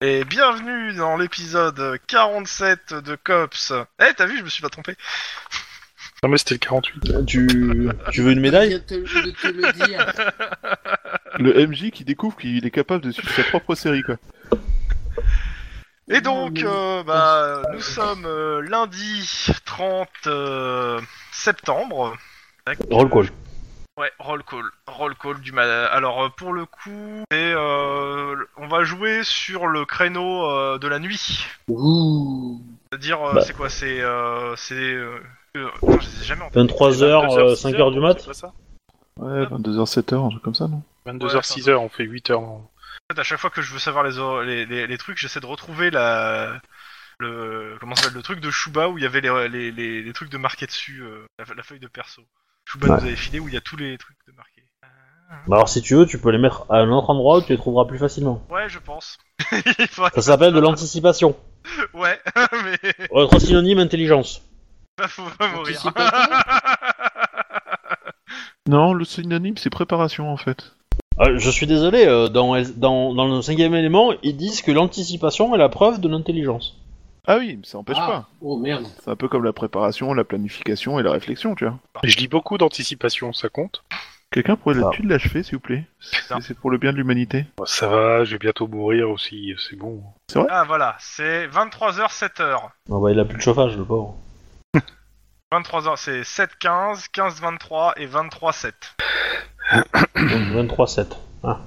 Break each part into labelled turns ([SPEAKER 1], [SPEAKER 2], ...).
[SPEAKER 1] Et bienvenue dans l'épisode 47 de Cops. Eh, t'as vu, je me suis pas trompé.
[SPEAKER 2] Non mais c'était le 48.
[SPEAKER 3] Tu, tu veux une médaille
[SPEAKER 4] Je te- de te le dire.
[SPEAKER 5] Le MJ qui découvre qu'il est capable de suivre sa propre série, quoi.
[SPEAKER 1] Et donc,
[SPEAKER 4] mais-
[SPEAKER 1] euh, bah, nous sommes euh, lundi 30 euh, septembre. Tac.
[SPEAKER 3] Roll call.
[SPEAKER 1] Ouais, roll call. Roll call du mal. Alors, euh, pour le coup, c'est, euh, on va jouer sur le créneau euh, de la nuit.
[SPEAKER 4] Ouh.
[SPEAKER 1] C'est-à-dire, euh,
[SPEAKER 3] Bah.
[SPEAKER 1] c'est quoi C'est. euh, c'est. euh, euh, putain, je les ai jamais entendu.
[SPEAKER 3] 23h,
[SPEAKER 2] 5
[SPEAKER 3] 5h euh, du mat
[SPEAKER 5] Ouais, 22h, 7h, un truc comme ça, non
[SPEAKER 2] 22h, 6h, on fait 8h. en-
[SPEAKER 1] En fait, à chaque fois que je veux savoir les, hor- les, les, les trucs, j'essaie de retrouver la. Le, comment ça s'appelle le truc de Shuba où il y avait les, les, les, les trucs de marqué dessus, euh, la, la feuille de perso. Shuba
[SPEAKER 3] Ouais.
[SPEAKER 1] nous avait filé où il y a tous les trucs de marqué.
[SPEAKER 3] Bah alors si tu veux, tu peux les mettre à un autre endroit où tu les trouveras plus facilement.
[SPEAKER 1] Ouais, je pense. Il faudrait-
[SPEAKER 3] Ça s'appelle de l'anticipation.
[SPEAKER 1] Ouais, mais.
[SPEAKER 3] Autre synonyme, intelligence.
[SPEAKER 1] Bah, faut pas mourir.
[SPEAKER 4] Anticipation
[SPEAKER 5] Non, le synonyme, c'est préparation, en fait.
[SPEAKER 3] Ah, je suis désolé, euh, dans, El- dans, dans le cinquième élément, ils disent que l'anticipation est la preuve de l'intelligence.
[SPEAKER 5] Ah oui, mais ça empêche
[SPEAKER 4] Ah.
[SPEAKER 5] pas.
[SPEAKER 4] Oh merde.
[SPEAKER 5] C'est un peu comme la préparation, la planification et la réflexion, tu vois.
[SPEAKER 2] Et Je lis beaucoup d'anticipation, ça compte
[SPEAKER 5] Quelqu'un pourrait
[SPEAKER 3] Ah.
[SPEAKER 5] là-dessus l'achever, s'il vous plaît C'est
[SPEAKER 1] Non.
[SPEAKER 5] c'est pour le bien de l'humanité.
[SPEAKER 2] Bah, Ça va, je vais bientôt mourir aussi, c'est bon.
[SPEAKER 1] Ah, voilà, c'est 23h, 7h.
[SPEAKER 3] Ah bah il a plus de chauffage, le pauvre.
[SPEAKER 1] 23h, c'est 7-15, 15-23 et 23-7.
[SPEAKER 3] Donc 23-7. Ah.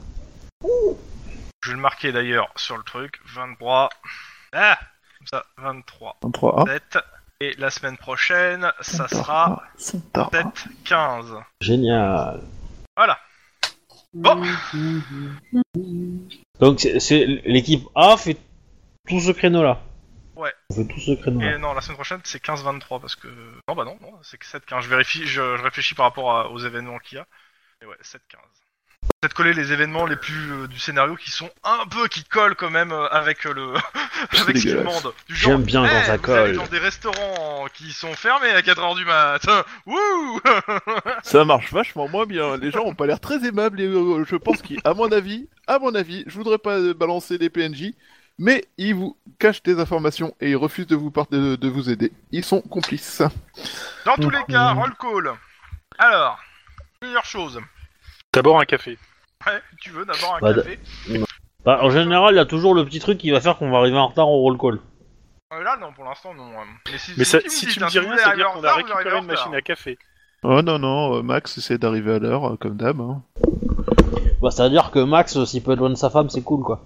[SPEAKER 1] Je vais le marquer d'ailleurs sur le truc. 23. Ah Comme ça, 23.
[SPEAKER 5] 23A.
[SPEAKER 1] 7. Et la semaine prochaine, ça sera 7, 15.
[SPEAKER 3] Génial.
[SPEAKER 1] Voilà. Bon.
[SPEAKER 3] Donc c'est- c'est l'équipe A fait tout ce créneau-là.
[SPEAKER 1] Ouais.
[SPEAKER 3] On fait tout ce créneau-là.
[SPEAKER 1] Et non, la semaine prochaine, c'est 15, 23. Parce que. Non, bah non, non c'est que 7, 15. Je vérifie, je, je réfléchis par rapport à- aux événements qu'il y a. Et ouais, 7, 15. Peut-être coller les événements les plus euh, du scénario qui sont un peu qui collent quand même euh, avec euh, le avec ce qu'ils
[SPEAKER 5] dégueulasse.
[SPEAKER 1] demandent. Du genre,
[SPEAKER 3] J'aime bien quand
[SPEAKER 1] Eh,
[SPEAKER 3] ça
[SPEAKER 1] vous allez
[SPEAKER 3] colle.
[SPEAKER 1] dans des restaurants qui sont fermés à 4h du mat. Wouh
[SPEAKER 5] Ça marche vachement moins bien. Les gens ont pas l'air très aimables et euh, je pense qu'à mon avis, à mon avis, je voudrais pas euh, balancer des PNJ, mais ils vous cachent des informations et ils refusent de vous, par- de- de vous aider. Ils sont complices.
[SPEAKER 1] Dans tous les cas, roll call. Alors, meilleure chose.
[SPEAKER 2] D'abord un café.
[SPEAKER 1] Ouais, tu veux d'abord un
[SPEAKER 3] Bah, d-
[SPEAKER 1] café
[SPEAKER 3] Bah, en général, il y a toujours le petit truc qui va faire qu'on va arriver en retard au roll call.
[SPEAKER 1] Euh, Là, non, pour l'instant, non. hein. Mais si,
[SPEAKER 2] Mais ça,
[SPEAKER 1] me
[SPEAKER 2] si
[SPEAKER 1] dites,
[SPEAKER 2] tu me
[SPEAKER 1] hein,
[SPEAKER 2] dis
[SPEAKER 1] vous
[SPEAKER 2] rien,
[SPEAKER 1] voulez
[SPEAKER 2] ça veut
[SPEAKER 1] arriver
[SPEAKER 2] dire
[SPEAKER 1] en
[SPEAKER 2] qu'on a
[SPEAKER 1] retard, vous arrivez
[SPEAKER 2] récupéré
[SPEAKER 1] en
[SPEAKER 2] une machine à café.
[SPEAKER 5] Oh non, non, euh, Max essaie d'arriver à l'heure, euh, comme d'hab. hein.
[SPEAKER 3] Bah, c'est-à-dire que Max, s'il peut être loin de sa femme, c'est cool, quoi.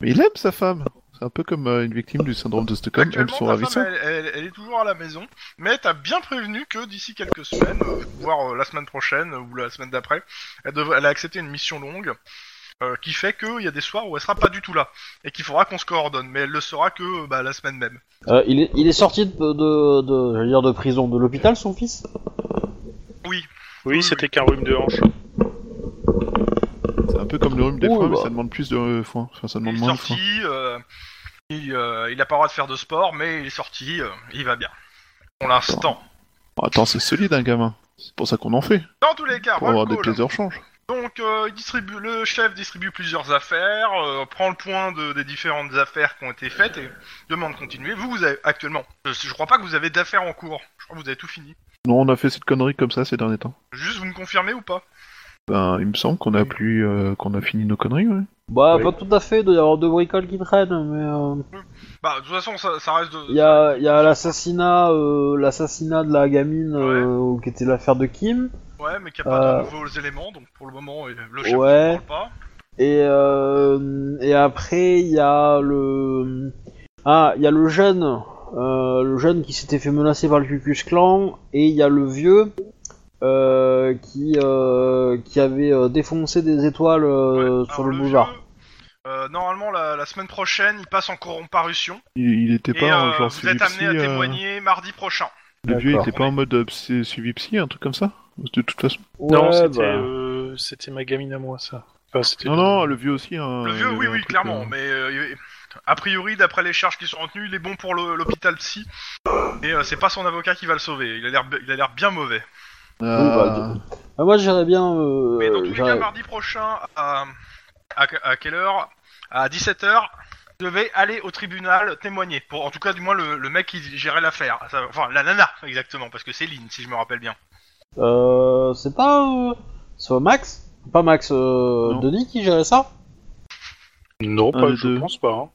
[SPEAKER 5] Mais il aime sa femme. C'est un peu comme euh, une victime du syndrome de Stockholm aime
[SPEAKER 1] Actuellement,
[SPEAKER 5] son
[SPEAKER 1] ta femme,
[SPEAKER 5] ravissant.
[SPEAKER 1] elle, elle- elle est toujours à la maison, mais t'as bien prévenu que d'ici quelques semaines, euh, voire euh, la semaine prochaine euh, ou la semaine d'après, elle, devrait- elle a accepté une mission longue euh, qui fait qu'il y a des soirs où elle sera pas du tout là et qu'il faudra qu'on se coordonne, mais elle le sera que euh, bah, la semaine même.
[SPEAKER 3] Euh, il, est, il est sorti de, de, de- j'allais dire de prison, de l'hôpital, son fils
[SPEAKER 1] Oui,
[SPEAKER 2] Oui, c'était qu'un rhume de hanche.
[SPEAKER 5] C'est un peu comme le rhume des
[SPEAKER 3] Ouh,
[SPEAKER 5] foins, mais
[SPEAKER 3] bah.
[SPEAKER 5] ça demande plus de euh, foin. Enfin, ça demande
[SPEAKER 1] Il est
[SPEAKER 5] moins de foin.
[SPEAKER 1] sorti, euh, il, euh, il a pas le droit de faire de sport, mais il est sorti, euh, il va bien. Pour l'instant.
[SPEAKER 5] Oh, attends, c'est solide, un gamin. C'est pour ça qu'on en fait,
[SPEAKER 1] Dans tous les cas,
[SPEAKER 5] pour
[SPEAKER 1] roll
[SPEAKER 5] avoir des
[SPEAKER 1] call.
[SPEAKER 5] plaisirs change.
[SPEAKER 1] donc euh, il distribue, le chef distribue plusieurs affaires, euh, prend le point de- des différentes affaires qui ont été faites et demande de continuer. Vous, vous avez actuellement, je, je crois pas que vous avez d'affaires en cours. Je crois que vous avez tout fini.
[SPEAKER 5] Non, on a fait cette connerie comme ça ces derniers temps.
[SPEAKER 1] Juste, vous me confirmez ou pas
[SPEAKER 5] Ben, il me semble qu'on
[SPEAKER 1] Mm.
[SPEAKER 5] a plus, euh, qu'on a fini nos conneries, ouais.
[SPEAKER 3] Bah,
[SPEAKER 2] Oui.
[SPEAKER 3] pas tout à fait, il doit y avoir deux bricoles qui traînent, mais... euh,
[SPEAKER 1] Bah, de toute façon, ça, ça reste de.
[SPEAKER 3] Il y a, il y a l'assassinat, euh, l'assassinat de la gamine, euh, qui était l'affaire de Kim,
[SPEAKER 1] Ouais, mais qu'il n'y a pas
[SPEAKER 3] Euh.
[SPEAKER 1] de nouveaux éléments, donc pour le moment, euh, le chef
[SPEAKER 3] Ouais.
[SPEAKER 1] ne parle pas.
[SPEAKER 3] et, euh, et après, il y a le... Ah, il y a le jeune, euh, le jeune qui s'était fait menacer par le Cucus Clan, et il y a le vieux... euh, qui, euh, qui avait euh, défoncé des étoiles euh,
[SPEAKER 1] Ouais,
[SPEAKER 3] sur
[SPEAKER 1] alors
[SPEAKER 3] le boulevard.
[SPEAKER 1] vieux, euh, normalement, la, la semaine prochaine, il passe en corromparution.
[SPEAKER 5] Il, il était
[SPEAKER 1] Et
[SPEAKER 5] pas en
[SPEAKER 1] euh,
[SPEAKER 5] genre
[SPEAKER 1] vous
[SPEAKER 5] suivi
[SPEAKER 1] êtes
[SPEAKER 5] psy.
[SPEAKER 1] amené à
[SPEAKER 5] euh,
[SPEAKER 1] témoigner mardi prochain.
[SPEAKER 5] Le vieux il
[SPEAKER 3] D'accord.
[SPEAKER 5] était pas en mode euh, psy- suivi psy, un truc comme ça De toute façon.
[SPEAKER 2] non,
[SPEAKER 3] Ouais,
[SPEAKER 2] c'était
[SPEAKER 3] bah.
[SPEAKER 2] euh, c'était ma gamine à moi, ça. Enfin, c'était-
[SPEAKER 5] Non, non, le vieux aussi. hein,
[SPEAKER 1] Le
[SPEAKER 5] il y
[SPEAKER 1] vieux,
[SPEAKER 5] avait
[SPEAKER 1] oui,
[SPEAKER 5] un
[SPEAKER 1] oui,
[SPEAKER 5] truc,
[SPEAKER 1] clairement.
[SPEAKER 5] euh,
[SPEAKER 1] Mais euh, a priori, d'après les charges qui sont retenues, il est bon pour le- l'hôpital psy. Et euh, c'est pas son avocat qui va le sauver. Il a l'air, il a l'air bien mauvais.
[SPEAKER 3] Oui,
[SPEAKER 5] ah,
[SPEAKER 3] bah, Ah, moi j'irais bien. euh,
[SPEAKER 1] Mais dans tous les
[SPEAKER 3] j'irais-
[SPEAKER 1] cas, mardi prochain, à, à, à quelle heure à 17h, devait aller au tribunal témoigner. Pour, en tout cas, du moins, le, le mec qui gérait l'affaire. Ça- Enfin, la nana, exactement, parce que c'est Lynn, si je me rappelle bien.
[SPEAKER 3] Euh, c'est pas. euh, c'est pas Max Pas Max euh,
[SPEAKER 5] Non.
[SPEAKER 3] Denis qui gérait ça
[SPEAKER 2] Non,
[SPEAKER 5] Un
[SPEAKER 2] pas,
[SPEAKER 5] des
[SPEAKER 2] je
[SPEAKER 5] deux.
[SPEAKER 2] pense pas. hein.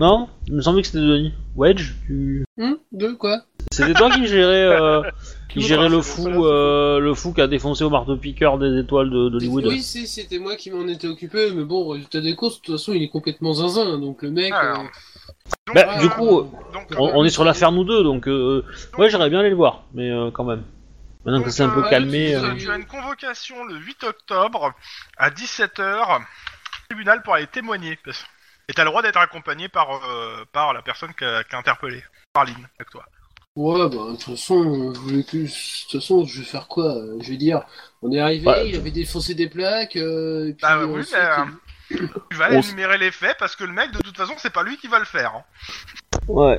[SPEAKER 3] Non Il me semblait que c'était Denis. Wedge tu...
[SPEAKER 4] Hum Deux quoi
[SPEAKER 3] C'était toi qui gérais, euh, qui
[SPEAKER 2] Tout
[SPEAKER 3] gérais
[SPEAKER 2] droit,
[SPEAKER 3] le
[SPEAKER 2] c'est
[SPEAKER 3] fou
[SPEAKER 2] bon, ça, là, c'est
[SPEAKER 3] euh, le fou qui a défoncé au marteau-piqueur des étoiles de- d'Hollywood.
[SPEAKER 4] Oui, si, c'était moi qui m'en étais occupé, mais bon, résultat des courses, de toute façon, il est complètement zinzin, donc le mec.
[SPEAKER 1] Alors,
[SPEAKER 4] euh,
[SPEAKER 1] Donc,
[SPEAKER 3] Bah, du
[SPEAKER 1] euh,
[SPEAKER 3] coup, euh,
[SPEAKER 1] donc,
[SPEAKER 3] on, on est sur l'affaire nous deux, donc euh, ouais, j'aimerais bien aller le voir, mais euh, quand même. Maintenant que
[SPEAKER 1] Donc,
[SPEAKER 3] c'est un peu
[SPEAKER 1] euh,
[SPEAKER 3] calmé.
[SPEAKER 1] Tu,
[SPEAKER 3] euh,
[SPEAKER 1] as- tu as une convocation le 8 octobre à 17h au tribunal pour aller témoigner. parce- Et t'as le droit d'être accompagné par, euh, par la personne qui a, qui a interpellé. Par Lynn, avec toi.
[SPEAKER 4] Ouais, bah, de toute façon, euh, je voulais que- de toute façon, je vais faire quoi euh, Je vais dire, on est arrivé,
[SPEAKER 3] Ouais.
[SPEAKER 4] il avait défoncé des plaques, euh, et puis.
[SPEAKER 1] Bah, oui,
[SPEAKER 4] ensuite,
[SPEAKER 1] mais, euh,
[SPEAKER 4] il-
[SPEAKER 1] Tu vas
[SPEAKER 3] On s-
[SPEAKER 1] énumérer les faits parce que le mec, de toute façon, c'est pas lui qui va le faire. hein.
[SPEAKER 3] Ouais.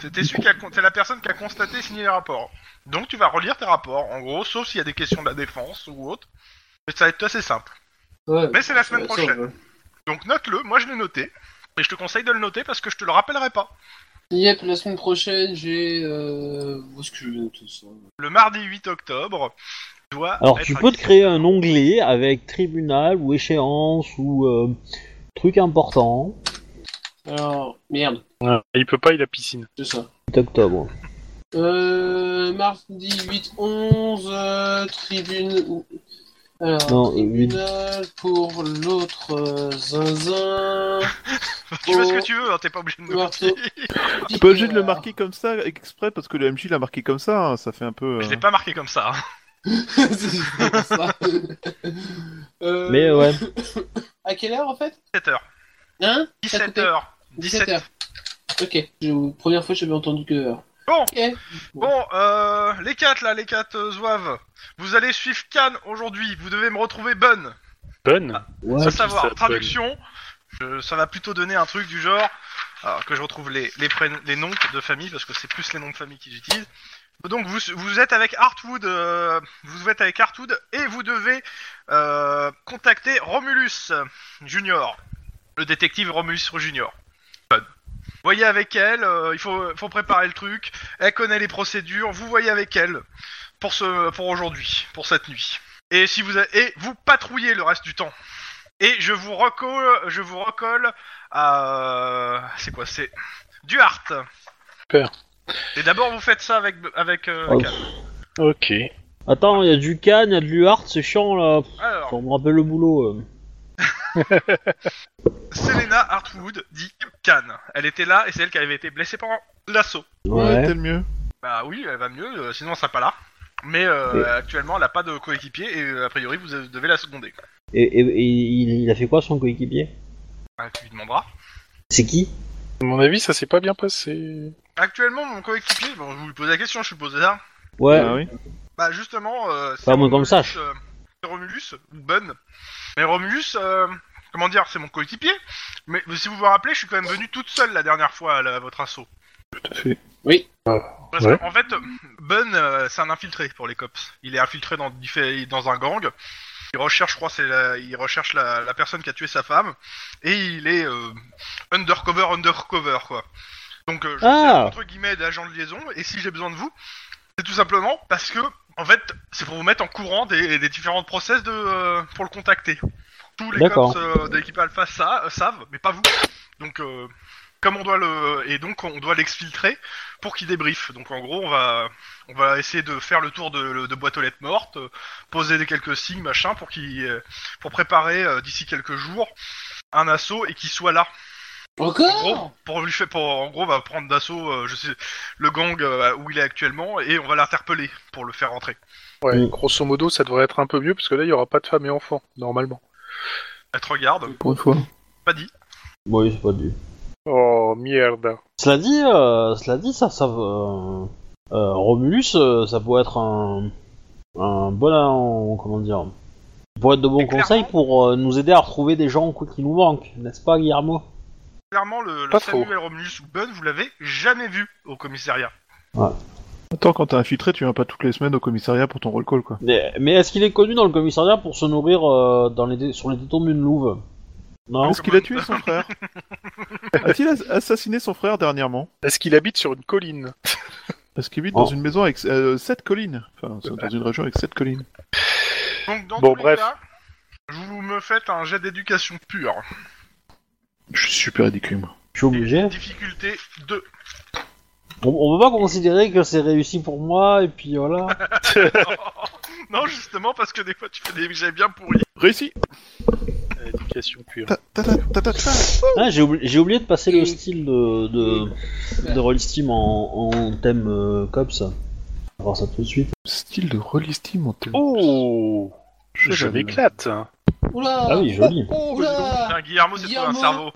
[SPEAKER 1] C'était celui qui a con- c'est la personne qui a constaté et signé les rapports. Donc tu vas relire tes rapports, en gros, sauf s'il y a des questions de la défense ou autre. Mais ça va être assez simple.
[SPEAKER 4] euh, ouais, euh,
[SPEAKER 1] Mais c'est la semaine
[SPEAKER 4] ça,
[SPEAKER 1] prochaine.
[SPEAKER 4] ouais.
[SPEAKER 1] Donc note-le, moi je l'ai noté. Et je te conseille de le noter parce que je te le rappellerai pas.
[SPEAKER 4] Yep, la semaine prochaine, j'ai. Euh... Où est-ce que je vais noter ça
[SPEAKER 1] le mardi 8 octobre doit
[SPEAKER 3] Alors
[SPEAKER 1] être
[SPEAKER 3] tu peux te créer un onglet avec tribunal ou échéance ou euh, truc important.
[SPEAKER 4] Alors, merde,
[SPEAKER 2] Ouais, Ah, Il peut pas, il a piscine.
[SPEAKER 4] c'est ça.
[SPEAKER 3] 8 octobre.
[SPEAKER 4] Euh, mardi 8-11, euh, tribune. Alors,
[SPEAKER 3] Non, euh, huit.
[SPEAKER 4] tribunal pour l'autre euh, zinzin.
[SPEAKER 1] tu fais ce que tu veux, hein, t'es pas obligé de me
[SPEAKER 4] Marteau.
[SPEAKER 1] copier.
[SPEAKER 5] T'es pas obligé de le
[SPEAKER 1] Oh.
[SPEAKER 5] marquer comme ça exprès parce que le MJ l'a marqué comme ça, hein, ça fait un peu.
[SPEAKER 1] Je
[SPEAKER 5] euh,
[SPEAKER 1] l'ai pas marqué comme ça. hein.
[SPEAKER 4] C'est pour ça. Euh,
[SPEAKER 3] Mais ouais.
[SPEAKER 4] À quelle heure en fait
[SPEAKER 1] 17h.
[SPEAKER 4] Hein Ça a coupé.
[SPEAKER 1] 17h. 17
[SPEAKER 4] 17h. Ok, je- première fois j'avais entendu que heure.
[SPEAKER 1] Bon.
[SPEAKER 4] Ok.
[SPEAKER 1] Bon, euh, les 4 là, les 4 zouaves. Vous allez suivre Cannes aujourd'hui. Vous devez me retrouver bonne.
[SPEAKER 2] Bonne.
[SPEAKER 3] Ouais.
[SPEAKER 1] À
[SPEAKER 2] qui
[SPEAKER 1] savoir,
[SPEAKER 2] s'appelle.
[SPEAKER 1] traduction. je- ça va plutôt donner un truc du genre. alors, que je retrouve les, les, prénoms- les noms de famille parce que c'est plus les noms de famille qu'ils utilisent. Donc vous, vous êtes avec Hartwood, euh, vous êtes avec Hartwood et vous devez euh, contacter Romulus Junior, le détective Romulus Junior. Fun. Voyez avec elle, euh, il faut, faut préparer le truc. Elle connaît les procédures. Vous voyez avec elle pour ce pour aujourd'hui, pour cette nuit. Et si vous a- et vous patrouillez le reste du temps. Et je vous recolle, je vous recolle à c'est quoi c'est Duarte.
[SPEAKER 2] Super.
[SPEAKER 1] Et d'abord vous faites ça avec avec euh,
[SPEAKER 3] Oh.
[SPEAKER 1] Cal.
[SPEAKER 2] Ok.
[SPEAKER 3] Attends, il y a du Cannes, il y a de l'Uhart, c'est chiant là.
[SPEAKER 1] Alors,
[SPEAKER 3] On me rappelle le boulot. euh.
[SPEAKER 1] Selena Hartwood dit Cannes. Elle était là et c'est elle qui avait été blessée pendant l'assaut.
[SPEAKER 5] Ouais,
[SPEAKER 3] Ouais.
[SPEAKER 5] t'es le mieux.
[SPEAKER 1] Bah oui, elle va mieux, euh, sinon elle serait pas là. Mais euh,
[SPEAKER 3] Oui.
[SPEAKER 1] actuellement, elle a pas de coéquipier et euh, a priori, vous devez la seconder.
[SPEAKER 3] Et, et- et il, il a fait quoi son coéquipier
[SPEAKER 1] Ah, tu lui demanderas.
[SPEAKER 3] C'est qui
[SPEAKER 2] À mon avis, ça s'est pas bien passé.
[SPEAKER 1] Actuellement, mon coéquipier, bon, je vous lui pose la question, je suppose ça.
[SPEAKER 3] Ouais.
[SPEAKER 5] Ah oui.
[SPEAKER 1] Bah justement, euh, c'est
[SPEAKER 3] Pas moi qu'on le
[SPEAKER 1] Romulus,
[SPEAKER 3] sache.
[SPEAKER 1] euh, c'est Romulus, ou Bun. Mais Romulus, euh, comment dire, c'est mon coéquipier. Mais si vous vous rappelez, je suis quand même venu toute seule la dernière fois à, la- à votre assaut.
[SPEAKER 5] Tout à fait.
[SPEAKER 1] Parce
[SPEAKER 2] Ouais.
[SPEAKER 1] qu'en fait, Bun, euh, c'est un infiltré pour les cops. Il est infiltré dans, diffé- dans un gang. Il recherche, je crois, c'est la- il recherche la, la personne qui a tué sa femme. Et il est euh, undercover, undercover, quoi. Donc, euh, je
[SPEAKER 3] Ah.
[SPEAKER 1] suis, entre guillemets, d'agent de liaison. Et si j'ai besoin de vous, c'est tout simplement parce que, en fait, c'est pour vous mettre en courant des, des différents process de, euh, pour le contacter. Tous les
[SPEAKER 3] D'accord.
[SPEAKER 1] cops euh, de l'équipe Alpha ça, euh, savent, mais pas vous. Donc, euh, comme on doit le. Et donc, on doit l'exfiltrer pour qu'il débriefe. Donc, en gros, on va, on va essayer de faire le tour de, de boîte aux lettres mortes, euh, poser des quelques signes, machin, pour, qu'il euh, pour préparer euh, d'ici quelques jours un assaut et qu'il soit là. En gros,
[SPEAKER 4] Encore
[SPEAKER 1] pour lui faire, pour, en gros, on va prendre d'assaut, euh, je sais, le gang euh, où il est actuellement et on va l'interpeller pour le faire rentrer.
[SPEAKER 2] Ouais,
[SPEAKER 3] Mm.
[SPEAKER 2] grosso modo, ça devrait être un peu mieux parce que là, il y aura pas de femmes et enfants, normalement.
[SPEAKER 1] Elle te regarde,
[SPEAKER 5] Pour une fois.
[SPEAKER 1] pas dit.
[SPEAKER 3] Oui, c'est pas du.
[SPEAKER 2] Oh, merde.
[SPEAKER 3] Cela dit, euh, cela dit, ça, ça, euh, euh, Romulus, euh, ça pourrait être un, un bon,
[SPEAKER 6] euh,
[SPEAKER 3] un- comment dire, ça pourrait être de bons
[SPEAKER 1] Mais clairement-
[SPEAKER 3] conseils pour euh, nous aider à retrouver des gens quoi, qui nous manquent, n'est-ce pas, Guillermo
[SPEAKER 1] Clairement, le, le
[SPEAKER 2] Pas
[SPEAKER 1] Samuel Romulus ou Bun, vous l'avez jamais vu au commissariat.
[SPEAKER 5] Attends, quand t'es infiltré, tu viens pas toutes les semaines au commissariat pour ton roll call, quoi.
[SPEAKER 6] Mais, mais est-ce qu'il est connu dans le commissariat pour se nourrir euh, dans les dé- sur les détours d'une louve
[SPEAKER 1] Ah,
[SPEAKER 6] Non
[SPEAKER 5] Est-ce qu'il a tué son frère A-t-il as- assassiné son frère dernièrement
[SPEAKER 2] Est-ce qu'il habite sur une colline
[SPEAKER 5] Parce qu'il habite
[SPEAKER 6] Oh.
[SPEAKER 5] dans une maison avec 7 collines. Enfin, c'est dans une région avec 7 collines.
[SPEAKER 1] Donc, dans
[SPEAKER 2] Bon,
[SPEAKER 1] tous les
[SPEAKER 2] bref.
[SPEAKER 1] cas, vous me faites un jet d'éducation pure.
[SPEAKER 5] Je suis super ridicule, moi.
[SPEAKER 6] Je suis
[SPEAKER 5] Oh.
[SPEAKER 6] obligé.
[SPEAKER 1] Difficulté 2.
[SPEAKER 6] On, on peut pas considérer que c'est réussi pour moi, et puis voilà.
[SPEAKER 1] non, justement, parce que des fois, tu fais des jets bien pourris.
[SPEAKER 5] Réussi
[SPEAKER 2] Éducation pure.
[SPEAKER 5] Ta- ta- ta- ta- ta- ta.
[SPEAKER 6] Ah, j'ai oubli- j'ai oublié de passer le style de, de, de Roll Steam en, en thème euh, Cops. On va voir ça tout de suite.
[SPEAKER 5] Style de relistim en thème.
[SPEAKER 2] Oh
[SPEAKER 5] Je
[SPEAKER 2] Je, je
[SPEAKER 5] savais.
[SPEAKER 2] m'éclate
[SPEAKER 4] Oula
[SPEAKER 6] Ah oui, joli.
[SPEAKER 4] Oh, Oula
[SPEAKER 1] Putain, Guillermo, c'est toi un
[SPEAKER 4] Guillermo.
[SPEAKER 1] cerveau.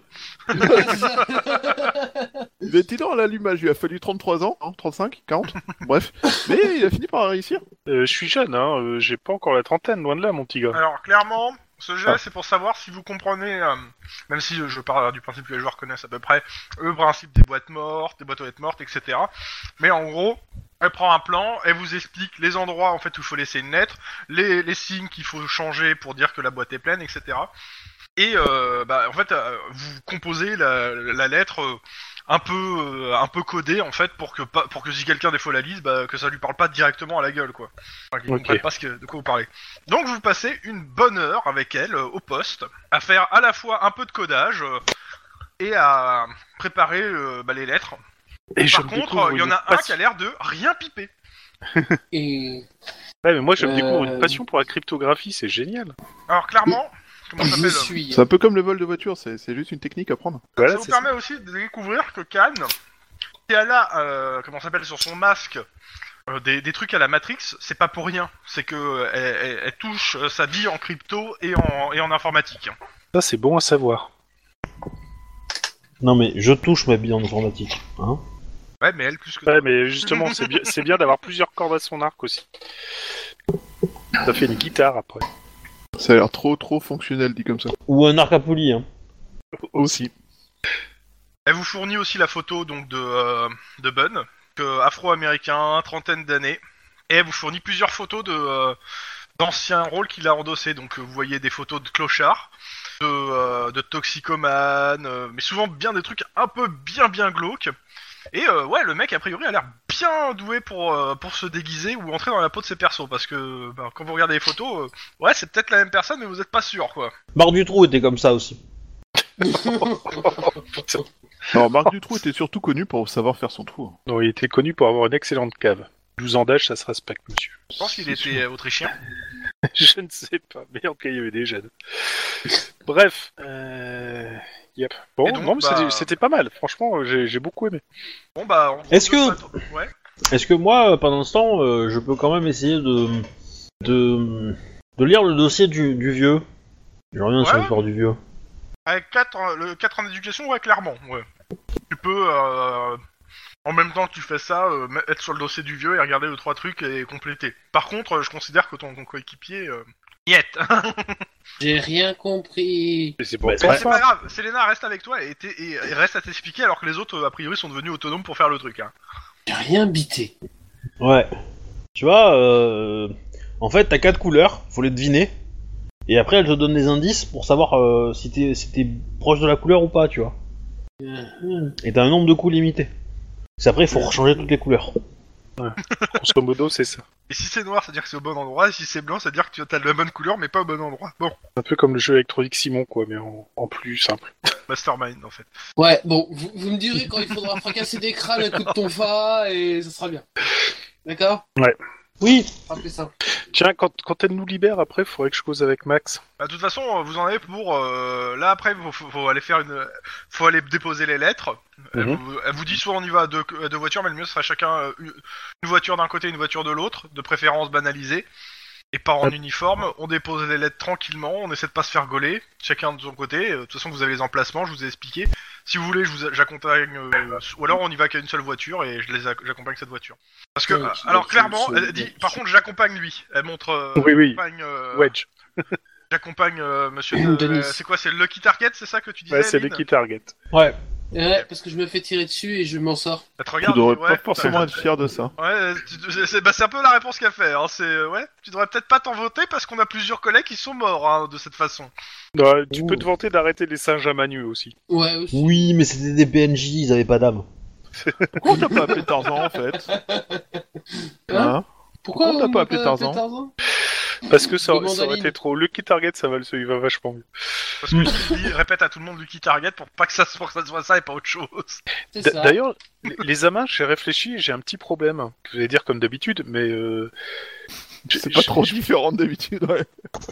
[SPEAKER 5] Il était dans l'allumage, il a fallu 33 ans, hein, 35, 40, bref. Mais il a fini par réussir.
[SPEAKER 2] Euh, Je suis jeune, hein, euh, j'ai pas encore la trentaine, loin de là, mon petit gars.
[SPEAKER 1] Alors clairement, ce jeu
[SPEAKER 5] Ah.
[SPEAKER 1] c'est pour savoir si vous comprenez, euh, même si je parle du principe que les joueurs connaissent à peu près, le principe des boîtes mortes, des boîtes aux lettres mortes, etc. Mais en gros, elle prend un plan, elle vous explique les endroits en fait où il faut laisser une lettre, les, les signes qu'il faut changer pour dire que la boîte est pleine, etc. Et euh, bah, en fait, euh, vous composez la, la lettre euh, un peu euh, un peu codée en fait pour que pas, pour que si quelqu'un défaut la lise, bah, que ça lui parle pas directement à la gueule quoi. Enfin, qu'il
[SPEAKER 2] Ok.
[SPEAKER 1] comprenne pas ce que- de quoi vous parlez. Donc vous passez une bonne heure avec elle euh, au poste, à faire à la fois un peu de codage euh, et à préparer euh, bah, les lettres.
[SPEAKER 2] Et je
[SPEAKER 1] Par
[SPEAKER 2] me
[SPEAKER 1] contre,
[SPEAKER 2] découvre
[SPEAKER 1] il y en
[SPEAKER 2] une
[SPEAKER 1] a un qui
[SPEAKER 2] passion-
[SPEAKER 1] a l'air de rien piper.
[SPEAKER 4] Et
[SPEAKER 2] Ouais, mais moi, je me découvre
[SPEAKER 4] Euh,
[SPEAKER 2] une passion pour la cryptographie, c'est génial.
[SPEAKER 1] Alors clairement, comment ça
[SPEAKER 4] je
[SPEAKER 1] s'appelle euh,
[SPEAKER 4] suis.
[SPEAKER 5] C'est un peu comme le vol de voiture, c'est c'est juste une technique à prendre.
[SPEAKER 2] Voilà,
[SPEAKER 1] ça vous
[SPEAKER 2] c'est
[SPEAKER 1] permet aussi de découvrir que Khan, si elle a, euh, comment ça s'appelle, sur son masque, euh, des, des trucs à la Matrix, c'est pas pour rien. C'est que euh, elle, elle- elle touche euh, sa vie en crypto et en, et en informatique.
[SPEAKER 2] ça, c'est bon à savoir.
[SPEAKER 6] Non mais je touche ma bille en informatique. Hein
[SPEAKER 1] Ouais, mais elle plus que.
[SPEAKER 2] Ouais, mais justement, c'est bien, c'est bien d'avoir plusieurs cordes à son arc aussi. Ça fait une guitare après.
[SPEAKER 5] Ça a l'air trop trop fonctionnel dit comme ça.
[SPEAKER 6] Ou un arc à poulie. Hein.
[SPEAKER 5] Aussi.
[SPEAKER 1] Elle vous fournit aussi la photo donc de, euh, de Bun, que- afro-américain, trentaine d'années. Et elle vous fournit plusieurs photos de euh, d'anciens rôles qu'il a endossés. Donc euh, vous voyez des photos de clochard, de, euh, de toxicomane, euh, mais souvent bien des trucs un peu bien bien glauques. Et euh, ouais, le mec a priori a l'air bien doué pour, euh, pour se déguiser ou entrer dans la peau de ses persos. Parce que bah, quand vous regardez les photos, euh, ouais, c'est peut-être la même personne, mais vous n'êtes pas sûr quoi.
[SPEAKER 6] Barre du trou était comme ça aussi.
[SPEAKER 5] Alors Marc Dutroux était surtout connu pour savoir faire son trou. hein.
[SPEAKER 2] Non, il était connu pour avoir une excellente cave. 12 ans d'âge, ça se respecte, monsieur.
[SPEAKER 1] Je pense qu'il
[SPEAKER 5] C'est sûr.
[SPEAKER 1] était euh, autrichien.
[SPEAKER 2] Je ne sais pas, mais en tout cas, il y avait des jeunes. Bref. Euh... Yep. Bon,
[SPEAKER 1] Et donc,
[SPEAKER 2] non, mais
[SPEAKER 1] bah-
[SPEAKER 2] c'était- c'était pas mal. Franchement, j'ai j'ai beaucoup aimé.
[SPEAKER 1] Bon bah. on-
[SPEAKER 6] Est-ce que-
[SPEAKER 1] Ouais.
[SPEAKER 6] Est-ce que moi, euh, pendant ce temps, euh, je peux quand même essayer de de, de lire le dossier du, du vieux Je reviens sur
[SPEAKER 1] Ouais.
[SPEAKER 6] l'histoire du vieux.
[SPEAKER 1] Avec 4, le 4 ans d'éducation, ouais, clairement, ouais. Tu peux, euh, en même temps que tu fais ça, euh, me- être sur le dossier du vieux et regarder le trois trucs et compléter. Par contre, euh, je considère que ton, ton coéquipier... Euh... Yet
[SPEAKER 4] J'ai rien compris.
[SPEAKER 2] Mais c'est pour
[SPEAKER 1] Bon,
[SPEAKER 2] ça.
[SPEAKER 1] c'est pas grave, Selena reste avec toi et, t'es- et- et reste à t'expliquer alors que les autres, euh, a priori, sont devenus autonomes pour faire le truc. Hein.
[SPEAKER 4] J'ai rien bité.
[SPEAKER 6] Ouais. Tu vois, euh, en fait, t'as quatre couleurs, faut les deviner. Et après, elle te donne des indices pour savoir euh, si t'es si t'es proche de la couleur ou pas, tu vois.
[SPEAKER 4] Euh,
[SPEAKER 6] Et t'as un nombre de coups limité. Parce qu'après, il faut rechanger toutes les couleurs.
[SPEAKER 2] Grosso modo, c'est ça.
[SPEAKER 1] Et si c'est noir, c'est-à-dire que c'est au bon endroit, et si c'est blanc, c'est-à-dire que tu as la bonne couleur mais pas au bon endroit. Bon,
[SPEAKER 2] Un peu comme le jeu électronique Simon, quoi, mais en, en plus simple.
[SPEAKER 1] mastermind en fait.
[SPEAKER 4] Ouais, bon, vous, vous me direz quand il faudra fracasser des crânes à coups de ton fa et ça sera bien. D'accord
[SPEAKER 6] Oui,
[SPEAKER 4] Ce sera plus simple.
[SPEAKER 2] Tiens, quand, quand elle nous libère après, faudrait que je cause avec Max.
[SPEAKER 1] Bah, de toute façon, euh, vous en avez pour. euh, là, après, faut, faut- faut aller faire une. Faut aller déposer les lettres. Elle,
[SPEAKER 2] Mhm.
[SPEAKER 1] vous, elle vous dit soit on y va à deux, à deux voitures, mais le mieux ce serait chacun euh, une une voiture d'un côté, une voiture de l'autre, de préférence banalisée. Et pas en uniforme, on dépose les lettres tranquillement, on essaie de pas se faire gauler, chacun de son côté. Euh, De toute façon, vous avez les emplacements, je vous ai expliqué. Si vous voulez, je vous j'accompagne. euh, ou alors, on y va qu'à une seule voiture et je les ac- j'accompagne cette voiture. Parce que,
[SPEAKER 4] Ok,
[SPEAKER 1] euh, alors
[SPEAKER 4] ok,
[SPEAKER 1] clairement,
[SPEAKER 4] c'est-
[SPEAKER 1] elle dit. Par contre, j'accompagne lui. Elle montre. euh,
[SPEAKER 2] Oui, oui.
[SPEAKER 1] j'accompagne, euh,
[SPEAKER 2] Wedge.
[SPEAKER 1] J'accompagne euh, monsieur.
[SPEAKER 4] Denis.
[SPEAKER 1] euh, c'est quoi C'est Lucky Target, c'est ça que tu disais
[SPEAKER 2] Ouais, c'est
[SPEAKER 1] Lynn
[SPEAKER 2] Lucky Target.
[SPEAKER 6] ouais.
[SPEAKER 4] Ouais, parce que je me fais tirer dessus et je m'en sors.
[SPEAKER 1] Elle te
[SPEAKER 5] Tu
[SPEAKER 1] regarde,
[SPEAKER 5] devrais
[SPEAKER 1] ouais,
[SPEAKER 5] pas
[SPEAKER 1] putain,
[SPEAKER 5] forcément être fier de ça.
[SPEAKER 1] Ouais, tu- tu- c'est c'est- bah, c'est un peu la réponse qu'elle fait. Hein. C'est euh, ouais, tu devrais peut-être pas t'en voter parce qu'on a plusieurs collègues qui sont morts hein, de cette façon.
[SPEAKER 2] Ouais, tu
[SPEAKER 6] Ouh.
[SPEAKER 2] peux te vanter d'arrêter les singes à Manu aussi.
[SPEAKER 4] Ouais, aussi.
[SPEAKER 6] Oui, mais c'était des PNJ, ils avaient pas d'âme.
[SPEAKER 5] Pourquoi on t'a pas appelé Tarzan en fait Hein
[SPEAKER 4] Pourquoi
[SPEAKER 5] Pourquoi t'as
[SPEAKER 4] on
[SPEAKER 5] pas
[SPEAKER 4] m'a
[SPEAKER 5] appelé Tarzan
[SPEAKER 2] Parce que ça,
[SPEAKER 4] Demande
[SPEAKER 2] ça aurait
[SPEAKER 4] Aline.
[SPEAKER 2] été trop. Lucky Target, ça va, le- ça y va vachement mieux.
[SPEAKER 1] Parce que je dis, répète à tout le monde Lucky Target pour pas que ça, se- pour que ça soit ça et pas autre chose.
[SPEAKER 4] C'est
[SPEAKER 2] D-
[SPEAKER 4] ça.
[SPEAKER 2] D'ailleurs, les- les amas, j'ai réfléchi et j'ai un petit problème. Que vous allez dire comme d'habitude, mais. euh, je-
[SPEAKER 5] C'est pas
[SPEAKER 2] je-
[SPEAKER 5] trop
[SPEAKER 2] Je,
[SPEAKER 5] différent d'habitude, ouais.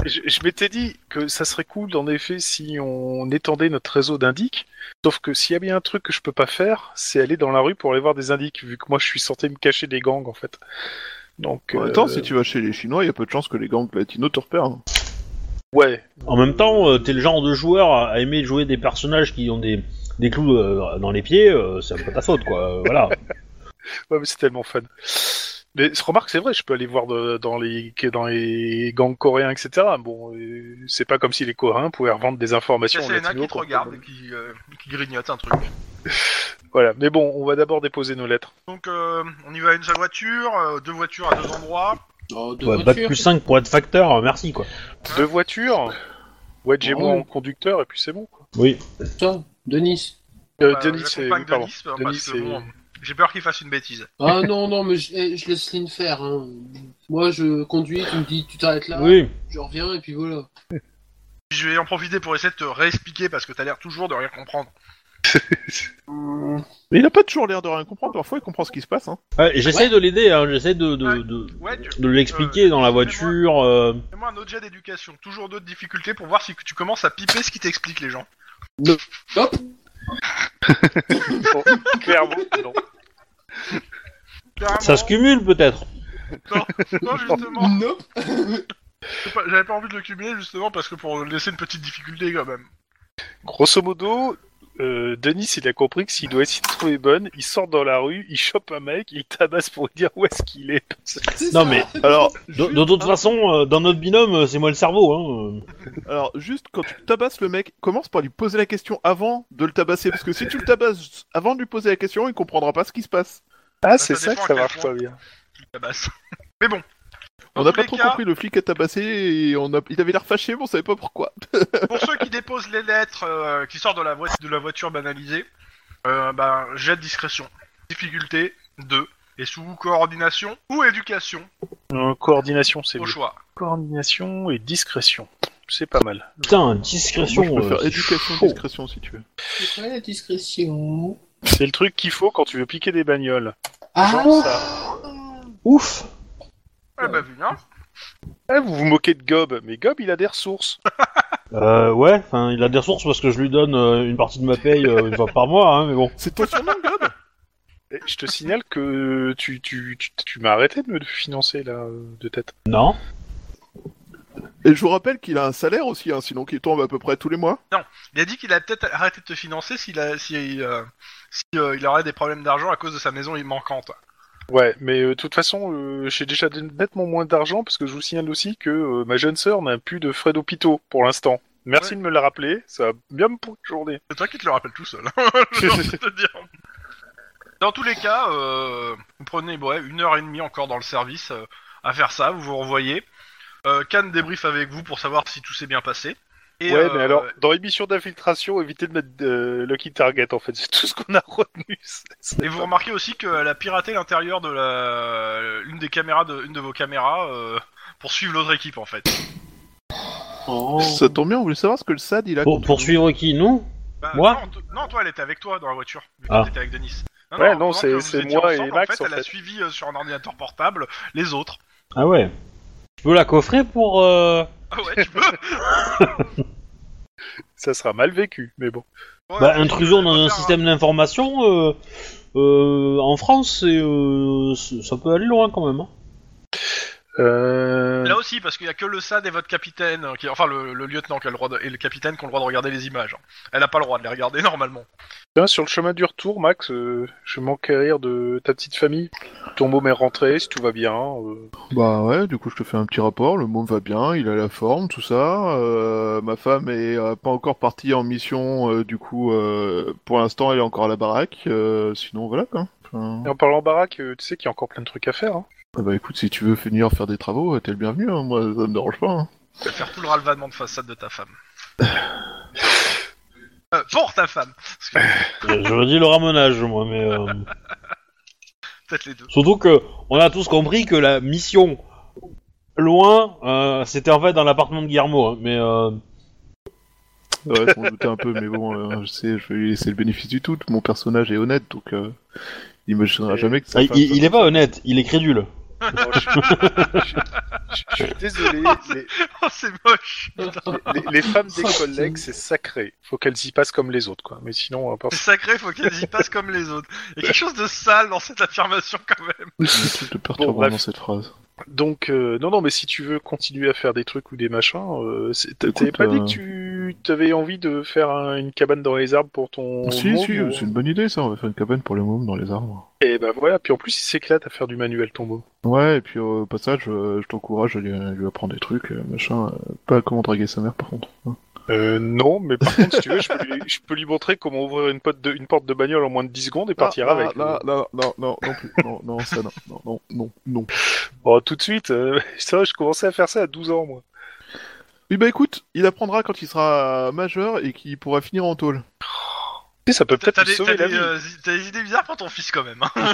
[SPEAKER 2] je- je m'étais dit que ça serait cool, en effet, si on étendait notre réseau d'indiques. Sauf que s'il y a bien un truc que je peux pas faire, c'est aller dans la rue pour aller voir des indiques, vu que moi je suis sorti me cacher des gangs en fait. Donc.
[SPEAKER 5] En même
[SPEAKER 2] euh,
[SPEAKER 5] temps, si tu vas chez les Chinois, il y a peu de chances que les gangs latinos te repèrent. hein.
[SPEAKER 2] Ouais.
[SPEAKER 3] En même temps, euh, t'es le genre de joueur à, à aimer jouer des personnages qui ont des, des clous euh, dans les pieds, euh, c'est pas ta faute, quoi. euh, voilà.
[SPEAKER 2] Ouais, mais c'est tellement fun. Mais se remarque, c'est vrai, je peux aller voir de- dans, les, que- dans les gangs coréens, etc. Bon, euh, c'est pas comme si les Coréens pouvaient revendre des
[SPEAKER 1] Il
[SPEAKER 2] informations.
[SPEAKER 1] y a
[SPEAKER 2] aux
[SPEAKER 1] Selena
[SPEAKER 2] Latinos
[SPEAKER 1] qui te
[SPEAKER 2] pour-
[SPEAKER 1] regarde et qui, euh, qui grignote un truc.
[SPEAKER 2] Voilà, mais bon, on va d'abord déposer nos lettres.
[SPEAKER 1] Donc euh, on y va à une seule voiture, euh, deux voitures à deux endroits.
[SPEAKER 4] Oh, deux
[SPEAKER 3] Ouais, bac
[SPEAKER 4] voitures.
[SPEAKER 3] plus 5 pour être facteur, euh, merci, quoi.
[SPEAKER 2] Deux
[SPEAKER 1] Hein
[SPEAKER 2] voitures, ouais, j'ai moi
[SPEAKER 4] Oh.
[SPEAKER 2] en conducteur, et puis c'est bon. quoi.
[SPEAKER 3] Oui.
[SPEAKER 4] Putain, Denis.
[SPEAKER 2] Euh,
[SPEAKER 1] Bah,
[SPEAKER 2] Denis, c'est.
[SPEAKER 1] j'accompagne
[SPEAKER 2] pardon.
[SPEAKER 1] Denis, euh,
[SPEAKER 2] Denis,
[SPEAKER 1] parce que
[SPEAKER 2] c'est-
[SPEAKER 1] bon, j'ai peur qu'il fasse une bêtise.
[SPEAKER 4] Ah non, non, mais je, eh, je laisse Lynn faire. hein. Moi, je conduis, tu me dis, tu t'arrêtes là,
[SPEAKER 6] Oui.
[SPEAKER 4] je reviens, et puis voilà.
[SPEAKER 1] Je vais en profiter pour essayer de te réexpliquer parce que t'as l'air toujours de rien comprendre.
[SPEAKER 4] Hum,
[SPEAKER 5] Mais il a pas toujours l'air de rien comprendre, parfois il comprend ce qui se passe. Hein.
[SPEAKER 3] Ouais, j'essaie de l'aider, hein, j'essaie de, de, de,
[SPEAKER 1] Ouais, tu-
[SPEAKER 3] de l'expliquer
[SPEAKER 1] Euh,
[SPEAKER 3] dans la voiture. euh,
[SPEAKER 1] fais-moi un autre jet d'éducation, toujours d'autres difficultés pour voir si tu commences à piper ce qui t'explique les gens.
[SPEAKER 2] Bon, clairement, non.
[SPEAKER 1] Carrément,
[SPEAKER 3] Ça se cumule, peut-être.
[SPEAKER 1] non, justement,
[SPEAKER 4] Nope.
[SPEAKER 1] j'ai pas- j'avais pas envie de le cumuler justement parce que pour laisser une petite difficulté quand même.
[SPEAKER 2] Grosso modo, euh, Denis, il a compris que s'il doit essayer de trouver bonne, il sort dans la rue, il chope un mec, il tabasse pour lui dire où est-ce qu'il est.
[SPEAKER 4] C'est
[SPEAKER 3] Non,
[SPEAKER 4] ça.
[SPEAKER 3] mais-
[SPEAKER 5] Alors,
[SPEAKER 3] De, de toute façon, euh, dans notre binôme, euh, c'est moi le cerveau. Hein. euh.
[SPEAKER 5] alors, juste quand tu tabasses le mec, commence par lui poser la question avant de le tabasser, parce que si tu le tabasses avant de lui poser la question, il comprendra pas ce qui se passe.
[SPEAKER 2] Ah, c'est
[SPEAKER 1] ça
[SPEAKER 2] ça
[SPEAKER 1] dépend
[SPEAKER 2] que
[SPEAKER 1] à
[SPEAKER 2] ça
[SPEAKER 1] quel
[SPEAKER 2] marche
[SPEAKER 1] point.
[SPEAKER 2] pas bien.
[SPEAKER 1] La basse. Mais bon. Dans
[SPEAKER 5] on n'a
[SPEAKER 1] tous
[SPEAKER 5] pas
[SPEAKER 1] les
[SPEAKER 5] trop
[SPEAKER 1] cas,
[SPEAKER 5] compris, le flic a tabassé et on a... il avait l'air fâché, mais on savait pas pourquoi.
[SPEAKER 1] Pour ceux qui déposent les lettres euh, qui sortent de la, voi- de la voiture banalisée, euh, ben, jet de discrétion. Difficulté 2. Et sous coordination ou éducation,
[SPEAKER 2] Euh, coordination, c'est
[SPEAKER 1] au
[SPEAKER 2] mieux.
[SPEAKER 1] choix.
[SPEAKER 2] Coordination et discrétion. C'est pas mal.
[SPEAKER 3] Putain,
[SPEAKER 5] Moi,
[SPEAKER 3] discrétion.
[SPEAKER 5] je peux
[SPEAKER 3] euh,
[SPEAKER 5] faire
[SPEAKER 3] c'est
[SPEAKER 5] éducation,
[SPEAKER 3] chaud.
[SPEAKER 5] discrétion si tu veux.
[SPEAKER 4] C'est quoi la discrétion
[SPEAKER 2] C'est le truc qu'il faut quand tu veux piquer des bagnoles.
[SPEAKER 4] Ah,
[SPEAKER 2] Genre ça.
[SPEAKER 6] Ouf
[SPEAKER 1] Ah bah vu, hein.
[SPEAKER 2] Eh, vous vous moquez de Gob, mais Gob, il a des ressources.
[SPEAKER 3] Euh, ouais, enfin, il a des ressources parce que je lui donne euh, une partie de ma paye euh, une fois par mois, hein, mais bon.
[SPEAKER 5] C'est ton surnom, Gob
[SPEAKER 2] Eh, Je te signale que tu, tu, tu, tu m'as arrêté de me financer, là, euh, de tête.
[SPEAKER 3] Non.
[SPEAKER 5] Et je vous rappelle qu'il a un salaire aussi, hein, sinon qu'il tombe à peu près tous les mois.
[SPEAKER 1] Il a dit qu'il a peut-être arrêté de te financer s'il a, si, euh, si, euh, il aurait des problèmes d'argent à cause de sa maison manquante.
[SPEAKER 2] Ouais, mais euh, de toute façon, euh, j'ai déjà nettement moins d'argent, parce que je vous signale aussi que euh, ma jeune sœur n'a plus de frais d'hôpitaux, pour l'instant. Merci
[SPEAKER 1] Ouais.
[SPEAKER 2] de me le rappeler, ça va bien me pourrir la journée.
[SPEAKER 1] C'est toi qui te le rappelles tout seul. hein, j'ai envie de te dire. Dans tous les cas, euh, vous prenez ouais, une heure et demie encore dans le service euh, à faire ça, vous vous renvoyez. Euh, Can débrief avec vous pour savoir si tout s'est bien passé. Et,
[SPEAKER 2] ouais,
[SPEAKER 1] euh,
[SPEAKER 2] mais alors, dans l'émission d'infiltration, évitez de mettre euh, Lucky Target, en fait. C'est tout ce qu'on a retenu. C'est-
[SPEAKER 1] Et vous remarquez aussi qu'elle a piraté l'intérieur de la... une des caméras, de... une de vos caméras euh, pour suivre l'autre équipe en fait.
[SPEAKER 4] oh.
[SPEAKER 5] Ça tombe bien, on voulait savoir ce que le SAD il a
[SPEAKER 3] Pour,
[SPEAKER 5] contre
[SPEAKER 3] pour suivre qui, nous
[SPEAKER 1] Bah,
[SPEAKER 3] Moi
[SPEAKER 1] non, t- non, toi elle était avec toi dans la voiture. vu que
[SPEAKER 3] Ah.
[SPEAKER 1] T'étais avec Denis.
[SPEAKER 2] Ouais,
[SPEAKER 1] en
[SPEAKER 2] non,
[SPEAKER 1] pendant
[SPEAKER 2] c'est-
[SPEAKER 1] que vous
[SPEAKER 2] c'est
[SPEAKER 1] étiez
[SPEAKER 2] moi et
[SPEAKER 1] ensemble,
[SPEAKER 2] Max,
[SPEAKER 1] En fait,
[SPEAKER 2] en
[SPEAKER 1] elle a
[SPEAKER 2] fait.
[SPEAKER 1] suivi euh, sur un ordinateur portable les autres.
[SPEAKER 3] Ah ouais. Tu peux la coffrer pour... euh,
[SPEAKER 1] Ah ouais, tu peux.
[SPEAKER 2] Ça sera mal vécu, mais bon.
[SPEAKER 1] Ouais,
[SPEAKER 3] bah,
[SPEAKER 1] ouais,
[SPEAKER 3] intrusion
[SPEAKER 1] tu peux
[SPEAKER 3] dans un
[SPEAKER 1] faire hein.
[SPEAKER 3] système d'information euh, euh, en France, c'est, euh, c- ça peut aller loin quand même. hein.
[SPEAKER 2] Euh,
[SPEAKER 1] Là aussi, parce qu'il y a que le SAD et votre capitaine, euh, qui, enfin le, le lieutenant qui a le droit de- et le capitaine qui ont le droit de regarder les images. hein. Elle n'a pas le droit de les regarder normalement.
[SPEAKER 2] tiens, sur le chemin du retour, Max, euh, je m'enquérir de ta petite famille. Ton môme est rentré, si tout va bien. euh.
[SPEAKER 5] Bah ouais, du coup je te fais un petit rapport, le môme va bien, il a la forme, tout ça. Euh, ma femme est euh, pas encore partie en mission, euh, du coup euh, pour l'instant elle est encore à la baraque, euh, sinon voilà quoi. Enfin,
[SPEAKER 2] Et en parlant baraque, euh, tu sais qu'il y a encore plein de trucs à faire. hein.
[SPEAKER 5] ah bah écoute, si tu veux finir faire des travaux, euh, t'es le bienvenu, hein, moi ça me dérange pas. hein.
[SPEAKER 1] Tu vas faire tout le ralvanement de façade de ta femme. Euh, pour ta femme, parce que
[SPEAKER 3] Euh, J'aurais dit le ramonage, moi, mais. euh,
[SPEAKER 1] peut-être les deux.
[SPEAKER 3] Surtout que on a tous compris que la mission loin, euh, c'était en fait dans l'appartement de Guillermo. hein, mais euh,
[SPEAKER 5] Ouais, je m'en doutais un peu, mais bon, euh, je sais, je vais lui laisser le bénéfice du tout, mon personnage est honnête, donc euh, il imaginera jamais que ça...
[SPEAKER 3] ah, il, il est pas honnête, il est crédule.
[SPEAKER 2] Non, je, je- je- je suis désolé, les,
[SPEAKER 1] Oh, c'est moche.
[SPEAKER 2] les- les femmes des collègues, c'est sacré. Faut qu'elles y passent comme les autres, quoi. Mais sinon, euh, à part
[SPEAKER 1] C'est sacré, faut qu'elles y passent comme les autres. Il y a quelque chose de sale dans cette affirmation quand même.
[SPEAKER 5] Il y a des trucs de perturbant
[SPEAKER 2] bref.
[SPEAKER 5] dans cette phrase.
[SPEAKER 2] Donc, euh, non, non, mais si tu veux continuer à faire des trucs ou des machins, euh, c'est- t'as-
[SPEAKER 5] Écoute,
[SPEAKER 2] t'avais pas dit
[SPEAKER 5] euh,
[SPEAKER 2] que tu t'avais envie de faire un- une cabane dans les arbres pour ton.
[SPEAKER 5] si,
[SPEAKER 2] môme,
[SPEAKER 5] si,
[SPEAKER 2] ou-
[SPEAKER 5] c'est une bonne idée ça, on va faire une cabane pour les mômes dans les arbres.
[SPEAKER 2] Et bah voilà, puis en plus, il s'éclate à faire du manuel ton môme.
[SPEAKER 5] Ouais, et puis euh, au passage, euh, je t'encourage à lui, à lui apprendre des trucs, euh, machin. euh, pas comment draguer sa mère, par contre. hein.
[SPEAKER 2] Euh, non, mais par contre, si tu veux, je peux, lui, je peux lui montrer comment ouvrir une, pote de- une porte de bagnole en moins de 10 secondes et partir
[SPEAKER 5] Ah,
[SPEAKER 2] avec.
[SPEAKER 5] Là, là, non, non, non, plus, non, non, ça, non, non, non, non, non.
[SPEAKER 2] Bon, tout de suite, euh, ça, je commençais à faire ça à 12 ans, moi.
[SPEAKER 5] Oui, bah écoute, il apprendra quand il sera majeur et qu'il pourra finir en tôle.
[SPEAKER 2] Tu sais, ça peut peut-être
[SPEAKER 1] T'as
[SPEAKER 2] lui
[SPEAKER 1] des,
[SPEAKER 2] sauver
[SPEAKER 1] t'as
[SPEAKER 2] la
[SPEAKER 1] des,
[SPEAKER 2] vie.
[SPEAKER 1] euh, zi- t'as des idées bizarres pour ton fils quand même. hein.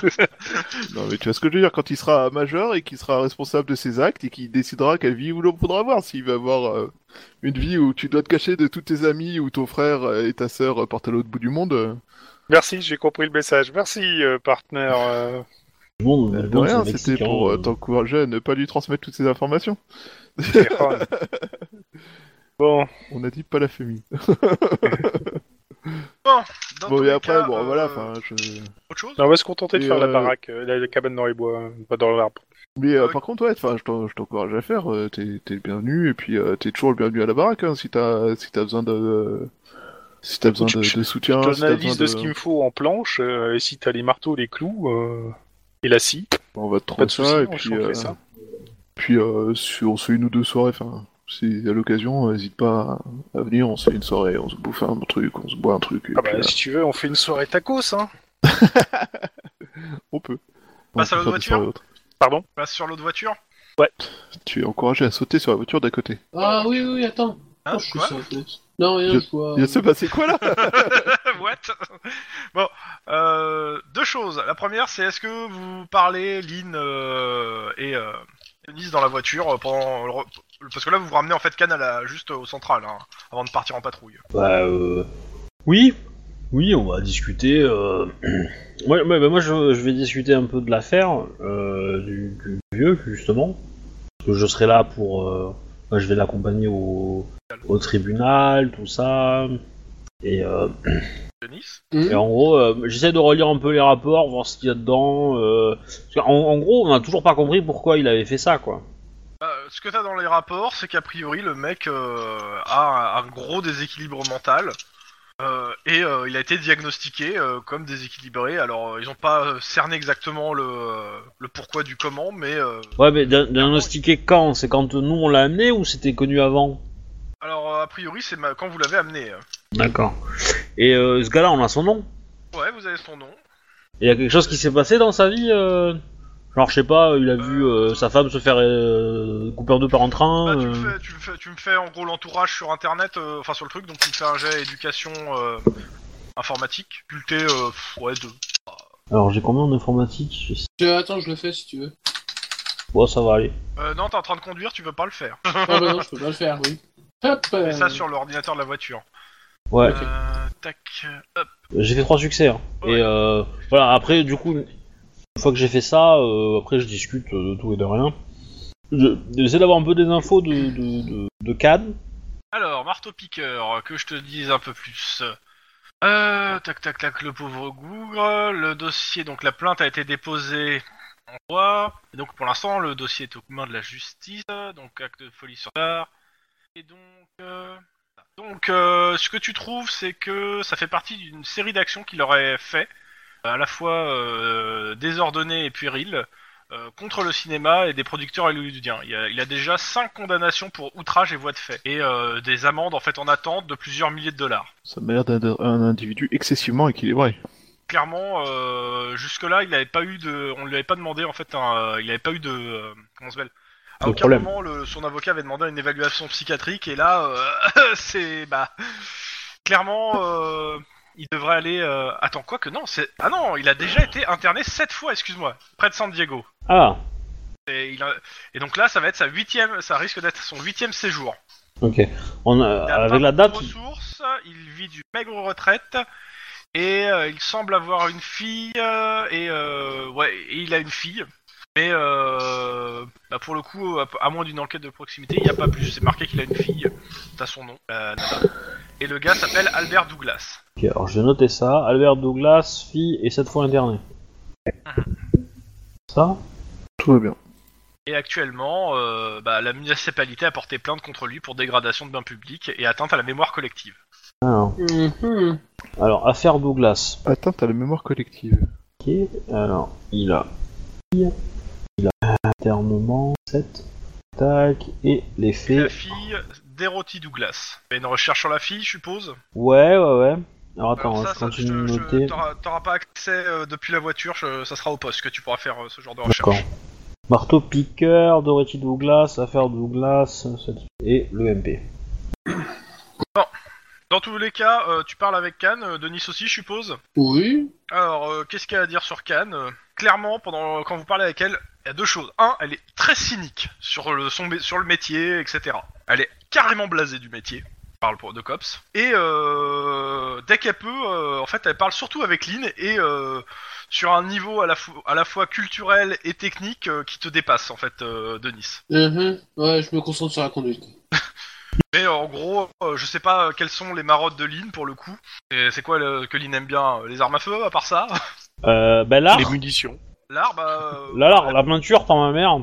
[SPEAKER 5] Non, mais tu vois ce que je veux dire, quand il sera majeur et qu'il sera responsable de ses actes et qu'il décidera quelle vie il voudra avoir, s'il veut avoir euh, une vie où tu dois te cacher de tous tes amis, où ton frère euh, et ta sœur euh, partent à l'autre bout du monde. euh,
[SPEAKER 2] Merci, j'ai compris le message. Merci, euh, partenaire. euh.
[SPEAKER 3] Non,
[SPEAKER 5] Euh,
[SPEAKER 3] non,
[SPEAKER 5] de rien,
[SPEAKER 3] c'est
[SPEAKER 5] c'était
[SPEAKER 3] mexicain,
[SPEAKER 5] pour euh,
[SPEAKER 3] euh.
[SPEAKER 5] t'encourager à ne pas lui transmettre toutes ces informations.
[SPEAKER 2] bon,
[SPEAKER 5] On a dit pas la famille.
[SPEAKER 1] Dans
[SPEAKER 5] bon,
[SPEAKER 1] tous
[SPEAKER 5] et
[SPEAKER 1] les
[SPEAKER 5] après,
[SPEAKER 1] cas,
[SPEAKER 5] bon,
[SPEAKER 1] euh,
[SPEAKER 5] voilà, enfin, je...
[SPEAKER 1] Autre chose
[SPEAKER 2] on va se contenter de
[SPEAKER 5] Et,
[SPEAKER 2] faire la
[SPEAKER 5] euh,
[SPEAKER 2] baraque, euh, la, la cabane dans les bois, hein, pas dans l'arbre.
[SPEAKER 5] Mais euh,
[SPEAKER 1] Ok.
[SPEAKER 5] par contre, ouais, enfin, je t'en- je t'encourage à le faire, euh, t'es t'es le bienvenu, et puis euh, t'es toujours le bienvenu à la baraque, hein, si t'as si t'as besoin de... euh, si t'as besoin
[SPEAKER 2] Je-
[SPEAKER 5] de,
[SPEAKER 2] je-
[SPEAKER 5] Ah, de soutien,
[SPEAKER 2] Je
[SPEAKER 5] si t'as
[SPEAKER 2] analyse
[SPEAKER 5] besoin
[SPEAKER 2] de ce qu'il me faut en planche, euh, et si t'as les marteaux, les clous, euh, et la scie,
[SPEAKER 5] On va te
[SPEAKER 2] pas de
[SPEAKER 5] trouver
[SPEAKER 2] soucis,
[SPEAKER 5] ça, et
[SPEAKER 2] on
[SPEAKER 5] puis...
[SPEAKER 2] on fait
[SPEAKER 5] euh,
[SPEAKER 2] ça.
[SPEAKER 5] Puis euh, si on se fait une ou deux soirées, enfin, si à l'occasion, euh, n'hésite pas à à venir, on se fait une soirée, on se bouffe un truc, on se boit un truc, et
[SPEAKER 2] Ah
[SPEAKER 5] puis,
[SPEAKER 2] bah,
[SPEAKER 5] euh,
[SPEAKER 2] si tu veux, on fait une soirée tacos, hein
[SPEAKER 5] on peut.
[SPEAKER 1] Passe à l'autre
[SPEAKER 5] On peut faire des
[SPEAKER 1] voiture
[SPEAKER 5] soirées autres.
[SPEAKER 2] Pardon
[SPEAKER 1] Passe sur l'autre voiture
[SPEAKER 5] Tu es encouragé à sauter sur la voiture d'à côté.
[SPEAKER 4] Ah oui, oui, attends.
[SPEAKER 1] Hein
[SPEAKER 4] Oh, je suis
[SPEAKER 1] Quoi
[SPEAKER 4] sur la fenêtre. Non, rien, je vois.
[SPEAKER 5] Il va se passer quoi là
[SPEAKER 1] What Bon, euh, deux choses. La première, c'est est-ce que vous parlez Lynn euh, et euh, Denise dans la voiture euh, pendant le re- parce que là vous vous ramenez en fait Cannes à la- juste au central hein, avant de partir en patrouille.
[SPEAKER 3] Bah, euh, Oui, oui, on va discuter. euh, ouais, ouais, bah, moi, je, je vais discuter un peu de l'affaire euh, du, du vieux, justement. Parce que je serai là pour. euh, bah, je vais l'accompagner au, au tribunal, tout ça. Et, euh,
[SPEAKER 1] Denise
[SPEAKER 4] Mmh.
[SPEAKER 3] et en gros, euh, j'essaie de relire un peu les rapports, voir ce qu'il y a dedans. euh, parce qu'en- en, gros, on n'a toujours pas compris pourquoi il avait fait ça, quoi.
[SPEAKER 1] Bah, ce que t'as dans les rapports, c'est qu'a priori le mec euh, a un, un gros déséquilibre mental. euh, et euh, il a été diagnostiqué euh, comme déséquilibré. Alors, euh, ils ont pas euh, cerné exactement le, euh, le pourquoi du comment, mais euh,
[SPEAKER 3] Ouais, mais dia- diagnostiqué quand C'est quand nous on l'a amené ou c'était connu avant
[SPEAKER 1] alors euh, a priori c'est ma- quand vous l'avez amené.
[SPEAKER 3] D'accord. Et euh, ce gars-là, on a son nom
[SPEAKER 1] Ouais, vous avez son nom.
[SPEAKER 3] Il y a quelque chose qui s'est passé dans sa vie euh, Genre, je sais pas, il a vu euh, sa femme se faire euh, couper en deux par un
[SPEAKER 1] Bah,
[SPEAKER 3] train.
[SPEAKER 1] tu, me
[SPEAKER 3] euh.
[SPEAKER 1] fais, tu, me fais, tu me fais en gros l'entourage sur internet, euh, enfin sur le truc, donc tu me fais un jet éducation euh, informatique, culté, euh, pff, ouais, deux.
[SPEAKER 3] Alors, j'ai combien en informatique Je sais-
[SPEAKER 4] Je- Attends, je le fais si tu veux.
[SPEAKER 3] Bon, ça va aller.
[SPEAKER 1] Euh, non, t'es en train de conduire, tu peux pas le faire.
[SPEAKER 4] Ah bah non, je peux pas le faire, oui. Hop
[SPEAKER 1] Fais
[SPEAKER 4] euh,
[SPEAKER 1] ça sur l'ordinateur de la voiture.
[SPEAKER 3] Ouais,
[SPEAKER 1] Euh, tac, euh, hop.
[SPEAKER 3] j'ai fait trois succès. hein.
[SPEAKER 1] Ouais.
[SPEAKER 3] Et euh, voilà, après, du coup, une fois que j'ai fait ça, euh, après, je discute euh, de tout et de rien. Je- J'essaie d'avoir un peu des infos de, de, de, de Cannes.
[SPEAKER 1] Alors, marteau-piqueur, que je te dise un peu plus. Euh, tac, tac, tac, le pauvre Google. Le dossier, donc la plainte a été déposée en loi. Et donc pour l'instant, le dossier est aux mains de la justice, donc acte de folie sur part. Et donc, euh, donc euh, ce que tu trouves, c'est que ça fait partie d'une série d'actions qu'il aurait fait, à la fois euh, désordonnées et puériles, euh, contre le cinéma et des producteurs hollywoodiens. Il, y a- il a déjà 5 condamnations pour outrage et voies de fait, et euh, des amendes en fait en attente de plusieurs milliers de dollars.
[SPEAKER 5] Ça m'a l'air d'un un individu excessivement équilibré.
[SPEAKER 1] clairement, euh, jusque-là, il n'avait pas eu de, on lui avait pas demandé en fait, un, euh, il n'avait pas eu de, euh, comment ça s'appelle À
[SPEAKER 3] De
[SPEAKER 1] aucun
[SPEAKER 3] problème.
[SPEAKER 1] moment, le, son avocat avait demandé une évaluation psychiatrique et là, euh, c'est bah, clairement, euh, il devrait aller. euh, Attends quoi que non, c'est ah non, il a déjà été interné sept fois, excuse-moi, près de San Diego.
[SPEAKER 3] Ah,
[SPEAKER 1] Et, il a- et donc là, ça va être sa huitième, ça risque d'être son huitième séjour.
[SPEAKER 3] ok. On, a-
[SPEAKER 1] Il a pas
[SPEAKER 3] Ah, avec la
[SPEAKER 1] beaucoup de
[SPEAKER 3] date,
[SPEAKER 1] ressources, il vit du maigre retraite et euh, il semble avoir une fille euh, et euh, ouais, et il a une fille. Mais euh, bah, pour le coup, à- à moins d'une enquête de proximité, il n'y a pas plus. C'est marqué qu'il a une fille. T'as son nom. euh, là-bas. et le gars s'appelle Albert Douglas.
[SPEAKER 3] Ok, alors je vais noter ça. Albert Douglas, fille et cette fois interné.
[SPEAKER 1] Ah.
[SPEAKER 3] Ça
[SPEAKER 5] Tout va bien.
[SPEAKER 1] Et actuellement, euh, bah, la municipalité a porté plainte contre lui pour dégradation de biens publics et atteinte à la mémoire collective.
[SPEAKER 3] alors,
[SPEAKER 4] Mhm.
[SPEAKER 3] alors, affaire Douglas.
[SPEAKER 5] Atteinte à la mémoire collective.
[SPEAKER 3] Ok, alors, il a fille, il a internement, 7, tac, et les
[SPEAKER 1] La
[SPEAKER 3] faits.
[SPEAKER 1] fille d'Eroti Douglas. Fais une recherche sur la fille, je suppose
[SPEAKER 3] Ouais, ouais, ouais. Alors attends,
[SPEAKER 1] Alors ça,
[SPEAKER 3] je
[SPEAKER 1] ça,
[SPEAKER 3] continue de
[SPEAKER 1] je- je-
[SPEAKER 3] noter.
[SPEAKER 1] t'auras- T'auras pas accès euh, depuis la voiture, je- ça sera au poste que tu pourras faire euh, ce genre de
[SPEAKER 3] D'accord.
[SPEAKER 1] recherche.
[SPEAKER 3] Marteau Piqueur, Dorothy Douglas, affaire Douglas, cette- et l'EMP.
[SPEAKER 1] Dans tous les cas, euh, tu parles avec Cannes, euh, Denis aussi, je suppose.
[SPEAKER 4] Oui.
[SPEAKER 1] Alors, euh, qu'est-ce qu'il y a à dire sur Cannes Euh, Clairement, pendant quand vous parlez avec elle, il y a deux choses. Un, elle est très cynique sur le, son mé- sur le métier, etc. Elle est carrément blasée du métier. Je Parle pour de cops. Et euh, dès qu'elle peut, euh, en fait, elle parle surtout avec Lynn et euh, sur un niveau à la, fo- à la fois culturel et technique euh, qui te dépasse, en fait, euh, Denis.
[SPEAKER 4] Mhm. Ouais, je me concentre sur la conduite.
[SPEAKER 1] Mais en gros, euh, je sais pas euh, quelles sont les marottes de Lynn pour le coup. Et C'est quoi le- que Lynn aime bien euh, Les armes à feu, à part ça
[SPEAKER 3] Euh, ben là,
[SPEAKER 2] Les munitions.
[SPEAKER 1] L'art, bah. euh,
[SPEAKER 3] là, là, la peinture par ma mère.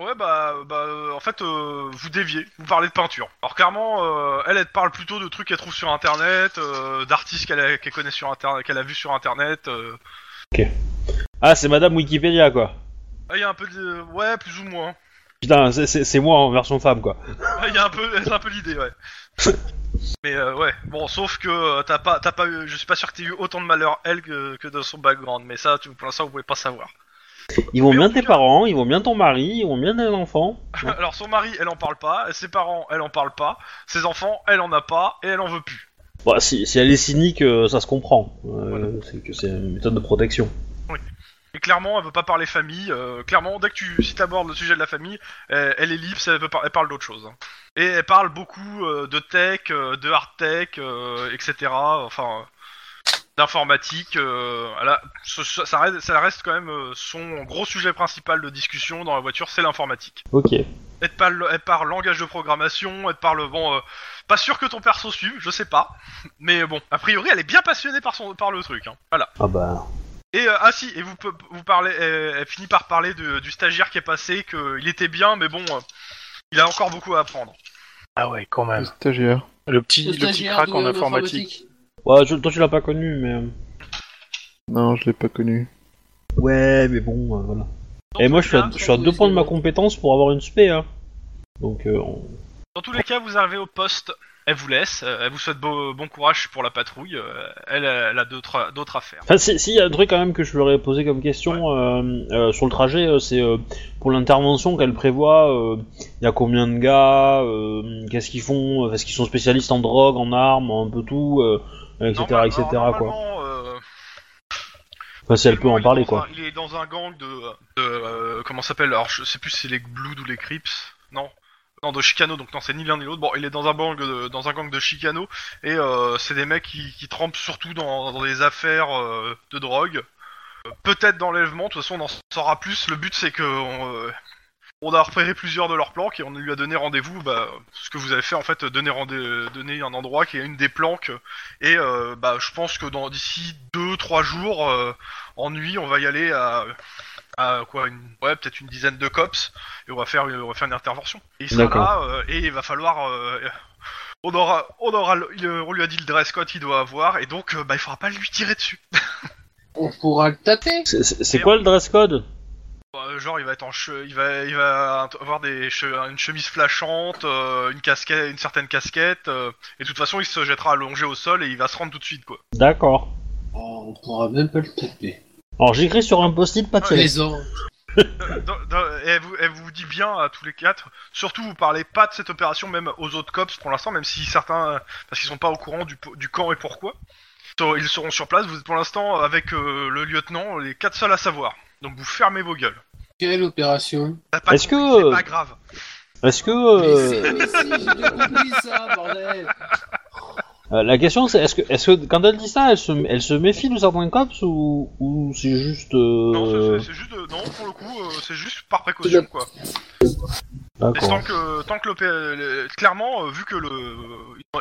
[SPEAKER 1] Ouais, bah, bah euh, en fait, euh, vous déviez, vous parlez de peinture. Alors clairement, euh, elle, elle te parle plutôt de trucs qu'elle trouve sur internet, euh, d'artistes qu'elle a- qu'elle connaît sur internet, qu'elle a vu sur internet. euh.
[SPEAKER 3] Ah, c'est Madame Wikipédia, quoi.
[SPEAKER 1] Ah, Il y a un peu de. Ouais, plus ou moins.
[SPEAKER 3] Putain, c'est- c'est c'est moi en version femme, quoi.
[SPEAKER 1] Ah, Il y a un peu, c'est un peu l'idée, ouais. Mais euh, ouais, bon, sauf que euh, t'as pas, t'as pas eu, je suis pas sûr que t'aies eu autant de malheur elle que, que de son background, mais ça, tu- pour l'instant, vous pouvez pas savoir.
[SPEAKER 3] Ils vont
[SPEAKER 1] Mais en
[SPEAKER 3] bien
[SPEAKER 1] tout
[SPEAKER 3] tes
[SPEAKER 1] cas-
[SPEAKER 3] parents, ils vont bien ton mari, ils vont bien tes enfants.
[SPEAKER 1] Alors son mari, elle en parle pas, ses parents, elle en parle pas, ses enfants, elle en a pas et elle en veut plus.
[SPEAKER 3] Bah, si, si elle est cynique, euh, ça se comprend. Euh,
[SPEAKER 1] Voilà.
[SPEAKER 3] C'est que c'est une méthode de protection.
[SPEAKER 1] Et clairement, elle veut pas parler famille. euh, clairement, dès que tu, si t'abordes le sujet de la famille, elle, elle est libre, elle, veut par- elle parle d'autre chose. hein. Et elle parle beaucoup euh, de tech, euh, de hard tech, euh, etc. Enfin, euh, d'informatique. euh, elle a- ce- ce- ça, reste, ça reste quand même euh, son gros sujet principal de discussion dans la voiture, c'est l'informatique.
[SPEAKER 3] Ok.
[SPEAKER 1] Elle te parle, elle parle langage de programmation, elle te parle bon, euh, pas sûr que ton perso suive, je sais pas, mais bon, a priori elle est bien passionnée par son, par le truc, hein. voilà.
[SPEAKER 3] Ah bah.
[SPEAKER 1] Et euh, ah si, et vous pe- vous parlez, elle, elle finit par parler de- du stagiaire qui est passé, qu'il était bien, mais bon, euh, il a encore beaucoup à apprendre.
[SPEAKER 2] Ah ouais, quand
[SPEAKER 5] Le
[SPEAKER 2] même.
[SPEAKER 5] stagiaire.
[SPEAKER 2] Le petit,
[SPEAKER 4] Le
[SPEAKER 2] le petit
[SPEAKER 4] stagiaire
[SPEAKER 2] crack
[SPEAKER 4] de-
[SPEAKER 2] en informatique.
[SPEAKER 4] d'informatique.
[SPEAKER 3] Ouais, tu- toi, tu l'as pas connu, mais. euh,
[SPEAKER 5] Non, je l'ai pas connu.
[SPEAKER 3] Ouais, mais bon, euh, voilà.
[SPEAKER 1] Dans
[SPEAKER 3] Et
[SPEAKER 1] tous
[SPEAKER 3] moi,
[SPEAKER 1] les
[SPEAKER 3] je suis, à,
[SPEAKER 1] cas-
[SPEAKER 3] je suis à deux points de ma compétence pour avoir une spé, hein. Donc, euh, on-
[SPEAKER 1] Dans tous les cas, vous arrivez au poste, elle vous laisse, euh, elle vous souhaite beau- bon courage pour la patrouille, euh, elle, elle a d'autres d'autres affaires.
[SPEAKER 3] Enfin, si- s'il y a un truc quand même que je leur ai posé comme question euh, euh, sur le trajet, euh, c'est euh, pour l'intervention qu'elle prévoit, euh, il y a combien de gars, euh, qu'est-ce qu'ils font, euh, est-ce qu'ils sont spécialistes en drogue, en armes, en un peu tout, euh, etc.
[SPEAKER 1] Normal-
[SPEAKER 3] etc.
[SPEAKER 1] alors,
[SPEAKER 3] quoi.
[SPEAKER 1] normalement, euh,
[SPEAKER 3] Enfin, si elle peut en
[SPEAKER 1] il est
[SPEAKER 3] parler
[SPEAKER 1] dans
[SPEAKER 3] quoi.
[SPEAKER 1] un- il est dans un gang de. de, euh, comment ça s'appelle Alors je sais plus si c'est les Bloods ou les Crips. Non. Non, de Chicano, donc non, c'est ni l'un ni l'autre. Bon, il est dans un gang de, dans un gang de Chicano et euh, c'est des mecs qui, qui trempent surtout dans, dans les affaires euh, de drogue. Euh, Peut-être d'enlèvement, de toute façon on en saura plus. Le but c'est que. On, euh, on a repéré plusieurs de leurs planques et on lui a donné rendez-vous. Bah, ce que vous avez fait en fait, donner, rendez- donner un endroit qui est une des planques. Et euh, bah, je pense que dans d'ici 2-3 jours, euh, en nuit, on va y aller à, à quoi une, ouais peut-être une dizaine de cops et on va faire on va faire une intervention. Et il sera
[SPEAKER 3] D'accord.
[SPEAKER 1] là euh, et il va falloir euh, on aura on aura le- il- on lui a dit le dress code qu'il doit avoir et donc euh, bah il faudra pas lui tirer dessus.
[SPEAKER 4] On pourra le tâter.
[SPEAKER 3] C'est- C'est c'est quoi le dress code
[SPEAKER 1] Euh, Genre il va être en che- il va il va avoir des che- une chemise flashante, euh, une casquette, une certaine casquette euh, et de toute façon il se jettera allongé au sol et il va se rendre tout de suite quoi.
[SPEAKER 3] D'accord.
[SPEAKER 4] Oh, on pourra même pas le tâter.
[SPEAKER 3] Alors j'écris sur un post-it pas de
[SPEAKER 1] Ouais.
[SPEAKER 3] tirer.
[SPEAKER 4] Les ans.
[SPEAKER 1] Euh, Dans- dans- elle, vous, elle vous dit bien à tous les quatre. Surtout, vous parlez pas de cette opération, même aux autres cops pour l'instant, même si certains, euh, parce qu'ils sont pas au courant du, po- du quand et pourquoi. So- Ils seront sur place. Vous êtes pour l'instant avec euh, le lieutenant, les quatre seuls à savoir. Donc vous fermez vos gueules.
[SPEAKER 4] Quelle opération
[SPEAKER 1] T'as pas
[SPEAKER 3] Est-ce
[SPEAKER 1] compris,
[SPEAKER 3] que-
[SPEAKER 1] c'est pas grave
[SPEAKER 3] Est-ce que
[SPEAKER 4] Mais
[SPEAKER 3] euh,
[SPEAKER 4] si, mais si, j'ai bien compris ça, bordel.
[SPEAKER 3] euh, la question c'est est-ce que est-ce que quand elle dit ça elle se elle se méfie de certains cops ou ou c'est juste euh,
[SPEAKER 1] Non, c'est- c'est c'est juste, de- non pour le coup, euh, c'est juste par précaution
[SPEAKER 4] C'est-
[SPEAKER 1] quoi. Et
[SPEAKER 3] d'accord.
[SPEAKER 1] tant que tant que l'OP, le- clairement, euh, vu que le,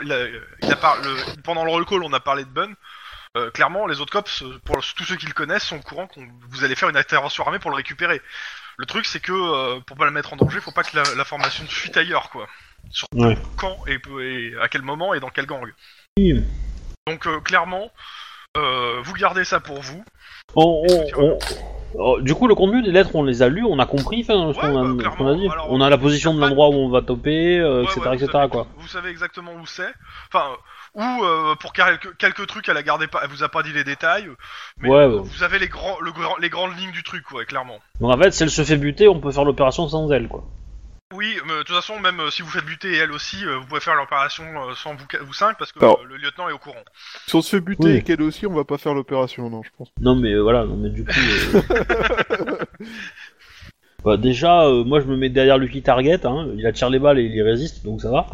[SPEAKER 1] il a- il a par- le- pendant le roll call, on a parlé de Bun. euh, clairement, les autres cops, euh, pour tous ceux qui le connaissent, sont au courant qu'on vous allez faire une intervention armée pour le récupérer. Le truc, c'est que euh, pour pas le mettre en danger, faut pas que la, la formation fuite ailleurs, quoi. Surtout
[SPEAKER 3] Ouais.
[SPEAKER 1] quand et, et à quel moment et dans quel gang.
[SPEAKER 3] Oui.
[SPEAKER 1] Donc euh, clairement, euh, vous gardez ça pour vous.
[SPEAKER 3] On- on- on- oh, du coup, le contenu des lettres, on les a lues, on a compris enfin, ce
[SPEAKER 1] Ouais,
[SPEAKER 3] qu'on a,
[SPEAKER 1] bah,
[SPEAKER 3] ce qu'on a dit.
[SPEAKER 1] clairement, alors,
[SPEAKER 3] on a la position de
[SPEAKER 1] pas-
[SPEAKER 3] l'endroit où on va toper, euh,
[SPEAKER 1] Ouais,
[SPEAKER 3] etc.
[SPEAKER 1] ouais,
[SPEAKER 3] etc.
[SPEAKER 1] vous savez,
[SPEAKER 3] quoi.
[SPEAKER 1] Vous savez exactement où c'est. Enfin, ou euh, pour quelques, quelques trucs, elle a gardé pas, elle vous a pas dit les détails. Mais
[SPEAKER 3] Ouais,
[SPEAKER 1] euh,
[SPEAKER 3] ouais.
[SPEAKER 1] vous avez les grands, le grand- les grandes lignes du truc, quoi, clairement.
[SPEAKER 3] Donc en fait, si elle se fait buter, on peut faire l'opération sans elle. quoi.
[SPEAKER 1] Oui, mais de toute façon, même euh, si vous faites buter et elle aussi, euh, vous pouvez faire l'opération euh, sans vous, ca- vous cinq parce que
[SPEAKER 5] Alors.
[SPEAKER 1] euh, le lieutenant est au courant.
[SPEAKER 5] Si on se fait buter
[SPEAKER 3] Oui.
[SPEAKER 5] et qu'elle aussi, on va pas faire l'opération, non, je pense.
[SPEAKER 3] Non, mais euh, voilà, non, mais du coup. euh, bah, déjà, euh, moi je me mets derrière Lucky Target, hein, il attire les balles et il y résiste, donc ça va.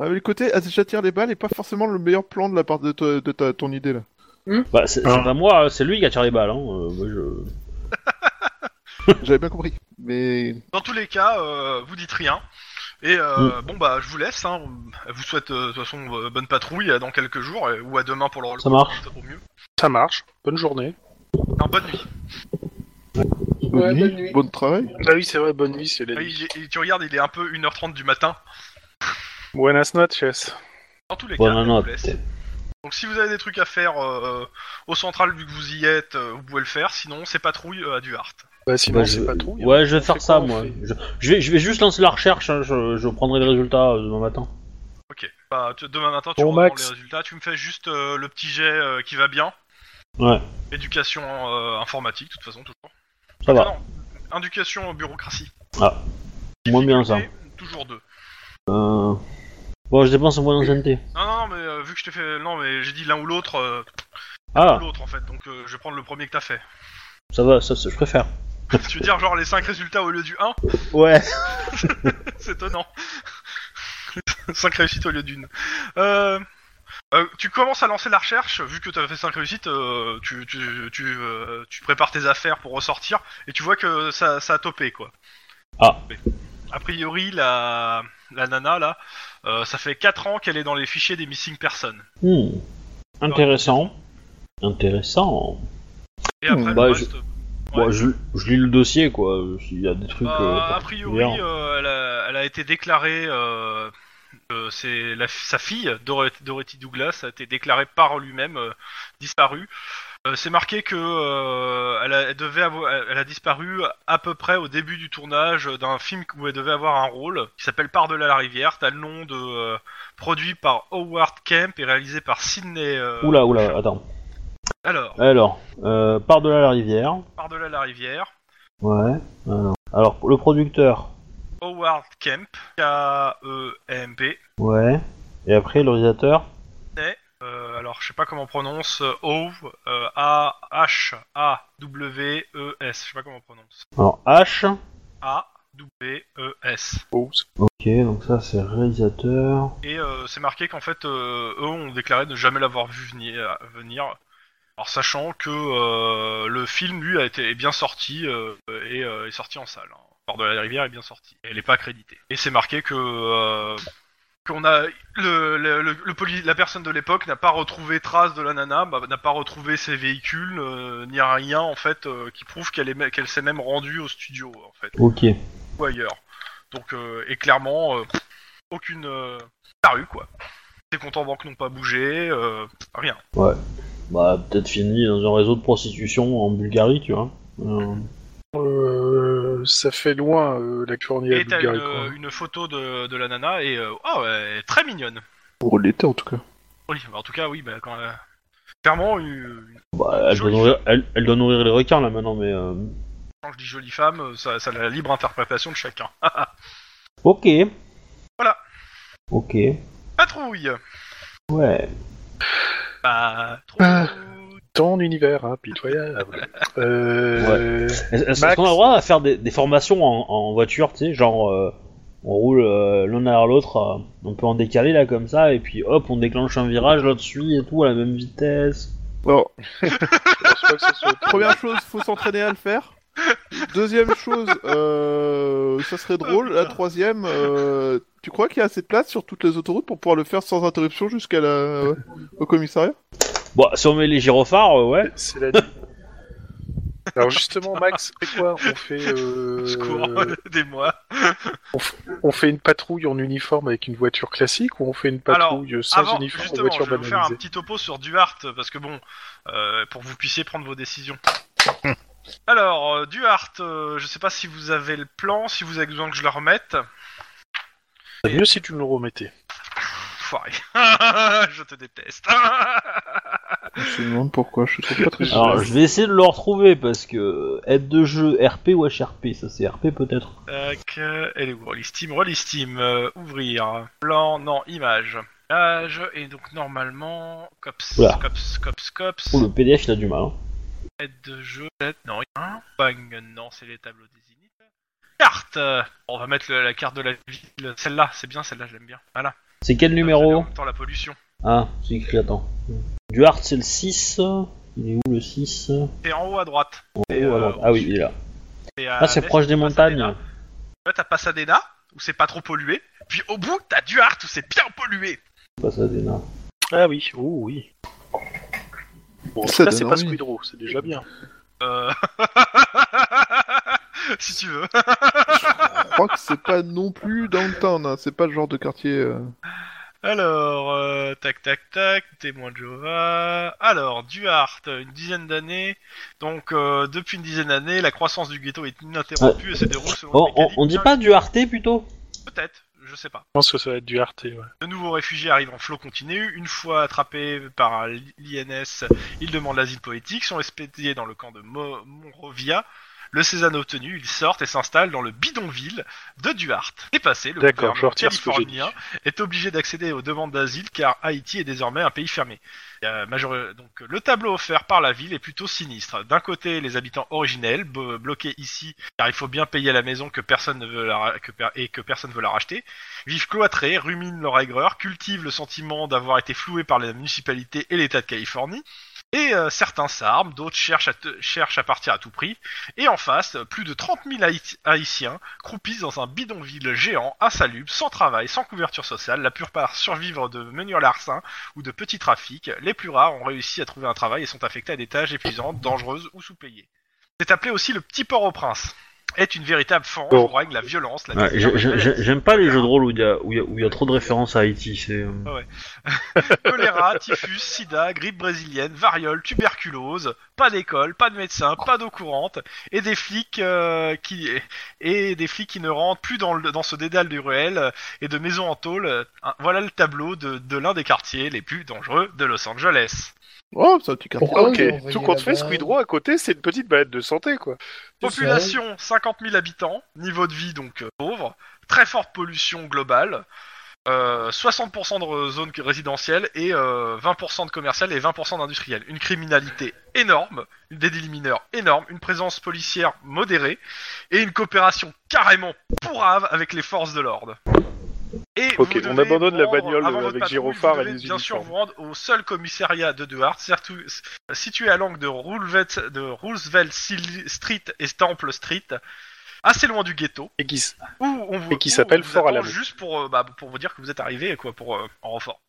[SPEAKER 5] Ah, mais le côté, ah, j'attire les balles et pas forcément le meilleur plan de la part de, to- de ta- ton idée, là.
[SPEAKER 3] Bah, c'est c'est
[SPEAKER 2] Ah.
[SPEAKER 3] pas moi, c'est lui qui attire les balles. Hein. euh, moi, je-
[SPEAKER 5] J'avais bien compris. Mais
[SPEAKER 1] Dans tous les cas, euh, vous dites rien. Et
[SPEAKER 3] Mm.
[SPEAKER 1] euh, bon bah, je vous laisse. Hein. Elle vous souhaite euh, de toute façon euh, bonne patrouille euh, dans quelques jours euh, ou à demain pour le relais.
[SPEAKER 3] Ça marche.
[SPEAKER 1] Au mieux.
[SPEAKER 2] Ça marche. Bonne journée.
[SPEAKER 1] Non, bonne nuit.
[SPEAKER 4] Ouais, bonne nuit.
[SPEAKER 5] bon travail.
[SPEAKER 2] Bah oui, c'est vrai, bonne nuit, c'est la
[SPEAKER 1] Et il- et tu regardes, il est un peu 1h30 du matin.
[SPEAKER 2] Buenas noches.
[SPEAKER 1] Dans tous les cas,
[SPEAKER 3] Bonne
[SPEAKER 1] elle vous
[SPEAKER 3] note.
[SPEAKER 1] laisse. Donc si vous avez des trucs à faire euh, au central vu que vous y êtes, euh, vous pouvez le faire. Sinon, c'est patrouille euh, à Duhart.
[SPEAKER 2] Bah sinon,
[SPEAKER 3] Bah,
[SPEAKER 2] c'est pas trop.
[SPEAKER 3] Ouais, je vais faire
[SPEAKER 2] fait
[SPEAKER 3] ça,
[SPEAKER 2] quoi, on
[SPEAKER 3] moi.
[SPEAKER 2] fait
[SPEAKER 3] Je... je vais, je vais juste lancer la recherche, hein, je... je prendrai les résultats euh, demain matin.
[SPEAKER 1] Ok. Bah, tu- demain matin, tu
[SPEAKER 2] Bon,
[SPEAKER 1] reprends
[SPEAKER 2] Max.
[SPEAKER 1] les résultats. Tu me fais juste euh, le petit jet euh, qui va bien.
[SPEAKER 3] Ouais.
[SPEAKER 1] Éducation euh, informatique, de toute façon, toujours.
[SPEAKER 3] Ça va.
[SPEAKER 1] Non, non, éducation bureaucratie.
[SPEAKER 3] Moins bien ça.
[SPEAKER 1] Et toujours deux.
[SPEAKER 3] Euh... Bon, je dépense un point d'ancienneté.
[SPEAKER 1] Non, non, non, mais euh, vu que je t'ai fait... Non, mais j'ai dit l'un ou l'autre. euh,
[SPEAKER 3] Ah,
[SPEAKER 1] L'autre, en fait. Donc euh, je vais prendre le premier que t'as fait.
[SPEAKER 3] ça va, ça, ça, je préfère.
[SPEAKER 1] tu veux dire genre les 5 résultats au lieu du 1
[SPEAKER 3] Ouais.
[SPEAKER 1] C'est étonnant. 5 réussites au lieu d'une. Euh, euh, tu commences à lancer la recherche, vu que tu as fait 5 réussites, euh, tu, tu, tu, euh, tu prépares tes affaires pour ressortir, et tu vois que ça, ça a topé, quoi.
[SPEAKER 3] Ah.
[SPEAKER 1] A priori, la, la nana, là, euh, ça fait 4 ans qu'elle est dans les fichiers des missing persons.
[SPEAKER 3] Hmm. Intéressant. Intéressant.
[SPEAKER 1] Et après,
[SPEAKER 3] Bah,
[SPEAKER 1] le
[SPEAKER 3] je-
[SPEAKER 1] reste...
[SPEAKER 3] Bon,
[SPEAKER 1] Ouais.
[SPEAKER 3] je, je lis le dossier, quoi. euh, S'il y a des trucs. euh,
[SPEAKER 1] Bah, a priori,
[SPEAKER 3] particuliers.
[SPEAKER 1] euh, elle, a, elle a été déclarée. euh, euh, c'est la- sa fille, Doro- Dorothy Douglas, a été déclarée par lui-même euh, disparue. Euh, c'est marqué que euh, elle, a, elle devait avoir, elle a disparu à peu près au début du tournage d'un film où elle devait avoir un rôle qui s'appelle Par-delà la rivière. T'as le nom de euh, produit par Howard Kemp et réalisé par Sidney. euh,
[SPEAKER 3] Oula, oula, attends.
[SPEAKER 1] Alors,
[SPEAKER 3] Alors, euh, par-delà la rivière.
[SPEAKER 1] Par-delà la rivière.
[SPEAKER 3] Ouais. Alors, alors, le producteur.
[SPEAKER 1] Howard Kemp, E K-E-M-P.
[SPEAKER 3] Ouais. Et après, le réalisateur.
[SPEAKER 1] Euh, alors, je sais pas comment on prononce. euh, Hove, euh, A H A W E S. Je sais pas comment on prononce.
[SPEAKER 3] Alors, H.
[SPEAKER 1] A W E S.
[SPEAKER 3] Ok, donc ça, c'est réalisateur.
[SPEAKER 1] Et euh, c'est marqué qu'en fait, euh, eux ont déclaré ne jamais l'avoir vu venir. venir. Alors, sachant que euh, le film, lui, a été est bien sorti euh, et euh, est sorti en salle. Hein. Par de la rivière est bien sorti. Elle n'est pas accréditée. Et c'est marqué que euh, qu'on a le, le- le- le poli- la personne de l'époque n'a pas retrouvé trace de la nana, bah, n'a pas retrouvé ses véhicules, euh, ni rien en fait euh, qui prouve qu'elle est me- qu'elle s'est même rendue au studio en fait
[SPEAKER 3] Ok.
[SPEAKER 1] ou ailleurs. Donc euh, et clairement euh, aucune euh, disparue, quoi. Ses comptes en banque n'ont pas bougé, euh, rien.
[SPEAKER 3] Bah, peut-être fini dans un réseau de prostitution en Bulgarie, tu vois. Euh,
[SPEAKER 2] Euh, ça fait loin euh, la Californie à
[SPEAKER 1] Et t'as
[SPEAKER 2] Bulgarie.
[SPEAKER 1] une,
[SPEAKER 2] quoi.
[SPEAKER 1] une photo de, de la nana et euh, oh, elle est très mignonne.
[SPEAKER 5] Pour l'été, en tout cas.
[SPEAKER 1] Oui, bah, en tout cas oui, bah, quand, euh, clairement une, une-
[SPEAKER 3] bah, elle, doit
[SPEAKER 1] Joli.
[SPEAKER 3] nourrir, elle, elle doit nourrir les requins là maintenant, mais. euh,
[SPEAKER 1] quand je dis jolie femme, euh, ça, ça a la libre interprétation de chacun.
[SPEAKER 3] Ok.
[SPEAKER 1] Voilà.
[SPEAKER 3] Ok.
[SPEAKER 1] Patrouille.
[SPEAKER 3] Ouais.
[SPEAKER 1] Patrouille.
[SPEAKER 2] Ah. Ton univers impitoyable. hein, Euh,
[SPEAKER 3] Est-ce est-ce
[SPEAKER 2] Max.
[SPEAKER 3] qu'on a le droit à faire des, des formations en, en voiture, tu sais, genre euh, on roule euh, l'un derrière l'autre, euh, on peut en décaler là comme ça, et puis hop, on déclenche un virage, l'autre suit et tout à la même vitesse.
[SPEAKER 5] Alors,
[SPEAKER 2] je pense pas que ce soit-
[SPEAKER 5] Première chose, faut s'entraîner à le faire. Deuxième chose, euh, ça serait drôle. La troisième, euh, tu crois qu'il y a assez de place sur toutes les autoroutes pour pouvoir le faire sans interruption jusqu'à la... au commissariat
[SPEAKER 3] Bon, si on met les gyrophares, euh, ouais.
[SPEAKER 2] C'est la nuit. Alors justement, Max, c'est quoi On fait euh,
[SPEAKER 1] Je cours, aidez-moi.
[SPEAKER 2] on fait une patrouille en uniforme avec une voiture classique ou on fait une
[SPEAKER 1] Alors,
[SPEAKER 2] patrouille sans
[SPEAKER 1] Avant,
[SPEAKER 2] uniforme en
[SPEAKER 1] justement, je
[SPEAKER 2] voiture
[SPEAKER 1] vais vous faire un
[SPEAKER 2] banalisée
[SPEAKER 1] petit topo sur Duarte, parce que bon, euh, pour que vous puissiez prendre vos décisions. Alors, euh, Duarte, euh, je sais pas si vous avez le plan, si vous avez besoin que je le remette.
[SPEAKER 2] Mieux si tu me le remettais.
[SPEAKER 1] Foiré. je te déteste.
[SPEAKER 5] Je me demande pourquoi, je trouve pas très
[SPEAKER 3] Alors je vais essayer de le retrouver parce que aide de jeu, RP ou HRP, ça c'est RP peut-être.
[SPEAKER 1] Tac, euh, elle est où Release Team, Release Team, euh, ouvrir. Plan, non, image. Image, et donc normalement, cops,
[SPEAKER 3] Oula.
[SPEAKER 1] cops, cops, cops.
[SPEAKER 3] Oh, le PDF il a du mal. hein.
[SPEAKER 1] Aide de jeu, peut-être, non, rien. Bang, non, c'est les tableaux désignés. Carte euh, On va mettre le- la carte de la ville, celle-là, c'est bien, celle-là, je l'aime bien. Voilà.
[SPEAKER 3] C'est quel
[SPEAKER 1] Ça fait en
[SPEAKER 3] numéro
[SPEAKER 1] même temps la pollution.
[SPEAKER 3] Ah, c'est écrit, attends. Duarte c'est le 6. Il est où le 6
[SPEAKER 1] C'est en haut à droite.
[SPEAKER 3] Oh,
[SPEAKER 1] euh,
[SPEAKER 3] alors- Ah oui, il est là.
[SPEAKER 1] Et à
[SPEAKER 3] Ah, c'est
[SPEAKER 1] l'est,
[SPEAKER 3] proche des
[SPEAKER 1] Pasadena.
[SPEAKER 3] montagnes.
[SPEAKER 1] Ouais, t'as Pasadena, où c'est pas trop pollué. Puis au bout, t'as Duarte, où c'est bien pollué.
[SPEAKER 3] Pasadena.
[SPEAKER 2] Ah oui, oh oui. Bon,
[SPEAKER 5] Ça
[SPEAKER 2] ça
[SPEAKER 5] donne
[SPEAKER 2] c'est pas
[SPEAKER 5] envie.
[SPEAKER 2] Squidrow, c'est déjà bien.
[SPEAKER 1] Euh... si tu veux.
[SPEAKER 5] Je crois que c'est pas non plus downtown, hein. c'est pas le genre de quartier. euh.
[SPEAKER 1] Alors, euh, tac tac tac, témoin de Jéhovah. Alors, Duarte, une dizaine d'années. Donc, euh, depuis une dizaine d'années, la croissance du ghetto est ininterrompue et se déroule selon
[SPEAKER 3] Oh,
[SPEAKER 1] des
[SPEAKER 3] on,
[SPEAKER 1] mécaniques
[SPEAKER 3] on dit pas Duarte plutôt
[SPEAKER 1] Peut-être, je sais pas.
[SPEAKER 2] Je pense que ça va être du RT, ouais.
[SPEAKER 1] De nouveaux réfugiés arrivent en flot continu. Une fois attrapés par l'INS, ils demandent l'asile poétique, sont expédiés dans le camp de Mo- Monrovia. Le Cézanne obtenu, ils sortent et s'installent dans le bidonville de Duarte. Dépassé, le
[SPEAKER 2] D'accord, je
[SPEAKER 1] gouvernement
[SPEAKER 2] retire ce que j'ai dit.
[SPEAKER 1] californien est obligé d'accéder aux demandes d'asile car Haïti est désormais un pays fermé. Euh, major- Donc, le tableau offert par la ville est plutôt sinistre. D'un côté, les habitants originels, bo- bloqués ici car il faut bien payer la maison que personne ne veut la ra- que per- et que personne veut la racheter, vivent cloîtrés, ruminent leur aigreur, cultivent le sentiment d'avoir été floués par la municipalité et l'État de Californie. Et euh, certains s'arment, d'autres cherchent à, te- cherchent à partir à tout prix. Et en face, euh, plus de 30 000 Haïti- Haïtiens croupissent dans un bidonville géant, insalubre, sans travail, sans couverture sociale, la pure part survivre de menus larcins ou de petits trafics. Les plus rares ont réussi à trouver un travail et sont affectés à des tâches épuisantes, dangereuses ou sous-payées. C'est appelé aussi le petit port-au-prince. Est une véritable fange
[SPEAKER 2] Bon.
[SPEAKER 1] où règne la violence, la
[SPEAKER 3] Ouais,
[SPEAKER 1] misère,
[SPEAKER 3] j'ai-
[SPEAKER 1] le
[SPEAKER 3] j'ai-
[SPEAKER 1] malaise.
[SPEAKER 3] j'ai- J'aime pas les jeux de rôle où il y, a- où il y a- où il y a trop de références à Haïti. c'est, euh,
[SPEAKER 1] choléra, typhus, sida, grippe brésilienne, variole, tuberculose, pas d'école, pas de médecin, pas d'eau courante, et des flics euh, qui et des flics qui ne rentrent plus dans, le, dans ce dédale du ruel euh, et de maisons en tôle. euh, hein, Voilà le tableau de, de l'un des quartiers les plus dangereux de Los Angeles.
[SPEAKER 5] Oh, c'est un petit quartier.
[SPEAKER 4] Pourquoi
[SPEAKER 2] ok,
[SPEAKER 4] vous envoyez
[SPEAKER 2] tout compte fait,
[SPEAKER 4] là-bas
[SPEAKER 2] Squidrow à côté, c'est une petite balade de santé, quoi.
[SPEAKER 1] Population 50 000 habitants, niveau de vie donc euh, pauvre, très forte pollution globale, euh, 60% de re- zones résidentielles et euh, 20% de commerciales et 20% d'industrielles. Une criminalité énorme, des délits mineurs énormes, une présence policière modérée et une coopération carrément pourrave avec les forces de l'ordre. Et
[SPEAKER 2] Ok,
[SPEAKER 1] vous devez
[SPEAKER 2] on abandonne la
[SPEAKER 1] vous rendre-
[SPEAKER 2] bagnole euh,
[SPEAKER 1] avant votre
[SPEAKER 2] avec
[SPEAKER 1] patrouille,
[SPEAKER 2] gyrophare
[SPEAKER 1] vous
[SPEAKER 2] et
[SPEAKER 1] devez
[SPEAKER 2] les
[SPEAKER 1] Bien sûr,
[SPEAKER 2] uniformes.
[SPEAKER 1] vous rendre au seul commissariat de Duarte, surtout- situé à l'angle de Roosevelt, de Roosevelt Sil- Street et Temple Street. assez loin du ghetto,
[SPEAKER 2] Et qui s-
[SPEAKER 1] où on vous,
[SPEAKER 2] Et qui
[SPEAKER 1] où
[SPEAKER 2] s'appelle
[SPEAKER 1] on vous
[SPEAKER 2] Fort
[SPEAKER 1] attend
[SPEAKER 2] Alamo.
[SPEAKER 1] Juste pour, euh, bah, pour vous dire que vous êtes arrivé, quoi, pour euh, en renfort.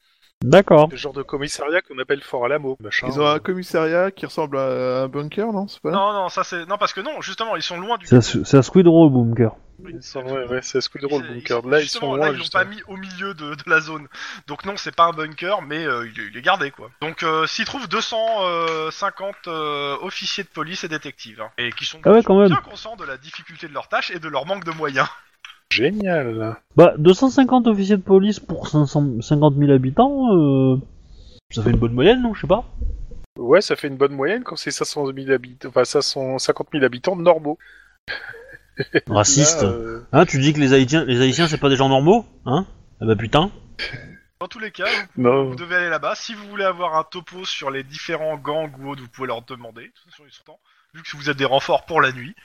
[SPEAKER 3] D'accord.
[SPEAKER 2] le genre de commissariat qu'on appelle Fort Alamo, machin.
[SPEAKER 5] Ils ont un commissariat qui ressemble à un bunker, non C'est pas là
[SPEAKER 1] Non, non, ça c'est, non parce que non, justement, ils sont loin du.
[SPEAKER 3] C'est un Squid Row bunker.
[SPEAKER 2] Ils sont- ouais, ouais, c'est ce drôle,
[SPEAKER 1] Ils-
[SPEAKER 2] le
[SPEAKER 1] ils-
[SPEAKER 2] bunker. Là, ils
[SPEAKER 1] justement,
[SPEAKER 2] sont
[SPEAKER 1] là,
[SPEAKER 2] loin,
[SPEAKER 1] ils l'ont
[SPEAKER 2] justement.
[SPEAKER 1] pas mis au milieu de, de la zone. Donc non, c'est pas un bunker, mais euh, il, est- il est gardé quoi. Donc euh, s'ils trouvent 250 euh, officiers de police et détectives, hein, et qui sont
[SPEAKER 3] Ah ouais,
[SPEAKER 1] bien-
[SPEAKER 3] quand même.
[SPEAKER 1] bien conscients de la difficulté de leur tâche et de leur manque de moyens.
[SPEAKER 2] Génial.
[SPEAKER 3] Bah, 250 officiers de police pour 550 000 habitants, euh, ça fait une bonne moyenne, non Je sais pas.
[SPEAKER 2] Ouais, ça fait une bonne moyenne quand c'est 500 000 habitants, enfin 550 000 habitants normaux.
[SPEAKER 3] Raciste.
[SPEAKER 2] Là, euh,
[SPEAKER 3] Hein, tu dis que les Haïtiens, les Haïtiens c'est pas des gens normaux Hein Ah bah putain.
[SPEAKER 1] Dans tous les cas, vous,
[SPEAKER 2] Non.
[SPEAKER 1] vous devez aller là-bas. Si vous voulez avoir un topo sur les différents gangs ou autres, vous pouvez leur demander. De toute façon, ils sont temps. Vu que vous êtes des renforts pour la nuit.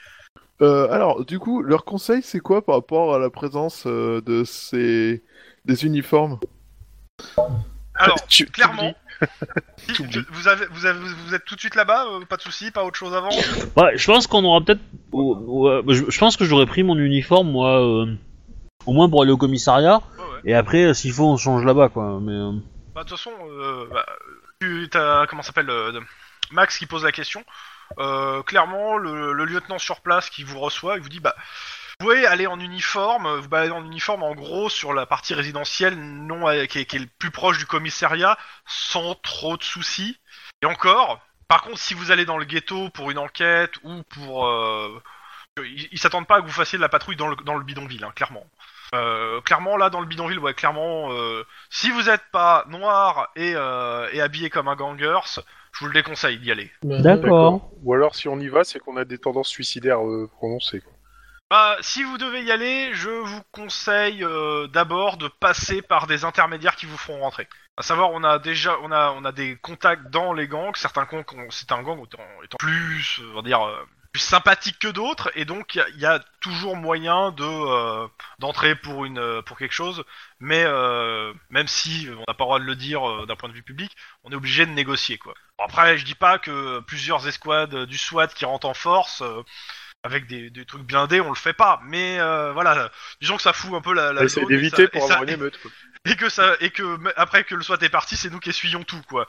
[SPEAKER 5] Euh, alors, du coup, leur conseil, c'est quoi par rapport à la présence euh, de ces des uniformes
[SPEAKER 1] Alors,
[SPEAKER 2] Tu- tu
[SPEAKER 1] clairement.
[SPEAKER 2] oublies.
[SPEAKER 1] si-
[SPEAKER 2] T'oublies.
[SPEAKER 1] vous, avez, vous, avez- vous êtes tout de suite là-bas, euh, pas de soucis, pas autre chose avant.
[SPEAKER 3] Ouais, Bah, je pense qu'on aura peut-être. ou- ou, euh, je, je pense que j'aurais pris mon uniforme, moi, euh, au moins pour aller au commissariat.
[SPEAKER 1] Ouais, ouais.
[SPEAKER 3] Et après, euh, s'il faut, on change là-bas, quoi. Mais euh,
[SPEAKER 1] Bah, de toute façon, euh, bah, tu t'as comment ça s'appelle euh, de- Max qui pose la question. Euh, clairement, le, le lieutenant sur place qui vous reçoit, il vous dit bah vous pouvez aller en uniforme, euh, vous baladez en uniforme en gros sur la partie résidentielle non euh, qui est, qui est le plus proche du commissariat sans trop de soucis. Et encore, par contre, si vous allez dans le ghetto pour une enquête ou pour euh, ils ils s'attendent pas à que vous fassiez de la patrouille dans le, dans le bidonville, hein, clairement. Euh, clairement là dans le bidonville, ouais, clairement euh, si vous n'êtes pas noir et, euh, et habillé comme un gangers, je vous le déconseille d'y aller.
[SPEAKER 4] Bah, euh,
[SPEAKER 3] D'accord.
[SPEAKER 2] Ou alors, si on y va, c'est qu'on a des tendances suicidaires euh, prononcées. quoi.
[SPEAKER 1] Bah, si vous devez y aller, je vous conseille euh, d'abord de passer par des intermédiaires qui vous feront rentrer. À savoir, on a déjà, on a, on a des contacts dans les gangs. Certains gangs, ont- c'est un gang étant, étant plus, euh, on va dire, euh, plus sympathique que d'autres, et donc il y a- il y, a toujours moyen de euh, d'entrer pour une, euh, pour quelque chose. Mais euh, même si on n'a pas le droit de le dire euh, d'un point de vue public, on est obligé de négocier quoi. Bon, après, je dis pas que plusieurs escouades euh, du SWAT qui rentrent en force. euh, avec des, des trucs blindés, on le fait pas. Mais euh, voilà, disons que ça fout un peu la. la
[SPEAKER 2] On essaie
[SPEAKER 1] zone et
[SPEAKER 2] d'éviter
[SPEAKER 1] ça-
[SPEAKER 2] pour
[SPEAKER 1] et ça-
[SPEAKER 2] avoir une émeute. quoi.
[SPEAKER 1] Et que ça, et que m- après que le SWAT est parti, c'est nous qui essuyons tout, quoi.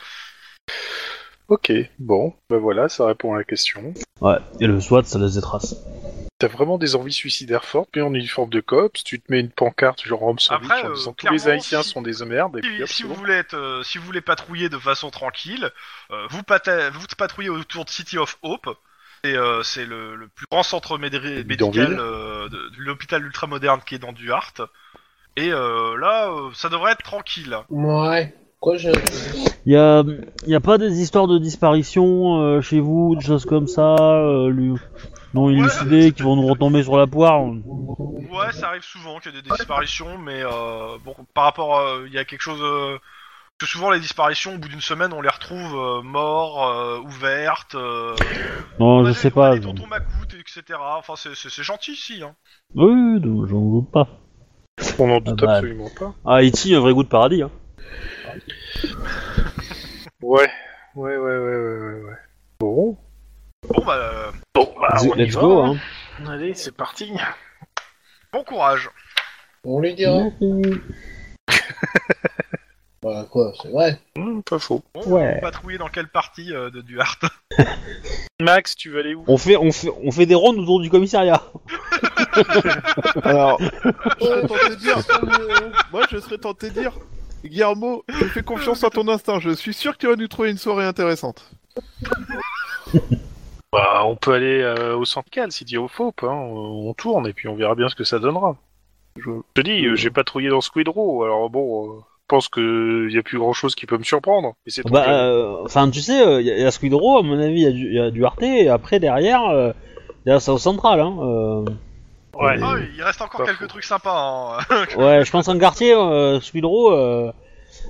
[SPEAKER 2] Ok, bon, bah voilà, ça répond à la question.
[SPEAKER 3] Ouais, et le SWAT, ça laisse des traces.
[SPEAKER 2] T'as vraiment des envies suicidaires fortes, puis en uniforme de cops, tu te mets une pancarte genre homme sandwich
[SPEAKER 1] Après,
[SPEAKER 2] en
[SPEAKER 1] euh,
[SPEAKER 2] disant tous
[SPEAKER 1] clairement,
[SPEAKER 2] les Haïtiens
[SPEAKER 1] si-
[SPEAKER 2] sont des merdes, et puis
[SPEAKER 1] Si,
[SPEAKER 2] hop,
[SPEAKER 1] si
[SPEAKER 2] c'est
[SPEAKER 1] vous
[SPEAKER 2] bon.
[SPEAKER 1] voulez être, euh, si vous voulez patrouiller de façon tranquille, euh, vous, pata- vous patrouillez autour de City of Hope. C'est euh, c'est le, le plus grand centre médri-
[SPEAKER 2] Bidonville.
[SPEAKER 1] médical euh, de, de l'hôpital ultramoderne qui est dans Duarte. Et euh, là, euh, ça devrait être tranquille.
[SPEAKER 4] Ouais. Quoi, je.
[SPEAKER 3] Y a, y a pas des histoires de disparition euh, chez vous, des choses comme ça, euh, lu- non élucidées, qui vont nous retomber sur la poire
[SPEAKER 1] Ouais, ça arrive souvent qu'il y ait des disparitions, mais euh, bon, par rapport, à- il y a quelque chose euh, que souvent les disparitions, au bout d'une semaine, on les retrouve euh, morts, euh, ouvertes. euh,
[SPEAKER 3] Non,
[SPEAKER 1] on a
[SPEAKER 3] je
[SPEAKER 1] des-
[SPEAKER 3] sais
[SPEAKER 1] on a
[SPEAKER 3] pas.
[SPEAKER 1] des tontons macoutes, etc. Enfin, c'est- c'est c'est gentil ici. Hein.
[SPEAKER 3] Oui, oui, donc, j'en doute pas.
[SPEAKER 2] On n'en doute
[SPEAKER 3] Ah bah.
[SPEAKER 2] absolument pas.
[SPEAKER 3] Ah, Haïti, un vrai goût de paradis. Hein.
[SPEAKER 2] Ouais, ouais, ouais, ouais, ouais, ouais. ouais. Bon,
[SPEAKER 1] Bon bah, euh,
[SPEAKER 2] bon, bah, on y
[SPEAKER 3] Let's
[SPEAKER 2] va.
[SPEAKER 3] go. Hein.
[SPEAKER 2] Allez, c'est parti.
[SPEAKER 1] bon courage.
[SPEAKER 4] On lui
[SPEAKER 3] Mm.
[SPEAKER 4] dira. Voilà, Bah, quoi, c'est vrai.
[SPEAKER 2] Hum, pas faux.
[SPEAKER 1] Bon,
[SPEAKER 3] Ouais.
[SPEAKER 1] vous patrouillez dans quelle partie euh, de Duarte
[SPEAKER 2] Max, tu vas aller où
[SPEAKER 3] On fait, on fait, on fait des rondes autour du commissariat.
[SPEAKER 5] Alors, je serais tenté de dire, moi, je serais tenté de dire, Guillermo, je fais confiance à ton instinct. Je suis sûr que tu vas nous trouver une soirée intéressante.
[SPEAKER 2] Bah, on peut aller euh, au centre cal, si dit au faux, hein. on on tourne et puis on verra bien ce que ça donnera. Je je te dis, euh, j'ai patrouillé dans Squid Row, alors bon, euh, je pense qu'il n'y a plus grand chose qui peut me surprendre. Mais c'est
[SPEAKER 3] Bah,
[SPEAKER 2] trop jeune.
[SPEAKER 3] euh, enfin, tu sais, il y, a- y a Squid Row, à mon avis, il y, a du- y a Duarte, et après, derrière, euh, il y a South Central. Hein, euh.
[SPEAKER 2] Ouais.
[SPEAKER 1] Ah, Il reste encore
[SPEAKER 2] Pas
[SPEAKER 1] quelques
[SPEAKER 2] faux.
[SPEAKER 1] trucs sympas. hein.
[SPEAKER 3] Ouais, je pense en quartier, euh, Squid Row, euh,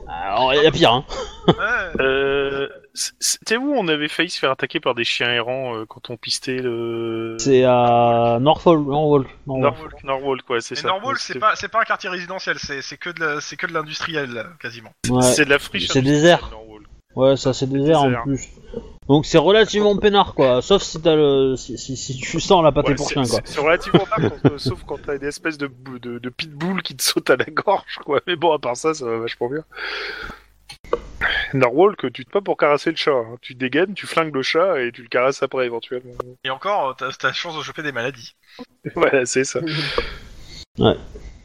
[SPEAKER 3] alors, il y a pire. Hein.
[SPEAKER 1] Ouais.
[SPEAKER 2] Euh, c- C'était où on avait failli se faire attaquer par des chiens errants euh, quand on pistait le.
[SPEAKER 3] C'est à Norfolk. Norwalk. Norwalk.
[SPEAKER 2] Norwalk, Norwalk, ouais, c'est
[SPEAKER 1] Et
[SPEAKER 2] ça.
[SPEAKER 1] Norwalk, c'est pas, c'est pas un quartier résidentiel, c'est c'est que de la- c'est que de l'industriel quasiment.
[SPEAKER 3] Ouais.
[SPEAKER 2] C'est de la friche.
[SPEAKER 3] C'est
[SPEAKER 2] industrielle,
[SPEAKER 3] désert.
[SPEAKER 2] Norwalk.
[SPEAKER 3] Ouais, ça c'est désert en
[SPEAKER 2] Désert.
[SPEAKER 3] plus. Donc c'est relativement peinard, quoi. Sauf si, t'as le... si, si, si tu sens la pâté
[SPEAKER 2] Ouais,
[SPEAKER 3] pour
[SPEAKER 2] c'est-
[SPEAKER 3] chien, quoi.
[SPEAKER 2] c'est- C'est relativement pas, quand- euh, sauf quand t'as des espèces de, bou- de, de pitbull qui te sautent à la gorge, quoi. Mais bon, à part ça, ça va vachement bien. Narwhal, tu te pas pour carasser le chat. hein. Tu dégaines, tu flingues le chat et tu le caresses après, éventuellement.
[SPEAKER 1] Et encore, euh, t'as t'as chance de choper des maladies.
[SPEAKER 2] voilà, c'est ça.
[SPEAKER 3] Ouais.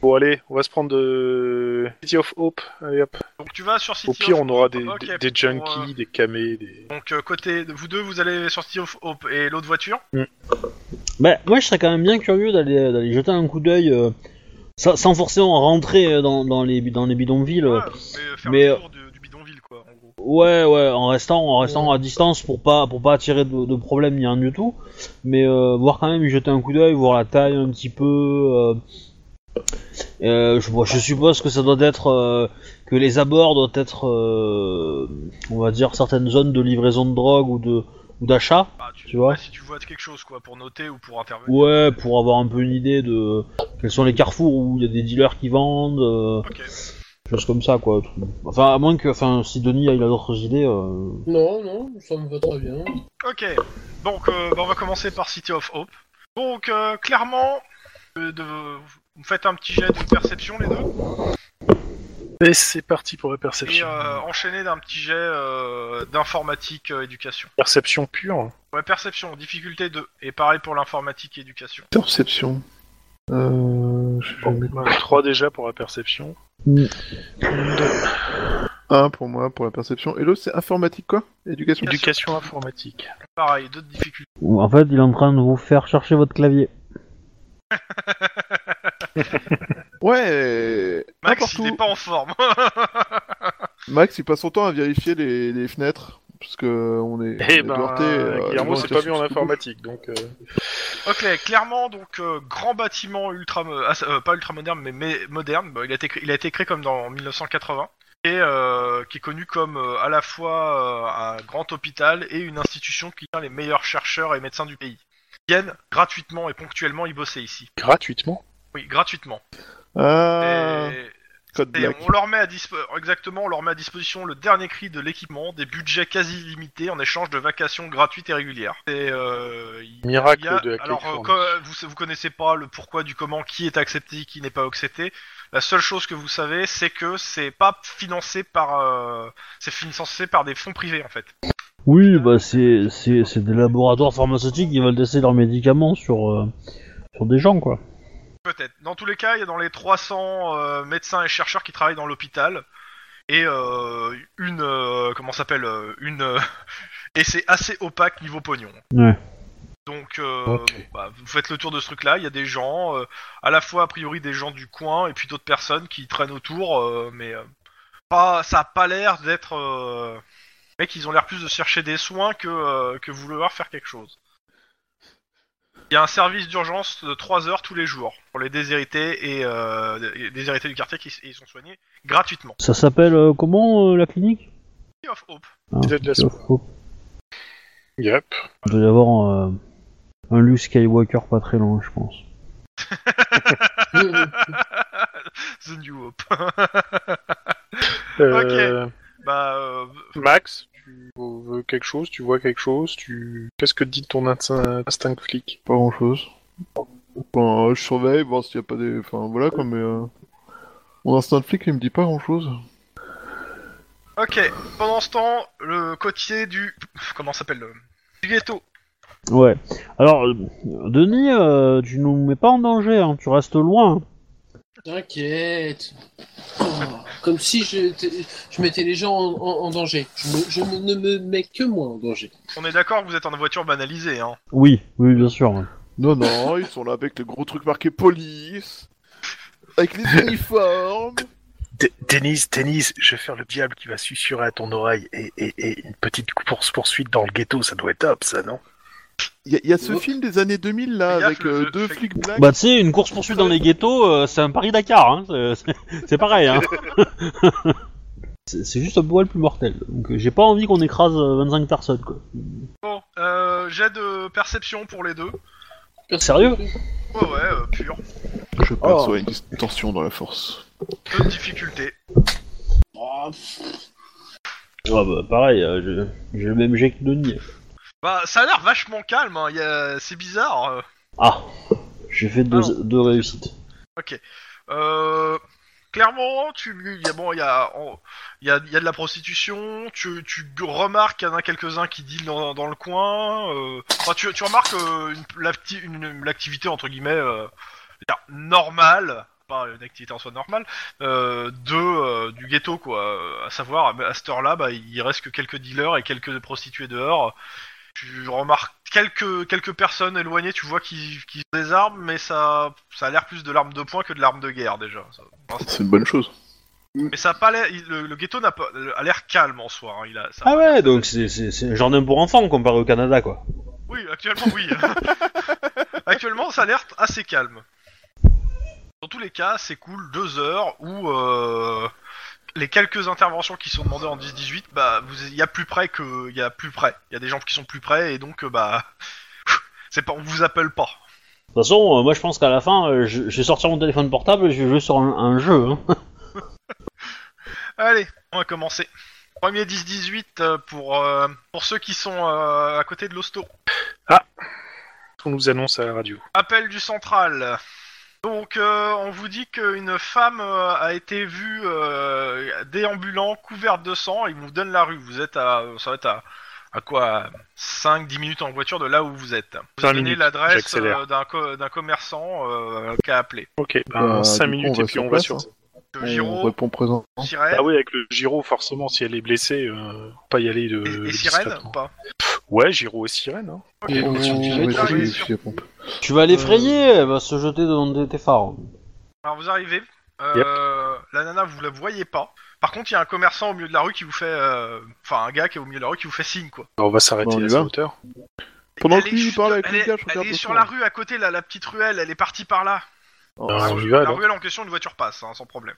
[SPEAKER 2] Bon, allez, on va se prendre de City of Hope. Allez, hop.
[SPEAKER 1] Donc tu vas sur City
[SPEAKER 2] Au pire,
[SPEAKER 1] of-
[SPEAKER 2] on aura des,
[SPEAKER 1] Ok,
[SPEAKER 2] des, des
[SPEAKER 1] pour, euh,
[SPEAKER 2] junkies, des camés, des...
[SPEAKER 1] Donc euh, côté vous deux, vous allez sur City of Hope et l'autre voiture.
[SPEAKER 3] Bah, moi, je serais quand même bien curieux d'aller d'aller jeter un coup d'œil, euh, sans, sans forcément rentrer euh, dans, dans, les, dans les bidonvilles. euh.
[SPEAKER 1] Ouais, mais faire
[SPEAKER 3] mais,
[SPEAKER 1] le
[SPEAKER 3] euh,
[SPEAKER 1] tour du, du bidonville quoi. En gros.
[SPEAKER 3] Ouais, ouais, en restant, en restant à distance pour pas, pour pas attirer de, de problème ni rien du tout. Mais euh, voir quand même, y jeter un coup d'œil, voir la taille un petit peu. euh, euh, je, bon, je suppose que ça doit être. euh, que les abords doivent être. euh, on va dire certaines zones de livraison de drogue ou de ou d'achat.
[SPEAKER 1] Ah, tu,
[SPEAKER 3] tu vois.
[SPEAKER 1] ouais, si tu vois quelque chose quoi pour noter ou pour intervenir.
[SPEAKER 3] Ouais, pour avoir un peu une idée de quels sont les carrefours où il y a des dealers qui vendent, euh,
[SPEAKER 1] Ok.
[SPEAKER 3] choses comme ça quoi. Enfin, à moins que, enfin, si Denis il a d'autres idées. euh,
[SPEAKER 4] Non, non, ça me va très bien.
[SPEAKER 1] Ok, donc euh, bah, on va commencer par City of Hope. Donc euh, clairement, euh, de- vous me faites un petit jet de perception les deux,
[SPEAKER 2] Et c'est parti pour la
[SPEAKER 1] et
[SPEAKER 2] perception.
[SPEAKER 1] euh, enchaîner d'un petit jet euh, d'informatique euh, éducation.
[SPEAKER 2] Perception pure.
[SPEAKER 1] Ouais, perception, difficulté 2, et pareil pour l'informatique et éducation.
[SPEAKER 5] Perception. Euh, je
[SPEAKER 2] Bon,
[SPEAKER 5] vais
[SPEAKER 2] 3 déjà pour la perception.
[SPEAKER 5] Un pour moi, pour la perception. Et l'autre, c'est informatique, quoi Éducation.
[SPEAKER 2] Éducation informatique.
[SPEAKER 1] Pareil, deux difficultés.
[SPEAKER 3] Ou En fait, il est en train de vous faire chercher votre clavier.
[SPEAKER 5] Ouais
[SPEAKER 1] Max,
[SPEAKER 5] N'importe
[SPEAKER 1] il
[SPEAKER 5] où.
[SPEAKER 1] n'est pas en forme.
[SPEAKER 5] Max, il passe son temps à vérifier les, les fenêtres. Parce que on est, on
[SPEAKER 2] Eh
[SPEAKER 5] est
[SPEAKER 2] ben,
[SPEAKER 5] heurté, euh,
[SPEAKER 2] Guillermo
[SPEAKER 5] devant
[SPEAKER 2] s'est
[SPEAKER 5] une
[SPEAKER 2] pas mis en
[SPEAKER 5] question-
[SPEAKER 2] informatique, donc... euh,
[SPEAKER 1] ok, clairement, donc euh, grand bâtiment ultra... mo- ah, euh, pas ultra moderne, mais, mais moderne. Bah, il, a été cré- il a été créé comme dans en 1980. Et euh, qui est connu comme euh, à la fois euh, un grand hôpital et une institution qui tient les meilleurs chercheurs et médecins du pays. Ils viennent gratuitement et ponctuellement y bosser ici.
[SPEAKER 2] Gratuitement
[SPEAKER 1] Oui, gratuitement.
[SPEAKER 5] Ah,
[SPEAKER 1] Et-
[SPEAKER 5] code
[SPEAKER 1] Et
[SPEAKER 5] black.
[SPEAKER 1] on leur met à dispo- exactement, on leur met à disposition le dernier cri de l'équipement, des budgets quasi limités en échange de vacations gratuites et régulières. Et, euh, il-
[SPEAKER 2] Miracle
[SPEAKER 1] il y a-
[SPEAKER 2] de la
[SPEAKER 1] alors euh,
[SPEAKER 2] Californie.
[SPEAKER 1] co- vous vous connaissez pas le pourquoi du comment, qui est accepté, qui n'est pas accepté. La seule chose que vous savez, c'est que c'est pas financé par, euh, c'est financé par des fonds privés en fait.
[SPEAKER 3] Oui, bah c'est c'est- c'est des laboratoires pharmaceutiques qui veulent tester leurs médicaments sur, euh, sur des gens, quoi.
[SPEAKER 1] Peut-être. Dans tous les cas, il y a dans les 300 euh, médecins et chercheurs qui travaillent dans l'hôpital. Et euh, une. euh, comment ça s'appelle euh, Une. euh, et c'est assez opaque niveau pognon.
[SPEAKER 3] Ouais.
[SPEAKER 1] Donc, euh,
[SPEAKER 2] Ok.
[SPEAKER 1] bon, bah, vous faites le tour de ce truc-là. Il y a des gens, euh, à la fois a priori des gens du coin et puis d'autres personnes qui traînent autour, euh, mais euh, pas, ça a pas l'air d'être. Euh... Mec, ils ont l'air plus de chercher des soins que, euh, que vouloir faire quelque chose. Il y a un service d'urgence de 3 heures tous les jours pour les déshérités et euh, les déshérités du quartier qui s- ils sont soignés gratuitement.
[SPEAKER 3] Ça s'appelle euh, comment euh, la clinique
[SPEAKER 1] City of Hope.
[SPEAKER 3] Ah,
[SPEAKER 2] Il a de la
[SPEAKER 3] City of Hope.
[SPEAKER 2] Yep.
[SPEAKER 3] Il doit y avoir euh, un Luke Skywalker pas très loin, je pense.
[SPEAKER 1] The New Hope.
[SPEAKER 2] Euh,
[SPEAKER 1] bah, euh,
[SPEAKER 2] Max, tu veux quelque chose, tu vois quelque chose, tu... Qu'est-ce que te dit ton instinct, instinct de flic
[SPEAKER 5] Pas grand chose. Enfin, euh, je surveille, voir s'il y a pas des. Enfin, voilà quoi, mais. euh, Mon instinct de flic, il me dit pas grand chose.
[SPEAKER 1] ok, pendant ce temps, le côtier du. Comment ça s'appelle le... Du ghetto.
[SPEAKER 3] Ouais. Alors, euh, Denis, euh, tu nous mets pas en danger, hein, tu restes loin.
[SPEAKER 4] T'inquiète. Oh, comme si je, t'ai- je mettais les gens en, en- en danger. Je, me- je me- ne me mets que moi en danger.
[SPEAKER 1] On est d'accord que vous êtes en voiture banalisée, hein.
[SPEAKER 3] Oui, oui, bien sûr.
[SPEAKER 5] Non, non, ils sont là avec les gros trucs marqués police, avec les uniformes.
[SPEAKER 2] Denise, Denise, je vais faire le diable qui va susurrer à ton oreille et, une petite course-poursuite dans le ghetto, ça doit être top, ça, non
[SPEAKER 5] Il y, a- il y a ce
[SPEAKER 4] Oh.
[SPEAKER 5] film des années 2000 là,
[SPEAKER 1] Fais gaffe,
[SPEAKER 5] avec euh,
[SPEAKER 1] le-
[SPEAKER 5] deux
[SPEAKER 1] fais-
[SPEAKER 5] flics blacks.
[SPEAKER 3] Bah, tu sais, une course-poursuite dans les ghettos, euh, c'est un Paris-Dakar, hein. c'est- c'est- c'est pareil. Hein. c'est c'est juste un poil plus mortel. Donc, euh, j'ai pas envie qu'on écrase euh, 25 personnes, quoi.
[SPEAKER 1] Bon, euh, jet de perception pour les deux.
[SPEAKER 3] Sérieux
[SPEAKER 1] Ouais, ouais, euh, pur.
[SPEAKER 5] Je perçois une distorsion dans la force.
[SPEAKER 4] Ah,
[SPEAKER 1] Peu de difficulté.
[SPEAKER 4] Oh, pff.
[SPEAKER 3] Ah bah, pareil, euh, je- j'ai le même jet que Denis.
[SPEAKER 1] Bah, ça a l'air vachement calme, hein, y a- c'est bizarre. euh.
[SPEAKER 3] Ah J'ai fait deux,
[SPEAKER 1] Ah
[SPEAKER 3] deux réussites.
[SPEAKER 1] Euh, clairement, tu, y a, bon, il y a, en- y a- y a de la prostitution, tu, tu remarques qu'il y en a quelques-uns qui dealent dans, dans le coin. euh, Enfin, tu, tu remarques euh, une- l'acti- une- l'activité, entre guillemets, euh, c'est-à-dire normale, pas une activité en soi normale, euh, de, euh, du ghetto, quoi. Euh, À savoir, à cette heure-là, bah, il reste que quelques dealers et quelques prostituées dehors. Tu remarques quelques, quelques personnes éloignées, tu vois, qui, qui ont des armes, mais ça, ça a l'air plus de l'arme de poing que de l'arme de guerre, déjà. Ça- enfin, c'est-
[SPEAKER 5] C'est une bonne chose.
[SPEAKER 1] mais ça a pas l'air- il- le, le ghetto n'a pas, a l'air calme en soi. hein, il a, ça-
[SPEAKER 3] Ah ouais, donc c'est- c'est c'est un jardin pour enfants comparé au Canada, quoi.
[SPEAKER 1] Oui, actuellement, oui. actuellement, ça a l'air assez calme. Dans tous les cas, c'est cool, deux heures où euh, les quelques interventions qui sont demandées en 10-18, bah, vous- il y a plus près que, il y a plus près. Il y a des gens qui sont plus près et donc, euh, bah, c'est pas, on vous appelle pas.
[SPEAKER 3] De toute façon, euh, moi je pense qu'à la fin, euh, je, je vais sortir mon téléphone portable et je vais jouer sur un, un jeu. hein.
[SPEAKER 1] Allez, on va commencer. Premier 10-18 euh, pour, euh, pour ceux qui sont euh, à côté de l'hosto.
[SPEAKER 2] On nous annonce à la radio.
[SPEAKER 1] Appel du central. Donc, euh, on vous dit qu'une femme euh, a été vue euh, déambulant, couverte de sang. Ils vous donnent la rue. Vous êtes à, ça va être à, à quoi 5-10 minutes en voiture de là où vous êtes. Vous
[SPEAKER 2] Cinq
[SPEAKER 1] donnez
[SPEAKER 2] minutes,
[SPEAKER 1] l'adresse
[SPEAKER 2] j'accélère.
[SPEAKER 1] euh, d'un co- d'un commerçant euh, qui a appelé.
[SPEAKER 2] Ok,
[SPEAKER 5] Bah,
[SPEAKER 2] ben, 5
[SPEAKER 5] du coup,
[SPEAKER 2] minutes et
[SPEAKER 5] on va
[SPEAKER 2] puis
[SPEAKER 5] sur
[SPEAKER 2] on va
[SPEAKER 5] place,
[SPEAKER 2] sur.
[SPEAKER 5] hein.
[SPEAKER 1] Que
[SPEAKER 5] On
[SPEAKER 1] Giro,
[SPEAKER 5] répond présent.
[SPEAKER 1] Sirène,
[SPEAKER 2] Ah oui, avec le Giro, forcément, si elle est blessée, euh, pas y aller de.
[SPEAKER 1] et- et,
[SPEAKER 2] de
[SPEAKER 1] Sirène
[SPEAKER 2] discrètement.
[SPEAKER 1] ou pas
[SPEAKER 2] Ouais, Giro et Sirène. Hein.
[SPEAKER 4] Et
[SPEAKER 5] On
[SPEAKER 4] on-
[SPEAKER 5] va sur- on va
[SPEAKER 4] on-
[SPEAKER 5] chercher
[SPEAKER 1] oui,
[SPEAKER 5] les
[SPEAKER 1] sûr.
[SPEAKER 5] fusils à pompe.
[SPEAKER 3] Tu vas l'effrayer, elle va se jeter devant tes- tes phares.
[SPEAKER 1] Alors, vous arrivez. Euh, La nana, vous la voyez pas. Par contre, il y a un commerçant au milieu de la rue qui vous fait. euh, Enfin, un gars qui est au milieu de la rue qui vous fait signe, quoi.
[SPEAKER 2] On va s'arrêter
[SPEAKER 5] Bah, on y
[SPEAKER 2] à sa
[SPEAKER 5] va.
[SPEAKER 2] hauteur.
[SPEAKER 5] Pendant
[SPEAKER 1] Elle
[SPEAKER 5] que
[SPEAKER 1] est
[SPEAKER 5] lui il
[SPEAKER 1] juste-
[SPEAKER 5] parle avec
[SPEAKER 1] elle
[SPEAKER 5] le
[SPEAKER 1] est-
[SPEAKER 5] gars, je regarde
[SPEAKER 1] Elle est
[SPEAKER 5] le
[SPEAKER 1] sur
[SPEAKER 5] son.
[SPEAKER 1] la rue à côté, là, la petite ruelle, elle est partie par là.
[SPEAKER 5] Oh,
[SPEAKER 2] Ah, on y va,
[SPEAKER 1] la
[SPEAKER 2] alors.
[SPEAKER 1] ruelle en question, une voiture passe, hein, sans problème.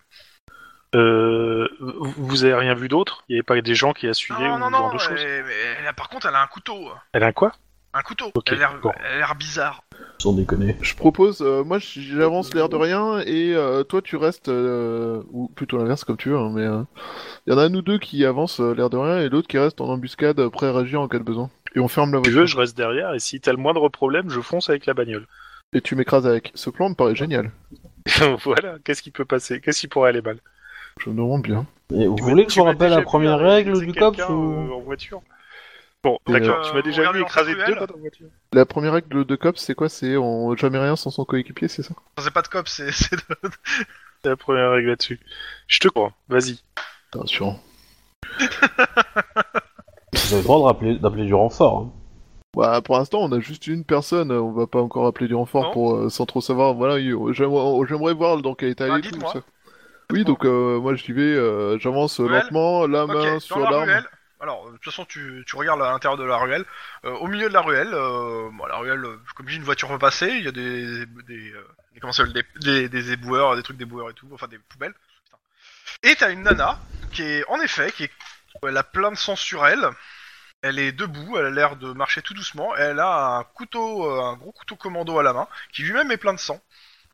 [SPEAKER 2] Euh, vous vous avez rien vu d'autre Il n'y avait pas des gens qui la suivaient
[SPEAKER 1] Non,
[SPEAKER 2] ou
[SPEAKER 1] non,
[SPEAKER 2] ce
[SPEAKER 1] non,
[SPEAKER 2] genre de choses
[SPEAKER 1] elle- mais elle a- par contre, elle a un couteau.
[SPEAKER 2] Elle a un quoi
[SPEAKER 1] Un couteau.
[SPEAKER 2] Ok,
[SPEAKER 1] elle a l'air-
[SPEAKER 2] bon.
[SPEAKER 1] elle a l'air bizarre.
[SPEAKER 3] Sans déconner.
[SPEAKER 5] Je propose, euh, moi j'avance l'air de rien et euh, toi tu restes, euh, ou plutôt l'inverse comme tu veux, hein, mais il y en a un ou deux qui avancent euh, l'air de rien et l'autre qui reste en embuscade euh, prêt à réagir en cas de besoin. Et on ferme la
[SPEAKER 2] Tu
[SPEAKER 5] voiture.
[SPEAKER 2] veux, je reste derrière et si t'as le moindre problème, je fonce avec la bagnole.
[SPEAKER 5] Et tu m'écrases avec. Ce plan me paraît génial.
[SPEAKER 2] voilà, qu'est-ce qui peut passer Qu'est-ce qui pourrait aller mal
[SPEAKER 5] Je me demande bien.
[SPEAKER 3] Et vous voulez que je vous rappelle la première règle du COPS ou...
[SPEAKER 2] En voiture Bon,
[SPEAKER 5] Et,
[SPEAKER 2] d'accord,
[SPEAKER 1] euh,
[SPEAKER 2] tu m'as déjà
[SPEAKER 1] regarde
[SPEAKER 2] vu
[SPEAKER 1] dans
[SPEAKER 2] écraser
[SPEAKER 1] cette
[SPEAKER 2] deux
[SPEAKER 1] ruelle.
[SPEAKER 2] dans la voiture.
[SPEAKER 5] La première règle de COPS c'est quoi C'est on... jamais rien sans son coéquipier, c'est ça
[SPEAKER 1] Enfin, c'est pas de cop, c'est c'est de...
[SPEAKER 2] C'est la première règle là-dessus. Je te crois, vas-y.
[SPEAKER 5] T'es rassurant.
[SPEAKER 3] Vous avez le droit de rappeler- d'appeler du renfort. hein.
[SPEAKER 5] Bah, pour l'instant on a juste une personne, euh, on va pas encore appeler du renfort
[SPEAKER 1] Non.
[SPEAKER 5] pour, euh, sans trop savoir. Voilà, il- euh, j'aimerais j'aimerais voir dans quel état
[SPEAKER 1] Bah,
[SPEAKER 5] il est, tout
[SPEAKER 1] dites-moi.
[SPEAKER 5] ça. Oui, donc euh, moi j'y vais, euh, j'avance
[SPEAKER 1] Ruelle.
[SPEAKER 5] lentement, la
[SPEAKER 1] Ok,
[SPEAKER 5] main
[SPEAKER 1] dans
[SPEAKER 5] sur
[SPEAKER 1] la
[SPEAKER 5] l'arme.
[SPEAKER 1] ruelle. Alors, euh, de toute façon, tu, tu regardes à l'intérieur de la ruelle. Euh, au milieu de la ruelle, euh, bon, la ruelle, euh, comme je dis, une voiture peut passer. Il y a des, des, euh, des- comment ça s'appelle, des, des- des éboueurs, des trucs d'éboueurs et tout, enfin des poubelles. Putain. Et t'as une nana qui est, en effet, qui est, elle a plein de sang sur elle. Elle est debout, elle a l'air de marcher tout doucement. Elle a un couteau, euh, un gros couteau commando à la main, qui lui-même est plein de sang.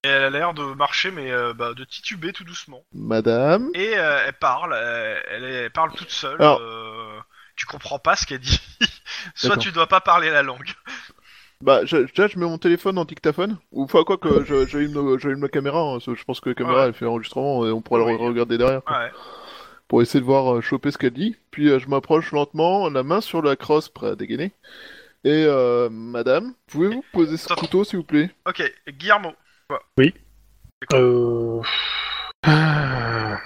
[SPEAKER 1] Et elle a l'air de marcher, mais euh, bah, de tituber tout doucement.
[SPEAKER 5] Madame,
[SPEAKER 1] Et euh, elle parle, euh, elle, elle parle toute seule.
[SPEAKER 5] Alors-
[SPEAKER 1] euh, tu comprends pas ce qu'elle dit. Soit
[SPEAKER 5] D'accord.
[SPEAKER 1] tu dois pas parler la langue.
[SPEAKER 5] bah je, déjà je mets mon téléphone en dictaphone, ou enfin quoi que je- j'allume j'allume la caméra, hein, parce que je pense que la caméra
[SPEAKER 1] Ouais.
[SPEAKER 5] elle fait enregistrement et on pourra
[SPEAKER 1] Oui.
[SPEAKER 5] le re- regarder derrière quoi,
[SPEAKER 1] Ouais.
[SPEAKER 5] pour essayer de voir euh, choper ce qu'elle dit. Puis euh, je m'approche lentement, la main sur la crosse prêt à dégainer. Et euh, madame, pouvez-vous poser ce
[SPEAKER 1] Attends.
[SPEAKER 5] couteau s'il vous plaît
[SPEAKER 1] Ok, Guillermo.
[SPEAKER 2] Euh...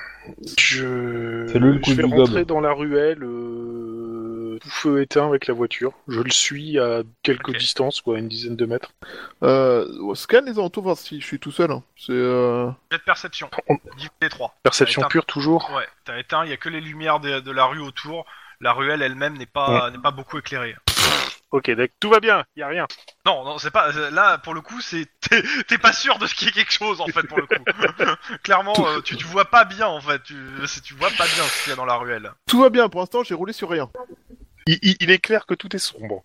[SPEAKER 2] Je...
[SPEAKER 3] Fais-le le coup
[SPEAKER 2] je vais
[SPEAKER 3] du gobe.
[SPEAKER 2] rentrer dans la ruelle, euh... tout feu éteint avec la voiture. Je le suis à quelques
[SPEAKER 1] Ok.
[SPEAKER 2] distances, quoi, une dizaine de mètres.
[SPEAKER 5] euh, Scan les alentours voir si je suis tout seul. hein. C'est euh...
[SPEAKER 1] Jet de perception. Divisé 3.
[SPEAKER 2] Perception
[SPEAKER 1] Éteint.
[SPEAKER 2] pure toujours.
[SPEAKER 1] Ouais, t'as éteint, il y a que les lumières de, de la rue autour. La ruelle elle-même n'est pas, n'est pas beaucoup éclairée.
[SPEAKER 2] Ok, d'accord, tout va bien, y a rien.
[SPEAKER 1] Non, non, c'est pas. Là, pour le coup, c'est t'es t'es pas sûr de ce qu'il y ait quelque chose en fait pour le coup. Clairement, euh, tu, tu vois pas bien en fait. Tu, c'est- tu vois pas bien ce qu'il y a dans la ruelle.
[SPEAKER 5] Tout va bien, pour l'instant j'ai roulé sur rien.
[SPEAKER 2] Il, il- il est clair que tout est sombre.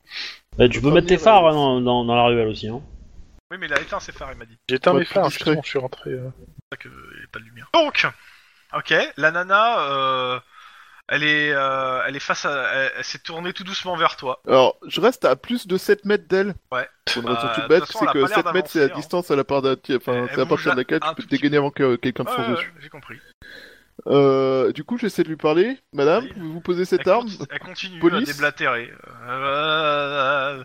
[SPEAKER 3] Eh, tu peux mettre tes
[SPEAKER 1] euh,
[SPEAKER 3] phares hein, dans, dans- dans la ruelle aussi. Hein.
[SPEAKER 1] Oui, mais il a éteint ses phares, il m'a dit.
[SPEAKER 2] J'éteins
[SPEAKER 5] Ouais,
[SPEAKER 2] mes
[SPEAKER 5] tout
[SPEAKER 2] phares,
[SPEAKER 5] discret.
[SPEAKER 2] justement, je suis rentré. euh.
[SPEAKER 1] pour ça que y a pas de lumière. Donc, ok, la nana, euh, Elle est, euh, elle est face à, elle, elle s'est tournée tout doucement vers toi.
[SPEAKER 5] Alors, je reste à plus de 7 mètres d'elle.
[SPEAKER 1] Ouais.
[SPEAKER 5] Pour une
[SPEAKER 1] Bah,
[SPEAKER 5] raison
[SPEAKER 1] de
[SPEAKER 5] toute
[SPEAKER 1] toute
[SPEAKER 5] bête,
[SPEAKER 1] façon,
[SPEAKER 5] c'est
[SPEAKER 1] elle a
[SPEAKER 5] que
[SPEAKER 1] pas l'air
[SPEAKER 5] 7 mètres, c'est la
[SPEAKER 1] d'avancer, hein.
[SPEAKER 5] distance à la part d'un- enfin,
[SPEAKER 1] Elle- elle
[SPEAKER 5] c'est à partir
[SPEAKER 1] bouge
[SPEAKER 5] de laquelle
[SPEAKER 1] un
[SPEAKER 5] tu peux
[SPEAKER 1] tout
[SPEAKER 5] te
[SPEAKER 1] petit
[SPEAKER 5] dégainer avant que euh, quelqu'un me
[SPEAKER 1] Ouais,
[SPEAKER 5] fonce
[SPEAKER 1] ouais,
[SPEAKER 5] dessus.
[SPEAKER 1] j'ai compris.
[SPEAKER 5] Euh, du coup, j'essaie de lui parler. Madame,
[SPEAKER 1] Allez.
[SPEAKER 5] vous posez cette
[SPEAKER 1] elle,
[SPEAKER 5] arme
[SPEAKER 1] conti- elle continue
[SPEAKER 5] Police.
[SPEAKER 1] à déblatérer. Euh,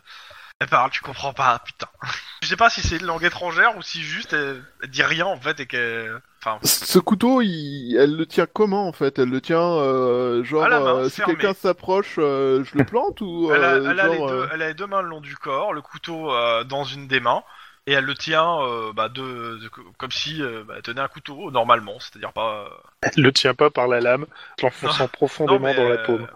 [SPEAKER 1] elle parle, tu comprends pas, putain. Je sais pas si c'est une langue étrangère ou si juste elle, elle dit rien en fait et qu'elle. Enfin,
[SPEAKER 5] Ce couteau, il- elle le tient comment en fait Elle le tient euh, genre
[SPEAKER 1] À la main,
[SPEAKER 5] euh, si
[SPEAKER 1] fermée.
[SPEAKER 5] quelqu'un s'approche, euh, je le plante ou
[SPEAKER 1] elle a,
[SPEAKER 5] euh,
[SPEAKER 1] elle a les
[SPEAKER 5] genre,
[SPEAKER 1] deux,
[SPEAKER 5] euh,
[SPEAKER 1] elle a les deux mains le long du corps, le couteau euh, dans une des mains. Et elle le tient euh, bah, de, de- comme si euh, bah, elle tenait un couteau normalement, c'est-à-dire pas. euh,
[SPEAKER 2] Le tient pas par la lame, l'enfonçant profondément
[SPEAKER 1] mais,
[SPEAKER 2] dans la
[SPEAKER 1] euh,
[SPEAKER 2] paume.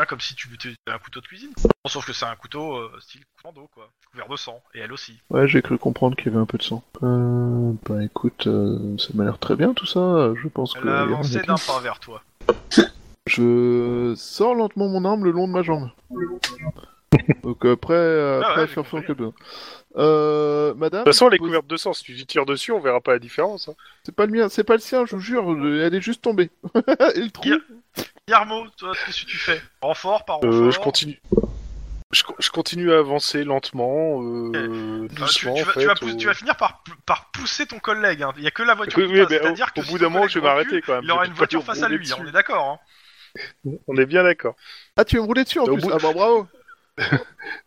[SPEAKER 1] c'est comme si tu butais un couteau de cuisine. Sauf que c'est un couteau euh, style commando, quoi. Couvert de sang. Et elle aussi.
[SPEAKER 5] Ouais, j'ai cru comprendre qu'il y avait un peu de sang. Euh, bah écoute, euh, ça m'a l'air très bien tout ça. Je pense que
[SPEAKER 1] Elle a avancé d'un pas vers toi.
[SPEAKER 5] je sors lentement mon arme le long de ma jambe. Donc après, euh,
[SPEAKER 1] Ah ouais,
[SPEAKER 5] après
[SPEAKER 1] j'ai
[SPEAKER 5] faire
[SPEAKER 1] compris.
[SPEAKER 5] ce que bien. Euh, madame,
[SPEAKER 2] De toute façon, elle est
[SPEAKER 5] vous-
[SPEAKER 2] couverte de sang. Si tu y tires dessus, on verra pas la différence. hein.
[SPEAKER 5] c'est pas le mien, c'est pas le sien, je vous jure. le- Elle est juste tombée. Et le trou.
[SPEAKER 1] Guilla- Yarmo, toi, qu'est-ce que tu fais Renfort par renfort
[SPEAKER 2] Euh, je continue. Je, co- je continue à avancer lentement, euh,
[SPEAKER 1] Euh, tu,
[SPEAKER 2] doucement
[SPEAKER 1] tu vas,
[SPEAKER 2] en fait.
[SPEAKER 1] tu vas pousser-
[SPEAKER 2] au-
[SPEAKER 1] tu vas finir par, par pousser ton collègue. hein. Il y a que la voiture.
[SPEAKER 2] Oui,
[SPEAKER 1] qui
[SPEAKER 2] oui,
[SPEAKER 1] passe,
[SPEAKER 2] mais au,
[SPEAKER 1] c'est-à-dire que
[SPEAKER 2] au
[SPEAKER 1] si
[SPEAKER 2] bout
[SPEAKER 1] ton
[SPEAKER 2] d'un moment,
[SPEAKER 1] collègue
[SPEAKER 2] je vais
[SPEAKER 1] recule,
[SPEAKER 2] m'arrêter quand même.
[SPEAKER 1] Il aura
[SPEAKER 2] Je
[SPEAKER 1] une
[SPEAKER 2] vais pas lui
[SPEAKER 1] voiture face à
[SPEAKER 2] rouler
[SPEAKER 1] lui,
[SPEAKER 2] dessus.
[SPEAKER 1] on est d'accord. Hein.
[SPEAKER 2] On est bien d'accord.
[SPEAKER 5] Ah, tu veux me rouler dessus en
[SPEAKER 2] Au
[SPEAKER 5] plus.
[SPEAKER 2] bout-
[SPEAKER 5] Ah bah bravo.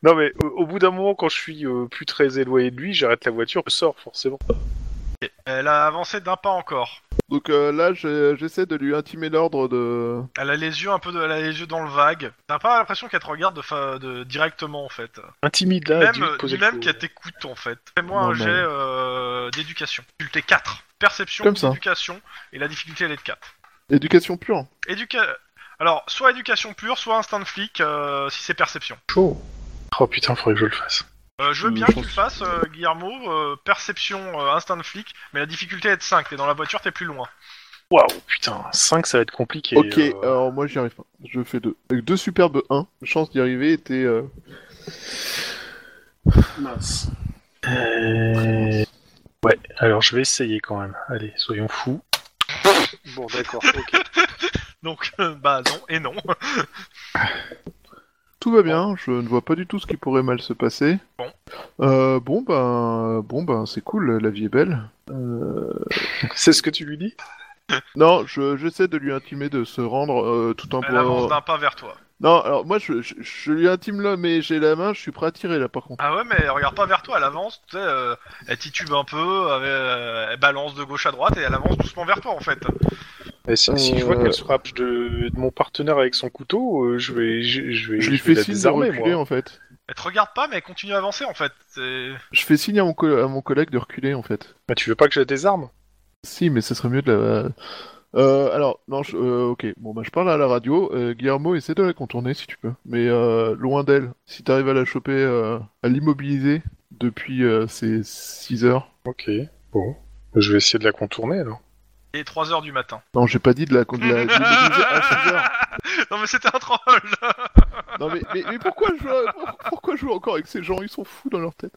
[SPEAKER 2] Non mais au, au bout d'un moment, quand je suis euh, plus très éloigné de lui, j'arrête la voiture, je sors forcément.
[SPEAKER 1] Ok. Elle a avancé d'un pas encore.
[SPEAKER 5] Donc euh, là, j'ai- j'essaie de lui intimer l'ordre de.
[SPEAKER 1] Elle a les yeux un peu, de- elle a les yeux dans le vague. T'as pas l'impression qu'elle te regarde de fa- de- directement en fait.
[SPEAKER 2] Intimide
[SPEAKER 5] Ah,
[SPEAKER 2] là,
[SPEAKER 1] Même,
[SPEAKER 2] dis-lui de poser
[SPEAKER 1] ni
[SPEAKER 2] le
[SPEAKER 1] même
[SPEAKER 2] couteau.
[SPEAKER 1] qu'elle t'écoute en fait. Fais-moi un
[SPEAKER 5] Normal.
[SPEAKER 1] jet euh, d'éducation. Difficulté 4. Perception,
[SPEAKER 5] Comme ça.
[SPEAKER 1] éducation, et la difficulté elle est de 4.
[SPEAKER 5] Éducation pure.
[SPEAKER 1] Éduca... Alors, soit éducation pure, soit instinct de flic, euh, si c'est perception.
[SPEAKER 3] Chaud.
[SPEAKER 2] Oh putain, faudrait que je le fasse.
[SPEAKER 1] Euh, je veux
[SPEAKER 5] Euh,
[SPEAKER 1] bien
[SPEAKER 5] je
[SPEAKER 1] que tu le
[SPEAKER 5] pense-
[SPEAKER 1] fasses, euh, Guillermo, euh, perception, euh, instinct de flic, mais la difficulté est de 5, t'es dans la voiture, t'es plus loin.
[SPEAKER 2] Waouh, putain, 5 ça va être compliqué.
[SPEAKER 5] ok,
[SPEAKER 2] euh,
[SPEAKER 5] alors moi j'y arrive pas. Je fais deux. Avec deux superbes 1, chance d'y arriver était. euh,
[SPEAKER 4] Mince.
[SPEAKER 2] euh, Ouais, alors je vais essayer quand même. Allez, soyons fous. Bon, d'accord, ok.
[SPEAKER 1] Donc, euh, bah non, et non.
[SPEAKER 5] Ah Tout va bien, je ne vois pas du tout ce qui pourrait mal se passer.
[SPEAKER 1] Bon.
[SPEAKER 5] Euh, bon ben, bon ben, c'est cool, la vie est belle. Euh,
[SPEAKER 2] C'est ce que tu lui dis
[SPEAKER 5] Non, je- j'essaie de lui intimer de se rendre euh, tout en
[SPEAKER 1] Elle avance
[SPEAKER 5] pouvant.
[SPEAKER 1] d'un pas vers toi.
[SPEAKER 5] Non, alors moi je, je- je lui intime là, mais j'ai la main, je suis prêt à tirer là par contre.
[SPEAKER 1] Ah ouais, mais elle regarde pas vers toi, elle avance, tu sais, euh, elle titube un peu, euh, elle balance de gauche à droite, et elle avance doucement vers toi en fait.
[SPEAKER 2] Eh, Si, si je vois
[SPEAKER 5] Euh,
[SPEAKER 2] qu'elle se frappe de, de mon partenaire avec son couteau, euh, je vais, je, je vais,
[SPEAKER 5] Je lui
[SPEAKER 2] vais
[SPEAKER 5] fais
[SPEAKER 2] la
[SPEAKER 5] signe de
[SPEAKER 2] désarmer,
[SPEAKER 5] reculer
[SPEAKER 2] moi.
[SPEAKER 5] en fait.
[SPEAKER 1] Elle te regarde pas, mais elle continue à avancer en fait. C'est-
[SPEAKER 5] Je fais signe à mon, co- à mon collègue de reculer en fait.
[SPEAKER 2] Bah, tu veux pas que je la désarme
[SPEAKER 5] Si, mais ce serait mieux de la. Euh, alors, non, je- euh, ok, bon, bah, je parle à la radio. Euh, Guillermo, essaie de la contourner si tu peux. Mais euh, loin d'elle, si t'arrives à la choper, euh, à l'immobiliser depuis euh, ces 6 heures.
[SPEAKER 2] Ok, bon. Je vais essayer de la contourner alors.
[SPEAKER 1] Il est 3h du matin.
[SPEAKER 5] Non, j'ai pas dit de la con- de la- de l'immobiliser à 6 heures.
[SPEAKER 1] non mais c'était un troll
[SPEAKER 5] Non, mais, mais, mais pourquoi, je, pour- pourquoi jouer encore avec ces gens Ils sont fous dans leur tête.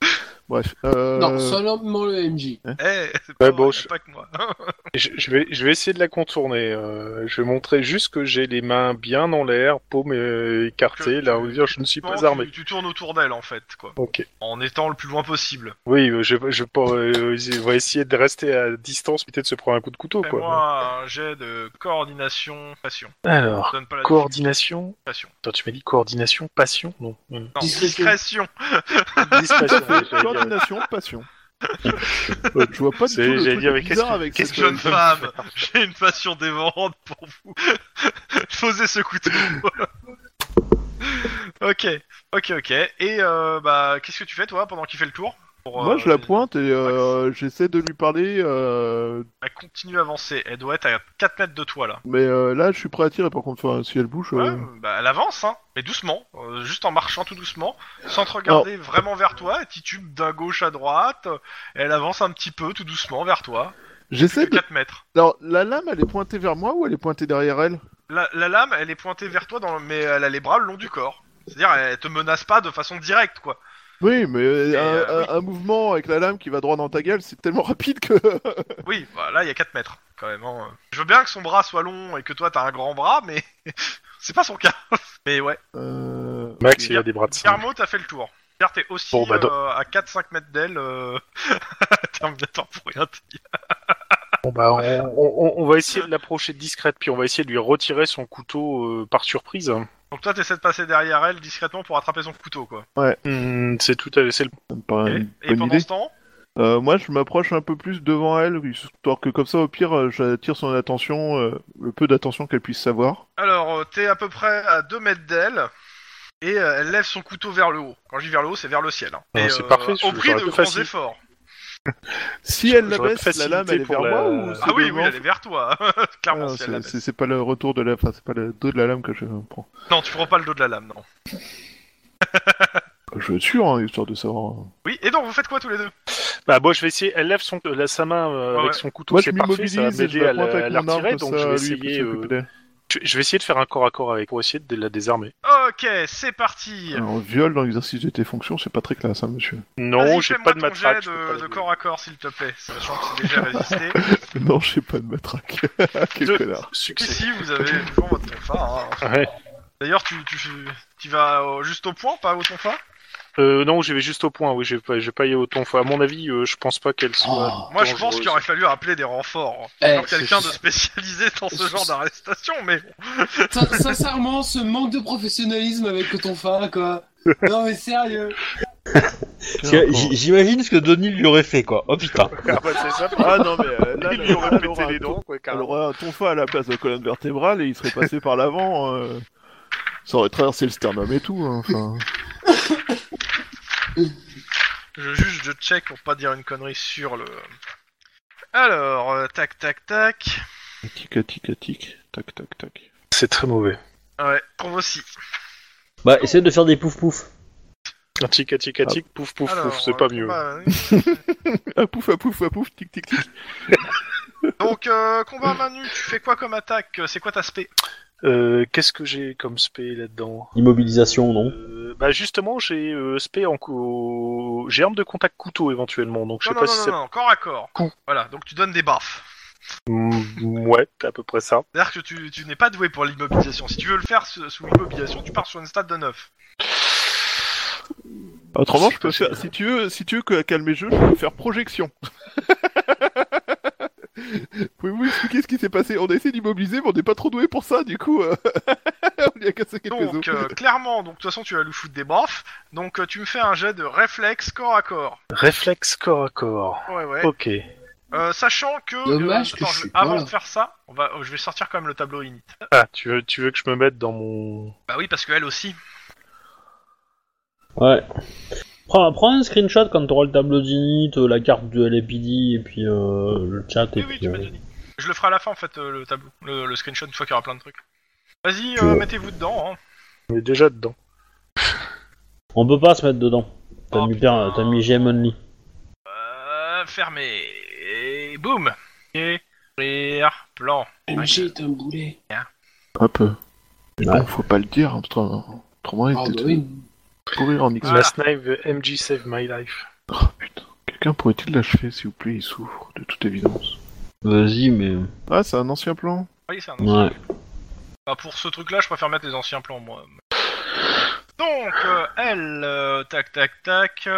[SPEAKER 5] Bref. Euh...
[SPEAKER 4] Non, seulement le MJ.
[SPEAKER 1] Eh, c'est pas,
[SPEAKER 2] Ouais,
[SPEAKER 1] vrai,
[SPEAKER 2] bon,
[SPEAKER 1] c'est
[SPEAKER 2] je-
[SPEAKER 1] pas que moi.
[SPEAKER 2] Je, je vais, je vais essayer de la contourner. euh, je vais montrer juste que j'ai les mains bien en l'air, paume euh, écartée,
[SPEAKER 1] Que-
[SPEAKER 2] là où dire je ne suis
[SPEAKER 1] Non,
[SPEAKER 2] pas armé.
[SPEAKER 1] Tu, tu tournes autour d'elle en fait, quoi.
[SPEAKER 2] Ok.
[SPEAKER 1] En étant le plus loin possible.
[SPEAKER 2] Oui, euh, je, je, peux, euh, je vais essayer de rester à distance, peut-être se prendre un coup de couteau,
[SPEAKER 1] Fais-moi
[SPEAKER 2] Oh, quoi.
[SPEAKER 1] un jet de coordination passion.
[SPEAKER 2] Alors,
[SPEAKER 1] Donne pas la
[SPEAKER 2] coordination.
[SPEAKER 1] Passion.
[SPEAKER 2] Attends, tu m'as dit coordination, passion Non. non.
[SPEAKER 1] Non,
[SPEAKER 4] Discrétion.
[SPEAKER 1] discrétion.
[SPEAKER 2] Dispassion,
[SPEAKER 5] Tout à fait,
[SPEAKER 2] j'allais dire.
[SPEAKER 5] coordination, passion. Euh, je vois pas du tout
[SPEAKER 2] C'est-
[SPEAKER 5] le
[SPEAKER 2] j'allais
[SPEAKER 5] truc
[SPEAKER 2] dire, mais qu'est-ce
[SPEAKER 5] bizarre
[SPEAKER 2] que-
[SPEAKER 5] avec
[SPEAKER 2] qu'est-ce
[SPEAKER 5] cette... euh,
[SPEAKER 2] que-
[SPEAKER 1] Jeune femme, j'ai une passion dévorante pour vous. Posez ce couteau. ok, ok, ok. Et euh, bah, qu'est-ce que tu fais toi pendant qu'il fait le tour Pour, euh,
[SPEAKER 5] Moi, je la pointe et euh, j'essaie de lui parler euh,
[SPEAKER 1] Elle continue à avancer. Elle doit être à 4 mètres de toi là.
[SPEAKER 5] Mais euh, là, je suis prêt à tirer, par contre, enfin, si elle bouge. euh,
[SPEAKER 1] Ouais, bah, elle avance, hein, mais doucement, euh, juste en marchant tout doucement, sans te regarder vraiment vers toi. Elle titube d'un gauche à droite. euh, Elle avance un petit peu tout doucement vers toi.
[SPEAKER 5] J'essaie
[SPEAKER 1] Plus que
[SPEAKER 5] de.
[SPEAKER 1] 4 mètres.
[SPEAKER 5] Alors, la lame, elle est pointée vers moi ou elle est pointée derrière elle
[SPEAKER 1] La, la lame, elle est pointée vers toi, dans le- mais elle a les bras le long du corps. C'est-à-dire, elle te menace pas de façon directe, quoi.
[SPEAKER 5] Oui, mais euh,
[SPEAKER 1] Et,
[SPEAKER 5] un,
[SPEAKER 1] euh,
[SPEAKER 5] un- un mouvement avec la lame qui va droit dans ta gueule, c'est tellement rapide que.
[SPEAKER 1] Oui, bah, là, il y a 4 mètres, quand même. hein. Je veux bien que son bras soit long et que toi, t'as un grand bras, mais c'est pas son cas. Mais ouais,
[SPEAKER 5] Euh,
[SPEAKER 2] Max, il a des bras de singe.
[SPEAKER 1] Carmo, t'as fait le tour. Car t'es aussi
[SPEAKER 2] Bon, bah, donc-
[SPEAKER 1] euh, à 4-5 mètres d'elle, euh... Terminator pour rien.
[SPEAKER 2] Bon, bah, on, on- on- on va essayer de l'approcher discrète, puis on va essayer de lui retirer son couteau euh, par surprise.
[SPEAKER 1] Donc toi, t'essaies de passer derrière elle discrètement pour attraper son couteau, quoi.
[SPEAKER 2] Hmm, c'est tout à c'est le-
[SPEAKER 5] ça me paraît
[SPEAKER 1] Et-
[SPEAKER 5] une
[SPEAKER 1] et
[SPEAKER 5] bonne
[SPEAKER 1] pendant
[SPEAKER 5] idée.
[SPEAKER 1] ce temps,
[SPEAKER 5] Euh, moi, je m'approche un peu plus devant elle, histoire que comme ça, au pire, euh, j'attire son attention, euh, le peu d'attention qu'elle puisse savoir.
[SPEAKER 1] alors, euh, t'es à peu près à 2 mètres d'elle. Et euh, elle lève son couteau vers le haut. Quand je dis vers le haut, c'est vers le ciel. hein.
[SPEAKER 2] Ah,
[SPEAKER 1] Et,
[SPEAKER 2] c'est parfait,
[SPEAKER 1] Au
[SPEAKER 2] je-
[SPEAKER 1] prix
[SPEAKER 2] j'aurais
[SPEAKER 1] de
[SPEAKER 2] tout
[SPEAKER 1] grands
[SPEAKER 2] facile.
[SPEAKER 1] efforts.
[SPEAKER 5] Si elle la
[SPEAKER 2] j'aurais
[SPEAKER 5] baisse, la
[SPEAKER 2] facilité
[SPEAKER 5] lame, elle est vers
[SPEAKER 2] pour
[SPEAKER 5] moi
[SPEAKER 2] la-
[SPEAKER 5] ou c'est
[SPEAKER 1] Ah oui, oui,
[SPEAKER 5] devant
[SPEAKER 1] elle est vers toi. hein. Clairement,
[SPEAKER 5] Ah,
[SPEAKER 1] si elle la
[SPEAKER 5] c'est-
[SPEAKER 1] baisse.
[SPEAKER 5] c'est c'est pas le retour de la, enfin, c'est pas le dos de la lame que je prends.
[SPEAKER 1] Non, tu prends pas le dos de la lame, non.
[SPEAKER 5] Je suis sûr, hein, histoire de savoir. euh.
[SPEAKER 1] Oui, et donc vous faites quoi tous les deux
[SPEAKER 2] Bah, bon, je vais essayer. Elle lève son, la, sa main euh,
[SPEAKER 1] Ouais,
[SPEAKER 2] avec
[SPEAKER 1] ouais.
[SPEAKER 2] son couteau,
[SPEAKER 5] Moi, je
[SPEAKER 2] c'est parfait,
[SPEAKER 5] m'immobilise
[SPEAKER 2] ça va
[SPEAKER 5] et je
[SPEAKER 2] m'aider
[SPEAKER 5] la
[SPEAKER 2] à, la-
[SPEAKER 5] pointe
[SPEAKER 2] à
[SPEAKER 5] avec
[SPEAKER 2] la
[SPEAKER 5] mon arme,
[SPEAKER 2] retirer,
[SPEAKER 5] comme
[SPEAKER 2] donc
[SPEAKER 5] ça,
[SPEAKER 2] je vais,
[SPEAKER 5] lui, il peut
[SPEAKER 2] essayer,
[SPEAKER 5] s'occuper
[SPEAKER 2] euh,
[SPEAKER 5] d'elle.
[SPEAKER 2] je, je vais essayer de faire un corps à corps avec pour essayer de la désarmer.
[SPEAKER 1] Ok, c'est parti.
[SPEAKER 5] Alors, viol dans l'exercice de tes fonctions, c'est pas très classe, hein, monsieur.
[SPEAKER 2] Non,
[SPEAKER 1] Vas-y,
[SPEAKER 2] j'ai
[SPEAKER 1] fais-moi
[SPEAKER 2] pas de
[SPEAKER 1] ton jet
[SPEAKER 2] matraque. je peux
[SPEAKER 1] de,
[SPEAKER 2] pas
[SPEAKER 1] de
[SPEAKER 2] la-
[SPEAKER 1] corps à corps, s'il te plaît, sachant que c'est déjà résisté.
[SPEAKER 5] non, j'ai pas de matraque. Quel
[SPEAKER 2] Deux.
[SPEAKER 5] connard.
[SPEAKER 1] Si,
[SPEAKER 2] Succès.
[SPEAKER 1] si, vous avez toujours votre tonfa. Hein.
[SPEAKER 2] Ouais.
[SPEAKER 1] D'ailleurs, tu, tu, tu vas euh, juste au point, pas au tonfa
[SPEAKER 2] Euh, non, je vais juste au point. Oui, je vais pas, je vais pas y aller au ton. Enfin, à mon avis, euh, je pense pas qu'elle soit.
[SPEAKER 4] Oh.
[SPEAKER 1] Moi, je pense
[SPEAKER 2] Dangereuse.
[SPEAKER 1] qu'il aurait fallu appeler des renforts.
[SPEAKER 4] Eh,
[SPEAKER 1] Alors, quelqu'un de
[SPEAKER 4] c'est-
[SPEAKER 1] spécialisé dans ce genre d'arrestation, mais
[SPEAKER 4] Sin- Sincèrement, ce manque de professionnalisme avec le tonfa, quoi. Non, mais sérieux.
[SPEAKER 3] Parce que j- J'imagine ce que Denis lui aurait fait, quoi. Oh putain.
[SPEAKER 2] Ah, bah, c'est ça.
[SPEAKER 5] Ah non, mais euh, là,
[SPEAKER 2] Il
[SPEAKER 5] là,
[SPEAKER 2] lui aurait
[SPEAKER 5] là,
[SPEAKER 2] pété
[SPEAKER 5] Laura,
[SPEAKER 2] les dents, quoi,
[SPEAKER 5] Elle
[SPEAKER 2] carrément.
[SPEAKER 5] aurait un tonfa à la place de la colonne vertébrale et il serait passé par l'avant. euh, Ça aurait traversé le sternum et tout. hein, Enfin,
[SPEAKER 1] je juge, je check pour pas dire une connerie sur le. Alors, euh, tac, tac, tac.
[SPEAKER 5] tic, tic, tic, tac, tac, tac.
[SPEAKER 2] C'est très mauvais.
[SPEAKER 1] Ah Ouais, trouve aussi.
[SPEAKER 3] Bah, essaye de faire des pouf pouf.
[SPEAKER 2] Tic, tic, tic, pouf, pouf,
[SPEAKER 1] Alors,
[SPEAKER 2] pouf. C'est
[SPEAKER 1] euh,
[SPEAKER 2] pas
[SPEAKER 1] combat,
[SPEAKER 2] mieux.
[SPEAKER 1] euh,
[SPEAKER 5] Ah pouf, ah pouf, ah pouf, tic, tic, tic.
[SPEAKER 1] Donc, euh, combat à main nue, tu fais quoi comme attaque C'est quoi ta spé
[SPEAKER 2] Euh, Qu'est-ce que j'ai comme spé là-dedans
[SPEAKER 3] Immobilisation, non
[SPEAKER 2] Euh, Bah justement, j'ai euh, spé en cou... j'ai arme de contact couteau éventuellement, donc je
[SPEAKER 1] Non, non,
[SPEAKER 2] sais pas
[SPEAKER 1] non,
[SPEAKER 2] si
[SPEAKER 1] non,
[SPEAKER 2] c'est
[SPEAKER 1] non, corps à corps.
[SPEAKER 2] Coup.
[SPEAKER 1] Voilà, donc tu donnes des baffes.
[SPEAKER 2] Mm, ouais, c'est à peu près ça.
[SPEAKER 1] C'est-à-dire que tu, tu n'es pas doué pour l'immobilisation. Si tu veux le faire sous sous l'immobilisation, tu pars sur une stade de 9.
[SPEAKER 5] Autrement, je peux faire. Si tu veux, si tu veux que- calmer le jeu, je peux faire projection. Pouvez-vous expliquer ce qui s'est passé On a essayé d'immobiliser, mais on n'est pas trop doué pour ça, du coup. euh, on y a cassé quelques
[SPEAKER 1] Donc,
[SPEAKER 5] os.
[SPEAKER 1] euh, clairement, donc de toute façon, tu vas lui foutre des baffes. Donc, euh, tu me fais un jet de réflexe corps à corps.
[SPEAKER 2] Réflexe corps à corps.
[SPEAKER 1] Ouais, ouais.
[SPEAKER 2] Ok.
[SPEAKER 1] Euh, sachant que.
[SPEAKER 4] Dommage que
[SPEAKER 1] attends,
[SPEAKER 4] je suis pas
[SPEAKER 1] Avant
[SPEAKER 4] là.
[SPEAKER 1] de faire ça, on va, euh, je vais sortir quand même le tableau init.
[SPEAKER 2] Ah, tu veux, tu veux que je me mette dans mon.
[SPEAKER 1] Bah oui, parce qu'elle aussi.
[SPEAKER 3] Ouais. Prends, prends un screenshot quand t'auras le tableau d'init, euh, la carte de LAPD et puis euh, le chat. Et
[SPEAKER 1] Oui,
[SPEAKER 4] Eh
[SPEAKER 1] oui,
[SPEAKER 3] puis,
[SPEAKER 1] tu m'as
[SPEAKER 3] euh,
[SPEAKER 1] déjà dit. Je le ferai à la fin, en fait, euh, le tableau. Le, le screenshot, une fois qu'il y aura plein de trucs. Vas-y,
[SPEAKER 3] Tu
[SPEAKER 1] euh,
[SPEAKER 3] veux.
[SPEAKER 1] mettez-vous dedans. Hein.
[SPEAKER 2] On est déjà dedans.
[SPEAKER 3] on peut pas se mettre dedans. T'as
[SPEAKER 1] Oh,
[SPEAKER 3] mis, per-
[SPEAKER 1] putain.
[SPEAKER 3] t'as mis GM only.
[SPEAKER 1] Euh, fermé. Et boum. Et rire, plan.
[SPEAKER 4] MJ est un boulet.
[SPEAKER 5] Hop.
[SPEAKER 3] Ouais.
[SPEAKER 5] faut pas le dire, hein, parce que, euh, autrement, il
[SPEAKER 4] Ah, bah
[SPEAKER 5] était
[SPEAKER 4] oui.
[SPEAKER 5] pourrir en X.
[SPEAKER 1] Voilà.
[SPEAKER 2] Last Night, the MG Save My Life.
[SPEAKER 5] Oh, putain. Quelqu'un pourrait-il l'achever, s'il vous plaît Il souffre, de toute évidence.
[SPEAKER 3] Vas-y, mais.
[SPEAKER 5] Ah, c'est un ancien plan.
[SPEAKER 1] Oui, c'est un ancien.
[SPEAKER 3] Ouais.
[SPEAKER 1] Bah, pour ce truc-là, je préfère mettre les anciens plans, moi. Donc, euh, elle, euh, tac, tac, tac.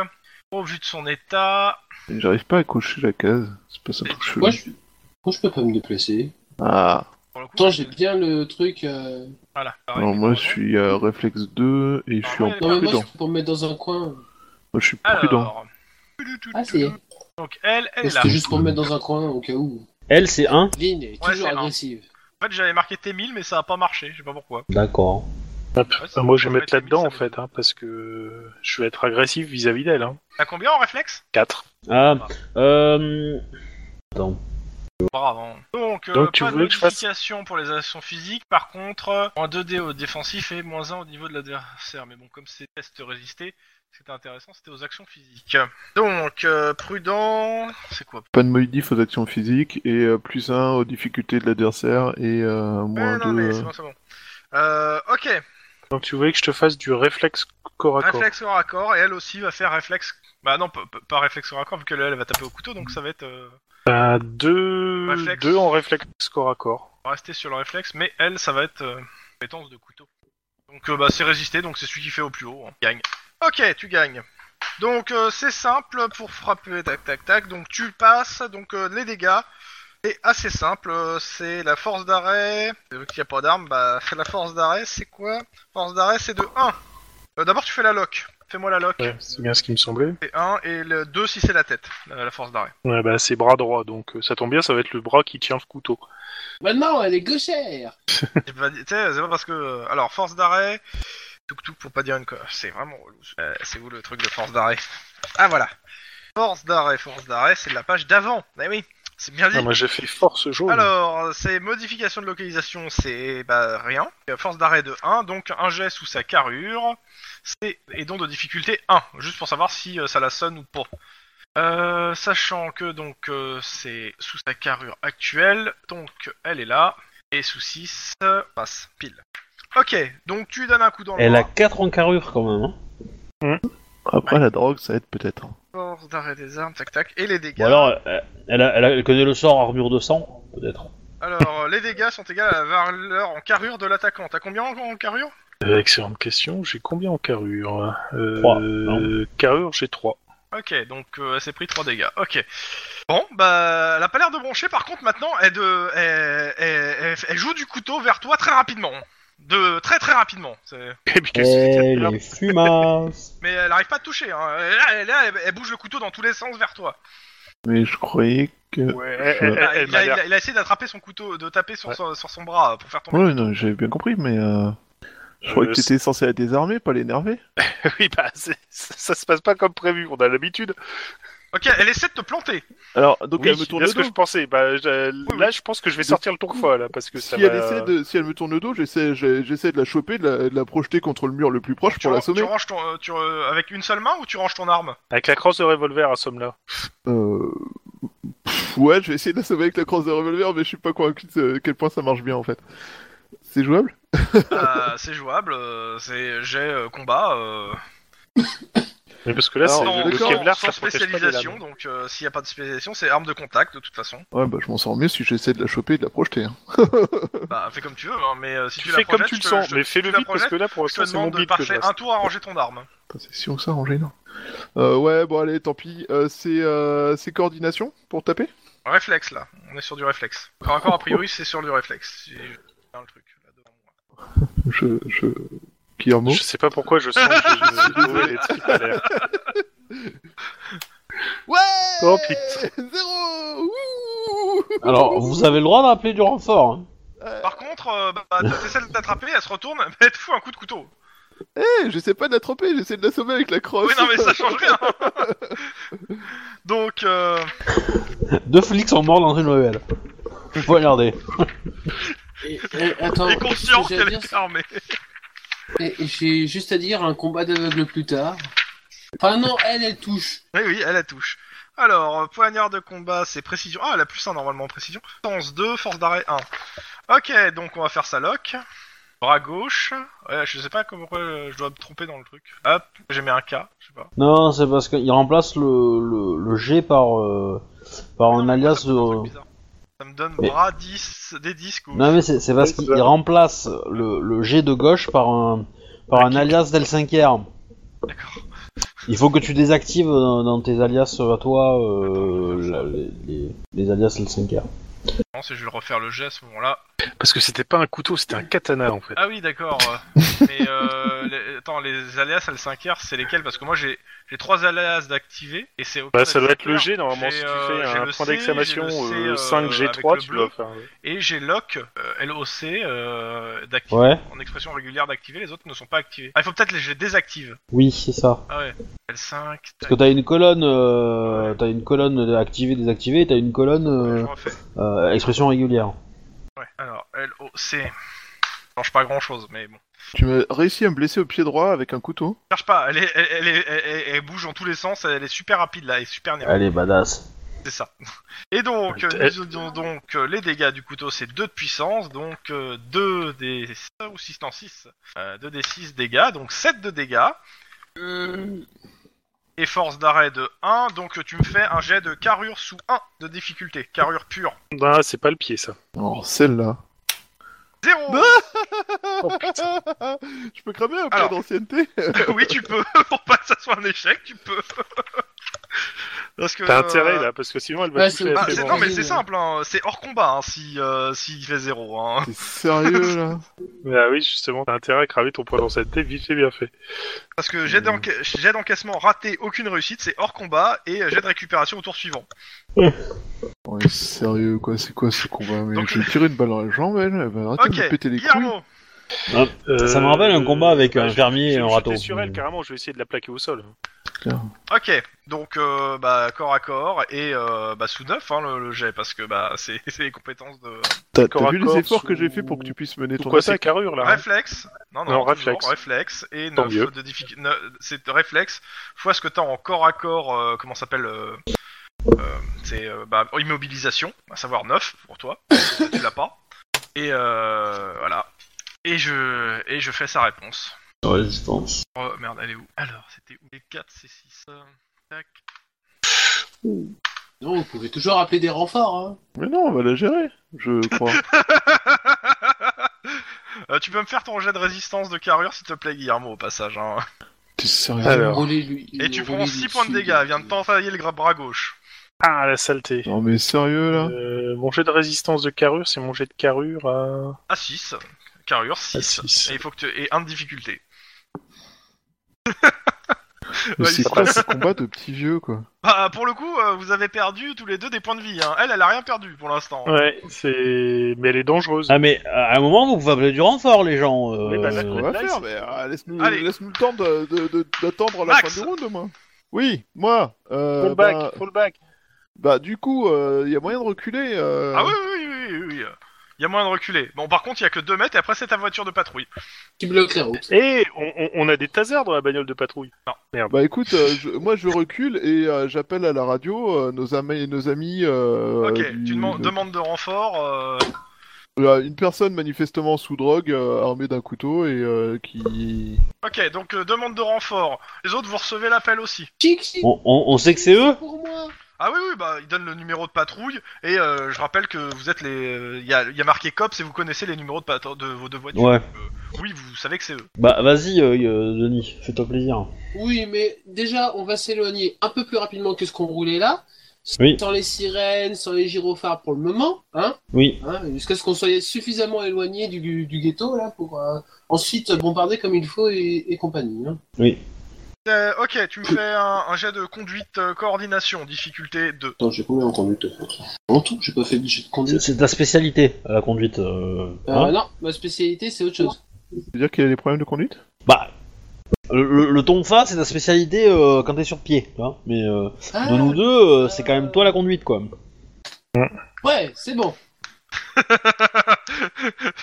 [SPEAKER 1] Au vu de son état,
[SPEAKER 5] Mais J'arrive pas à cocher la case. C'est pas ça pour que je
[SPEAKER 4] Moi, je... Moi, je peux pas me déplacer.
[SPEAKER 5] Ah,
[SPEAKER 1] pour le coup,
[SPEAKER 4] Pourtant, j'ai bien le truc. euh,
[SPEAKER 1] voilà. Pareil,
[SPEAKER 5] alors moi
[SPEAKER 1] mais-
[SPEAKER 5] je suis euh, réflexe 2 et je suis en
[SPEAKER 4] Ah Non, mais moi,
[SPEAKER 5] prudent.
[SPEAKER 4] je peux me mettre dans un coin.
[SPEAKER 5] Moi je suis prudent.
[SPEAKER 1] Alors.
[SPEAKER 4] Ah, ça y est.
[SPEAKER 1] Donc, elle, elle est là.
[SPEAKER 4] C'était juste pour me mettre dans un coin, au cas où.
[SPEAKER 3] Elle, c'est 1
[SPEAKER 4] Lynn est
[SPEAKER 1] Ouais,
[SPEAKER 4] toujours
[SPEAKER 1] c'est un.
[SPEAKER 4] agressive.
[SPEAKER 1] En fait, j'avais marqué T1000, mais ça a pas marché, je sais pas pourquoi.
[SPEAKER 3] D'accord.
[SPEAKER 1] Ouais, ça-
[SPEAKER 2] Enfin, Ah, moi, je vais
[SPEAKER 1] ça
[SPEAKER 2] mettre là-dedans en
[SPEAKER 1] T1000, ça me-
[SPEAKER 2] fait, hein, parce que je vais être agressif vis-à-vis d'elle. Hein.
[SPEAKER 1] T'as combien en réflexe
[SPEAKER 2] 4.
[SPEAKER 3] Ah, euh. Attends.
[SPEAKER 1] Bravo. Donc, euh,
[SPEAKER 2] Donc, tu
[SPEAKER 1] pas de
[SPEAKER 2] voulais que je fasse-
[SPEAKER 1] modification pour les actions physiques. Par contre, euh, moins 2D au défensif et moins 1 au niveau de l'adversaire. Mais bon, comme c'est test résisté, c'était intéressant, c'était aux actions physiques. Donc, euh, prudent. C'est quoi
[SPEAKER 5] Pas de modif aux actions physiques et euh, plus 1 aux difficultés de l'adversaire et euh, moins
[SPEAKER 1] Ouais,
[SPEAKER 2] Ah,
[SPEAKER 1] non, mais
[SPEAKER 5] 2.
[SPEAKER 1] c'est bon, c'est bon. Euh, ok.
[SPEAKER 2] Donc tu voulais que je te fasse du réflexe corps à corps.
[SPEAKER 1] Réflexe corps à corps, et elle aussi va faire réflexe. Bah non, p- p- pas réflexe corps à corps, vu qu'elle elle va taper au couteau, donc ça va être. euh,
[SPEAKER 2] Bah, deux...
[SPEAKER 1] Réflexe.
[SPEAKER 2] deux en réflexe corps à corps.
[SPEAKER 1] on va rester sur le réflexe, mais elle, ça va être. Euh, compétence de couteau. Donc euh, bah, c'est résisté, donc c'est celui qui fait au plus haut. hein. Gagne. Ok, tu gagnes. Donc euh, c'est simple pour frapper, tac tac tac. Donc tu passes, donc euh, les dégâts. C'est assez simple, euh, c'est la force d'arrêt. Vu qu'il n'y a pas d'arme, bah la force d'arrêt c'est quoi Force d'arrêt c'est de 1. Euh, D'abord tu fais la lock. Fais-moi la lock.
[SPEAKER 2] Ouais, c'est bien ce qui me semblait.
[SPEAKER 1] C'est 1 et le 2 si c'est la tête, la, la force d'arrêt.
[SPEAKER 2] Ouais, bah, c'est bras droit, donc euh, ça tombe bien, ça va être le bras qui tient le couteau.
[SPEAKER 4] Maintenant, elle est gauchère.
[SPEAKER 1] Tu peux pas dire- tu sais, c'est pas parce que. euh, Alors, force d'arrêt. Touk touk pour pas dire une co- C'est vraiment relou. Euh, c'est où le truc de force d'arrêt Ah voilà. Force d'arrêt, force d'arrêt, c'est de la page d'avant. Eh oui, c'est bien dit.
[SPEAKER 2] Ah, moi, j'ai fait force
[SPEAKER 3] Oh.
[SPEAKER 2] jaune.
[SPEAKER 1] Alors, c'est modification de localisation, c'est bah, rien. Euh, Force d'arrêt de 1, donc un jet sous sa carrure. C'est et donc de difficulté 1, juste pour savoir si euh, ça la sonne ou pas. Euh, sachant que donc euh, c'est sous sa carrure actuelle, donc elle est là et sous 6 euh, passe pile. Ok, donc tu lui donnes un coup dans le
[SPEAKER 3] Elle a
[SPEAKER 1] bras.
[SPEAKER 3] 4 en carrure quand même. Hein.
[SPEAKER 5] Après, la drogue, ça aide peut-être.
[SPEAKER 1] Force d'arrêt des armes, tac tac, et les dégâts.
[SPEAKER 3] Ou alors, euh, elle, a- elle, a- elle connaît le sort armure de sang, peut-être.
[SPEAKER 1] Alors, euh, les dégâts sont égaux à la valeur en carrure de l'attaquant. T'as combien en- en carrure
[SPEAKER 2] Euh, excellente question, j'ai combien en carrure euh,
[SPEAKER 3] Trois, non
[SPEAKER 2] Carrure, j'ai 3.
[SPEAKER 1] Ok, donc euh, elle s'est pris 3 dégâts. Ok. Bon, bah, elle a pas l'air de broncher. Par contre, maintenant, elle, de, elle, elle- elle- elle joue du couteau vers toi très rapidement. De très très rapidement. C'est-
[SPEAKER 2] Et puis, qu'est-ce que Eh c'est que
[SPEAKER 3] Elle
[SPEAKER 2] là
[SPEAKER 3] est fumasse
[SPEAKER 1] Mais elle arrive pas à te toucher. Hein. Elle- Là, elle, là, elle- elle bouge le couteau dans tous les sens vers toi.
[SPEAKER 5] Mais je croyais que.
[SPEAKER 2] Ouais, elle- elle-
[SPEAKER 1] Ah,
[SPEAKER 2] elle
[SPEAKER 1] il,
[SPEAKER 2] m'a
[SPEAKER 1] a,
[SPEAKER 2] l'air-
[SPEAKER 1] il a- il a essayé d'attraper son couteau, de taper sur,
[SPEAKER 2] Ouais.
[SPEAKER 1] son, sur son bras euh, pour faire tomber.
[SPEAKER 5] Ouais, non, j'avais bien compris, mais. euh, Je croyais
[SPEAKER 2] Euh,
[SPEAKER 5] que t'étais censé la désarmer, pas l'énerver.
[SPEAKER 2] Oui, bah, c'est- ça, ça se passe pas comme prévu, on a l'habitude.
[SPEAKER 1] Ok, elle essaie de te planter.
[SPEAKER 5] Alors, donc
[SPEAKER 2] Oui,
[SPEAKER 5] elle me tourne
[SPEAKER 2] là,
[SPEAKER 5] le
[SPEAKER 2] ce que
[SPEAKER 5] dos.
[SPEAKER 2] je pensais. Bah, je-
[SPEAKER 5] Oui,
[SPEAKER 2] Là, je pense que je vais sortir le tourfois, là, parce que ça
[SPEAKER 5] Si elle,
[SPEAKER 2] va-
[SPEAKER 5] essaie de... si elle me tourne le dos, j'essaie j'ai- j'essaie de la choper, de la... de la projeter contre le mur le plus proche
[SPEAKER 1] Tu,
[SPEAKER 5] pour
[SPEAKER 1] ran- tu
[SPEAKER 5] l'assommer.
[SPEAKER 1] ranges ton, euh, tu, euh, avec une seule main ou tu ranges ton arme
[SPEAKER 2] Avec la crosse de revolver, à somme là.
[SPEAKER 5] Euh... pff, ouais, je vais essayer de l'assommer avec la crosse de revolver, mais je suis pas convaincu de à quel point ça marche bien en fait. C'est jouable
[SPEAKER 1] Euh, C'est jouable. euh, C'est j'ai combat. euh,
[SPEAKER 2] Mais parce que là,
[SPEAKER 5] Alors,
[SPEAKER 2] c'est
[SPEAKER 1] sans,
[SPEAKER 5] le
[SPEAKER 2] le
[SPEAKER 5] corps,
[SPEAKER 2] Kevlar,
[SPEAKER 1] Oh, sans
[SPEAKER 2] ça protège pas les lames.
[SPEAKER 1] spécialisation, donc euh, s'il n'y a pas de spécialisation, c'est arme de contact de toute façon.
[SPEAKER 5] Ouais, bah je m'en sors mieux si j'essaie de la choper et de la projeter. hein.
[SPEAKER 1] Bah fais comme tu veux, hein, mais euh, si
[SPEAKER 2] Tu,
[SPEAKER 1] tu, la
[SPEAKER 2] fais
[SPEAKER 1] projettes,
[SPEAKER 2] comme tu le
[SPEAKER 1] je te-
[SPEAKER 2] sens,
[SPEAKER 1] je, te-
[SPEAKER 2] mais fais-le
[SPEAKER 1] tu la
[SPEAKER 2] vite parce
[SPEAKER 1] projettes,
[SPEAKER 2] que là, pour
[SPEAKER 1] je te
[SPEAKER 2] l'instant, c'est mon
[SPEAKER 1] demande de
[SPEAKER 2] bide que je
[SPEAKER 1] parfait
[SPEAKER 2] reste.
[SPEAKER 1] un tour à ranger ton arme.
[SPEAKER 5] Putain, C'est si on ça Angers, non euh, Ouais, bon allez, tant pis. Euh, c'est euh, c'est coordination pour taper
[SPEAKER 1] Réflexe là, on est sur du réflexe. Encore, encore a priori c'est sur du réflexe. Si je- dans le truc, là, devant moi.
[SPEAKER 5] Je. je... Guillermo
[SPEAKER 2] Je sais pas pourquoi je sens que je vais trouver des trucs à l'air.
[SPEAKER 5] Ouais
[SPEAKER 2] Oh, putain.
[SPEAKER 5] Zéro Ouh
[SPEAKER 3] Alors, vous avez le droit d'appeler du renfort. Hein.
[SPEAKER 1] Par contre, euh, bah, bah, t'essaies de t'attraper, elle se retourne, mais elle te fout un coup de couteau.
[SPEAKER 5] Eh, J'essaie pas de l'attraper, j'essaie de l'assommer avec la
[SPEAKER 2] Oh,
[SPEAKER 5] crosse.
[SPEAKER 1] Oui non mais ça change rien. donc euh,
[SPEAKER 3] Deux flics sont morts dans une ruelle. Je peux regarder.
[SPEAKER 4] Et, et- attends,
[SPEAKER 1] elle est consciente
[SPEAKER 4] ce que j'ai à
[SPEAKER 1] qu'elle
[SPEAKER 4] dire,
[SPEAKER 1] est armée.
[SPEAKER 4] c'est- et j'ai juste à dire un combat d'aveugle plus tard. Enfin non, elle, elle touche.
[SPEAKER 1] Oui oui, elle la touche. Alors, euh, poignard de combat, c'est précision. Ah, elle a plus 1 normalement en précision. Sens 2, force d'arrêt 1. Ok, donc on va faire sa lock. Bras gauche. Ouais, je sais pas comment euh, je dois me tromper dans le truc. Hop, j'ai mis un K, je sais pas.
[SPEAKER 3] Non, c'est parce qu'il remplace le, le, le G par, euh, par un alias
[SPEAKER 1] Ça me donne un truc
[SPEAKER 3] de...
[SPEAKER 1] bizarre. Ça me donne
[SPEAKER 3] Mais-
[SPEAKER 1] bras 10, des disques.
[SPEAKER 3] Non mais c'est c'est parce qu'il il remplace le, le G de gauche par un, par un alias d'El5R.
[SPEAKER 1] D'accord.
[SPEAKER 3] Il faut que tu désactives dans, dans tes alias euh, à toi euh, la- les, les- les alias L5R.
[SPEAKER 1] Non, c'est je vais refaire le jet à ce moment-là.
[SPEAKER 2] Parce que c'était pas un couteau, c'était un katana en fait.
[SPEAKER 1] Ah oui, d'accord. euh, mais euh, les- attends, les alias L5R, c'est lesquels Parce que moi j'ai j'ai trois alias d'activer et c'est
[SPEAKER 2] Bah, ça doit être le
[SPEAKER 1] G
[SPEAKER 2] G normalement.
[SPEAKER 1] Ah, J'ai,
[SPEAKER 2] Si tu
[SPEAKER 1] euh,
[SPEAKER 2] fais
[SPEAKER 1] j'ai
[SPEAKER 2] un
[SPEAKER 1] le
[SPEAKER 2] point
[SPEAKER 1] C,
[SPEAKER 2] d'exclamation
[SPEAKER 1] j'ai le C,
[SPEAKER 2] euh,
[SPEAKER 1] euh, avec
[SPEAKER 2] 5G3,
[SPEAKER 1] le
[SPEAKER 2] tu dois
[SPEAKER 1] bleu.
[SPEAKER 2] faire.
[SPEAKER 1] et j'ai lock euh, LOC euh, d'activer
[SPEAKER 3] Ouais.
[SPEAKER 1] en expression régulière d'activer les autres ne sont pas activés. Ah, il faut peut-être les je les désactive.
[SPEAKER 3] Oui, c'est ça.
[SPEAKER 1] Ah ouais. L5
[SPEAKER 3] Parce que t'as une colonne, euh, t'as une colonne activée, désactivée, et t'as une colonne
[SPEAKER 1] je
[SPEAKER 3] euh,
[SPEAKER 1] refais.
[SPEAKER 3] euh, expression régulière.
[SPEAKER 1] Ouais. Alors LOC ça change pas grand-chose mais bon.
[SPEAKER 5] Tu m'as réussi à me blesser au pied droit avec un couteau.
[SPEAKER 1] Cherche pas, elle est elle, elle est- elle- elle- elle bouge dans tous les sens, elle est super rapide là, elle est super nerveuse.
[SPEAKER 3] Elle est badass.
[SPEAKER 1] C'est ça. Et donc, euh,
[SPEAKER 2] Peut-être.
[SPEAKER 1] nous avons donc euh, les dégâts du couteau, c'est 2 de puissance, donc 2 des... ou 6, non 6. 2 des 6 dégâts, donc 7 de dégâts. Et force d'arrêt de 1, donc tu me fais un jet de carrure sous 1 de difficulté. Carrure pure.
[SPEAKER 2] Ah, c'est pas le pied, ça.
[SPEAKER 5] Oh, celle-là.
[SPEAKER 1] 0
[SPEAKER 5] Je peux cramer un peu
[SPEAKER 1] Alors.
[SPEAKER 5] d'ancienneté
[SPEAKER 1] Oui, tu peux, pour pas que ça soit un échec, tu peux. Parce que... euh,
[SPEAKER 2] T'as intérêt, là, parce que sinon, elle va
[SPEAKER 3] Bah,
[SPEAKER 4] ouais,
[SPEAKER 2] toucher
[SPEAKER 4] c'est-
[SPEAKER 2] la
[SPEAKER 1] ah,
[SPEAKER 4] c'est
[SPEAKER 1] c'est-
[SPEAKER 2] fibre.
[SPEAKER 1] non mais
[SPEAKER 4] Vas-y,
[SPEAKER 1] c'est
[SPEAKER 4] ouais.
[SPEAKER 1] simple, hein, c'est hors combat hein, si euh, s'il fait 0. Hein.
[SPEAKER 5] T'es sérieux là
[SPEAKER 2] Ah oui, justement, t'as intérêt à cramer ton point d'ancienneté, vite et bien fait.
[SPEAKER 1] Parce que jet d'enca- jet d'encaissement raté, aucune réussite, c'est hors combat et euh, jet de récupération au tour suivant.
[SPEAKER 5] On Oh, est sérieux quoi, c'est quoi ce combat Mais
[SPEAKER 1] Donc-
[SPEAKER 5] je vais tirer une balle dans la jambe, elle, elle va arrêter de me
[SPEAKER 1] Ok,
[SPEAKER 5] péter les couilles.
[SPEAKER 1] Guillermo
[SPEAKER 3] Hop. Ça
[SPEAKER 2] Euh,
[SPEAKER 3] me rappelle un combat avec un fermier et un râteau.
[SPEAKER 2] J'étais sur elle, carrément, je vais essayer de la plaquer au sol.
[SPEAKER 1] Ok, donc euh, bah, corps à corps et euh, bah, sous 9 hein, le, le jet parce que bah, c'est c'est les compétences de
[SPEAKER 5] T'as
[SPEAKER 2] corps
[SPEAKER 5] t'as
[SPEAKER 2] à
[SPEAKER 5] vu les
[SPEAKER 2] corps
[SPEAKER 5] efforts que
[SPEAKER 2] sous-
[SPEAKER 5] j'ai fait pour que tu puisses mener ton
[SPEAKER 2] Pourquoi c'est
[SPEAKER 5] attaque
[SPEAKER 2] carrure, là hein
[SPEAKER 1] réflexe. Non, non,
[SPEAKER 2] Non,
[SPEAKER 1] toujours,
[SPEAKER 2] réflexe.
[SPEAKER 1] réflexe et
[SPEAKER 2] Tant
[SPEAKER 1] 9
[SPEAKER 2] mieux.
[SPEAKER 1] de difficulté. C'est réflexe fois ce que t'as en corps à corps, euh, comment ça s'appelle euh, euh, C'est euh, bah, immobilisation, à savoir 9 pour toi, tu l'as pas. Et euh, voilà. Et je, et je fais sa réponse.
[SPEAKER 3] Résistance.
[SPEAKER 1] Oh merde, elle est où Alors, c'était où Les 4, c'est 6. euh, Tac.
[SPEAKER 4] Non, vous pouvez toujours appeler des renforts. Hein.
[SPEAKER 5] Mais non, on va la gérer, je crois.
[SPEAKER 1] Euh, tu peux me faire ton jet de résistance de carrure, s'il te plaît, Guillermo, au passage. hein.
[SPEAKER 5] T'es sérieux
[SPEAKER 2] Alors.
[SPEAKER 4] Roulez-lui-
[SPEAKER 1] Et tu prends
[SPEAKER 4] roulez-lui
[SPEAKER 1] 6 points de
[SPEAKER 4] dessus.
[SPEAKER 1] dégâts, elle vient de t'enfailler le gra- bras gauche.
[SPEAKER 2] Ah, la saleté.
[SPEAKER 5] Non mais sérieux là
[SPEAKER 2] Euh, mon jet de résistance de carrure, c'est mon jet de carrure à,
[SPEAKER 1] À 6. Carrure, 6.
[SPEAKER 2] à 6.
[SPEAKER 1] Et il faut que tu aies 1 de difficulté.
[SPEAKER 5] Mais
[SPEAKER 1] Ouais,
[SPEAKER 5] c'est
[SPEAKER 1] il-
[SPEAKER 5] quoi ce combat de petit vieux quoi
[SPEAKER 1] Bah, pour le coup, euh, vous avez perdu tous les deux des points de vie. hein. Elle, elle a rien perdu pour l'instant.
[SPEAKER 2] Ouais, c'est... Mais elle est dangereuse.
[SPEAKER 3] Ah mais à un moment vous pouvez appeler du renfort les gens. euh,
[SPEAKER 2] Oui, bah, là,
[SPEAKER 5] On
[SPEAKER 2] quoi.
[SPEAKER 5] va
[SPEAKER 2] Là,
[SPEAKER 5] faire,
[SPEAKER 2] ils-
[SPEAKER 5] mais euh, laisse-nous
[SPEAKER 1] Allez.
[SPEAKER 5] laisse le temps de- de- de- d'attendre la
[SPEAKER 1] Max.
[SPEAKER 5] fin du round, moi. Oui, moi. Euh,
[SPEAKER 2] Pull back,
[SPEAKER 5] bah,
[SPEAKER 2] pull back.
[SPEAKER 5] bah, du coup, il y a moyen de reculer. euh,
[SPEAKER 1] Ah oui, oui, oui, oui, oui. Il y a moyen de reculer. Bon, par contre, il y a que 2 mètres et après, c'est ta voiture de patrouille.
[SPEAKER 4] Qui bloque la route.
[SPEAKER 2] Et on, on- on a des tasers dans la bagnole de patrouille.
[SPEAKER 5] Bah écoute, euh, je- moi je recule et euh, j'appelle à la radio euh, nos amis, nos amis.
[SPEAKER 2] Bah,
[SPEAKER 5] euh,
[SPEAKER 1] ok,
[SPEAKER 5] du-
[SPEAKER 1] tu demandes,
[SPEAKER 5] de-
[SPEAKER 1] demandes de renfort. euh,
[SPEAKER 5] euh, une personne manifestement sous drogue, euh, armée d'un couteau et euh, qui.
[SPEAKER 1] Ok, donc euh, demande de renfort. Les autres, vous recevez l'appel aussi.
[SPEAKER 4] Chic, chic,
[SPEAKER 3] On, on- on sait que c'est eux.
[SPEAKER 4] Pour moi.
[SPEAKER 1] Ah oui, oui, bah, ils donnent le numéro de patrouille. Et euh, je rappelle que vous êtes les. euh, Il y, a, il y a marqué COPS et vous connaissez les numéros de, patrou- de vos deux voitures.
[SPEAKER 3] Ouais.
[SPEAKER 1] Oui, vous savez que c'est eux.
[SPEAKER 3] Bah vas-y euh, euh, Denis, fais-toi plaisir.
[SPEAKER 4] Oui, mais déjà, on va s'éloigner un peu plus rapidement que ce qu'on roulait là.
[SPEAKER 3] Oui.
[SPEAKER 4] Sans les sirènes, sans les gyrophares pour le moment, hein,
[SPEAKER 3] Oui.
[SPEAKER 4] hein, jusqu'à ce qu'on soit suffisamment éloigné du, du ghetto là pour euh, ensuite bombarder comme il faut et, et compagnie. hein.
[SPEAKER 3] Oui.
[SPEAKER 1] Euh, ok, tu me fais un, un jet de conduite euh, coordination, difficulté 2.
[SPEAKER 4] Attends, j'ai combien en conduite de contre En tout, j'ai pas fait de jet de
[SPEAKER 3] C'est-
[SPEAKER 4] conduite.
[SPEAKER 3] C'est ta spécialité la conduite. euh,
[SPEAKER 4] Euh,
[SPEAKER 3] hein
[SPEAKER 4] non, ma spécialité c'est autre chose.
[SPEAKER 5] C'est-à-dire qu'il a des problèmes de conduite
[SPEAKER 3] bah le, le, le tonfa c'est ta spécialité euh, quand t'es sur pied. hein, mais euh,
[SPEAKER 4] Ah,
[SPEAKER 3] de nous deux euh, c'est quand même toi la conduite quoi.
[SPEAKER 4] Ah, ouais, c'est bon.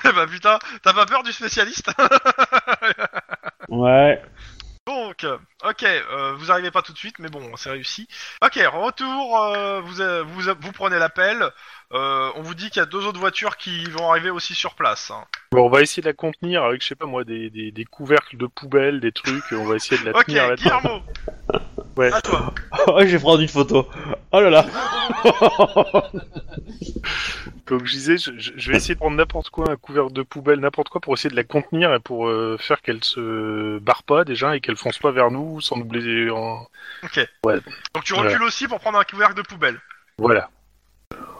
[SPEAKER 1] bah putain, t'as pas peur du spécialiste hein,
[SPEAKER 3] Ouais.
[SPEAKER 1] Donc, euh, ok, euh, vous arrivez pas tout de suite, mais bon, c'est réussi. Ok, retour, euh, vous, euh, vous, vous prenez l'appel. Euh, on vous dit qu'il y a deux autres voitures qui vont arriver aussi sur place. hein.
[SPEAKER 2] Bon, on va essayer de la contenir avec, je sais pas moi, des, des, des couvercles de poubelle, des trucs. On va essayer de la
[SPEAKER 1] Ok,
[SPEAKER 2] tenir là-dedans.
[SPEAKER 1] Guillermo,
[SPEAKER 2] Ouais.
[SPEAKER 1] à toi.
[SPEAKER 3] Oh, j'ai pris une photo. Oh là là.
[SPEAKER 2] Comme je disais, je, je- je vais essayer de prendre n'importe quoi, un couvercle de poubelle, n'importe quoi, pour essayer de la contenir et pour euh, faire qu'elle se barre pas déjà et qu'elle fonce pas vers nous sans nous blesser. en-
[SPEAKER 1] Donc tu recules aussi pour prendre un couvercle de poubelle.
[SPEAKER 2] Voilà.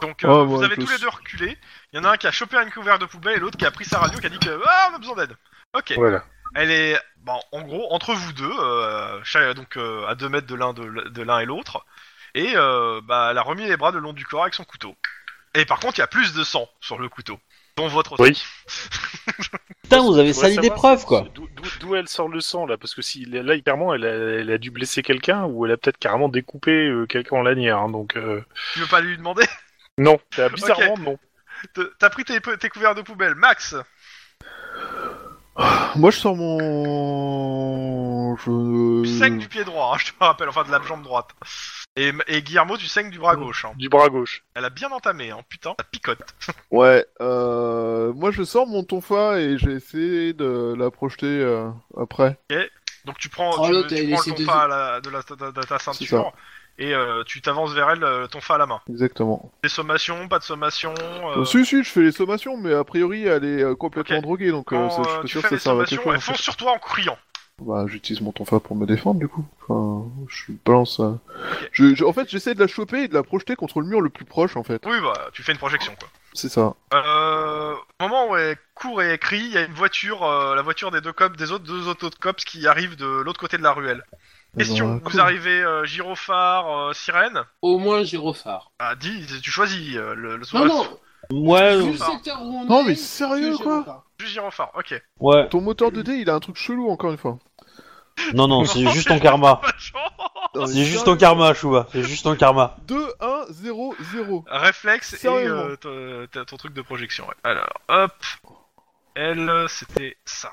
[SPEAKER 1] Donc euh,
[SPEAKER 5] Oh,
[SPEAKER 1] vous
[SPEAKER 5] ouais,
[SPEAKER 1] avez
[SPEAKER 5] tous.
[SPEAKER 1] tous les deux reculé. Il y en a un qui a chopé une couvercle de poubelle et l'autre qui a pris sa radio qui a dit que ah, on a besoin d'aide. Ok.
[SPEAKER 2] Voilà.
[SPEAKER 1] Elle est bon, en gros entre vous deux, euh, cha- donc euh, à deux mètres de l'un de, l- de l'un et l'autre, et euh, bah, elle a remis les bras le long du corps avec son couteau. Et par contre il y a plus de sang sur le couteau, dont votre.
[SPEAKER 2] Oui.
[SPEAKER 3] Putain vous avez
[SPEAKER 2] Je
[SPEAKER 3] sali
[SPEAKER 2] voudrais
[SPEAKER 3] des
[SPEAKER 2] savoir
[SPEAKER 3] preuves quoi.
[SPEAKER 2] D'où- d'où- D'où elle sort le sang là Parce que si là, clairement, elle a, elle a dû blesser quelqu'un ou elle a peut-être carrément découpé euh, quelqu'un en lanière. hein, donc euh,
[SPEAKER 1] Tu veux pas lui demander
[SPEAKER 2] non, Bah, bizarrement non.
[SPEAKER 1] Te- T'as pris tes, pe- tes couverts de poubelle, Max.
[SPEAKER 5] Moi je sors mon. Je.
[SPEAKER 4] Euh,
[SPEAKER 1] Tu saignes du pied droit, hein, je te rappelle, enfin de la jambe droite. Et, et Guillermo, tu saignes du
[SPEAKER 4] Oh.
[SPEAKER 1] bras gauche. hein.
[SPEAKER 2] Du bras gauche.
[SPEAKER 1] Elle a bien entamé, hein. putain, ça picote.
[SPEAKER 5] Ouais, euh, moi je sors mon tonfa et j'ai essayé de la projeter euh, après.
[SPEAKER 1] Donc tu prends,
[SPEAKER 4] Oh,
[SPEAKER 1] tu,
[SPEAKER 4] l'autre,
[SPEAKER 1] tu
[SPEAKER 4] elle
[SPEAKER 1] prends
[SPEAKER 4] essaie
[SPEAKER 1] le
[SPEAKER 4] de-
[SPEAKER 1] tonfa à la- de, la, de- de ta ceinture et euh, tu t'avances vers elle, euh, tonfa à la main.
[SPEAKER 5] Exactement.
[SPEAKER 1] Des sommations, pas de sommations. euh,
[SPEAKER 5] Euh, si, si, je fais les sommations, mais a priori elle est euh, complètement
[SPEAKER 1] Ok.
[SPEAKER 5] droguée, donc euh,
[SPEAKER 1] quand
[SPEAKER 5] ça, je
[SPEAKER 1] euh, tu
[SPEAKER 5] suis pas sûr
[SPEAKER 1] fais
[SPEAKER 5] que
[SPEAKER 1] des
[SPEAKER 5] ça serve à quelque
[SPEAKER 1] sommations, elle
[SPEAKER 5] chose. en fait.
[SPEAKER 1] fonce sur toi en criant.
[SPEAKER 5] Bah, j'utilise mon tonfa pour me défendre, du coup. Enfin, je balance. euh, je- je- en fait, j'essaie de la choper et de la projeter contre le mur le plus proche, en fait.
[SPEAKER 1] Oui, bah, tu fais une projection, quoi.
[SPEAKER 5] C'est ça.
[SPEAKER 1] Euh, au moment où elle court et elle crie, il y a une voiture, euh, la voiture des deux cops, des autres deux autos de cops qui arrivent de l'autre côté de la ruelle. Question,
[SPEAKER 5] Bah,
[SPEAKER 1] vous
[SPEAKER 5] cool.
[SPEAKER 1] arrivez euh, gyrophare, euh, sirène
[SPEAKER 4] Au moins, gyrophare.
[SPEAKER 1] Ah, dis, tu choisis euh, le, le
[SPEAKER 4] Non, non,
[SPEAKER 3] Ouais,
[SPEAKER 4] vu le
[SPEAKER 1] gyrophare.
[SPEAKER 4] secteur où on
[SPEAKER 5] Non,
[SPEAKER 4] est,
[SPEAKER 5] mais sérieux,
[SPEAKER 4] que
[SPEAKER 5] quoi
[SPEAKER 4] gyrophare.
[SPEAKER 1] Juste gyrophare, ok.
[SPEAKER 3] ouais.
[SPEAKER 5] Ton moteur de dé, il a un truc chelou, encore une fois.
[SPEAKER 3] Non, non, c'est juste ton karma.
[SPEAKER 1] Pas de chance.
[SPEAKER 3] C'est juste ton karma, Chouba. C'est juste ton karma.
[SPEAKER 5] 2, 1, 0, 0.
[SPEAKER 1] Réflexe et
[SPEAKER 5] Sérieusement.
[SPEAKER 1] euh, ton- t'as ton truc de projection, ouais. Alors, hop. Elle, euh, c'était ça.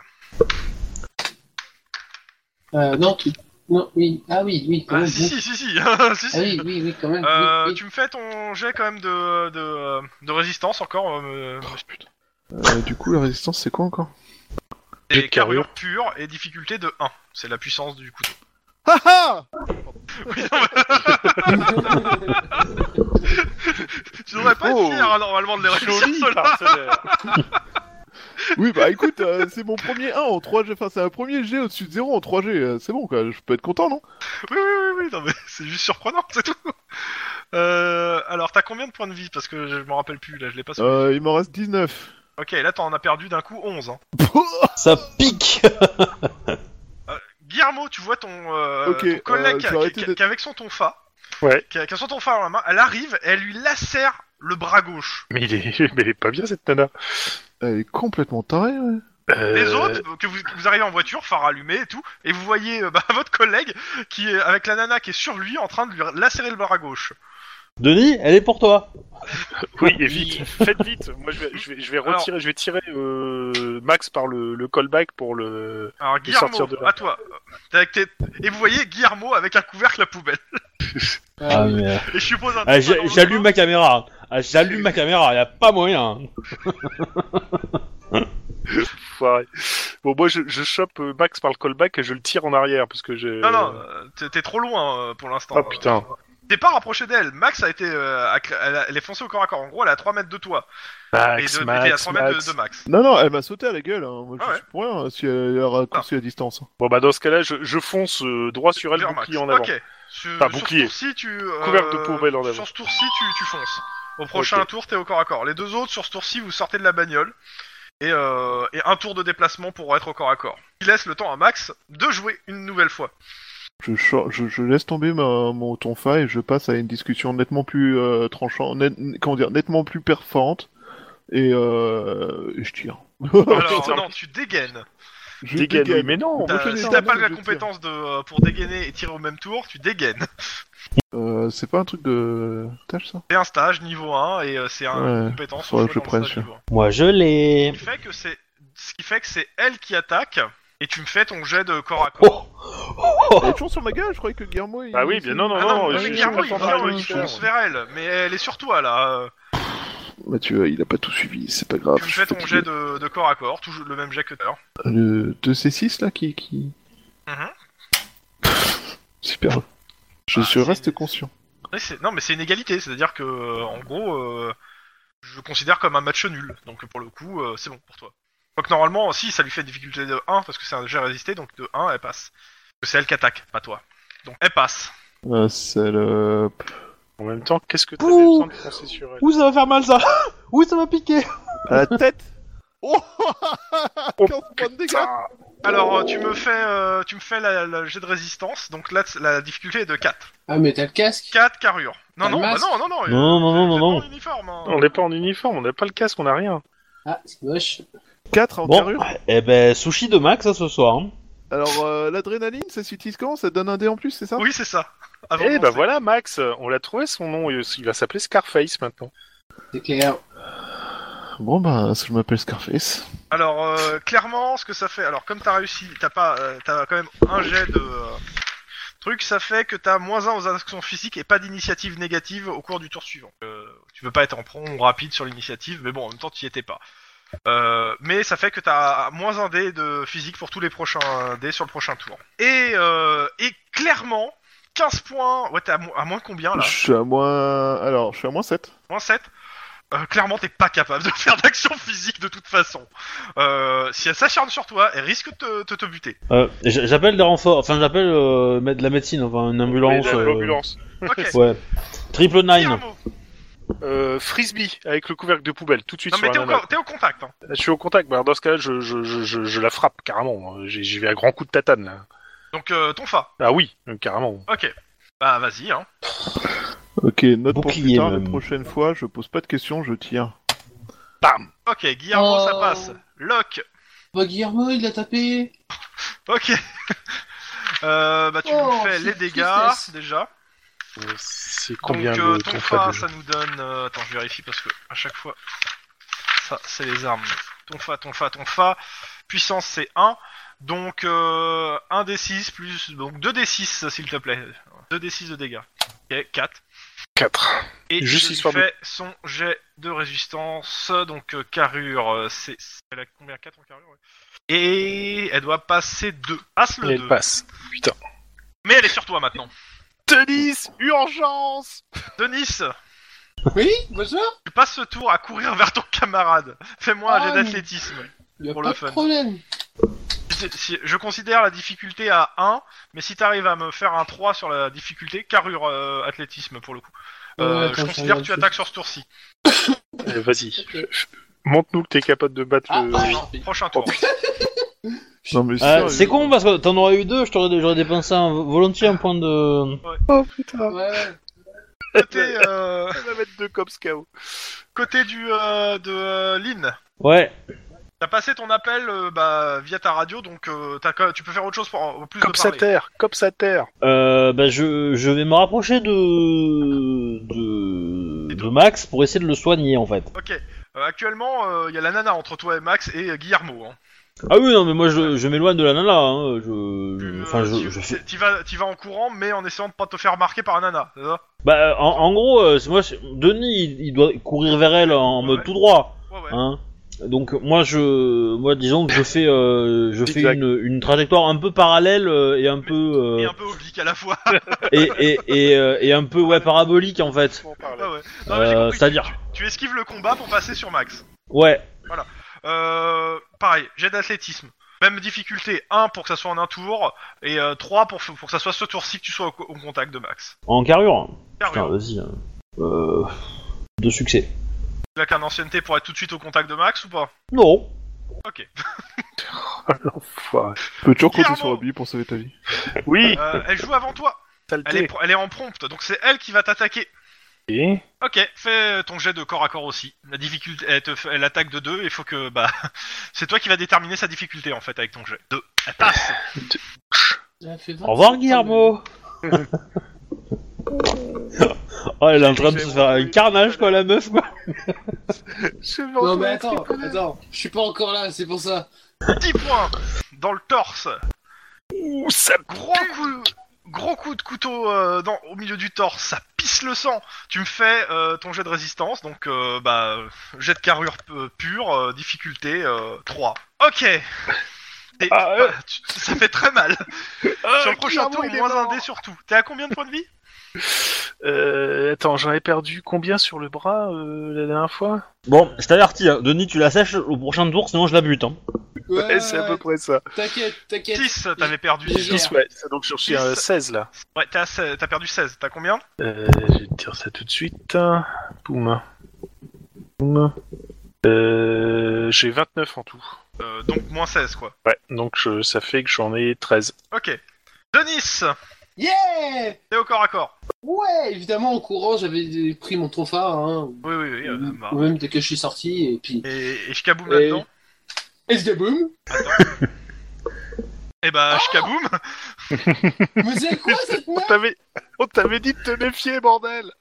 [SPEAKER 4] Euh, non, tu- non, oui, ah oui, oui, quand
[SPEAKER 1] Ah,
[SPEAKER 4] même.
[SPEAKER 1] si, si, si, si. si,
[SPEAKER 4] Ah
[SPEAKER 1] si.
[SPEAKER 4] oui, oui, oui, quand même.
[SPEAKER 1] Euh,
[SPEAKER 4] Ah, oui, oui.
[SPEAKER 1] tu me fais ton jet quand même de, de, euh, de résistance encore, euh, me- monsieur.
[SPEAKER 5] Euh, du coup, la résistance, c'est quoi encore
[SPEAKER 2] Jet
[SPEAKER 1] Et
[SPEAKER 2] de
[SPEAKER 1] carrure pure et difficulté de 1. C'est la puissance du couteau.
[SPEAKER 5] Haha
[SPEAKER 1] Tu devrais pas
[SPEAKER 2] Oh.
[SPEAKER 1] être fier hein, normalement de les réussir ceux-là.
[SPEAKER 5] Oui, bah écoute, euh, c'est mon premier 1 en 3G, enfin, c'est un premier G au-dessus de 0 en 3G, euh, c'est bon quoi, je peux être content, non
[SPEAKER 1] Oui, oui, oui, oui, non mais c'est juste surprenant, c'est tout. Euh, alors t'as combien de points de vie Parce que je m'en rappelle plus, là je l'ai pas sur...
[SPEAKER 5] euh, Il m'en reste 19.
[SPEAKER 1] Ok, là t'en as perdu d'un coup 11. Hein.
[SPEAKER 3] Ça pique
[SPEAKER 1] Euh, Guillermo, tu vois ton, euh,
[SPEAKER 5] Ok,
[SPEAKER 1] ton collègue
[SPEAKER 5] euh,
[SPEAKER 1] qui
[SPEAKER 5] je vais
[SPEAKER 1] a-
[SPEAKER 5] arrêter
[SPEAKER 1] qui a-
[SPEAKER 5] d'être-
[SPEAKER 1] qui a avec son tonfa,
[SPEAKER 2] Ouais.
[SPEAKER 1] qui a, qui a son tonfa dans la main, elle arrive et elle lui lacère le bras gauche.
[SPEAKER 2] Mais il est, mais il est pas bien cette nana.
[SPEAKER 5] Elle est complètement tarée, ouais.
[SPEAKER 2] Euh,
[SPEAKER 1] Les autres, que vous, que vous arrivez en voiture, phare allumé et tout, et vous voyez euh, bah, votre collègue qui est avec la nana qui est sur lui en train de lui lacérer le bras gauche.
[SPEAKER 3] Denis, elle est pour toi.
[SPEAKER 2] Oui, et vite, faites vite. Moi, je vais, je vais, je vais
[SPEAKER 1] Alors-
[SPEAKER 2] retirer, je vais tirer euh, Max par le, le callback pour le.
[SPEAKER 1] Alors
[SPEAKER 2] Et sortir
[SPEAKER 1] Guillermo,
[SPEAKER 2] de là.
[SPEAKER 1] à toi. T'es avec tes- Et vous voyez Guillermo avec un couvercle à poubelle.
[SPEAKER 4] Ah, oui.
[SPEAKER 3] mais...
[SPEAKER 1] Et je suppose un
[SPEAKER 3] Ah,
[SPEAKER 1] tonfa dans
[SPEAKER 3] j'a-
[SPEAKER 1] le
[SPEAKER 3] J'allume
[SPEAKER 1] coin.
[SPEAKER 3] ma caméra. Ah, J'allume ma caméra, y a pas moyen.
[SPEAKER 2] Foiré. Bon, moi, je, je chope euh, Max par le callback et je le tire en arrière parce que j'ai.
[SPEAKER 1] Non, non, euh, t'es- t'es trop loin euh, pour l'instant.
[SPEAKER 2] Oh putain.
[SPEAKER 1] T'es pas rapproché d'elle. Max a été. euh, a cr- elle, a- elle est foncée au corps à corps. En gros, elle est à 3 mètres de toi.
[SPEAKER 2] Max,
[SPEAKER 1] et de, t'es à
[SPEAKER 2] Max,
[SPEAKER 1] 3 mètres
[SPEAKER 2] Max.
[SPEAKER 1] de, de Max.
[SPEAKER 5] Non, non, elle m'a sauté à la gueule, hein. moi je
[SPEAKER 1] Ah ouais. Ah.
[SPEAKER 5] suis pour rien, hein, si elle a raccourci la distance. hein.
[SPEAKER 2] Bon, bah, dans ce cas-là, je, je fonce euh, droit sur elle,
[SPEAKER 1] Vers
[SPEAKER 2] bouclier
[SPEAKER 1] Max.
[SPEAKER 2] en avant.
[SPEAKER 1] Ok. Sur,
[SPEAKER 2] Enfin,
[SPEAKER 1] sur
[SPEAKER 2] bouclier.
[SPEAKER 1] ce tour-ci, tu. euh,
[SPEAKER 2] Couverte de poubelle en avant.
[SPEAKER 1] Sur ce tour-ci, tu, tu fonces. Au prochain tour, t'es au corps à corps. Les deux autres, sur ce tour-ci, vous sortez de la bagnole. Et, euh, et un tour de déplacement pour être au corps à corps. Il laisse le temps à Max de jouer une nouvelle fois.
[SPEAKER 5] Je, cho- je, je laisse tomber ma, mon tonfa et je passe à une discussion nettement plus euh, tranchante, net- comment dire, nettement plus perforante, et, euh, et je tire.
[SPEAKER 1] Alors,
[SPEAKER 2] Oh, putain.
[SPEAKER 1] non, tu dégaines.
[SPEAKER 5] Je
[SPEAKER 2] Dégaine, oui,
[SPEAKER 5] dégaine.
[SPEAKER 2] mais non.
[SPEAKER 5] T'as-
[SPEAKER 1] T'as-
[SPEAKER 2] moi,
[SPEAKER 5] je l'ai
[SPEAKER 1] si
[SPEAKER 5] dit,
[SPEAKER 1] t'as
[SPEAKER 5] en
[SPEAKER 1] pas
[SPEAKER 5] fait,
[SPEAKER 1] la
[SPEAKER 5] je
[SPEAKER 1] compétence de, euh, pour dégainer et tirer au même tour, tu dégaines.
[SPEAKER 5] Euh, c'est pas un truc de tâche ça
[SPEAKER 1] C'est un stage niveau 1 et euh, c'est un-
[SPEAKER 5] Ouais,
[SPEAKER 1] une compétence.
[SPEAKER 5] faudrait
[SPEAKER 1] au
[SPEAKER 5] que
[SPEAKER 1] choix
[SPEAKER 5] je
[SPEAKER 1] dans le
[SPEAKER 5] prenne,
[SPEAKER 1] stage niveau 1.
[SPEAKER 3] Moi, je l'ai.
[SPEAKER 1] Ce qui fait que c'est ce qui fait que c'est elle qui attaque et tu me fais ton jet de corps à corps.
[SPEAKER 3] Oh
[SPEAKER 5] Elle est toujours sur ma gueule, je croyais que Guillermo. Il...
[SPEAKER 2] Bah oui, bien non, non,
[SPEAKER 1] Ah
[SPEAKER 2] non.
[SPEAKER 1] non,
[SPEAKER 2] j'ai-
[SPEAKER 1] mais
[SPEAKER 2] j'ai
[SPEAKER 1] Guillermo, il
[SPEAKER 2] pas le temps
[SPEAKER 1] vient,
[SPEAKER 2] de
[SPEAKER 1] il
[SPEAKER 2] faire.
[SPEAKER 1] fonce vers elle, mais elle est sur toi là. euh.
[SPEAKER 5] Bah tu vois, il a pas tout suivi, c'est pas
[SPEAKER 3] Oh,
[SPEAKER 5] grave.
[SPEAKER 1] Tu me fais ton jet de, de corps à corps, toujours le même jet que tout à l'heure.
[SPEAKER 5] Le 2C6 là qui. qui...
[SPEAKER 1] Mhm.
[SPEAKER 5] Mm-hmm. Super. Je
[SPEAKER 1] Ah,
[SPEAKER 5] je
[SPEAKER 1] c'est-
[SPEAKER 5] reste conscient.
[SPEAKER 1] Mais c'est- Non, mais c'est une égalité, c'est-à-dire que euh, en gros, euh, je le considère comme un match nul, donc pour le coup, euh, c'est bon pour toi. Quoique normalement, si ça lui fait difficulté de 1 parce que c'est un jet résisté, donc de 1 elle passe. Parce que C'est elle qui attaque, pas toi. Donc elle passe.
[SPEAKER 5] Euh, c'est le.
[SPEAKER 2] En même temps, qu'est-ce que t'as
[SPEAKER 3] Ouh.
[SPEAKER 2] besoin de foncer sur elle
[SPEAKER 3] Ouh, ça va faire mal ça Ouh, ça va piquer
[SPEAKER 5] À la tête Oh 15 points de dégâts
[SPEAKER 2] Putain.
[SPEAKER 1] Alors euh, tu me fais, euh, tu me fais la, la jet de résistance, donc là la difficulté est de 4.
[SPEAKER 4] Ah, mais t'as le casque
[SPEAKER 1] 4 carrures. Non,
[SPEAKER 4] T'as
[SPEAKER 1] non,
[SPEAKER 4] le
[SPEAKER 1] bah
[SPEAKER 4] masque
[SPEAKER 1] non, non, non, euh,
[SPEAKER 3] Non, non, non,
[SPEAKER 1] c'est
[SPEAKER 3] non, non.
[SPEAKER 1] pas en uniforme, hein.
[SPEAKER 2] On n'est pas en uniforme, on n'a pas le casque, on n'a rien.
[SPEAKER 4] Ah, c'est moche.
[SPEAKER 5] 4 en
[SPEAKER 3] Bon,
[SPEAKER 5] carrure.
[SPEAKER 3] eh ben, sushi de Max ça, ce soir. hein.
[SPEAKER 5] Alors euh, l'adrénaline, ça s'utilise comment Ça donne un dé en plus, c'est ça
[SPEAKER 1] Oui, c'est ça. Avant
[SPEAKER 2] Eh
[SPEAKER 1] de
[SPEAKER 2] bah
[SPEAKER 1] lancer.
[SPEAKER 2] voilà, Max, on l'a trouvé son nom, il il va s'appeler Scarface maintenant.
[SPEAKER 4] C'est clair.
[SPEAKER 5] Bon bah, je m'appelle Scarface.
[SPEAKER 1] Alors, euh, clairement, ce que ça fait. Alors, comme t'as réussi, t'as pas, euh, t'as quand même un jet de, euh, Truc, ça fait que t'as moins 1 aux actions physiques et pas d'initiative négative au cours du tour suivant. Euh, tu peux pas être en prompt ou rapide sur l'initiative, mais bon, en même temps, tu y étais pas. Euh, mais ça fait que t'as moins 1 dé de physique pour tous les prochains euh, dés sur le prochain tour. Et, euh, et clairement, 15 points... Ouais, t'es à, mo- à moins de combien, là
[SPEAKER 5] Je suis à moins. Alors, je suis à moins 7.
[SPEAKER 1] moins 7. Euh, clairement, t'es pas capable de faire d'action physique de toute façon. Euh, si elle s'acharne sur toi, elle risque de te, de te buter.
[SPEAKER 3] Euh, j- j'appelle des renforts, enfin j'appelle euh, mé- de la médecine, enfin une ambulance.
[SPEAKER 2] Mais la-
[SPEAKER 3] euh,
[SPEAKER 2] L'ambulance.
[SPEAKER 1] Ok.
[SPEAKER 3] Ouais. Triple
[SPEAKER 1] Dis un
[SPEAKER 3] nine.
[SPEAKER 1] mot.
[SPEAKER 2] Euh, frisbee avec le couvercle de poubelle tout de suite
[SPEAKER 1] Non
[SPEAKER 2] sur
[SPEAKER 1] mais
[SPEAKER 2] la
[SPEAKER 1] t'es au,
[SPEAKER 2] nana.
[SPEAKER 1] co- t'es au contact. hein.
[SPEAKER 2] Je suis au contact. Bah, alors, dans ce cas, je, je, je, je, je la frappe carrément. J'y j'y vais à grand coup de tatane là.
[SPEAKER 1] Donc euh, ton fa.
[SPEAKER 2] Ah oui, euh, carrément.
[SPEAKER 1] Ok. Bah vas-y. Hein.
[SPEAKER 5] Ok, note pour plus
[SPEAKER 3] Bouclier,
[SPEAKER 5] tard,
[SPEAKER 3] même.
[SPEAKER 5] la prochaine fois, je pose pas de questions, je tire.
[SPEAKER 1] Ok. Guillermo,
[SPEAKER 4] Oh.
[SPEAKER 1] ça passe. Locke.
[SPEAKER 4] Bah, Guillermo, il l'a tapé.
[SPEAKER 1] Ok. Euh, bah tu
[SPEAKER 4] Oh,
[SPEAKER 1] nous fais
[SPEAKER 4] c'est
[SPEAKER 1] les dégâts
[SPEAKER 4] tristesse.
[SPEAKER 1] déjà.
[SPEAKER 2] Euh, C'est combien
[SPEAKER 1] Donc euh,
[SPEAKER 2] le
[SPEAKER 1] ton
[SPEAKER 2] ton
[SPEAKER 1] fa,
[SPEAKER 2] fa
[SPEAKER 1] ça nous donne. euh, Attends, je vérifie parce que à chaque fois, ça c'est les armes. Ton fa, ton fa, ton fa. Puissance c'est 1. Donc euh, 1 d6 plus. Donc 2 d6 s'il te plaît. 2 d6 de dégâts. Ok, 4.
[SPEAKER 2] 4.
[SPEAKER 1] Et
[SPEAKER 2] Juste
[SPEAKER 1] je lui
[SPEAKER 2] histoire de-
[SPEAKER 1] fais son jet de résistance, donc euh, carrure, euh, c'est... c'est- Elle a combien 4 en carrure ouais. Et elle doit passer 2. Passe
[SPEAKER 2] Et
[SPEAKER 1] le
[SPEAKER 2] elle
[SPEAKER 1] 2.
[SPEAKER 2] passe. Putain.
[SPEAKER 1] Mais elle est sur toi maintenant.
[SPEAKER 5] Tennis, urgence
[SPEAKER 1] Denis,
[SPEAKER 4] Oui, bonsoir.
[SPEAKER 1] tu passes ce tour à courir vers ton camarade. Fais-moi un
[SPEAKER 4] Ah,
[SPEAKER 1] jet
[SPEAKER 4] mais-
[SPEAKER 1] d'athlétisme.
[SPEAKER 4] Il a
[SPEAKER 1] Pour
[SPEAKER 4] pas
[SPEAKER 1] le
[SPEAKER 4] de
[SPEAKER 1] fun.
[SPEAKER 4] problème.
[SPEAKER 1] Si- si- Je considère la difficulté à 1, mais si t'arrives à me faire un 3 sur la difficulté, carrure euh, athlétisme pour le coup, euh,
[SPEAKER 4] Ouais, attends,
[SPEAKER 1] je
[SPEAKER 4] je
[SPEAKER 1] considère que
[SPEAKER 4] regarde
[SPEAKER 1] tu
[SPEAKER 4] ça.
[SPEAKER 1] attaques sur ce tour-ci.
[SPEAKER 2] Euh, Vas-y. Montre-nous que t'es capable de battre
[SPEAKER 4] Ah,
[SPEAKER 1] euh,
[SPEAKER 2] le.
[SPEAKER 4] ah,
[SPEAKER 1] Prochain tour.
[SPEAKER 5] Non mais
[SPEAKER 3] Euh,
[SPEAKER 5] sérieux.
[SPEAKER 3] c'est con parce que t'en aurais eu deux, je t'aurais- j'aurais dépensé un- volontiers un point de.
[SPEAKER 5] Oh putain,
[SPEAKER 4] ouais.
[SPEAKER 1] Côté, euh,
[SPEAKER 5] elle va mettre deux cops KO.
[SPEAKER 1] côté du, euh, de euh, Lynn.
[SPEAKER 3] Ouais.
[SPEAKER 1] T'as passé ton appel euh, bah, via ta radio, donc euh, t'as quand- tu peux faire autre chose pour en plus de
[SPEAKER 2] Cops à
[SPEAKER 1] parler.
[SPEAKER 2] terre, cops à terre.
[SPEAKER 3] Euh, bah, je, je vais me rapprocher de... de de Max pour essayer de le soigner en fait.
[SPEAKER 1] Ok. Euh, actuellement, il y a la nana entre toi et Max et euh, Guillermo. hein.
[SPEAKER 3] Ah oui non mais moi je, je m'éloigne de la nana. Hein. Je, je-
[SPEAKER 1] Tu,
[SPEAKER 3] enfin
[SPEAKER 1] euh,
[SPEAKER 3] je,
[SPEAKER 1] tu-
[SPEAKER 3] je fais.
[SPEAKER 1] t'y vas, t'y vas en courant, mais en essayant de pas te faire marquer par la nana. c'est ça
[SPEAKER 3] Bah en, en gros euh, c'est- moi c'est- Denis il, il doit courir vers elle en mode
[SPEAKER 1] Ouais.
[SPEAKER 3] tout droit.
[SPEAKER 1] Ouais, ouais.
[SPEAKER 3] Hein. Donc moi je moi disons que je fais euh, je fais
[SPEAKER 2] Zigzag.
[SPEAKER 3] une, une trajectoire un peu parallèle euh, et un
[SPEAKER 1] Mais-
[SPEAKER 3] peu euh,
[SPEAKER 1] Et un peu oblique à la fois.
[SPEAKER 3] et, et, et, euh, et un peu ouais parabolique en fait.
[SPEAKER 1] Ouais, ouais. Non, mais j'ai
[SPEAKER 3] Euh,
[SPEAKER 1] compris,
[SPEAKER 3] C'est-à-dire
[SPEAKER 1] Tu esquives le combat pour passer sur Max.
[SPEAKER 3] ouais
[SPEAKER 1] Euh, pareil, jet d'athlétisme. Même difficulté 1 pour que ça soit en un tour, et 3 pour, pour que ça soit ce tour-ci que tu sois au, co- au contact de Max.
[SPEAKER 3] en carrure. Putain,
[SPEAKER 1] Carrure.
[SPEAKER 3] vas-y. hein. Euh... De succès.
[SPEAKER 1] Tu as qu'un ancienneté pour être tout de suite au contact de Max ou pas
[SPEAKER 3] Non.
[SPEAKER 2] L'enfoiré.
[SPEAKER 5] Tu peux toujours compter
[SPEAKER 1] Guillermo.
[SPEAKER 5] sur Obi pour sauver ta vie.
[SPEAKER 2] Oui,
[SPEAKER 1] Euh, elle joue avant toi. Elle est,
[SPEAKER 2] saleté.
[SPEAKER 1] pro- elle est en prompte, donc c'est elle qui va t'attaquer.
[SPEAKER 2] Et
[SPEAKER 1] Ok, fais ton jet de corps à corps aussi. La difficulté, elle, te fait- elle attaque de 2 et faut que bah, c'est toi qui va déterminer sa difficulté en fait avec ton jet. 2. Elle passe.
[SPEAKER 4] Il a fait 20.
[SPEAKER 3] Au revoir Guillermo. oh, elle est en train de se faire un carnage quoi la meuf quoi.
[SPEAKER 5] Je vais
[SPEAKER 4] Non, mais attends, attends. Je suis pas encore là, c'est pour ça.
[SPEAKER 1] 10 points dans le torse.
[SPEAKER 2] Ouh, ça
[SPEAKER 1] Gros coup, gros coup de couteau euh, dans, au milieu du torse. Ça pisse le sang. Tu me fais euh, ton jet de résistance, donc euh, bah jet de carrure euh, pure, euh, difficulté 3. Ok. Et-
[SPEAKER 2] Ah, euh.
[SPEAKER 1] tu- ça fait très mal.
[SPEAKER 2] Ah,
[SPEAKER 1] sur le prochain
[SPEAKER 2] Guillermo,
[SPEAKER 1] tour,
[SPEAKER 2] il est
[SPEAKER 1] moins un
[SPEAKER 2] mort.
[SPEAKER 1] dé sur tout. T'es à combien de points de vie
[SPEAKER 2] Euh, attends, j'en ai perdu combien sur le bras euh, la dernière fois
[SPEAKER 3] Bon, je t'avertis, hein, Denis, tu la sèches au prochain tour, sinon je la bute. Hein.
[SPEAKER 4] Ouais,
[SPEAKER 2] Eh, C'est à peu près ça.
[SPEAKER 4] T'inquiète, t'inquiète.
[SPEAKER 1] 10, t'avais perdu.
[SPEAKER 4] Il est
[SPEAKER 1] Ouais,
[SPEAKER 4] genre-
[SPEAKER 2] 10, ouais. Donc je suis à
[SPEAKER 1] Dix.
[SPEAKER 2] 16 là.
[SPEAKER 1] t'as se- t'as perdu 16. T'as combien
[SPEAKER 2] Euh, je vais te dire ça tout de suite. Boum. Boum. Euh, J'ai 29 en tout.
[SPEAKER 1] Euh, Donc moins 16, quoi.
[SPEAKER 2] Ouais, donc je- ça fait que j'en ai 13.
[SPEAKER 1] Ok. Denis,
[SPEAKER 4] Yeah
[SPEAKER 1] t'es au corps à corps.
[SPEAKER 4] Ouais, Eh, évidemment, en courant, j'avais pris mon trophard, hein,
[SPEAKER 1] Oui, oui, oui. euh,
[SPEAKER 4] ou,
[SPEAKER 1] bah.
[SPEAKER 4] ou même dès que je suis sorti, et puis...
[SPEAKER 1] Et, et je kaboum
[SPEAKER 4] Et-
[SPEAKER 1] là-dedans.
[SPEAKER 4] Et je déboum
[SPEAKER 1] Et bah,
[SPEAKER 4] Oh
[SPEAKER 1] je kaboum.
[SPEAKER 4] Mais c'est quoi cette merde
[SPEAKER 5] t'avait... On t'avait dit de te méfier, bordel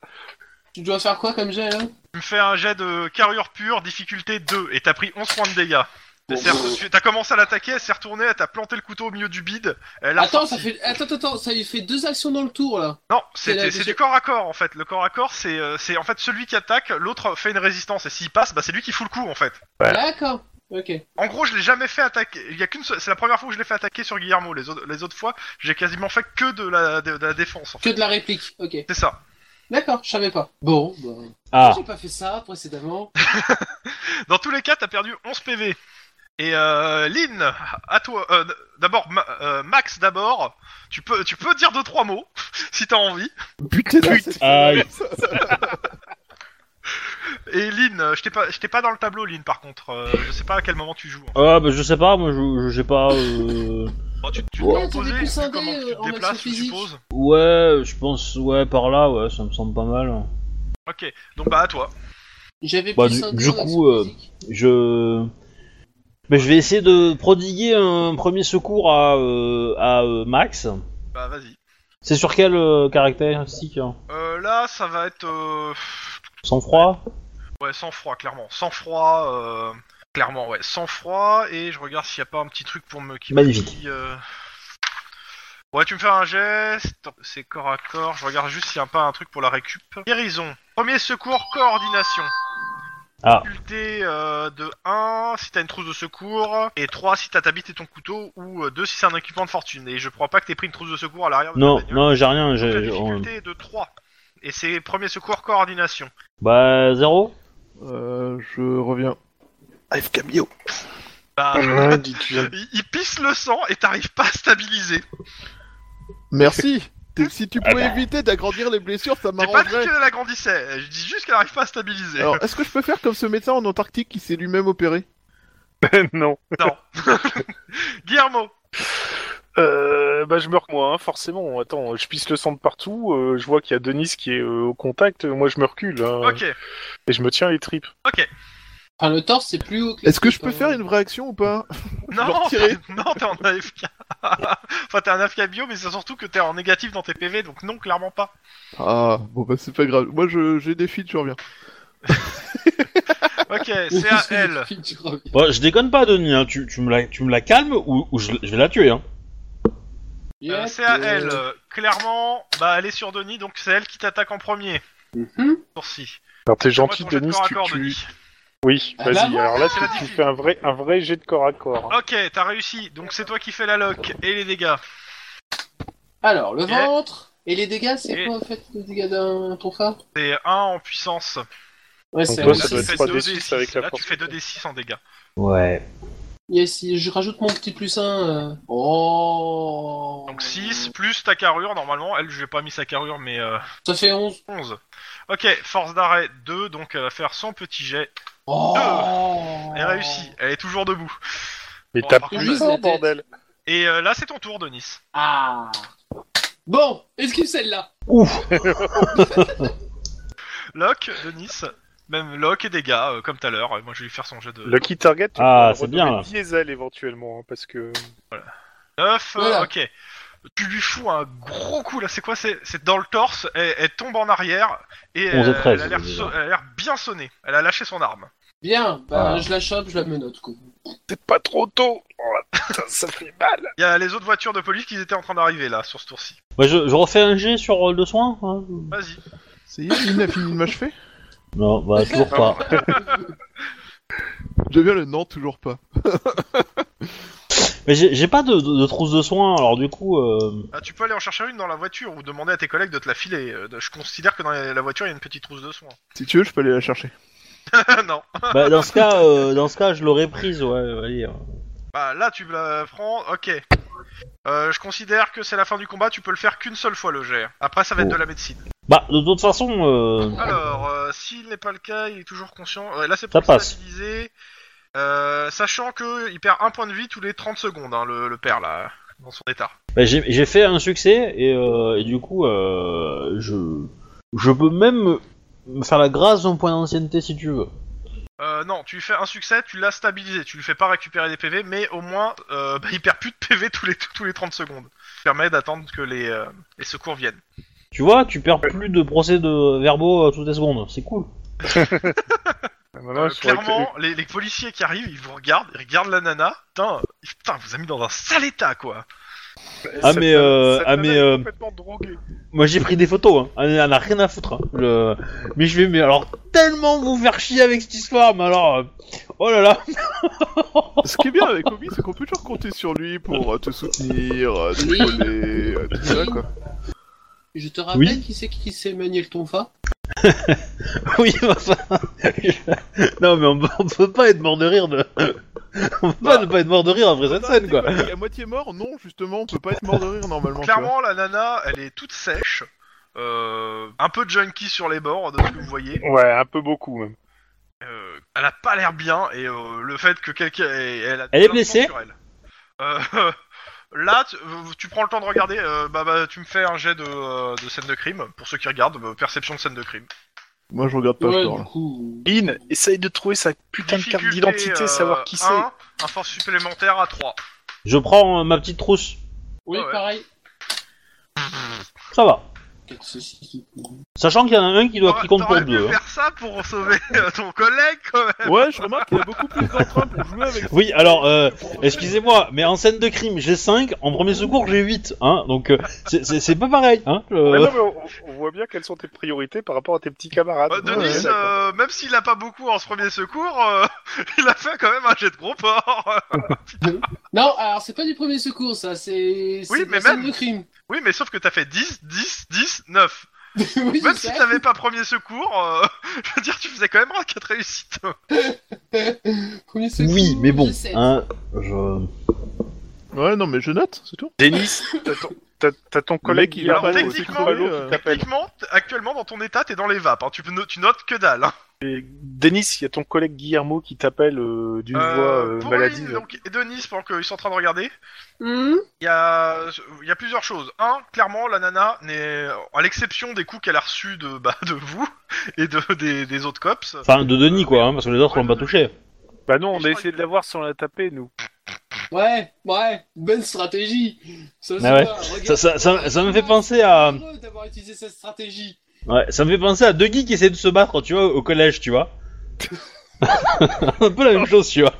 [SPEAKER 4] Tu dois faire quoi comme j'ai, là
[SPEAKER 1] Tu me fais un jet de carrure pure, difficulté 2, et t'as pris 11 points de dégâts. Elle s'est re- tu- T'as commencé à l'attaquer, elle s'est retournée, elle t'a planté le couteau au milieu du bide. Elle a
[SPEAKER 4] Attends, ça
[SPEAKER 1] ressorti.
[SPEAKER 4] fait... attends, attends, attends, ça lui fait deux actions dans le tour là.
[SPEAKER 1] Non,
[SPEAKER 4] c'est
[SPEAKER 1] c'était-
[SPEAKER 4] la-
[SPEAKER 1] c'est du corps à corps en fait. Le corps à corps, c'est euh, c'est en fait celui qui attaque, l'autre fait une résistance et s'il passe, bah c'est lui qui fout le coup en fait.
[SPEAKER 4] D'accord. Ok.
[SPEAKER 1] En gros, je l'ai jamais fait attaquer. Il y a qu'une, seule- c'est la première fois que je l'ai fait attaquer sur Guillermo. Les autres, les autres fois, j'ai quasiment fait que de la, de, de la défense. En
[SPEAKER 4] Que
[SPEAKER 1] fait.
[SPEAKER 4] de la réplique. Ok.
[SPEAKER 1] C'est ça.
[SPEAKER 4] D'accord, je savais pas. Bon, bah,
[SPEAKER 3] Ah,
[SPEAKER 4] j'ai pas fait ça précédemment.
[SPEAKER 1] Dans tous les cas, t'as perdu 11 PV. Et euh, Lynn, à toi. euh, d'abord, Ma- euh, Max, d'abord. Tu peux, tu peux dire deux trois mots si t'as envie.
[SPEAKER 5] Putain,
[SPEAKER 1] Ah
[SPEAKER 3] aïe.
[SPEAKER 1] Et Lynn, euh, je t'ai pas, je t'ai pas dans le tableau, Lynn. Par contre, Euh, je sais pas à quel moment tu joues.
[SPEAKER 3] Ah, bah, je sais pas, moi je je sais pas. euh,
[SPEAKER 1] Bon, Oh, tu, tu
[SPEAKER 4] Ouais,
[SPEAKER 1] te
[SPEAKER 4] t'as
[SPEAKER 1] poser,
[SPEAKER 4] des coussins
[SPEAKER 1] comment
[SPEAKER 4] dés,
[SPEAKER 1] tu
[SPEAKER 4] euh, en
[SPEAKER 1] te déplaces,
[SPEAKER 4] action
[SPEAKER 1] je
[SPEAKER 4] physique.
[SPEAKER 1] suppose.
[SPEAKER 3] Ouais, je pense, ouais, par là, ouais, ça me semble pas mal.
[SPEAKER 1] Ok, donc bah à toi.
[SPEAKER 4] J'avais
[SPEAKER 3] Bah,
[SPEAKER 4] plus
[SPEAKER 3] du-
[SPEAKER 4] un
[SPEAKER 3] du
[SPEAKER 4] tour d'action
[SPEAKER 3] coup, euh,
[SPEAKER 4] physique.
[SPEAKER 3] Je. Mais je vais essayer de prodiguer un premier secours à, euh, à euh, Max.
[SPEAKER 1] Bah vas-y.
[SPEAKER 3] C'est sur quelle euh, caractéristique hein
[SPEAKER 1] Euh, là, ça va être euh,
[SPEAKER 3] Sans froid
[SPEAKER 1] ouais sans froid clairement, sans froid euh, clairement ouais, sans froid et je regarde s'il n'y a pas un petit truc pour me qui me
[SPEAKER 3] Magnifique.
[SPEAKER 1] dit, euh, Ouais, tu me fais un geste, c'est corps à corps. Je regarde juste s'il n'y a pas un truc pour la récup. Guérison. Premier secours, coordination.
[SPEAKER 3] Ah.
[SPEAKER 1] Difficulté euh, de 1 si t'as une trousse de secours, et 3 si t'as ta bite et ton couteau, ou euh, 2 si c'est un équipement de fortune. Et je crois pas que t'aies pris une trousse de secours à l'arrière de
[SPEAKER 3] Non, euh,
[SPEAKER 1] ta bagnole.
[SPEAKER 3] non, j'ai rien.
[SPEAKER 1] Donc, la
[SPEAKER 3] j'ai- on-
[SPEAKER 1] difficulté est de 3. Et c'est premier secours coordination.
[SPEAKER 3] Bah, zéro
[SPEAKER 5] Euh, je reviens. I've cameo.
[SPEAKER 1] Bah,
[SPEAKER 2] Ah, Ouais, dis- tu viens de-
[SPEAKER 1] il, il pisse le sang et t'arrives pas à stabiliser.
[SPEAKER 5] Merci. T'es- si tu
[SPEAKER 2] Ah,
[SPEAKER 5] pouvais
[SPEAKER 2] bah.
[SPEAKER 5] éviter d'agrandir les blessures, ça
[SPEAKER 1] J'ai pas dit
[SPEAKER 5] m'arrangerait.
[SPEAKER 1] qu'elle agrandissait, je dis juste qu'elle arrive pas à stabiliser.
[SPEAKER 5] Alors, est-ce que je peux faire comme ce médecin en Antarctique qui s'est lui-même opéré
[SPEAKER 2] non.
[SPEAKER 1] Guillermo,
[SPEAKER 2] Euh, bah, je meurs moi, hein, forcément. Attends, je pisse le sang de partout. euh, je vois qu'il y a Denis qui est euh, au contact. Moi, je me recule. hein,
[SPEAKER 1] ok.
[SPEAKER 2] Et je me tiens les tripes.
[SPEAKER 4] Enfin, le torse c'est plus haut que. hein. les
[SPEAKER 5] Est-ce que je
[SPEAKER 4] pieds,
[SPEAKER 5] peux
[SPEAKER 4] quand
[SPEAKER 5] faire
[SPEAKER 4] même.
[SPEAKER 5] une vraie action ou pas
[SPEAKER 1] Non,
[SPEAKER 5] leur tirer.
[SPEAKER 1] t'es- non, t'es en AFK. enfin, t'es en AFK bio, mais c'est surtout que t'es en négatif dans tes PV, donc non, clairement pas.
[SPEAKER 5] Ah, bon bah c'est pas grave. Moi je- j'ai des fuites, je reviens.
[SPEAKER 1] Ok, c'est à elle.
[SPEAKER 4] Tu reviens.
[SPEAKER 3] Bah, je déconne pas, Denis, hein, tu, tu, me la, tu me la calmes ou, ou je, je vais la tuer, hein.
[SPEAKER 1] Euh, c'est à elle. Euh, Clairement, bah, elle est sur Denis, donc c'est elle qui t'attaque en premier.
[SPEAKER 4] Mhm.
[SPEAKER 1] Sourcil.
[SPEAKER 2] Alors, t'es
[SPEAKER 1] Fais-moi
[SPEAKER 2] gentil,
[SPEAKER 1] ton jet de
[SPEAKER 2] Mm-hmm. Denis.
[SPEAKER 1] corps à
[SPEAKER 2] Tu,
[SPEAKER 1] corps,
[SPEAKER 2] tu-
[SPEAKER 1] Denis.
[SPEAKER 2] Oui,
[SPEAKER 4] Ah,
[SPEAKER 2] vas-y.
[SPEAKER 4] bah,
[SPEAKER 2] alors là,
[SPEAKER 1] c'est la Ah,
[SPEAKER 2] tu, tu
[SPEAKER 1] diffi-
[SPEAKER 2] fais un vrai, un vrai jet de corps à corps. hein.
[SPEAKER 1] Ok, t'as réussi, donc c'est toi qui fais la lock et les dégâts.
[SPEAKER 4] Alors, le
[SPEAKER 1] Et-
[SPEAKER 4] ventre. Et les dégâts, c'est
[SPEAKER 1] Et-
[SPEAKER 4] quoi en fait les dégâts d'un tonfa
[SPEAKER 1] C'est 1 en puissance.
[SPEAKER 4] Ouais,
[SPEAKER 2] Donc
[SPEAKER 4] c'est
[SPEAKER 2] toi,
[SPEAKER 4] un
[SPEAKER 2] ça
[SPEAKER 1] tu
[SPEAKER 2] doit être
[SPEAKER 1] fais
[SPEAKER 4] six.
[SPEAKER 2] 3D6
[SPEAKER 1] 2D6.
[SPEAKER 2] avec la
[SPEAKER 1] Là, tu
[SPEAKER 2] force.
[SPEAKER 1] fais 2d6 en dégâts.
[SPEAKER 3] Ouais.
[SPEAKER 4] Yes, si je rajoute mon petit plus 1. Oh
[SPEAKER 1] Donc 6 plus ta carrure, normalement. Elle, je n'ai pas mis sa carrure, mais euh,
[SPEAKER 4] Ça fait 11.
[SPEAKER 1] 11. Ok, force d'arrêt 2, donc elle va faire son petit jet.
[SPEAKER 4] Oh
[SPEAKER 1] Elle réussit, elle est toujours debout.
[SPEAKER 2] Mais
[SPEAKER 1] Bon,
[SPEAKER 2] t'as
[SPEAKER 1] par
[SPEAKER 2] plus
[SPEAKER 4] contre, la
[SPEAKER 2] de
[SPEAKER 4] tête.
[SPEAKER 2] bordel.
[SPEAKER 1] Et euh, là, c'est ton tour, Denis.
[SPEAKER 4] Ah Bon, esquive celle-là
[SPEAKER 3] Ouf
[SPEAKER 1] Locke, Denis. Même Locke et dégâts, euh, comme tout à l'heure. Euh, Moi, je vais lui faire son jet de
[SPEAKER 2] Le key target, tu
[SPEAKER 3] Ah,
[SPEAKER 2] peux
[SPEAKER 3] c'est bien,
[SPEAKER 2] renommer
[SPEAKER 3] là.
[SPEAKER 2] Diesel éventuellement, hein, parce que
[SPEAKER 1] 9. euh,
[SPEAKER 4] Voilà.
[SPEAKER 1] ok. Tu lui fous un gros coup là, c'est quoi C'est c'est dans le torse, elle, elle tombe en arrière et elle,
[SPEAKER 3] 11 et 13,
[SPEAKER 1] elle a l'air
[SPEAKER 3] déjà.
[SPEAKER 1] so- elle a l'air bien sonnée. Elle a lâché son arme.
[SPEAKER 4] Bien, bah,
[SPEAKER 3] Ah.
[SPEAKER 4] je la chope, je la menote, quoi.
[SPEAKER 2] c'est pas trop tôt. Oh, la putain, ça fait mal.
[SPEAKER 1] Il y a les autres voitures de police qui étaient en train d'arriver là, sur ce tour-ci.
[SPEAKER 3] Bah, je, je refais un G sur euh, le soin hein
[SPEAKER 1] Vas-y.
[SPEAKER 5] Ça y est, il a fini de m'achever
[SPEAKER 3] Non, bah, toujours pas.
[SPEAKER 5] Je viens le non, toujours pas.
[SPEAKER 3] Mais j'ai j'ai pas de, de, de trousse de soins, alors du coup. Euh...
[SPEAKER 1] Ah, tu peux aller en chercher une dans la voiture ou demander à tes collègues de te la filer. Euh, Je considère que dans la voiture, il y a une petite trousse de soins.
[SPEAKER 5] Si tu veux, je peux aller la chercher.
[SPEAKER 1] non.
[SPEAKER 3] Bah, dans ce cas, euh, dans ce cas, je l'aurais prise, ouais, allez. euh.
[SPEAKER 1] Bah là, tu la prends, ok. Euh, je considère que c'est la fin du combat, tu peux le faire qu'une seule fois le jet. Après, ça va être
[SPEAKER 3] Oh.
[SPEAKER 1] de la médecine.
[SPEAKER 3] Bah, de toute façon, euh...
[SPEAKER 1] Alors, euh, s'il n'est pas le cas, il est toujours conscient. Ouais, là, c'est pour
[SPEAKER 3] Ça
[SPEAKER 1] le
[SPEAKER 3] passe.
[SPEAKER 1] stabiliser. Euh, sachant que il perd un point de vie tous les 30 secondes, hein, le, le père là, dans son état.
[SPEAKER 3] bah, j'ai j'ai fait un succès et, euh, et du coup, euh, je. Je peux même me faire la grâce d'un point d'ancienneté si tu veux.
[SPEAKER 1] Euh, non, tu lui fais un succès, tu l'as stabilisé, tu lui fais pas récupérer des PV, mais au moins, euh, bah, il perd plus de PV tous les, tous les 30 secondes. Ça permet d'attendre que les, euh, les secours viennent.
[SPEAKER 3] Tu vois, tu perds plus de procès de verbaux euh, toutes les secondes, c'est cool.
[SPEAKER 2] Nana,
[SPEAKER 1] Euh,
[SPEAKER 2] elle serait-
[SPEAKER 1] clairement, les, les policiers qui arrivent, ils vous regardent, ils regardent la nana. Putain, il- putain, elle vous a mis dans un sale état, quoi.
[SPEAKER 3] Ah,
[SPEAKER 2] cette
[SPEAKER 3] mais,
[SPEAKER 2] nana-
[SPEAKER 3] euh,
[SPEAKER 2] cette
[SPEAKER 3] ah,
[SPEAKER 2] nana
[SPEAKER 3] mais,
[SPEAKER 2] est
[SPEAKER 3] euh,
[SPEAKER 2] complètement droguée.
[SPEAKER 3] Moi j'ai pris des photos, hein. elle en a rien à foutre. hein. Le- Mais je vais mais alors tellement vous faire chier avec cette histoire, mais alors... euh, Oh là là
[SPEAKER 5] Ce qui est bien avec Obi, c'est qu'on peut toujours compter sur lui pour euh, te soutenir, euh, te
[SPEAKER 4] Oui.
[SPEAKER 5] coller, euh, tout ça, quoi.
[SPEAKER 4] Je te rappelle
[SPEAKER 3] Oui.
[SPEAKER 4] qui c'est qui sait manier le tonfa
[SPEAKER 3] Oui, mais enfin... non mais on, peut- on peut pas être mort de rire de... On peut pas ne pas être mort de rire après cette scène, quoi.
[SPEAKER 5] À moitié mort, non, justement, on peut pas être mort de rire normalement.
[SPEAKER 1] Clairement, la nana, elle est toute sèche. euh, un peu junkie sur les bords, de ce que vous voyez.
[SPEAKER 2] Ouais, un peu beaucoup même.
[SPEAKER 1] Euh, elle a pas l'air bien, et euh, le fait que quelqu'un. ait- Elle, a
[SPEAKER 3] Elle est
[SPEAKER 1] plein de sang
[SPEAKER 3] blessée
[SPEAKER 1] sur elle. Euh, Là, tu, tu prends le temps de regarder. euh, bah, bah, tu me fais un jet de, euh, de scène de crime. Pour ceux qui regardent, bah, perception de scène de crime.
[SPEAKER 5] Moi, je regarde pas, je
[SPEAKER 4] Ouais,
[SPEAKER 5] dors,
[SPEAKER 4] du
[SPEAKER 5] là.
[SPEAKER 4] coup.
[SPEAKER 2] Lynn, essaye de trouver sa putain de carte
[SPEAKER 1] Difficulté,
[SPEAKER 2] d'identité,
[SPEAKER 1] euh,
[SPEAKER 2] savoir qui c'est.
[SPEAKER 1] un, Un force supplémentaire à 3.
[SPEAKER 3] Je prends euh, ma petite trousse,
[SPEAKER 4] Oui,
[SPEAKER 1] Ah ouais.
[SPEAKER 4] pareil.
[SPEAKER 3] ça va.
[SPEAKER 4] Quel ceci
[SPEAKER 3] Sachant qu'il y en a un qui, doit, qui compte pour
[SPEAKER 1] T'aurais pu
[SPEAKER 3] deux. hein.
[SPEAKER 1] faire ça pour sauver euh, ton collègue, quand même.
[SPEAKER 5] Ouais, je remarque qu'il y a beaucoup plus d'entrain pour jouer avec
[SPEAKER 3] Oui, alors, euh, excusez-moi, mais en scène de crime, j'ai 5, en premier secours, j'ai 8, hein, donc euh, c'est- c'est c'est pas pareil, hein.
[SPEAKER 2] Ouais,
[SPEAKER 3] euh.
[SPEAKER 2] non, mais on, on voit bien quelles sont tes priorités par rapport à tes petits camarades.
[SPEAKER 1] Euh, Denis,
[SPEAKER 2] Ouais, d'accord.
[SPEAKER 1] euh, même s'il a pas beaucoup en ce premier secours, euh, il a fait quand même un jet de gros porc.
[SPEAKER 4] Non, alors c'est pas du premier secours, ça, c'est.
[SPEAKER 1] Oui,
[SPEAKER 4] c'est de
[SPEAKER 1] mais
[SPEAKER 4] la scène
[SPEAKER 1] même.
[SPEAKER 4] de crime.
[SPEAKER 1] oui, mais sauf que t'as fait 10, 10, 10, 9.
[SPEAKER 4] oui,
[SPEAKER 1] Même
[SPEAKER 4] je
[SPEAKER 1] si
[SPEAKER 4] sais.
[SPEAKER 1] t'avais pas premier secours, euh, je veux dire, tu faisais quand même 4 réussites.
[SPEAKER 4] Premier secours,
[SPEAKER 3] Oui, mais bon,
[SPEAKER 4] je sais.
[SPEAKER 3] hein, je...
[SPEAKER 5] Ouais, non, mais je note, c'est tout.
[SPEAKER 2] Denis, t'as ton- t'as- t'as ton collègue
[SPEAKER 5] mec,
[SPEAKER 2] qui
[SPEAKER 5] il a
[SPEAKER 1] Alors,
[SPEAKER 5] pas
[SPEAKER 2] t'appelle,
[SPEAKER 5] de-
[SPEAKER 2] c'est
[SPEAKER 1] techniquement,
[SPEAKER 2] Cruello
[SPEAKER 5] euh,
[SPEAKER 2] qui t'appelle.
[SPEAKER 1] Techniquement, t- actuellement, dans ton état, t'es dans les vapes. hein. Tu, peux no- tu notes que dalle. hein.
[SPEAKER 2] Et Denis, il y a ton collègue Guillermo qui t'appelle euh, d'une
[SPEAKER 1] Euh,
[SPEAKER 2] voix euh,
[SPEAKER 1] pour
[SPEAKER 2] maladive.
[SPEAKER 1] Lynn, donc, et Denis, pendant qu'ils sont en train de regarder,
[SPEAKER 4] Hmm
[SPEAKER 1] Il y a, il y a plusieurs choses. Un, clairement, la nana n'est, euh, à l'exception des coups qu'elle a reçus de, bah, de vous et de, des, des autres cops,
[SPEAKER 3] Enfin, de Denis, quoi, hein, parce que les autres l'ont pas touché.
[SPEAKER 2] Bah non, on
[SPEAKER 1] Je
[SPEAKER 2] a
[SPEAKER 1] crois
[SPEAKER 2] essayé
[SPEAKER 1] que-
[SPEAKER 2] de la voir sans la taper, nous.
[SPEAKER 4] Ouais, ouais, bonne stratégie. Ça,
[SPEAKER 3] Ah ouais.
[SPEAKER 4] va, regarde.
[SPEAKER 3] Ça, euh, ça, ça, ça me fait penser à...
[SPEAKER 4] Heureux d'avoir utilisé cette stratégie.
[SPEAKER 3] Ouais, ça me fait penser à deux geeks qui essaient de se battre, tu vois, au collège, tu vois. un peu la même chose, tu vois.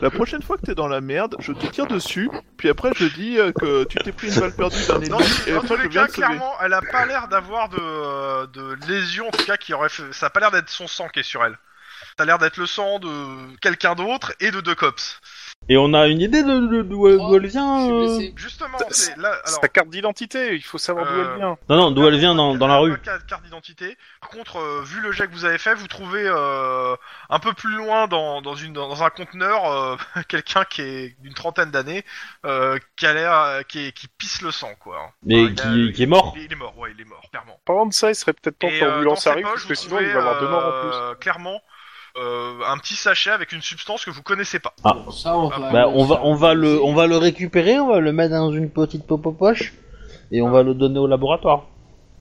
[SPEAKER 5] La prochaine fois que t'es dans la merde, je te tire dessus, puis après je dis euh, que tu t'es pris une balle perdue d'un
[SPEAKER 1] Dans,
[SPEAKER 5] ennemi, et
[SPEAKER 1] dans tous
[SPEAKER 5] après je
[SPEAKER 1] les
[SPEAKER 5] viens
[SPEAKER 1] cas,
[SPEAKER 5] de sauver.
[SPEAKER 1] clairement, elle a pas l'air d'avoir de, euh, de lésions, en tout cas, qui aurait fait... ça a pas l'air d'être son sang qui est sur elle. Ça a l'air d'être le sang de quelqu'un d'autre et de deux cops.
[SPEAKER 3] Et on a une idée de, de- d'où elle-
[SPEAKER 4] Oh,
[SPEAKER 3] d'où elle vient
[SPEAKER 4] Je
[SPEAKER 3] euh
[SPEAKER 4] suis blessé.
[SPEAKER 1] Justement,
[SPEAKER 2] C'est-
[SPEAKER 1] c'est là, alors,
[SPEAKER 2] C'est ta carte d'identité, il faut savoir d'où
[SPEAKER 1] Euh,
[SPEAKER 2] elle vient.
[SPEAKER 3] Non, non, d'où elle vient dans, dans la
[SPEAKER 1] elle a
[SPEAKER 3] rue.
[SPEAKER 1] pas de carte d'identité. Par contre, euh, vu le jet que vous avez fait, vous trouvez euh, un peu plus loin dans, dans, une, dans un conteneur euh, quelqu'un qui est d'une trentaine d'années, euh, qui a l'air, qui, est- qui pisse le sang, quoi.
[SPEAKER 3] Mais
[SPEAKER 1] Enfin, il a-
[SPEAKER 3] qui, qui est mort.
[SPEAKER 1] Il, il est mort, ouais, il est mort, clairement.
[SPEAKER 2] Parlant de ça, il serait peut-être temps que
[SPEAKER 1] Et, euh, dans
[SPEAKER 2] l'ambulance
[SPEAKER 1] ses
[SPEAKER 2] arrive,
[SPEAKER 1] poches,
[SPEAKER 2] parce
[SPEAKER 1] vous
[SPEAKER 2] que sinon il
[SPEAKER 1] trouvez,
[SPEAKER 2] va avoir deux morts en plus.
[SPEAKER 1] euh, Clairement, euh, un petit sachet avec une substance que vous connaissez pas.
[SPEAKER 4] Bon, ça, on va,
[SPEAKER 3] Ah. Bah, on va, on va le, on va le récupérer, on va le mettre dans une petite popo poche et on va le donner au laboratoire.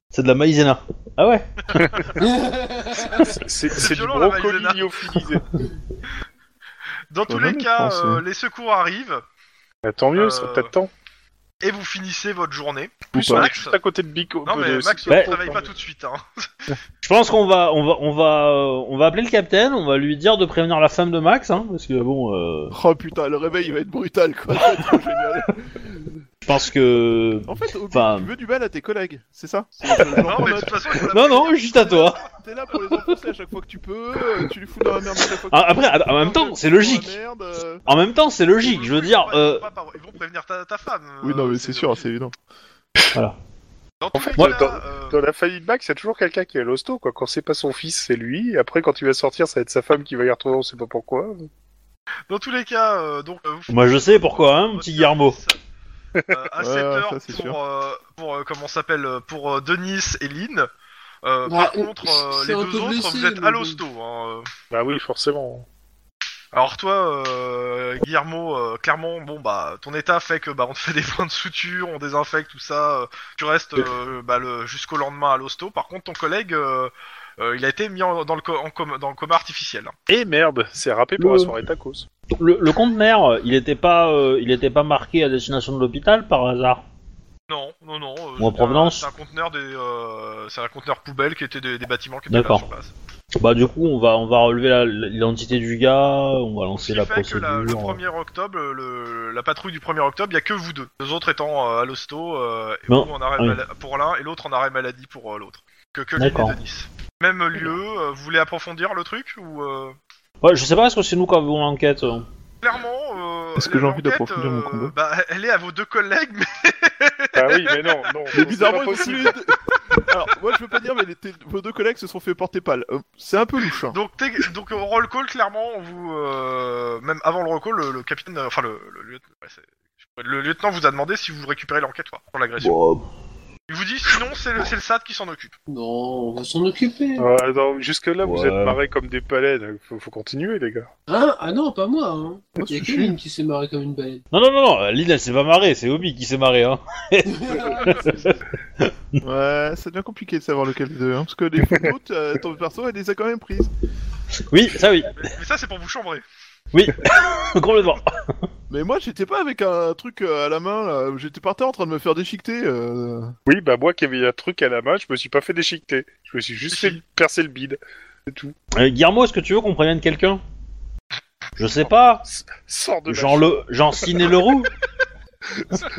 [SPEAKER 3] C'est de la maïzena. Ah ouais.
[SPEAKER 2] C'est c'est du
[SPEAKER 1] violent, la
[SPEAKER 2] brocoli
[SPEAKER 1] Maïzena.
[SPEAKER 2] lyophilisé.
[SPEAKER 1] Dans tous
[SPEAKER 5] Ouais,
[SPEAKER 1] les
[SPEAKER 5] je
[SPEAKER 1] cas,
[SPEAKER 5] pense,
[SPEAKER 1] euh,
[SPEAKER 5] ouais.
[SPEAKER 1] les secours arrivent
[SPEAKER 2] Bah, tant mieux,
[SPEAKER 1] Euh,
[SPEAKER 2] c'est peut-être temps.
[SPEAKER 1] et vous finissez votre journée.
[SPEAKER 2] Plus
[SPEAKER 1] pas.
[SPEAKER 2] on est juste à côté de Bico.
[SPEAKER 1] Non
[SPEAKER 2] de-
[SPEAKER 1] mais
[SPEAKER 2] de-
[SPEAKER 1] Max,
[SPEAKER 3] Ouais.
[SPEAKER 1] ne travaille pas tout de suite. Hein.
[SPEAKER 3] Je pense qu'on va, on va, on va, euh, on va appeler le capitaine. On va lui dire de prévenir la femme de Max, hein, parce que bon, euh,
[SPEAKER 5] Oh putain, le réveil il va être brutal quoi. Ça va être génial.
[SPEAKER 3] je pense que.
[SPEAKER 5] En fait, Obi,
[SPEAKER 3] Enfin-
[SPEAKER 5] tu veux du mal à tes collègues, c'est ça
[SPEAKER 1] Non mais de toute façon, il faut la
[SPEAKER 3] Non, non, juste à toi.
[SPEAKER 5] T'es là pour les enfoncer à chaque fois que tu peux, euh, tu lui fous dans la merde à chaque fois que
[SPEAKER 3] Ah,
[SPEAKER 5] tu
[SPEAKER 3] après,
[SPEAKER 5] peux,
[SPEAKER 3] en même temps,
[SPEAKER 5] tu
[SPEAKER 3] c'est
[SPEAKER 5] lui fous dans la
[SPEAKER 3] logique.
[SPEAKER 5] merde, euh.
[SPEAKER 3] En même temps, c'est logique. Je veux dire,
[SPEAKER 1] Ils vont
[SPEAKER 3] euh,
[SPEAKER 1] pas par- Ils vont prévenir ta, ta femme.
[SPEAKER 5] Oui, non,
[SPEAKER 1] euh,
[SPEAKER 5] mais c'est sûr, c'est évident.
[SPEAKER 1] Dans
[SPEAKER 2] En
[SPEAKER 1] tous
[SPEAKER 2] fait,
[SPEAKER 1] les
[SPEAKER 2] moi,
[SPEAKER 1] cas,
[SPEAKER 2] dans-
[SPEAKER 1] euh,
[SPEAKER 2] Dans la famille de Max, il y a toujours quelqu'un qui est à l'hosto, quoi. Quand c'est pas son fils, c'est lui. Et après, quand il va sortir, ça va être sa femme qui va y retrouver, on sait pas pourquoi.
[SPEAKER 1] dans tous les cas, euh, donc. euh, vous-
[SPEAKER 3] Moi, je sais pourquoi, hein, petit Guillermo.
[SPEAKER 1] Euh, à
[SPEAKER 5] Ouais,
[SPEAKER 1] 7 heures
[SPEAKER 5] ça, c'est sûr.
[SPEAKER 1] pour, euh, pour euh, comment ça s'appelle euh, pour euh, Denis et Lynn. Euh,
[SPEAKER 4] Ouais,
[SPEAKER 1] par contre, euh,
[SPEAKER 4] Bah, c'est
[SPEAKER 1] les
[SPEAKER 4] un
[SPEAKER 1] deux
[SPEAKER 4] peu
[SPEAKER 1] autres,
[SPEAKER 4] blessé,
[SPEAKER 1] vous êtes
[SPEAKER 4] mais
[SPEAKER 1] à
[SPEAKER 4] bon.
[SPEAKER 1] l'hosto. hein, euh.
[SPEAKER 2] Bah oui, forcément.
[SPEAKER 1] Alors toi, euh, Guillermo, euh, clairement, bon bah, ton état fait que bah on te fait des points de suture, on désinfecte tout ça. euh, tu restes euh, bah, le- jusqu'au lendemain à l'hosto. Par contre, ton collègue, euh, euh, il a été mis en- dans le co- en com- dans le coma artificiel.
[SPEAKER 2] Et merde, c'est râpé pour
[SPEAKER 3] Le-
[SPEAKER 2] la soirée tacos.
[SPEAKER 3] Le, le conteneur, il était pas, euh, il était pas marqué à destination de l'hôpital par hasard.
[SPEAKER 1] Non, non, non. euh,
[SPEAKER 3] Ou en
[SPEAKER 1] c'est un-
[SPEAKER 3] provenance
[SPEAKER 1] C'est un conteneur des, euh, c'est un conteneur poubelle qui était des, des bâtiments qui étaient là
[SPEAKER 3] D'accord.
[SPEAKER 1] sur place.
[SPEAKER 3] Bah du coup, on va on va relever la- l'identité du gars, on va
[SPEAKER 1] Ce
[SPEAKER 3] lancer
[SPEAKER 1] qui
[SPEAKER 3] la
[SPEAKER 1] fait que
[SPEAKER 3] procédure.
[SPEAKER 1] la,
[SPEAKER 5] hein.
[SPEAKER 1] le 1er octobre, le, la patrouille du 1er octobre, il y a que vous deux. Les autres étant euh, à l'hosto, euh, et
[SPEAKER 3] Non,
[SPEAKER 1] vous en arrêt
[SPEAKER 3] oui.
[SPEAKER 1] mala- pour l'un et l'autre en arrêt maladie pour euh, l'autre. Que, que l'une
[SPEAKER 3] D'accord.
[SPEAKER 1] et Denis. Même lieu, euh, vous voulez approfondir le truc ou euh,
[SPEAKER 3] Ouais, je sais pas, est-ce que c'est nous qui avons l'enquête euh
[SPEAKER 1] Clairement, euh,
[SPEAKER 5] Est-ce que j'ai envie
[SPEAKER 1] l'enquête,
[SPEAKER 5] d'approfondir mon combat
[SPEAKER 1] bah, Elle est à vos deux collègues, mais
[SPEAKER 2] Ah oui, mais non, non.
[SPEAKER 5] Mais
[SPEAKER 2] c'est
[SPEAKER 5] bizarrement,
[SPEAKER 2] pas
[SPEAKER 5] ils sont tous
[SPEAKER 2] possible.
[SPEAKER 5] les deux- Alors, moi, je veux pas dire, mais les tél- vos deux collègues se sont fait porter pâle. Euh, c'est un peu louche. hein.
[SPEAKER 1] donc, t'es- donc au roll call, clairement, on vous, euh, même avant le roll call, le, le capitaine, euh, enfin le, le lieutenant, ouais, c'est- le lieutenant vous a demandé si vous récupérez l'enquête quoi, pour l'agression.
[SPEAKER 3] Bon,
[SPEAKER 1] Il vous dit sinon c'est le, c'est le SAD qui s'en occupe.
[SPEAKER 4] Non, on va s'en occuper. Hein?
[SPEAKER 2] Ah, non, Jusque-là, vous
[SPEAKER 3] Ouais.
[SPEAKER 2] êtes marrés comme des palais. donc Faut, faut continuer, les gars.
[SPEAKER 4] Hein ah non, pas moi. Hein.
[SPEAKER 5] Moi,
[SPEAKER 4] Il y a
[SPEAKER 5] je suis
[SPEAKER 4] Kevin qui s'est marré comme une baleine.
[SPEAKER 3] Non, non, non, non, euh, Lynn, elle s'est pas marrée, c'est Obi qui s'est marrée, hein.
[SPEAKER 5] Ouais, ça devient compliqué de savoir lequel des deux, hein, parce que les photos, euh, ton perso, elle les a quand même prises.
[SPEAKER 3] Oui, ça oui,
[SPEAKER 1] Mais, mais ça c'est pour vous chambrer.
[SPEAKER 3] complètement.
[SPEAKER 5] Mais moi, j'étais pas avec un truc euh, à la main, là. j'étais par terre en train de me faire déchiqueter. euh.
[SPEAKER 2] Oui, bah moi qui avais un truc à la main, je me suis pas fait déchiqueter. Je me suis juste fait percer le bide. C'est tout.
[SPEAKER 3] Euh, Guillermo, est-ce que tu veux qu'on prévienne quelqu'un Je sais pas,
[SPEAKER 2] Sors de ma
[SPEAKER 3] genre, le, genre Ciné Leroux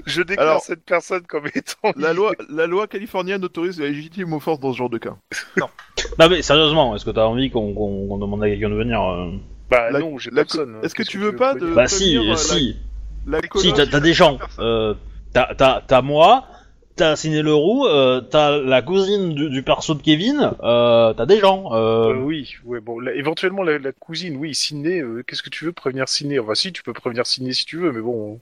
[SPEAKER 2] Je déclare
[SPEAKER 5] Alors-
[SPEAKER 2] cette personne comme étant.
[SPEAKER 5] La, loi, la loi californienne autorise la légitime offense dans ce genre de cas.
[SPEAKER 3] Non mais sérieusement, est-ce que t'as envie qu'on qu'on- qu'on demande à quelqu'un de venir euh
[SPEAKER 2] Bah
[SPEAKER 5] La-
[SPEAKER 2] non, j'ai
[SPEAKER 5] la-
[SPEAKER 2] personne.
[SPEAKER 5] est-ce que
[SPEAKER 2] Qu'est-ce
[SPEAKER 5] tu veux pas
[SPEAKER 2] me
[SPEAKER 5] de-
[SPEAKER 2] dire
[SPEAKER 3] Bah si,
[SPEAKER 5] venir,
[SPEAKER 3] euh,
[SPEAKER 5] la-
[SPEAKER 3] si,
[SPEAKER 5] La
[SPEAKER 3] si,
[SPEAKER 5] colonne-
[SPEAKER 3] t'as t'as des gens. Euh, t'as- T'as t'as moi, t'as Ciné Leroux, euh, t'as la cousine du, du perso de Kevin, euh, t'as des gens.
[SPEAKER 2] Euh,
[SPEAKER 3] Euh...
[SPEAKER 2] oui, ouais, bon, la- éventuellement la, la cousine, oui, Ciné, euh, qu'est-ce que tu veux prévenir Ciné Enfin, si, tu peux prévenir Ciné si tu veux, mais bon.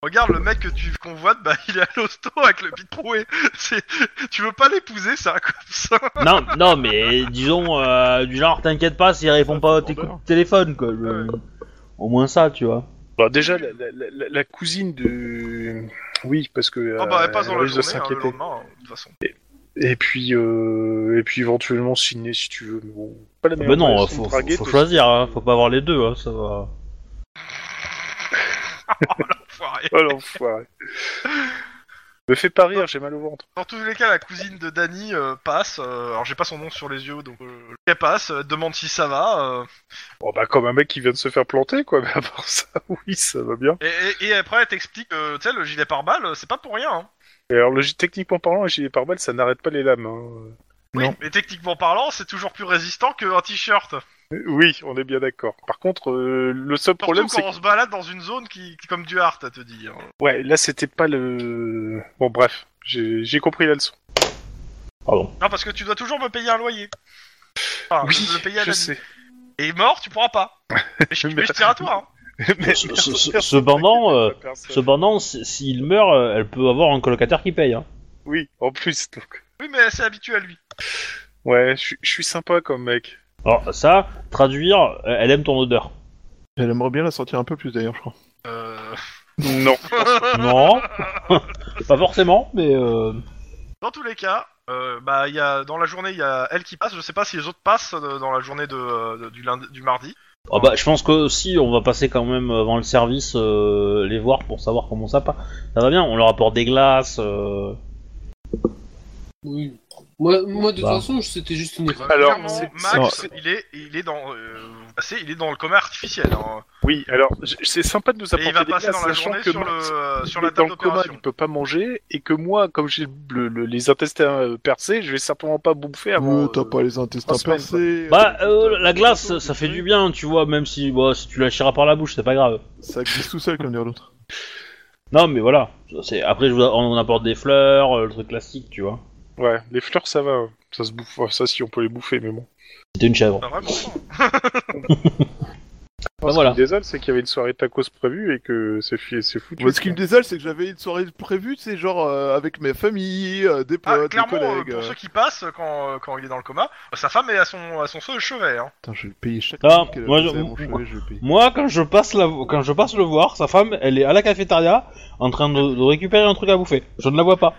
[SPEAKER 1] Regarde le mec que tu convoites, bah il est à l'hosto avec le bide troué. C'est- Tu veux pas l'épouser ça comme ça
[SPEAKER 3] Non, non mais disons, euh, du genre t'inquiète pas s'ils répondent pas à tes coups de téléphone quoi. euh, Au moins ça, tu vois.
[SPEAKER 2] Bah, déjà, la, la- la- la cousine de. Oui, parce que.
[SPEAKER 1] Ah bah
[SPEAKER 2] euh,
[SPEAKER 1] elle passe dans
[SPEAKER 2] elle
[SPEAKER 1] la
[SPEAKER 2] risque de
[SPEAKER 1] journée, hein, le
[SPEAKER 2] s'inquiéter.
[SPEAKER 1] lendemain, hein, de toute façon.
[SPEAKER 2] et puis, euh, et puis éventuellement Ciné si tu veux, mais bon. Pas la
[SPEAKER 3] Ah
[SPEAKER 2] meilleure
[SPEAKER 3] Bah non,
[SPEAKER 2] façon de
[SPEAKER 3] faut, faut-
[SPEAKER 2] draguer,
[SPEAKER 3] faut
[SPEAKER 2] de-
[SPEAKER 3] choisir, hein, faut pas avoir les deux, hein, ça va.
[SPEAKER 1] Enfoiré.
[SPEAKER 2] Oh l'enfoiré. Me fais pas rire, j'ai mal au ventre.
[SPEAKER 1] Dans tous les cas, la cousine de Danny euh, passe. euh, alors j'ai pas son nom sur les yeux, donc euh, elle passe, elle demande si ça va. euh,
[SPEAKER 2] Bon, bah, comme un mec qui vient de se faire planter, quoi, mais à part ça, oui, ça va bien.
[SPEAKER 1] Et, et- et après, elle t'explique, euh, tu sais, le gilet pare-balles, c'est pas pour rien. Hein.
[SPEAKER 2] Et alors, le- techniquement parlant, un gilet pare-balles, ça n'arrête pas les lames. hein.
[SPEAKER 1] Oui, mais techniquement parlant, c'est toujours plus résistant qu'un t-shirt.
[SPEAKER 2] Euh, Oui, on est bien d'accord. Par contre, euh, le seul
[SPEAKER 1] Surtout
[SPEAKER 2] problème,
[SPEAKER 1] quand
[SPEAKER 2] c'est
[SPEAKER 1] on se balade dans une zone qui, qui- comme du hard, à te hein. dire.
[SPEAKER 2] que... Ouais, là, c'était pas le... Bon, bref, j'ai j'ai compris la leçon.
[SPEAKER 3] Pardon.
[SPEAKER 1] Non, parce que tu dois toujours me payer un loyer. Enfin,
[SPEAKER 2] oui,
[SPEAKER 1] le Ah, payer à
[SPEAKER 2] je
[SPEAKER 1] la-
[SPEAKER 2] sais.
[SPEAKER 1] Et mort, tu pourras pas. Mais je, mais je tire à toi. hein.
[SPEAKER 2] Mais-
[SPEAKER 3] Ce- ce- ce- Cependant, euh, cependant, si- s'il meurt, euh, elle peut avoir un colocataire qui paye. Hein.
[SPEAKER 2] Oui, en plus, donc...
[SPEAKER 1] Oui, mais c'est habitué à lui.
[SPEAKER 2] Ouais, je suis- je suis sympa comme mec.
[SPEAKER 3] Alors ça, traduire, euh, elle aime ton odeur.
[SPEAKER 5] Elle aimerait bien la sortir un peu plus d'ailleurs, je crois.
[SPEAKER 1] Euh...
[SPEAKER 2] Non.
[SPEAKER 3] Non, pas forcément, mais euh...
[SPEAKER 1] Dans tous les cas, euh, bah, il y a, dans la journée, il y a elle qui passe. Je sais pas si les autres passent euh, dans la journée de, euh, de- du, lundi, du mardi.
[SPEAKER 3] ah bah, je pense que si on va passer quand même avant le service euh, les voir pour savoir comment ça passe. Ça va bien, on leur apporte des glaces. euh,
[SPEAKER 4] Oui. Moi, moi de
[SPEAKER 3] Bah.
[SPEAKER 4] toute façon, c'était juste une erreur.
[SPEAKER 2] Alors,
[SPEAKER 1] Clairement,
[SPEAKER 2] c'est-
[SPEAKER 1] Max,
[SPEAKER 2] c'est-
[SPEAKER 1] il est, il est dans, euh, vous passez, il est dans le coma artificiel. hein.
[SPEAKER 2] Oui, alors, j- c'est sympa de nous
[SPEAKER 1] Et
[SPEAKER 2] apporter
[SPEAKER 1] il va
[SPEAKER 2] des
[SPEAKER 1] passer
[SPEAKER 2] glaces,
[SPEAKER 1] dans la
[SPEAKER 2] sachant
[SPEAKER 1] journée
[SPEAKER 2] que
[SPEAKER 1] sur,
[SPEAKER 2] Max-
[SPEAKER 1] le, euh, sur
[SPEAKER 2] Il
[SPEAKER 1] la
[SPEAKER 2] est dans
[SPEAKER 1] table
[SPEAKER 2] le coma,
[SPEAKER 1] d'opération.
[SPEAKER 2] il peut pas manger, et que moi, comme j'ai le- le- les intestins euh, percés, je vais certainement pas bouffer avant.
[SPEAKER 5] Euh, t'as
[SPEAKER 2] euh,
[SPEAKER 5] pas les intestins
[SPEAKER 2] trois semaines,
[SPEAKER 5] percés. euh,
[SPEAKER 3] Bah,
[SPEAKER 5] t'as-
[SPEAKER 3] euh,
[SPEAKER 5] t'as-
[SPEAKER 3] la glace, ça,
[SPEAKER 5] t'as-
[SPEAKER 3] fait du bien, tu vois, même si, bah, si tu la chieras par la bouche, c'est pas grave.
[SPEAKER 5] Ça glisse tout seul, comme dire l'autre.
[SPEAKER 3] Non, mais voilà. C'est après, je vous- on apporte des fleurs, euh, le truc classique, tu vois.
[SPEAKER 2] euh, Ouais, les fleurs, ça va. hein. Ça se bouffe, enfin, ça si on peut les bouffer, mais bon.
[SPEAKER 3] C'était une chèvre.
[SPEAKER 1] Bah, vraiment. hein.
[SPEAKER 3] Bah,
[SPEAKER 5] Bah,
[SPEAKER 2] Moi,
[SPEAKER 3] voilà.
[SPEAKER 2] Ce qui me désole, c'est qu'il y avait une soirée tacos prévue et que c'est fi- c'est foutu.
[SPEAKER 5] Moi, ce qui
[SPEAKER 2] quoi.
[SPEAKER 5] me désole, c'est que j'avais une soirée prévue, tu sais, genre euh, avec mes familles, euh, des
[SPEAKER 1] Ah,
[SPEAKER 5] potes, des
[SPEAKER 1] clairement, euh,
[SPEAKER 5] collègues.
[SPEAKER 1] pour
[SPEAKER 5] euh.
[SPEAKER 1] ceux qui passent euh, quand, euh, quand il est dans le coma, euh, sa femme est à son, à son seul chevet. Hein.
[SPEAKER 5] Putain, je vais payer chaque
[SPEAKER 3] Ah,
[SPEAKER 5] truc qu'elle a
[SPEAKER 3] moi,
[SPEAKER 5] laissé
[SPEAKER 3] je-
[SPEAKER 5] à mon chevet, je vais payer.
[SPEAKER 3] Moi, quand je passe la, quand je passe le voir, sa femme, elle est à la cafétéria, en train de, de récupérer un truc à bouffer. Je ne la vois pas.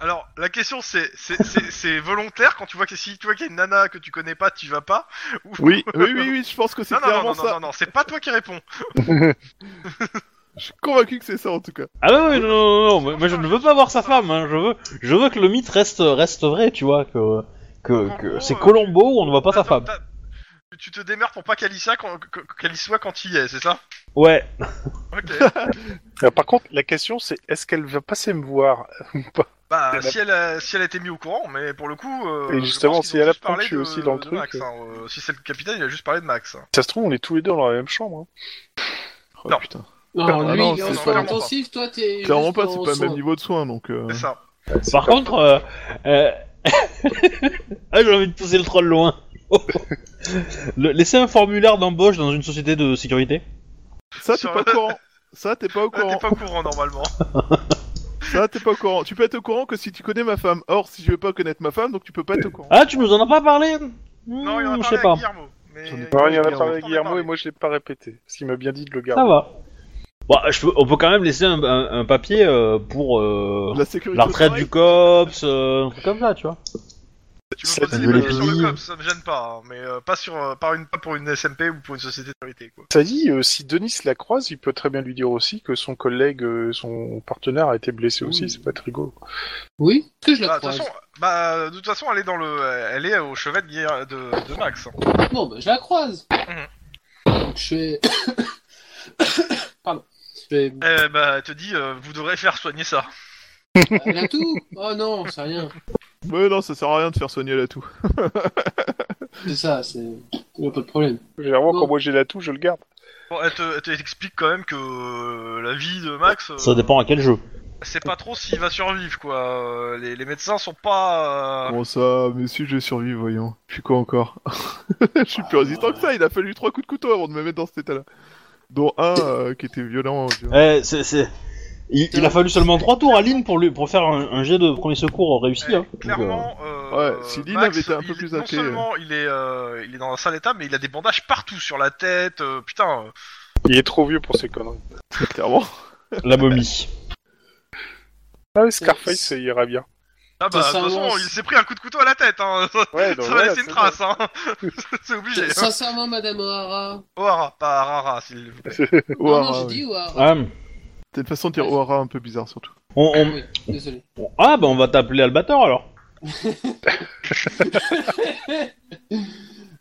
[SPEAKER 1] Alors, la question c'est c'est- c'est- c'est volontaire quand tu vois que si tu vois qu'il y a une nana que tu connais pas, tu y vas pas ou-
[SPEAKER 5] Oui, oui, oui, oui, je pense que c'est
[SPEAKER 1] Non, non, non,
[SPEAKER 5] clairement
[SPEAKER 1] non, non,
[SPEAKER 5] ça.
[SPEAKER 1] non, non, c'est pas toi qui réponds.
[SPEAKER 5] Je suis convaincu que c'est ça en tout cas.
[SPEAKER 3] Ah ouais, ouais, non, non, non, non, mais- mais je ne veux pas voir sa femme, hein, je veux, je veux que le mythe reste, reste vrai, tu vois, que, que,
[SPEAKER 1] En
[SPEAKER 3] que
[SPEAKER 1] gros,
[SPEAKER 3] c'est
[SPEAKER 1] euh,
[SPEAKER 3] Colombo où on ne voit pas sa
[SPEAKER 1] Attends,
[SPEAKER 3] femme.
[SPEAKER 1] t'as- Tu te démerdes pour pas qu'elle y soit quand, que- qu'elle y soit quand il y est, c'est ça
[SPEAKER 3] Ouais.
[SPEAKER 1] Ok.
[SPEAKER 2] Alors, Ah, par contre, la question c'est est-ce qu'elle va passer me voir ou pas
[SPEAKER 1] Bah,
[SPEAKER 2] Elle a-
[SPEAKER 1] si elle, a, si elle était mise au courant, mais pour le coup. euh,
[SPEAKER 2] Et
[SPEAKER 1] je
[SPEAKER 2] justement,
[SPEAKER 1] pense qu'ils
[SPEAKER 2] si
[SPEAKER 1] ont
[SPEAKER 2] elle
[SPEAKER 1] juste
[SPEAKER 2] apprend que
[SPEAKER 1] parlé
[SPEAKER 2] je suis
[SPEAKER 1] de-
[SPEAKER 2] aussi dans le
[SPEAKER 1] de
[SPEAKER 2] truc,
[SPEAKER 1] Max,
[SPEAKER 2] euh.
[SPEAKER 1] hein, euh, si c'est le capitaine, il a juste parlé de Max. hein.
[SPEAKER 2] Ça se trouve, on est tous les deux dans la même chambre. hein.
[SPEAKER 5] Oh,
[SPEAKER 1] Non.
[SPEAKER 5] putain.
[SPEAKER 4] Non,
[SPEAKER 5] Ah
[SPEAKER 4] lui,
[SPEAKER 5] non,
[SPEAKER 4] il est
[SPEAKER 5] c'est
[SPEAKER 4] en
[SPEAKER 5] pas-
[SPEAKER 4] soins intensifs, toi, t'es.
[SPEAKER 5] Clairement
[SPEAKER 4] juste
[SPEAKER 5] pas,
[SPEAKER 4] en
[SPEAKER 5] c'est pas le
[SPEAKER 4] soins.
[SPEAKER 5] même niveau de soin donc. euh,
[SPEAKER 1] C'est ça.
[SPEAKER 3] Par contre, euh, euh, ah, j'ai envie de pousser le troll loin. Le- laissez un formulaire d'embauche dans une société de sécurité.
[SPEAKER 5] Ça, t'es
[SPEAKER 1] Sur-
[SPEAKER 5] pas au courant. Ça, t'es pas au
[SPEAKER 1] Ah, T'es
[SPEAKER 5] courant.
[SPEAKER 1] pas au courant normalement.
[SPEAKER 5] Ça, t'es pas au courant. Tu peux être au courant que si tu connais ma femme. Or, si je veux pas connaître ma femme, donc tu peux pas être au courant.
[SPEAKER 3] Ah, tu nous en as pas parlé
[SPEAKER 1] Non, il y en
[SPEAKER 3] Hmm,
[SPEAKER 1] a
[SPEAKER 3] Je sais
[SPEAKER 1] parlé
[SPEAKER 3] pas.
[SPEAKER 1] à Guillermo. Mais...
[SPEAKER 5] J'en ai
[SPEAKER 2] Non, il y en
[SPEAKER 5] Guillermo.
[SPEAKER 2] a
[SPEAKER 1] On
[SPEAKER 2] parlé
[SPEAKER 1] en
[SPEAKER 2] avec
[SPEAKER 1] a
[SPEAKER 2] Guillermo
[SPEAKER 1] parlé.
[SPEAKER 2] et moi je l'ai pas répété. Parce qu'il m'a bien dit de le garder.
[SPEAKER 3] Ça
[SPEAKER 5] Ah.
[SPEAKER 1] hein.
[SPEAKER 3] va. Bon, je peux- on peut quand même laisser un, un- un papier euh, pour euh,
[SPEAKER 5] La sécurité.
[SPEAKER 3] la
[SPEAKER 5] au
[SPEAKER 3] retraite
[SPEAKER 5] travail,
[SPEAKER 3] du cops, euh, un truc comme ça, tu vois.
[SPEAKER 1] Tu
[SPEAKER 2] Ça
[SPEAKER 1] peux poser
[SPEAKER 3] dit
[SPEAKER 1] des
[SPEAKER 3] les
[SPEAKER 1] questions euh, sur le
[SPEAKER 3] pays.
[SPEAKER 1] COPS, ça me gêne pas, hein, mais euh, pas, sur, euh, par une, pas pour une SMP ou pour une société de sécurité. Quoi.
[SPEAKER 2] Ça dit, euh, si Denis la croise, il peut très bien lui dire aussi que son collègue, euh, son partenaire a été blessé aussi,
[SPEAKER 4] Oui.
[SPEAKER 2] c'est pas très rigolo.
[SPEAKER 4] Oui, que je la
[SPEAKER 1] Bah, de toute
[SPEAKER 4] croise.
[SPEAKER 1] façon, bah, de toute façon, elle est dans le, elle est au chevet de, Guilla- de, de Max. hein.
[SPEAKER 4] Non, bah, je la croise. Donc, je fais. Pardon. Je fais.
[SPEAKER 1] Eh bah, elle te dit, euh, vous devrez faire soigner ça.
[SPEAKER 4] Elle a tout Oh non, c'est rien.
[SPEAKER 5] Mais non, ça sert à rien de faire soigner la toux.
[SPEAKER 4] C'est ça, c'est. Y a pas de problème.
[SPEAKER 2] Généralement,
[SPEAKER 4] Non.
[SPEAKER 2] quand moi j'ai la toux, je le garde.
[SPEAKER 1] Bon, elle te- elle te- elle t'explique quand même que euh, la vie de Max, euh,
[SPEAKER 3] Ça dépend à quel jeu.
[SPEAKER 1] c'est pas trop s'il va survivre quoi. Euh, Les, les médecins sont pas. euh,
[SPEAKER 5] Bon, ça, mais si je survis, voyons. Je suis quoi encore Je suis plus résistant que ça. Il a fallu trois coups de couteau avant de me mettre dans cet état-là. Dont un euh, qui était violent. violent.
[SPEAKER 3] Eh, c'est- c'est- Il, il a fallu seulement trois tours à Lynn pour, lui, pour faire un, un jet de premier secours réussi. hein. Donc, euh,
[SPEAKER 1] Clairement, euh,
[SPEAKER 5] Ouais, si Lynn
[SPEAKER 1] Max,
[SPEAKER 5] avait été un peu
[SPEAKER 1] il-
[SPEAKER 5] plus
[SPEAKER 1] Non
[SPEAKER 5] athée,
[SPEAKER 1] seulement il est, euh, il est dans un sale état, mais il a des bandages partout sur la tête. euh, putain, euh,
[SPEAKER 2] Il est trop vieux pour ces conneries.
[SPEAKER 5] Clairement.
[SPEAKER 3] euh, la momie.
[SPEAKER 2] Ah oui, Scarface, ça ira bien.
[SPEAKER 1] ah bah, de
[SPEAKER 4] Ça,
[SPEAKER 1] toute
[SPEAKER 4] ça
[SPEAKER 1] façon,
[SPEAKER 4] avance.
[SPEAKER 1] il s'est pris un coup de couteau à la tête. Hein. Ça,
[SPEAKER 2] Ouais, donc
[SPEAKER 1] va
[SPEAKER 2] voilà,
[SPEAKER 1] laisser une
[SPEAKER 2] c'est
[SPEAKER 1] trace. Hein. c'est obligé. hein.
[SPEAKER 4] Sincèrement, Madame O'Hara. Ah,
[SPEAKER 1] O'Hara, pas Harara, s'il vous plaît.
[SPEAKER 4] Non,
[SPEAKER 5] O'Hara,
[SPEAKER 4] non, j'ai
[SPEAKER 5] oui.
[SPEAKER 4] dit O'Hara. Ah
[SPEAKER 3] Ah,
[SPEAKER 5] T'as une façon de dire O'Hara un peu bizarre surtout.
[SPEAKER 3] on, on-
[SPEAKER 4] Oui, désolé.
[SPEAKER 3] on- ah, bah on va t'appeler Albator alors.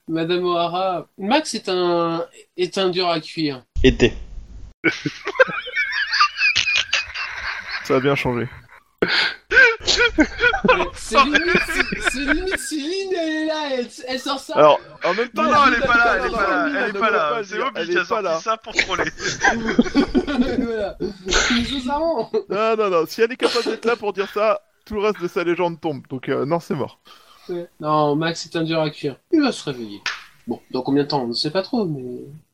[SPEAKER 4] Madame O'Hara. Max est un. est un dur à cuire.
[SPEAKER 3] Été.
[SPEAKER 5] Ça a bien changé.
[SPEAKER 4] C'est limite, c'est- c'est limite si Lynn elle est là, elle, elle sort ça.
[SPEAKER 5] Alors, en même temps,
[SPEAKER 1] Non, non, elle est
[SPEAKER 5] Lynn,
[SPEAKER 1] pas là,
[SPEAKER 5] non,
[SPEAKER 1] elle est pas
[SPEAKER 5] non,
[SPEAKER 1] là,
[SPEAKER 5] Lynn,
[SPEAKER 1] elle est
[SPEAKER 5] ne
[SPEAKER 1] pas
[SPEAKER 5] doit
[SPEAKER 1] là.
[SPEAKER 5] le
[SPEAKER 1] C'est
[SPEAKER 5] dire.
[SPEAKER 1] Obi
[SPEAKER 5] Elle
[SPEAKER 1] qui
[SPEAKER 5] est
[SPEAKER 1] a
[SPEAKER 5] pas là.
[SPEAKER 1] sorti ça pour troller.
[SPEAKER 4] voilà. Nous nous avons.
[SPEAKER 5] Non, non, non, si elle est capable d'être là pour dire ça, tout le reste de sa légende tombe. Donc, euh, non, c'est mort.
[SPEAKER 4] Non, Max est un dur à cuire. Il va se réveiller. Bon, dans combien de temps On ne sait pas trop, mais.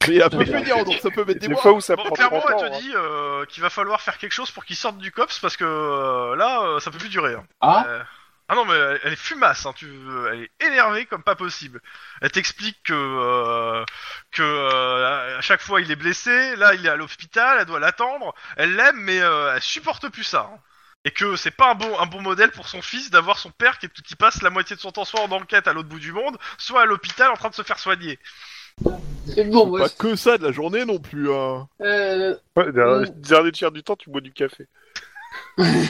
[SPEAKER 5] Mais elle peut
[SPEAKER 4] Ouais.
[SPEAKER 5] finir, donc ça peut mettre des hein.
[SPEAKER 2] Des
[SPEAKER 5] mois.
[SPEAKER 2] fois où ça
[SPEAKER 1] Bon,
[SPEAKER 2] prend
[SPEAKER 1] clairement,
[SPEAKER 2] 30 ans.
[SPEAKER 1] elle te
[SPEAKER 2] hein.
[SPEAKER 1] dit euh, qu'il va falloir faire quelque chose pour qu'il sorte du COPS parce que euh, là, euh, ça peut plus durer. hein.
[SPEAKER 4] Ah
[SPEAKER 1] Euh, ah non, mais elle- elle est fumasse, hein, tu, elle est énervée comme pas possible. Elle t'explique que, euh, que euh, à chaque fois il est blessé, là il est à l'hôpital, elle doit l'attendre, elle l'aime, mais euh, elle supporte plus ça. hein. Et que c'est pas un bon, un bon modèle pour son fils d'avoir son père qui, qui passe la moitié de son temps soit en enquête à l'autre bout du monde, soit à l'hôpital en train de se faire soigner.
[SPEAKER 4] Et Bon,
[SPEAKER 5] Euh, Pas
[SPEAKER 4] bref.
[SPEAKER 5] que ça de la journée non plus. Hein.
[SPEAKER 4] Euh,
[SPEAKER 2] Ouais, dernier,
[SPEAKER 4] Mm.
[SPEAKER 2] dernier tiers du temps, tu bois du café.
[SPEAKER 5] Allez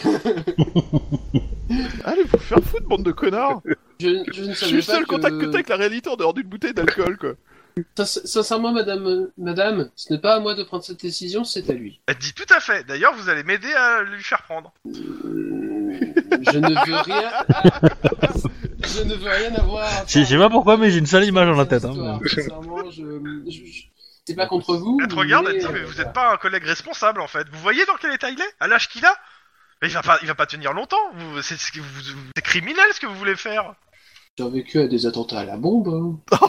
[SPEAKER 5] vous faire foutre, bande de connards.
[SPEAKER 4] je, je ne savais
[SPEAKER 5] Je suis le
[SPEAKER 4] pas
[SPEAKER 5] seul contact que t'as avec la réalité en dehors d'une bouteille d'alcool, quoi.
[SPEAKER 4] Sin- Sincèrement, madame, euh, madame, ce n'est pas à moi de prendre cette décision, c'est à lui.
[SPEAKER 1] Elle dit tout à fait, d'ailleurs vous allez m'aider à lui faire prendre.
[SPEAKER 4] Je ne veux rien. je ne veux rien avoir.
[SPEAKER 3] Je je sais pas pourquoi, mais j'ai une sale image dans la tête. hein.
[SPEAKER 4] Sincèrement, je. je- je- C'est pas contre vous.
[SPEAKER 1] Elle te regarde,
[SPEAKER 4] mais,
[SPEAKER 1] Ah, elle te dit, mais
[SPEAKER 4] euh,
[SPEAKER 1] vous êtes pas un collègue responsable en fait. Vous voyez dans quel état il est À l'âge qu'il a Mais il va pas, il va pas tenir longtemps. Vous- C'est c'est- vous- vous- c'est criminel ce que vous voulez faire.
[SPEAKER 4] J'ai vécu à des attentats à la bombe. hein.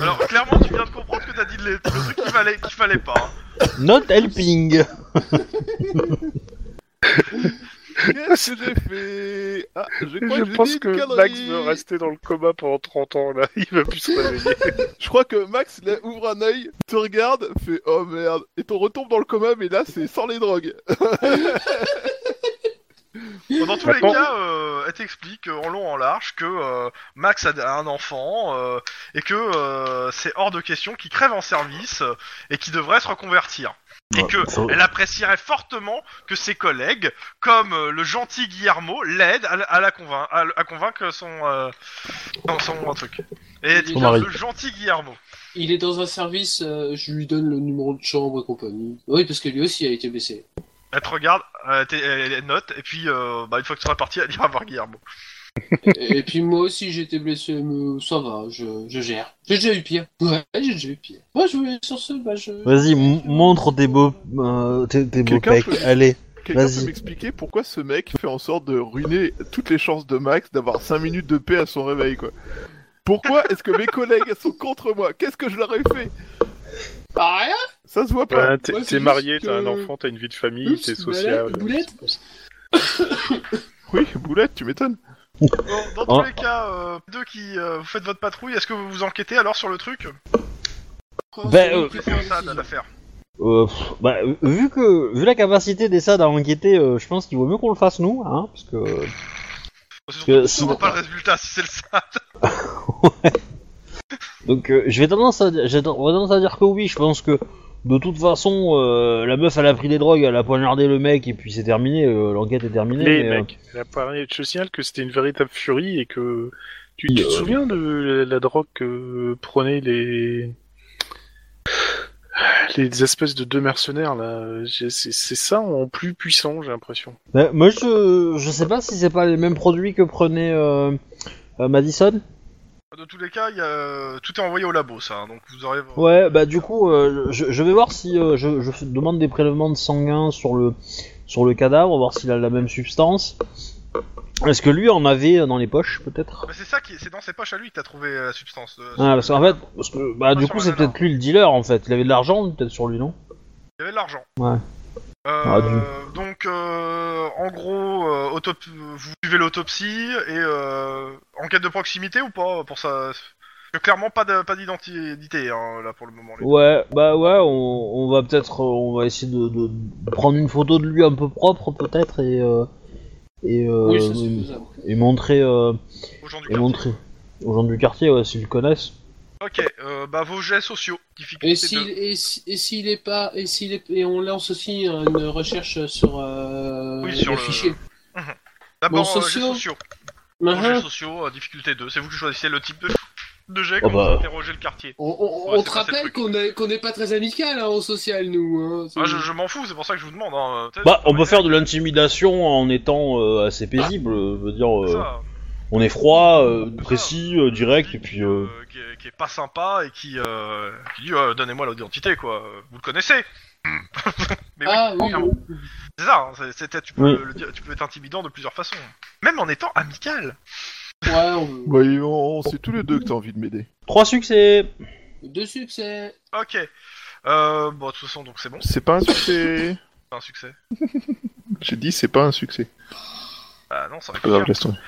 [SPEAKER 1] Alors clairement, tu viens de comprendre que t'as dit le le truc qu'il fallait, qu'il fallait pas. hein.
[SPEAKER 3] Not helping.
[SPEAKER 5] Qu'est-ce que j'ai fait Ah, je crois que
[SPEAKER 2] je
[SPEAKER 5] j'ai
[SPEAKER 2] pense
[SPEAKER 5] dit
[SPEAKER 2] que
[SPEAKER 5] une
[SPEAKER 2] Max
[SPEAKER 5] connerie.
[SPEAKER 2] veut rester dans le coma pendant 30 ans, là. Il va plus se réveiller.
[SPEAKER 5] Je crois que Max là, ouvre un œil, te regarde, fait oh merde, et t'en retombe dans le coma, mais là c'est sans les drogues.
[SPEAKER 1] Bon, dans tous
[SPEAKER 2] Maintenant-
[SPEAKER 1] les cas, euh, elle t'explique euh, en long en large que euh, Max a d- a un enfant euh, et que euh, c'est hors de question qu'il crève en service euh, et qu'il devrait se reconvertir. Et
[SPEAKER 3] Ouais,
[SPEAKER 1] que
[SPEAKER 3] faut-
[SPEAKER 1] elle apprécierait fortement que ses collègues, comme euh, le gentil Guillermo, l'aident à, la- à la convain- à, le- à convaincre son, euh, son, son truc. Et elle dit
[SPEAKER 3] Son
[SPEAKER 1] bien
[SPEAKER 3] mari.
[SPEAKER 1] le gentil Guillermo.
[SPEAKER 4] Il est dans un service, euh, je lui donne le numéro de chambre et compagnie. Oui, parce que lui aussi a été blessé.
[SPEAKER 1] Elle te regarde, euh, t'es- elle, elle note, et puis euh, bah, une fois que tu seras parti, elle ira voir Guillermo.
[SPEAKER 4] et puis moi aussi j'ai été blessé, mais ça va, je, je gère. J'ai déjà eu pire. Ouais, j'ai déjà eu pire. Moi je voulais sur ce, bah je.
[SPEAKER 3] Vas-y, m- montre tes beaux, euh, tes, tes beaux
[SPEAKER 5] Quelqu'un
[SPEAKER 3] pecs.
[SPEAKER 5] peut-
[SPEAKER 3] Allez.
[SPEAKER 5] Quelqu'un
[SPEAKER 3] Vas-y.
[SPEAKER 5] peut m'expliquer pourquoi ce mec fait en sorte de ruiner toutes les chances de Max d'avoir 5 minutes de paix à son réveil, quoi Pourquoi est-ce que mes collègues sont contre moi Qu'est-ce que je leur ai fait
[SPEAKER 4] Ah rien
[SPEAKER 5] Ça se voit pas.
[SPEAKER 2] Voilà, t'es
[SPEAKER 4] Ouais, c'est
[SPEAKER 2] t'es
[SPEAKER 4] juste
[SPEAKER 2] marié,
[SPEAKER 4] que-
[SPEAKER 2] t'as un enfant, t'as une vie de famille,
[SPEAKER 4] Oups,
[SPEAKER 2] t'es
[SPEAKER 4] balade,
[SPEAKER 2] social.
[SPEAKER 4] boulette.
[SPEAKER 5] Oui, boulette, tu m'étonnes.
[SPEAKER 1] Bon, dans
[SPEAKER 3] Oh.
[SPEAKER 1] tous les cas, euh, deux qui euh, vous faites votre patrouille, est-ce que vous vous enquêtez alors sur le truc
[SPEAKER 4] Oh,
[SPEAKER 3] Ben,
[SPEAKER 4] c'est
[SPEAKER 3] euh,
[SPEAKER 4] une
[SPEAKER 1] C'est
[SPEAKER 4] préférence,
[SPEAKER 1] ça
[SPEAKER 4] ils ont-
[SPEAKER 1] l'affaire.
[SPEAKER 3] Euh, pff, bah, vu que vu la capacité des SAD à enquêter, euh, je pense qu'il vaut mieux qu'on le fasse nous, hein, parce que
[SPEAKER 1] Parce
[SPEAKER 3] que
[SPEAKER 1] que
[SPEAKER 3] sinon-
[SPEAKER 1] on pas le résultat si c'est le ça.
[SPEAKER 3] Donc euh, je vais tendance à, dire- j'ai tendance à dire que oui, je pense que de toute façon, euh, la meuf elle a pris des drogues, elle a poignardé le mec et puis c'est terminé, euh, l'enquête est terminée.
[SPEAKER 2] Les
[SPEAKER 3] mais, euh,
[SPEAKER 2] mecs, la parlé je signale que c'était une véritable furie et que. Tu, tu
[SPEAKER 3] Euh,
[SPEAKER 2] te souviens de la drogue que prenaient les. Les espèces de deux mercenaires là, J'ai- c'est c'est ça en plus puissant, j'ai l'impression.
[SPEAKER 3] bah, moi je, je sais pas si c'est pas les mêmes produits que prenait euh, euh, Madison.
[SPEAKER 1] De tous les cas, il y a- tout est envoyé au labo, ça. hein, Donc vous aurez.
[SPEAKER 3] Ouais, bah du coup, euh, je, je vais voir si euh, je, je demande des prélèvements de sanguin sur le sur le cadavre, voir s'il a la même substance. Est-ce que lui en avait euh, dans les poches peut-être
[SPEAKER 1] Bah, c'est ça qui, c'est dans ses poches à lui que t'as trouvé la substance. euh,
[SPEAKER 3] ah, parce qu'en fait, parce que, bah,
[SPEAKER 1] Pas
[SPEAKER 3] du
[SPEAKER 1] sur
[SPEAKER 3] coup,
[SPEAKER 1] la
[SPEAKER 3] c'est
[SPEAKER 1] nana.
[SPEAKER 3] peut-être lui le dealer en fait. Il avait de l'argent peut-être sur lui, non
[SPEAKER 1] Il y avait de l'argent.
[SPEAKER 3] Ouais.
[SPEAKER 1] Euh,
[SPEAKER 3] Ah, du-
[SPEAKER 1] donc, euh, en gros, euh, autop- vous suivez l'autopsie et euh, enquête de proximité ou pas pour ça Parce que Clairement pas de- pas d'identité hein, là pour le moment. les deux.
[SPEAKER 3] Ouais, bah ouais, on, on va peut-être, euh, on va essayer de, de- de prendre une photo de lui un peu propre peut-être et euh, et, euh,
[SPEAKER 4] Oui, ça c'est faisable.
[SPEAKER 3] et montrer euh,
[SPEAKER 1] Aux gens du
[SPEAKER 3] et
[SPEAKER 1] quartier.
[SPEAKER 3] montrer aux gens du quartier ouais, s'ils le connaissent.
[SPEAKER 1] Ok, euh, bah vos jets sociaux. difficulté
[SPEAKER 4] Et
[SPEAKER 1] deux.
[SPEAKER 4] s'il et si- et s'il est pas et s'il est et on lance aussi une recherche sur euh,
[SPEAKER 1] Oui, sur
[SPEAKER 4] les
[SPEAKER 1] le-
[SPEAKER 4] fichiers.
[SPEAKER 1] D'abord,
[SPEAKER 4] bon,
[SPEAKER 1] euh, jets
[SPEAKER 4] sociaux.
[SPEAKER 1] sociaux. Vos
[SPEAKER 4] Marin,
[SPEAKER 1] jets sociaux, euh, difficulté 2. C'est vous qui choisissez le type de, de jet
[SPEAKER 3] Oh
[SPEAKER 1] quand vous
[SPEAKER 3] bah.
[SPEAKER 1] interrogez le quartier.
[SPEAKER 4] On, on-
[SPEAKER 1] Ouais,
[SPEAKER 4] on
[SPEAKER 1] c'est
[SPEAKER 4] te
[SPEAKER 1] pas ces
[SPEAKER 4] rappelle
[SPEAKER 1] trucs.
[SPEAKER 4] qu'on est- qu'on n'est pas très amical hein, au social, nous. hein. C'est-
[SPEAKER 1] Moi, Ah, je, je m'en fous, c'est pour ça que je vous demande. Hein. euh,
[SPEAKER 3] Bah, on peut faire de l'intimidation en étant euh, assez paisible, euh, je veux dire,
[SPEAKER 1] C'est
[SPEAKER 3] euh,
[SPEAKER 1] ça. hein.
[SPEAKER 3] on est froid, euh, précis, euh, direct et puis. euh,
[SPEAKER 1] Euh, qui, est, qui est pas sympa et qui, euh, qui dit euh, donnez-moi l'identité quoi. Vous le connaissez. Mais oui,
[SPEAKER 4] Ah oui,
[SPEAKER 1] clairement. c'est ça. hein, c'est- c'est- tu, peux,
[SPEAKER 3] Oui.
[SPEAKER 1] le dire- tu peux être intimidant de plusieurs façons, même en étant amical.
[SPEAKER 4] ouais, on-
[SPEAKER 5] Voyons, c'est tous les deux que t'as envie de m'aider.
[SPEAKER 3] Trois succès.
[SPEAKER 4] deux succès.
[SPEAKER 1] Ok. Euh, bon, de toute façon, donc c'est bon,
[SPEAKER 5] C'est pas un succès.
[SPEAKER 1] c'est un succès.
[SPEAKER 5] J'ai dit, c'est pas un succès.
[SPEAKER 1] Ah non, ça va
[SPEAKER 5] Pas grave, laisse tomber.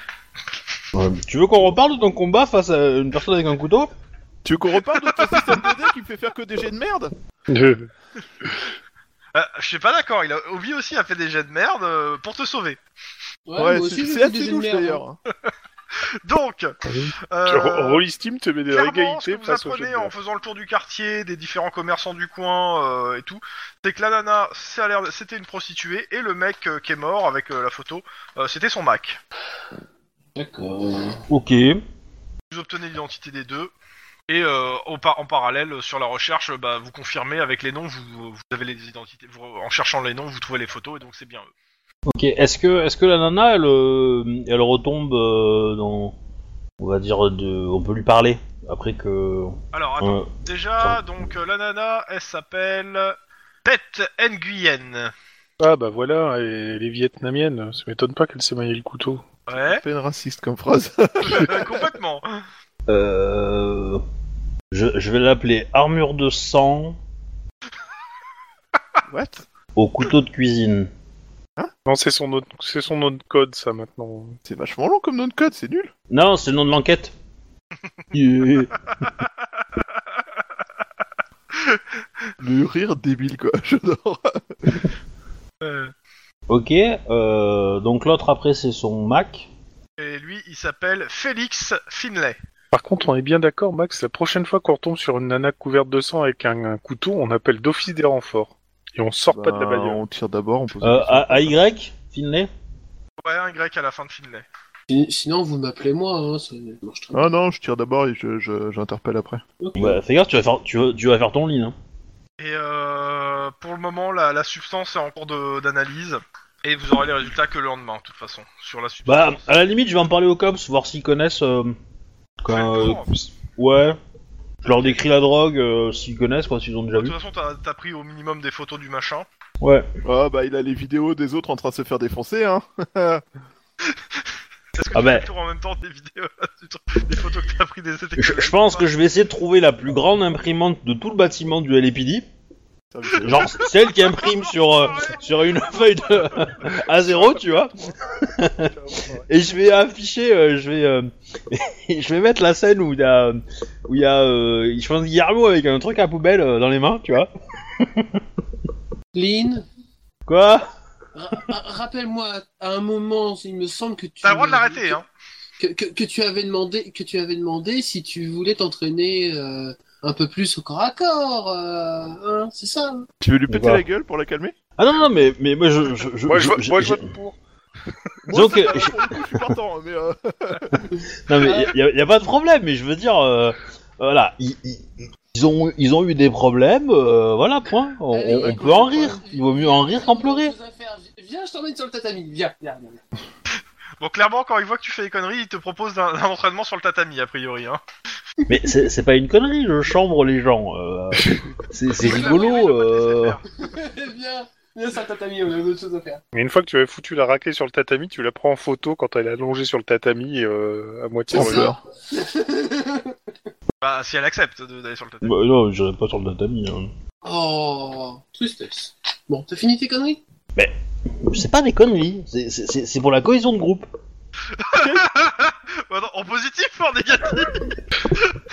[SPEAKER 3] Ouais. Tu veux qu'on reparle de ton combat face à une personne avec un couteau
[SPEAKER 5] Tu veux qu'on repart de ton système de dés qui me fait faire que des jets de merde
[SPEAKER 1] Euh, je suis pas d'accord, il a Obi aussi a fait des jets de merde euh, pour te sauver.
[SPEAKER 4] Ouais, moi
[SPEAKER 5] c'est-
[SPEAKER 4] aussi, j'ai
[SPEAKER 5] c'est
[SPEAKER 4] fait
[SPEAKER 5] assez
[SPEAKER 4] des jeux de
[SPEAKER 5] louche
[SPEAKER 4] merde, hein.
[SPEAKER 5] d'ailleurs. hein.
[SPEAKER 1] Donc,
[SPEAKER 3] Ah
[SPEAKER 2] Tu- Ro-
[SPEAKER 1] euh,
[SPEAKER 2] Rolly Steam te met des
[SPEAKER 1] clairement, ce
[SPEAKER 2] égalités
[SPEAKER 1] que vous
[SPEAKER 2] face au jeu.
[SPEAKER 1] apprenez en faisant le tour du quartier, des différents commerçants du coin euh, et tout, c'est que la nana, ça a l'air- c'était une prostituée et le mec euh, qui est mort avec euh, la photo, euh, c'était son Mac.
[SPEAKER 4] D'accord.
[SPEAKER 3] Ok.
[SPEAKER 1] Vous obtenez l'identité des deux. Et euh, au par- en parallèle, euh, sur la recherche, euh, bah, vous confirmez avec les noms, vous, vous avez les identités. vous- en cherchant les noms, vous trouvez les photos, et donc c'est bien eux.
[SPEAKER 3] Ok, est-ce que, est-ce que la nana, elle, euh, elle retombe euh, dans. On va dire, de, on peut lui parler après que.
[SPEAKER 1] Alors, attends.
[SPEAKER 3] euh,
[SPEAKER 1] Déjà, donc, euh, la nana, elle s'appelle... Pet Nguyen.
[SPEAKER 2] Ah bah voilà, et les vietnamiennes, ça m'étonne pas qu'elles s'est manié le couteau.
[SPEAKER 1] Ouais,
[SPEAKER 5] C'est une raciste comme phrase.
[SPEAKER 1] complètement.
[SPEAKER 3] euh, je, je vais l'appeler armure de sang
[SPEAKER 5] What
[SPEAKER 3] au couteau de cuisine.
[SPEAKER 2] Non, c'est son autre, c'est son autre code ça maintenant.
[SPEAKER 5] C'est vachement long comme nom de code, c'est nul.
[SPEAKER 3] Non, c'est le nom de l'enquête. Yeah.
[SPEAKER 5] Le rire débile, quoi. J'adore.
[SPEAKER 1] Euh,
[SPEAKER 3] Ok, euh, donc l'autre après c'est son Mac.
[SPEAKER 1] Et lui, il s'appelle Félix Finlay.
[SPEAKER 2] Par contre, on est bien d'accord, Max, la prochaine fois qu'on tombe sur une nana couverte de sang avec un, un couteau, on appelle d'office des renforts. Et on sort pas de la
[SPEAKER 5] Bah,
[SPEAKER 2] bagnole.
[SPEAKER 5] On tire d'abord, on pose.
[SPEAKER 3] Euh, A- AY, Finlay
[SPEAKER 1] Ouais, un grec à la fin de Finlay.
[SPEAKER 4] Si- Sinon, vous m'appelez moi, hein, ça marche très bien.
[SPEAKER 5] Ah non, je tire d'abord et je- je- j'interpelle après.
[SPEAKER 3] Bah, Fais gaffe, tu vas faire, tu vas, tu vas faire ton lean. hein.
[SPEAKER 1] Et euh, pour le moment, la, la substance est en cours de- d'analyse. Et vous aurez les résultats que le lendemain, de toute façon, sur la
[SPEAKER 3] Bah,
[SPEAKER 1] substance.
[SPEAKER 3] à la limite, je vais en parler aux cops, voir s'ils connaissent. euh,
[SPEAKER 1] Fais le
[SPEAKER 3] quand, euh,
[SPEAKER 1] tour.
[SPEAKER 3] ouais. Je leur décris la drogue, euh, s'ils connaissent, quoi, s'ils ont déjà
[SPEAKER 1] De
[SPEAKER 3] vu.
[SPEAKER 1] toute façon, t'as t'as pris au minimum des photos du machin.
[SPEAKER 3] Ouais.
[SPEAKER 5] Ah bah il a les vidéos des autres en train de se faire défoncer, hein.
[SPEAKER 1] Est-ce que
[SPEAKER 3] Ah
[SPEAKER 1] tu
[SPEAKER 3] bah.
[SPEAKER 1] fais le tour en même temps des vidéos, du truc- des photos que t'as pris des c'était
[SPEAKER 3] Je, je pense que je vais essayer de trouver la plus grande imprimante de tout le bâtiment du LAPD.
[SPEAKER 5] Ça veut dire-
[SPEAKER 3] Genre celle qui imprime sur, euh, sur une feuille de A0, tu vois. Et je vais afficher, euh, je vais euh, je vais mettre la scène où il y a, où il y a euh, je pense Guillermo avec un truc à poubelle euh, dans les mains, tu vois.
[SPEAKER 4] Lynn,
[SPEAKER 3] Quoi
[SPEAKER 4] ra- ra- rappelle-moi, à un moment, il me semble que tu.
[SPEAKER 1] T'as le droit de l'arrêter, hein.
[SPEAKER 4] Que, que, que tu avais demandé, que tu avais demandé si tu voulais t'entraîner euh, un peu plus au corps à corps, euh, hein, c'est ça. hein.
[SPEAKER 5] Tu veux lui péter
[SPEAKER 3] Voilà.
[SPEAKER 5] la gueule pour la calmer
[SPEAKER 3] Ah non, non, mais, mais moi je. je, je
[SPEAKER 2] Moi, je vote-
[SPEAKER 3] je-
[SPEAKER 2] moi, je
[SPEAKER 3] je-
[SPEAKER 2] vote pour.
[SPEAKER 5] Moi,
[SPEAKER 3] Disons
[SPEAKER 5] ça
[SPEAKER 3] que-
[SPEAKER 5] va, pour le coup, je suis partant, mais euh,
[SPEAKER 3] Non, mais y a, y a pas de problème, mais je veux dire, euh, voilà, ils, ils- ils ont, ils ont eu des problèmes, euh, voilà, point. On,
[SPEAKER 4] Allez,
[SPEAKER 3] on- on
[SPEAKER 4] allez,
[SPEAKER 3] peut en
[SPEAKER 4] allez,
[SPEAKER 3] rire,
[SPEAKER 4] allez,
[SPEAKER 3] il vaut mieux en rire qu'en pleurer.
[SPEAKER 4] Chose à faire. Viens, je t'emmène sur le tatami. Viens, viens, viens. viens.
[SPEAKER 1] Bon, clairement, quand il voit que tu fais des conneries, il te propose d'un un entraînement sur le tatami, a priori, hein.
[SPEAKER 3] Mais c'est c'est pas une connerie, je chambre les gens. euh, c'est c'est rigolo. euh,
[SPEAKER 4] viens, viens sur le tatami, on a d'autres choses à faire.
[SPEAKER 2] Mais une fois que tu avais foutu la raclée sur le tatami, tu la prends en photo quand elle est allongée sur le tatami euh, à moitié
[SPEAKER 4] C'est
[SPEAKER 2] en
[SPEAKER 4] ça.
[SPEAKER 2] l'air.
[SPEAKER 1] Bah, si elle accepte de- d'aller sur le tatami.
[SPEAKER 3] bah, non, j'irai pas sur le tatami. hein.
[SPEAKER 4] Oh, tristesse. Bon, t'as fini tes conneries
[SPEAKER 3] C'est pas des conneries, c'est- c'est c'est- c'est pour la cohésion de groupe.
[SPEAKER 1] Bah, non, en positif ou en négatif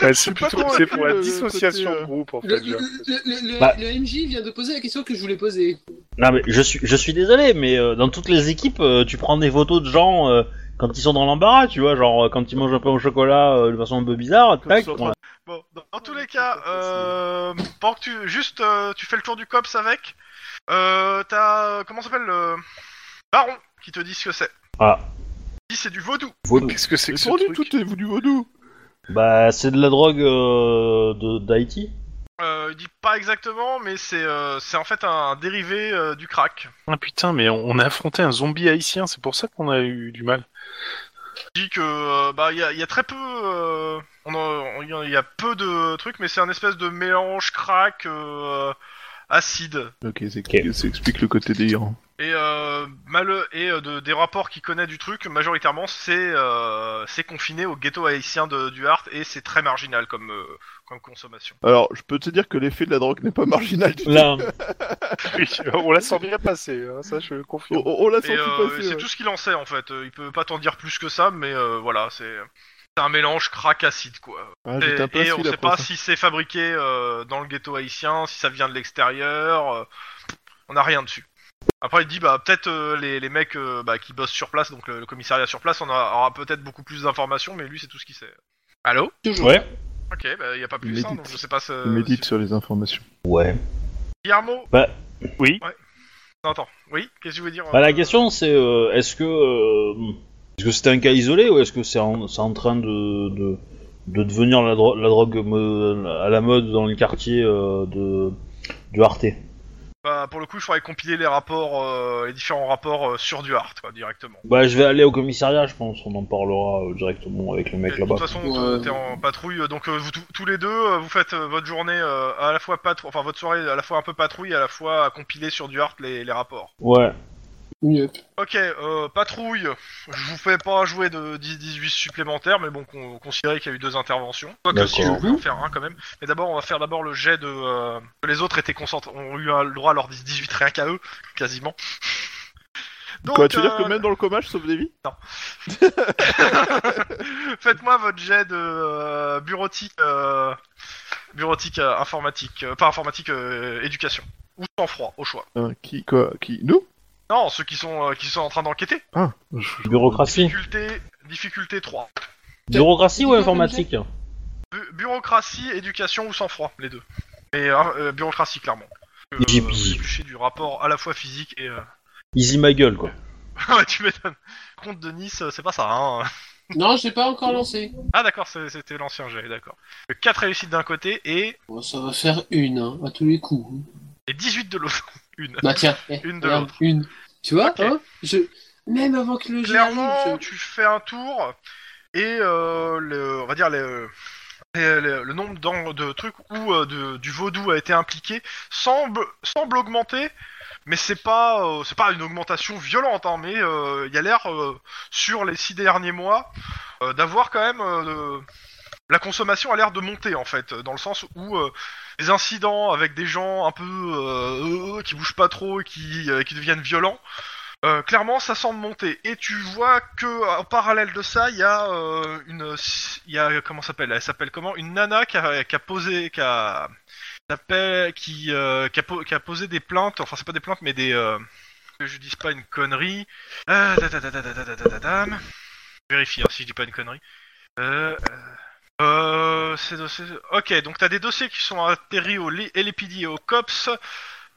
[SPEAKER 2] Ouais, c'est
[SPEAKER 5] pas
[SPEAKER 2] plutôt-
[SPEAKER 5] convaincu
[SPEAKER 2] c'est pour la
[SPEAKER 5] le- le
[SPEAKER 2] dissociation
[SPEAKER 5] côté, euh,
[SPEAKER 2] de groupe en
[SPEAKER 4] le,
[SPEAKER 2] fait.
[SPEAKER 4] le,
[SPEAKER 2] genre.
[SPEAKER 4] le, le-
[SPEAKER 3] Bah.
[SPEAKER 4] le MJ vient de poser la question que je voulais poser.
[SPEAKER 3] Non, mais je suis, je suis désolé, mais euh, dans toutes les équipes, euh, tu prends des photos de gens euh, quand ils sont dans l'embarras, tu vois, genre euh, quand ils mangent un pain au chocolat euh, de façon un peu bizarre,
[SPEAKER 5] Quand ils
[SPEAKER 3] tac,
[SPEAKER 5] sont en
[SPEAKER 3] voilà.
[SPEAKER 5] train
[SPEAKER 1] Bon, dans, dans tous les cas, euh, pendant que tu, juste, euh, tu fais le tour du COPS avec, euh, t'as, euh, comment ça s'appelle, le Baron, qui te dit ce que c'est.
[SPEAKER 3] Ah.
[SPEAKER 1] Il dit c'est du vaudou.
[SPEAKER 2] Qu'est-ce que c'est
[SPEAKER 5] de-
[SPEAKER 2] que ce
[SPEAKER 5] Pour lui,
[SPEAKER 2] truc
[SPEAKER 5] tout est voulu vaudou.
[SPEAKER 3] Bah, c'est de la drogue euh, de- d'Haïti.
[SPEAKER 1] Euh, il dit pas exactement, mais c'est, euh, c'est en fait un dérivé euh, du crack.
[SPEAKER 2] Ah putain, mais on on a affronté un zombie haïtien, c'est pour ça qu'on a eu du mal.
[SPEAKER 1] Il dit que, euh, bah, il y a, il y a très peu, euh, on en- on- il y a- il y a peu de trucs, mais c'est un espèce de mélange crack, euh, acide.
[SPEAKER 5] Ok, c'est ça explique le côté délirant.
[SPEAKER 1] Et, euh, mal- et euh, de- des rapports qu'il connaît du truc, majoritairement, c'est euh, c'est confiné au ghetto haïtien de, du Hart et c'est très marginal comme, euh, comme consommation.
[SPEAKER 5] Alors, je peux te dire que l'effet de la drogue n'est pas marginal du tout.
[SPEAKER 3] Là,
[SPEAKER 2] Oui, on la sent bien passer, hein, ça je le confirme.
[SPEAKER 5] On, on- on l'a
[SPEAKER 1] Et
[SPEAKER 5] senti
[SPEAKER 1] euh,
[SPEAKER 5] passer.
[SPEAKER 1] c'est
[SPEAKER 5] ouais.
[SPEAKER 1] tout ce qu'il en sait en fait. Euh, Il peut pas t'en dire plus que ça, mais euh, voilà, c'est c'est un mélange crack acide quoi.
[SPEAKER 5] Ah,
[SPEAKER 1] Et,
[SPEAKER 5] j'étais un peu
[SPEAKER 1] et on
[SPEAKER 5] acide
[SPEAKER 1] sait
[SPEAKER 5] après
[SPEAKER 1] pas
[SPEAKER 5] ça.
[SPEAKER 1] si c'est fabriqué euh, dans le ghetto haïtien, si ça vient de l'extérieur. euh, on a rien dessus. Après, il dit bah peut-être euh, les, les mecs euh, bah, qui bossent sur place, donc le, le commissariat sur place, on a- aura peut-être beaucoup plus d'informations, mais lui c'est tout ce qu'il sait. Allô
[SPEAKER 4] Toujours.
[SPEAKER 3] ouais.
[SPEAKER 1] Ok, bah y a pas plus,
[SPEAKER 5] Médite.
[SPEAKER 1] hein, donc je sais pas ce...
[SPEAKER 5] Il médite sur les informations.
[SPEAKER 3] Ouais.
[SPEAKER 1] Guillermo
[SPEAKER 3] Bah,
[SPEAKER 2] oui.
[SPEAKER 1] Ouais. Non, attends, oui, qu'est-ce que je veux dire
[SPEAKER 3] Bah,
[SPEAKER 1] euh,
[SPEAKER 3] la question, c'est euh, est-ce que euh, est-ce que c'était un cas isolé ou est-ce que c'est en, c'est en train de, de, de devenir la, dro- la drogue mo- à la mode dans le quartier euh, de, du Arte
[SPEAKER 1] Bah, pour le coup, il faudrait compiler les rapports, euh, les différents rapports euh, sur du hard, quoi, directement.
[SPEAKER 3] Bah, je vais aller au commissariat, je pense. On en parlera euh, directement avec le mec
[SPEAKER 1] Et de toute
[SPEAKER 3] là-bas.
[SPEAKER 1] façon,
[SPEAKER 4] Ouais.
[SPEAKER 1] t'es- t'es en patrouille, euh, donc euh, vous tous- tous les deux, euh, vous faites euh, votre journée euh, à la fois patrouille, enfin votre soirée à la fois un peu patrouille, à la fois à compiler sur du hard les, les rapports.
[SPEAKER 3] Ouais.
[SPEAKER 4] Mieux.
[SPEAKER 1] Ok, euh, patrouille, je vous fais pas jouer de 10-18 supplémentaires, mais bon, con- considérez qu'il y a eu deux interventions. Quoique si je
[SPEAKER 3] D'accord.
[SPEAKER 1] vais en faire un quand même. Mais d'abord, on va faire d'abord le jet de... euh, que les autres étaient concentrés, ont eu euh, le droit à leur 10-18 rien qu'à eux, quasiment. Donc,
[SPEAKER 5] Quoi, tu veux dire que
[SPEAKER 1] euh,
[SPEAKER 5] même dans le coma, je sauve des vies
[SPEAKER 1] Faites-moi votre jet de euh, bureautique, euh, bureautique euh, informatique, euh, pas informatique, euh, éducation. Ou sang-froid, au choix.
[SPEAKER 5] Hein, Qui, quoi, qui Nous
[SPEAKER 1] Non, ceux qui sont, euh, qui sont en train d'enquêter.
[SPEAKER 3] Bureaucratie.
[SPEAKER 1] Difficulté, difficulté 3.
[SPEAKER 3] Bureaucratie ou informatique
[SPEAKER 1] Bu- bureaucratie, éducation ou sang-froid, les deux. Mais euh, euh, bureaucratie, clairement. Euh,
[SPEAKER 3] J'ai-
[SPEAKER 1] c'est touché du rapport à la fois physique et... euh,
[SPEAKER 3] Easy ma gueule, quoi.
[SPEAKER 1] ouais, tu m'étonnes. Compte de Nice, euh, c'est pas ça, hein.
[SPEAKER 4] Non, j'ai pas encore lancé.
[SPEAKER 1] Ah d'accord, c'est- c'était l'ancien jet, d'accord. 4 réussites d'un côté et,
[SPEAKER 4] Bon, ça va faire une, hein, à tous les coups.
[SPEAKER 1] et 18 de l'autre. Une.
[SPEAKER 4] Bah tiens, eh,
[SPEAKER 1] Une de
[SPEAKER 4] regarde,
[SPEAKER 1] l'autre.
[SPEAKER 4] Une. Tu vois,
[SPEAKER 1] Ok.
[SPEAKER 4] hein je... Même avant que le jeu
[SPEAKER 1] Clairement,
[SPEAKER 4] arrive, je-
[SPEAKER 1] tu fais un tour et euh, le, on va dire le, le- le- le nombre d'en- de trucs où euh, de- du vaudou a été impliqué semble, semble augmenter, mais c'est pas euh, c'est pas une augmentation violente, hein, mais euh, il y a l'air euh, sur les six derniers mois euh, d'avoir quand même euh, de- la consommation a l'air de monter en fait, dans le sens où euh, les incidents avec des gens un peu euh, euh, qui bougent pas trop et qui, euh, qui deviennent violents euh, clairement, ça semble monter. Et tu vois que en parallèle de ça, il y a euh, une, il y a comment ça s'appelle Elle s'appelle comment Une nana qui a, qui a posé, qui a, s'appelle- qui, euh, qui, a, po- qui a posé des plaintes. Enfin, c'est pas des plaintes, mais des euh, que je dise pas une connerie. Euh, ta- ta- ta- ta- ta- ta- ta- ta- ta- tam. Je Vérifie hein, si je dis pas une connerie. Euh, euh, euh, c'est de- c'est- ok, donc t'as des dossiers qui sont atterris au li- LPD et au COPS.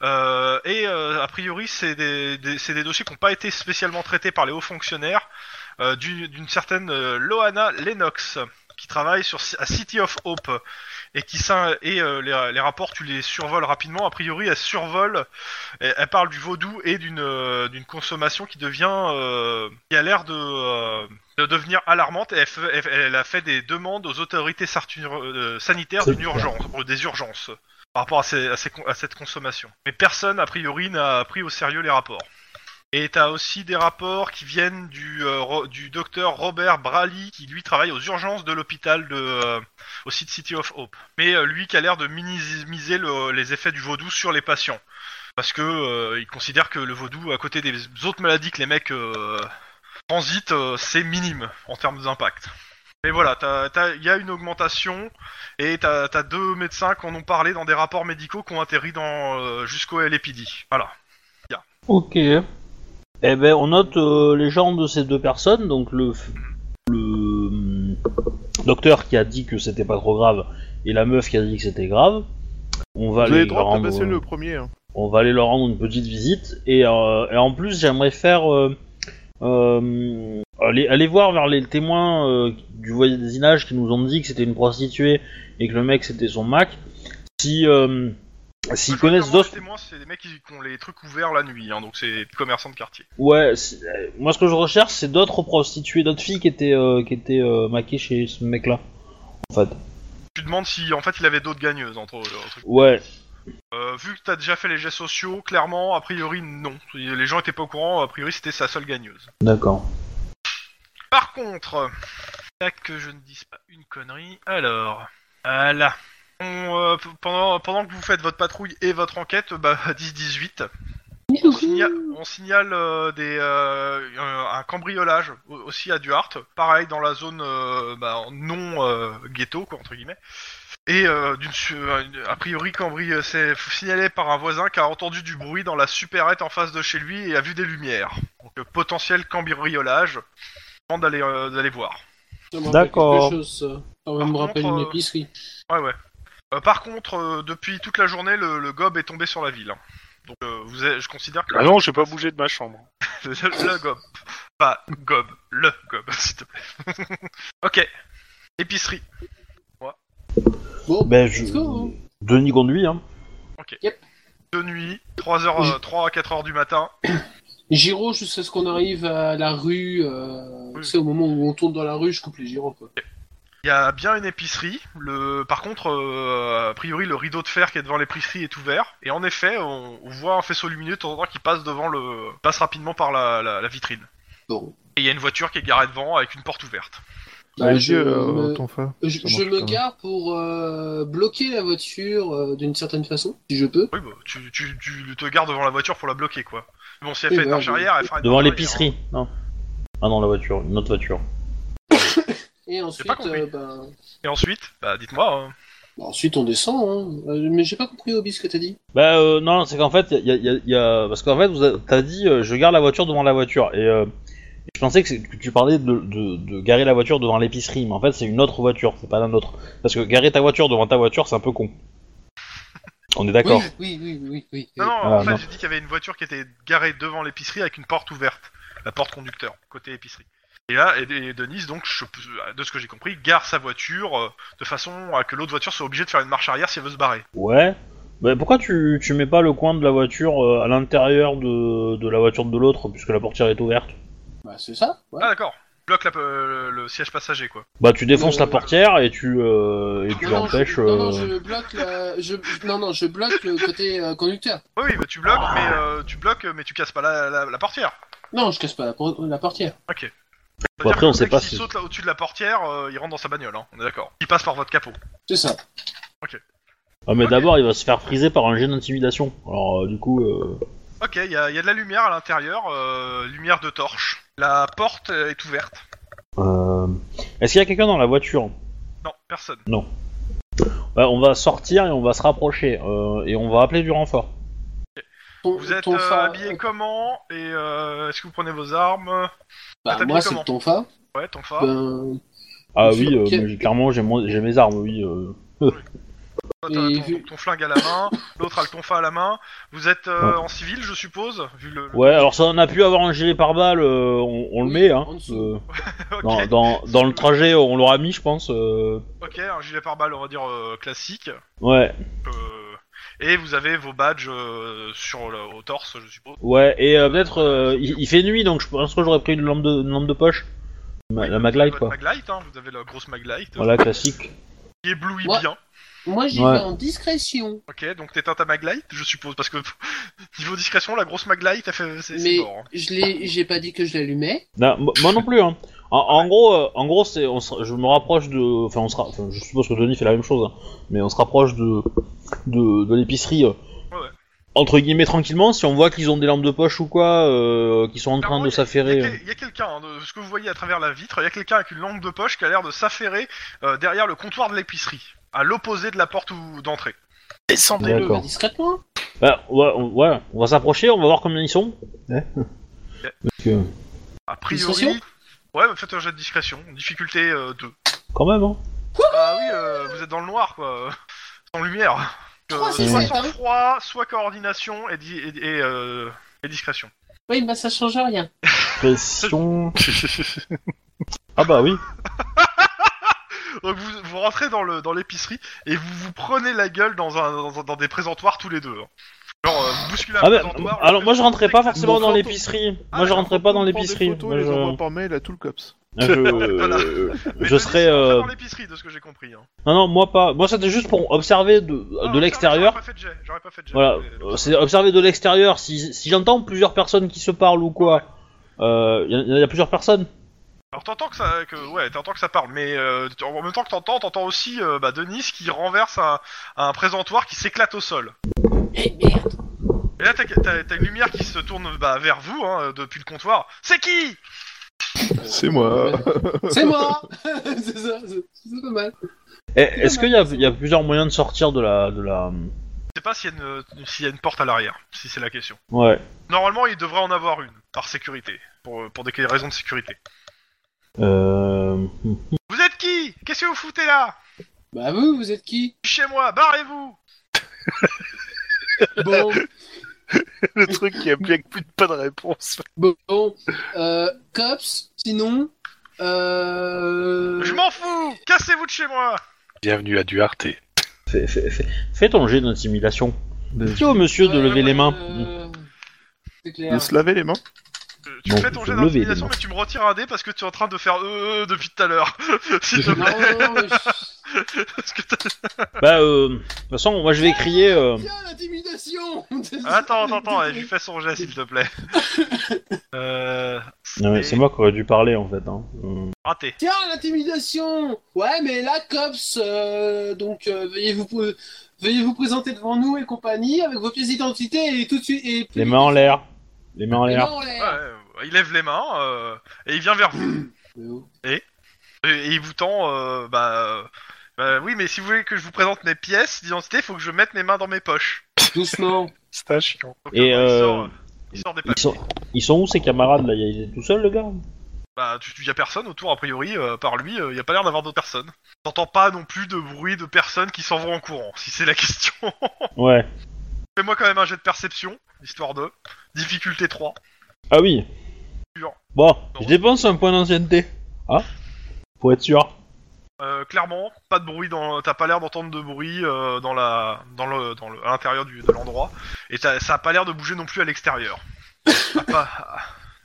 [SPEAKER 1] Euh, et euh, a priori, c'est des, des- c'est des dossiers qui n'ont pas été spécialement traités par les hauts fonctionnaires euh, d'une d'une certaine euh, Loana Lennox qui travaille sur Ci- à City of Hope et qui s'in- et euh, les, les rapports tu les survoles rapidement. A priori, elle survole, elle, elle parle du vaudou et d'une euh, d'une consommation qui devient euh, qui a l'air de, euh, de devenir alarmante. Et elle, fait- elle- elle a fait des demandes aux autorités sartu- euh, sanitaires d'une urgence, euh, des urgences par rapport à, ces- à ces con- à cette consommation. Mais personne, a priori, n'a pris au sérieux les rapports. Et t'as aussi des rapports qui viennent du, euh, Ro- du docteur Robert Braley, qui lui travaille aux urgences de l'hôpital de euh, au site City of Hope. Mais euh, lui qui a l'air de minimiser le- les effets du vaudou sur les patients. Parce que euh, il considère que le vaudou, à côté des autres maladies que les mecs euh, transitent, euh, c'est minime en termes d'impact. Mais voilà, t'as- t'as- il y a une augmentation, et t'as t'as deux médecins qui en ont parlé dans des rapports médicaux qui ont atterri dans euh, jusqu'au LPD. Voilà.
[SPEAKER 3] Ok. Eh ben, on note euh, les gens de ces deux personnes, donc le, f- le hum, docteur qui a dit que c'était pas trop grave et la meuf qui a dit que c'était grave. On va,
[SPEAKER 5] Vous
[SPEAKER 3] aller
[SPEAKER 5] avez le
[SPEAKER 3] leur
[SPEAKER 5] droit de
[SPEAKER 3] rendre,
[SPEAKER 5] tabasser le premier. hein.
[SPEAKER 3] on va aller leur rendre une petite visite et, euh, et en plus j'aimerais faire euh, euh, aller, aller voir vers les témoins euh, du voisinage qui nous ont dit que c'était une prostituée et que le mec c'était son Mac. Si euh, s'ils connaissent
[SPEAKER 1] Majoritairement,
[SPEAKER 3] d'autres
[SPEAKER 1] les témoins, c'est des mecs qui, qui ont les trucs ouverts la nuit, hein, donc c'est des commerçants de quartier.
[SPEAKER 3] Ouais, c'est- euh, moi ce que je recherche c'est d'autres prostituées, d'autres filles qui étaient, euh, qui étaient euh, maquées chez ce mec là. En fait.
[SPEAKER 1] Tu demandes si en fait il avait d'autres gagneuses entre eux. leur truc.
[SPEAKER 3] Ouais,
[SPEAKER 1] Euh, vu que t'as déjà fait les gestes sociaux, clairement, a priori non. Les gens étaient pas au courant, a priori c'était sa seule gagneuse.
[SPEAKER 3] d'accord.
[SPEAKER 1] Par contre, tac que je ne dise pas une connerie. Alors, voilà. On, euh, p- pendant, pendant que vous faites votre patrouille et votre enquête, bah 10-18, On signale, on signale, euh, des, euh, euh, un cambriolage au- aussi à Duarte, pareil dans la zone euh, bah, non euh, ghetto quoi entre guillemets. Et euh, d'une su- euh, une- a priori cambri euh, c'est signalé par un voisin qui a entendu du bruit dans la supérette en face de chez lui et a vu des lumières. Donc euh, potentiel cambriolage. Demande d'aller euh, d'aller voir.
[SPEAKER 4] ça me rappelle
[SPEAKER 3] D'accord.
[SPEAKER 4] quelque chose, ça. Ça
[SPEAKER 1] Par
[SPEAKER 4] me rappelle
[SPEAKER 1] contre,
[SPEAKER 4] une
[SPEAKER 1] euh,
[SPEAKER 4] épicerie.
[SPEAKER 1] Ouais, ouais. Euh, par contre, euh, depuis toute la journée, le, le gob est tombé sur la ville. hein. Donc, euh, vous avez- je considère
[SPEAKER 5] oh.
[SPEAKER 1] que
[SPEAKER 2] Ah non, j'ai pas bougé de ma chambre.
[SPEAKER 1] le, le gob. Pas gob, le gob, s'il te plaît. ok. Épicerie.
[SPEAKER 4] Bon,
[SPEAKER 3] Ben je.
[SPEAKER 4] let's go, hein.
[SPEAKER 3] Denis conduit, hein.
[SPEAKER 1] De nuit, 3, heures, euh, 3 à 4 heures du matin.
[SPEAKER 4] Giro jusqu'à ce qu'on arrive à la rue. euh,
[SPEAKER 1] Oui.
[SPEAKER 4] Tu sais, au moment où on tourne dans la rue, je coupe les gyros, quoi.
[SPEAKER 1] Il y a bien une épicerie. Le, par contre, euh, a priori, le rideau de fer qui est devant l'épicerie est ouvert. Et en effet, on, on voit un faisceau lumineux de temps en temps qui passe devant le, passe rapidement par la, la- la vitrine.
[SPEAKER 4] Bon.
[SPEAKER 1] Et il y a une voiture qui est garée devant avec une porte ouverte.
[SPEAKER 4] Bah,
[SPEAKER 5] Allez-y,
[SPEAKER 4] je,
[SPEAKER 5] euh,
[SPEAKER 4] me...
[SPEAKER 5] ton frère.
[SPEAKER 4] je-
[SPEAKER 5] ça
[SPEAKER 4] je
[SPEAKER 5] marche
[SPEAKER 4] me
[SPEAKER 3] hein.
[SPEAKER 5] pas.
[SPEAKER 4] gare pour euh, bloquer la voiture euh, d'une certaine façon, si je peux.
[SPEAKER 1] Oui, bah, tu, tu- tu te gardes devant la voiture pour la bloquer, quoi. Bon, si elle
[SPEAKER 4] Oui,
[SPEAKER 1] fait une
[SPEAKER 4] bah,
[SPEAKER 1] marche
[SPEAKER 4] je-
[SPEAKER 1] arrière, elle fera une
[SPEAKER 3] Devant
[SPEAKER 1] marche arrière,
[SPEAKER 3] l'épicerie, non. Ah non, la voiture, une autre voiture.
[SPEAKER 4] Et ensuite,
[SPEAKER 1] pas compris.
[SPEAKER 4] euh, ben,
[SPEAKER 1] hein. Et ensuite, bah, dites-moi. hein.
[SPEAKER 4] Bah, ensuite, on descend. Hein. Euh, mais j'ai pas compris, Obi, ce que t'as dit.
[SPEAKER 3] Bah euh, non, c'est qu'en fait, il y a, y a- y a- parce qu'en fait, vous a- t'as dit, euh, je garde la voiture devant la voiture, et euh, je pensais que, c'est- que tu parlais de, de- de garer la voiture devant l'épicerie, mais en fait, c'est une autre voiture, c'est pas la nôtre, parce que garer ta voiture devant ta voiture, c'est un peu con. On est d'accord.
[SPEAKER 4] Oui, oui, oui, oui, oui.
[SPEAKER 1] Non, non,
[SPEAKER 3] Ah,
[SPEAKER 1] en fait,
[SPEAKER 3] non.
[SPEAKER 1] j'ai dit qu'il y avait une voiture qui était garée devant l'épicerie avec une porte ouverte, la porte conducteur, côté épicerie. Et là, et, et Denise, donc, je- de ce que j'ai compris, gare sa voiture euh, de façon à que l'autre voiture soit obligée de faire une marche arrière si elle veut se barrer.
[SPEAKER 3] Ouais. Bah pourquoi tu, tu mets pas le coin de la voiture euh, à l'intérieur de, de la voiture de l'autre, puisque la portière est ouverte
[SPEAKER 4] Bah, c'est ça. ouais.
[SPEAKER 1] Ah, d'accord. Bloque la- euh, le siège passager, quoi.
[SPEAKER 3] Bah tu défonces
[SPEAKER 4] Euh,
[SPEAKER 3] la portière et tu, euh, et tu
[SPEAKER 4] Ah, non,
[SPEAKER 3] empêches...
[SPEAKER 4] je, non, non,
[SPEAKER 3] euh,
[SPEAKER 4] je bloque la- je- non, non, je bloque le côté euh, conducteur.
[SPEAKER 1] Oui, oui, bah, tu bloques, mais euh, tu bloques, mais tu casses pas la, la- la portière.
[SPEAKER 4] Non, je casse pas la, por- la portière.
[SPEAKER 1] C'est-à-dire
[SPEAKER 3] après, on
[SPEAKER 1] que
[SPEAKER 3] sait
[SPEAKER 1] le mec
[SPEAKER 3] pas
[SPEAKER 1] qui
[SPEAKER 3] si-
[SPEAKER 1] saute là au-dessus de la portière, euh, il rentre dans sa bagnole, hein, on est d'accord. Il passe par votre capot.
[SPEAKER 4] C'est ça.
[SPEAKER 3] Ah, mais
[SPEAKER 1] Ok.
[SPEAKER 3] d'abord, il va se faire friser par un jet d'intimidation. Alors, euh, du coup, euh,
[SPEAKER 1] Ok, il y, a il y a de la lumière à l'intérieur, euh, lumière de torche. La porte euh, est ouverte.
[SPEAKER 3] euh, est-ce qu'il y a quelqu'un dans la voiture
[SPEAKER 1] Non, personne.
[SPEAKER 3] Bah, On va sortir et on va se rapprocher euh, et on va appeler du renfort.
[SPEAKER 4] Ton-
[SPEAKER 1] Vous êtes
[SPEAKER 4] ton
[SPEAKER 1] euh,
[SPEAKER 4] fa-
[SPEAKER 1] habillé comment Et euh, est-ce que vous prenez vos armes
[SPEAKER 4] Bah,
[SPEAKER 1] t'habilles
[SPEAKER 4] moi, c'est
[SPEAKER 1] comment
[SPEAKER 4] le ton fa.
[SPEAKER 1] Ouais, ton phare.
[SPEAKER 3] Bah,
[SPEAKER 4] Ben,
[SPEAKER 3] Ah
[SPEAKER 4] Monsieur
[SPEAKER 3] oui, euh,
[SPEAKER 4] Roquet.
[SPEAKER 3] mais j'ai- clairement, j'ai, mon- j'ai mes armes, oui. euh.
[SPEAKER 1] Toi, t'as
[SPEAKER 4] et
[SPEAKER 1] ton,
[SPEAKER 4] vu-
[SPEAKER 1] ton flingue à la main, l'autre a le tonfa à la main. Vous êtes euh, en civil, je suppose, vu le. le-
[SPEAKER 3] Ouais, alors ça, on a pu avoir un gilet pare-balles, euh, on, on le
[SPEAKER 4] Oui,
[SPEAKER 3] met, hein.
[SPEAKER 4] en dessous.
[SPEAKER 3] euh,
[SPEAKER 1] Ok,
[SPEAKER 3] dans, dans, dans le trajet, on l'aura mis, je pense. euh,
[SPEAKER 1] ok, un gilet pare-balles, on va dire euh, classique.
[SPEAKER 3] Ouais,
[SPEAKER 1] Euh, et vous avez vos badges euh, sur le, au torse, je suppose.
[SPEAKER 3] ouais, et euh, peut-être, euh, il, il fait nuit, donc je pense que j'aurais pris une lampe de, une lampe de poche. Ma- la maglite,
[SPEAKER 1] Votre
[SPEAKER 3] quoi.
[SPEAKER 1] Maglite, hein, vous avez la grosse maglite
[SPEAKER 3] Voilà, classique.
[SPEAKER 1] qui éblouit
[SPEAKER 4] Ouais.
[SPEAKER 1] bien.
[SPEAKER 4] Moi, j'y
[SPEAKER 3] Ouais.
[SPEAKER 4] vais en discrétion.
[SPEAKER 1] Ok, donc t'éteins ta maglite, je suppose, parce que niveau discrétion, la grosse maglite, elle fait- c'est c'est
[SPEAKER 4] Mais
[SPEAKER 1] mort. hein.
[SPEAKER 4] je l'ai, j'ai pas dit que je l'allumais.
[SPEAKER 3] Non, mo- moi non plus. Hein. En, en gros, euh, en gros, c'est, on se- je me rapproche de, enfin, on sera, enfin, je suppose que Denis fait la même chose, hein, mais on se rapproche de, de, de l'épicerie. euh,
[SPEAKER 1] Ouais, ouais.
[SPEAKER 3] Entre guillemets tranquillement, si on voit qu'ils ont des lampes de poche ou quoi, euh, qui sont en train
[SPEAKER 1] Clairement,
[SPEAKER 3] de
[SPEAKER 1] Il y
[SPEAKER 3] s'affairer. euh.
[SPEAKER 1] a, quel- il y a quelqu'un, hein, de ce que vous voyez à travers la vitre, il y a quelqu'un avec une lampe de poche qui a l'air de s'affairer euh, derrière le comptoir de l'épicerie, à l'opposé de la porte où- d'entrée.
[SPEAKER 2] Descendez-le.
[SPEAKER 3] D'accord.
[SPEAKER 4] Bah, discrètement.
[SPEAKER 3] euh. Bah, ouais, on, ouais, on va s'approcher, on va voir combien ils sont. Parce que,
[SPEAKER 1] A priori.
[SPEAKER 4] Discrétion
[SPEAKER 1] Ouais, bah, faites un jet de discrétion, difficulté 2.
[SPEAKER 3] quand même. Hein.
[SPEAKER 1] Ah oui, euh, vous êtes dans le noir, quoi, euh, sans lumière. Euh,
[SPEAKER 4] Trois, c'est
[SPEAKER 1] soit
[SPEAKER 4] ça, t'as vu
[SPEAKER 1] sang-froid, soit coordination et, di- et- et, euh, et discrétion.
[SPEAKER 4] Oui, bah, ça change rien.
[SPEAKER 3] Pression. ah bah oui.
[SPEAKER 1] Donc vous, vous rentrez dans le dans l'épicerie et vous vous prenez la gueule dans un dans, un- dans des présentoirs tous les deux. hein. Genre euh, vous bousculez un
[SPEAKER 3] Ah bah,
[SPEAKER 1] présentoir. vous
[SPEAKER 3] alors
[SPEAKER 1] faites-
[SPEAKER 3] moi je rentrais pas forcément
[SPEAKER 5] Mon
[SPEAKER 3] dans
[SPEAKER 5] fantôme.
[SPEAKER 3] l'épicerie.
[SPEAKER 1] Ah,
[SPEAKER 3] Moi je
[SPEAKER 1] d'accord.
[SPEAKER 3] rentrais pas dans
[SPEAKER 5] On prend des
[SPEAKER 3] l'épicerie.
[SPEAKER 5] photos,
[SPEAKER 3] Moi,
[SPEAKER 5] les
[SPEAKER 3] je-
[SPEAKER 5] envoie par mail à tout le cops.
[SPEAKER 3] Ah,
[SPEAKER 1] Voilà.
[SPEAKER 3] je,
[SPEAKER 1] Mais
[SPEAKER 3] je
[SPEAKER 1] Denis,
[SPEAKER 3] serais.
[SPEAKER 1] vous rentrez
[SPEAKER 3] euh,
[SPEAKER 1] dans l'épicerie de ce que j'ai compris. hein.
[SPEAKER 3] Non, non, moi pas. Moi, c'était juste pour observer de,
[SPEAKER 1] Ah,
[SPEAKER 3] de
[SPEAKER 1] j'aurais-
[SPEAKER 3] l'extérieur.
[SPEAKER 1] J'aurais pas fait de jet, j'aurais pas fait de jet.
[SPEAKER 3] Voilà,
[SPEAKER 1] Mais-
[SPEAKER 3] euh, c'est observer de l'extérieur. Si, si j'entends plusieurs personnes qui se parlent ou quoi, il y, en- y en a plusieurs personnes.
[SPEAKER 1] Alors t'entends que ça, que ouais, t'entends que ça parle, mais euh, tu- en même temps que t'entends, t'entends aussi euh, bah, Denis qui renverse un, un présentoir qui s'éclate au sol.
[SPEAKER 4] Eh, merde.
[SPEAKER 1] Et là t'as t'as- t'as une lumière qui se tourne bah, vers vous hein, depuis le comptoir. C'est qui
[SPEAKER 5] C'est moi.
[SPEAKER 4] C'est moi. c'est ça. C'est c'est pas mal.
[SPEAKER 3] Eh, Est-ce qu'il y a, y a plusieurs moyens de sortir de la. De la...
[SPEAKER 1] Je sais pas s'il y, a une- euh, s'il y a une porte à l'arrière, si c'est la question.
[SPEAKER 3] Ouais.
[SPEAKER 1] Normalement, il devrait en avoir une, par sécurité, pour, pour des raisons de sécurité.
[SPEAKER 3] Euh...
[SPEAKER 1] Vous êtes qui Qu'est-ce que vous foutez là
[SPEAKER 4] Bah, vous, vous êtes qui
[SPEAKER 1] Je suis Chez moi, barrez-vous
[SPEAKER 4] Bon,
[SPEAKER 2] Le truc qui aime bien que plus de pas de réponse.
[SPEAKER 4] bon, bon. Euh, cops, sinon. Euh...
[SPEAKER 1] Je m'en fous Cassez-vous de chez moi
[SPEAKER 2] Bienvenue à Duarte.
[SPEAKER 3] Fais, fais- fais- fais ton jet d'intimidation. Dis au monsieur de
[SPEAKER 4] Ouais,
[SPEAKER 3] lever les mains.
[SPEAKER 4] euh, C'est clair.
[SPEAKER 5] De se laver les mains
[SPEAKER 1] Euh, Tu
[SPEAKER 3] Bon,
[SPEAKER 1] fais ton
[SPEAKER 3] faut
[SPEAKER 1] jet
[SPEAKER 3] lever les
[SPEAKER 1] d'intimidation,
[SPEAKER 3] mains.
[SPEAKER 1] mais tu me retires un dé parce que tu es en train de faire euh euh, depuis tout à l'heure. S'il te
[SPEAKER 4] Non,
[SPEAKER 1] plaît.
[SPEAKER 4] non, non, mais je-
[SPEAKER 1] Parce que t'as-
[SPEAKER 3] Bah, euh, de toute façon, moi je vais crier. euh,
[SPEAKER 4] Tiens, l'intimidation
[SPEAKER 1] attends, attends, attends, eh, je lui fais son jet, s'il te plaît. Euh...
[SPEAKER 3] Non, mais c'est moi qui aurais dû parler en fait. Hein. Euh,
[SPEAKER 1] Raté.
[SPEAKER 4] Tiens, l'intimidation Ouais, mais là, cops, euh, donc euh, veuillez, vous, pr- veuillez vous présenter devant nous et compagnie avec vos pièces d'identité et tout de suite... Et plus
[SPEAKER 3] Les
[SPEAKER 4] vite.
[SPEAKER 3] mains en l'air. Les mains en
[SPEAKER 4] Les
[SPEAKER 3] l'air.
[SPEAKER 4] mains en
[SPEAKER 1] Ouais,
[SPEAKER 4] l'air
[SPEAKER 1] euh, il lève les mains euh, et il vient vers vous.
[SPEAKER 4] Euh,
[SPEAKER 1] Et, et il vous tend euh, bah, Bah oui, mais si vous voulez que je vous présente mes pièces d'identité, faut que je mette mes mains dans mes poches.
[SPEAKER 4] Doucement.
[SPEAKER 2] C'est un chiant.
[SPEAKER 1] Donc,
[SPEAKER 3] Et
[SPEAKER 1] euh, il, sort,
[SPEAKER 3] euh,
[SPEAKER 1] il sort des papiers.
[SPEAKER 3] ils, sont, ils sont où ses camarades là Il est tout seul le gars
[SPEAKER 1] Bah, tu- tu y a personne autour, a priori, euh, par lui, il y a pas l'air d'avoir d'autres personnes. T'entends pas non plus de bruit de personnes qui s'en vont en courant, si c'est la question.
[SPEAKER 3] Ouais.
[SPEAKER 1] Fais-moi quand même un jet de perception, histoire de. Difficulté 3.
[SPEAKER 3] Ah oui.
[SPEAKER 1] Sûr.
[SPEAKER 3] Bon, je dépense un point d'ancienneté. Ah Pour être sûr.
[SPEAKER 1] Euh, clairement, pas de bruit dans. T'as pas l'air d'entendre de bruit euh, dans la, dans le, dans le, à l'intérieur du- de l'endroit, et t'as- ça a pas l'air de bouger non plus à l'extérieur. Ah, pas-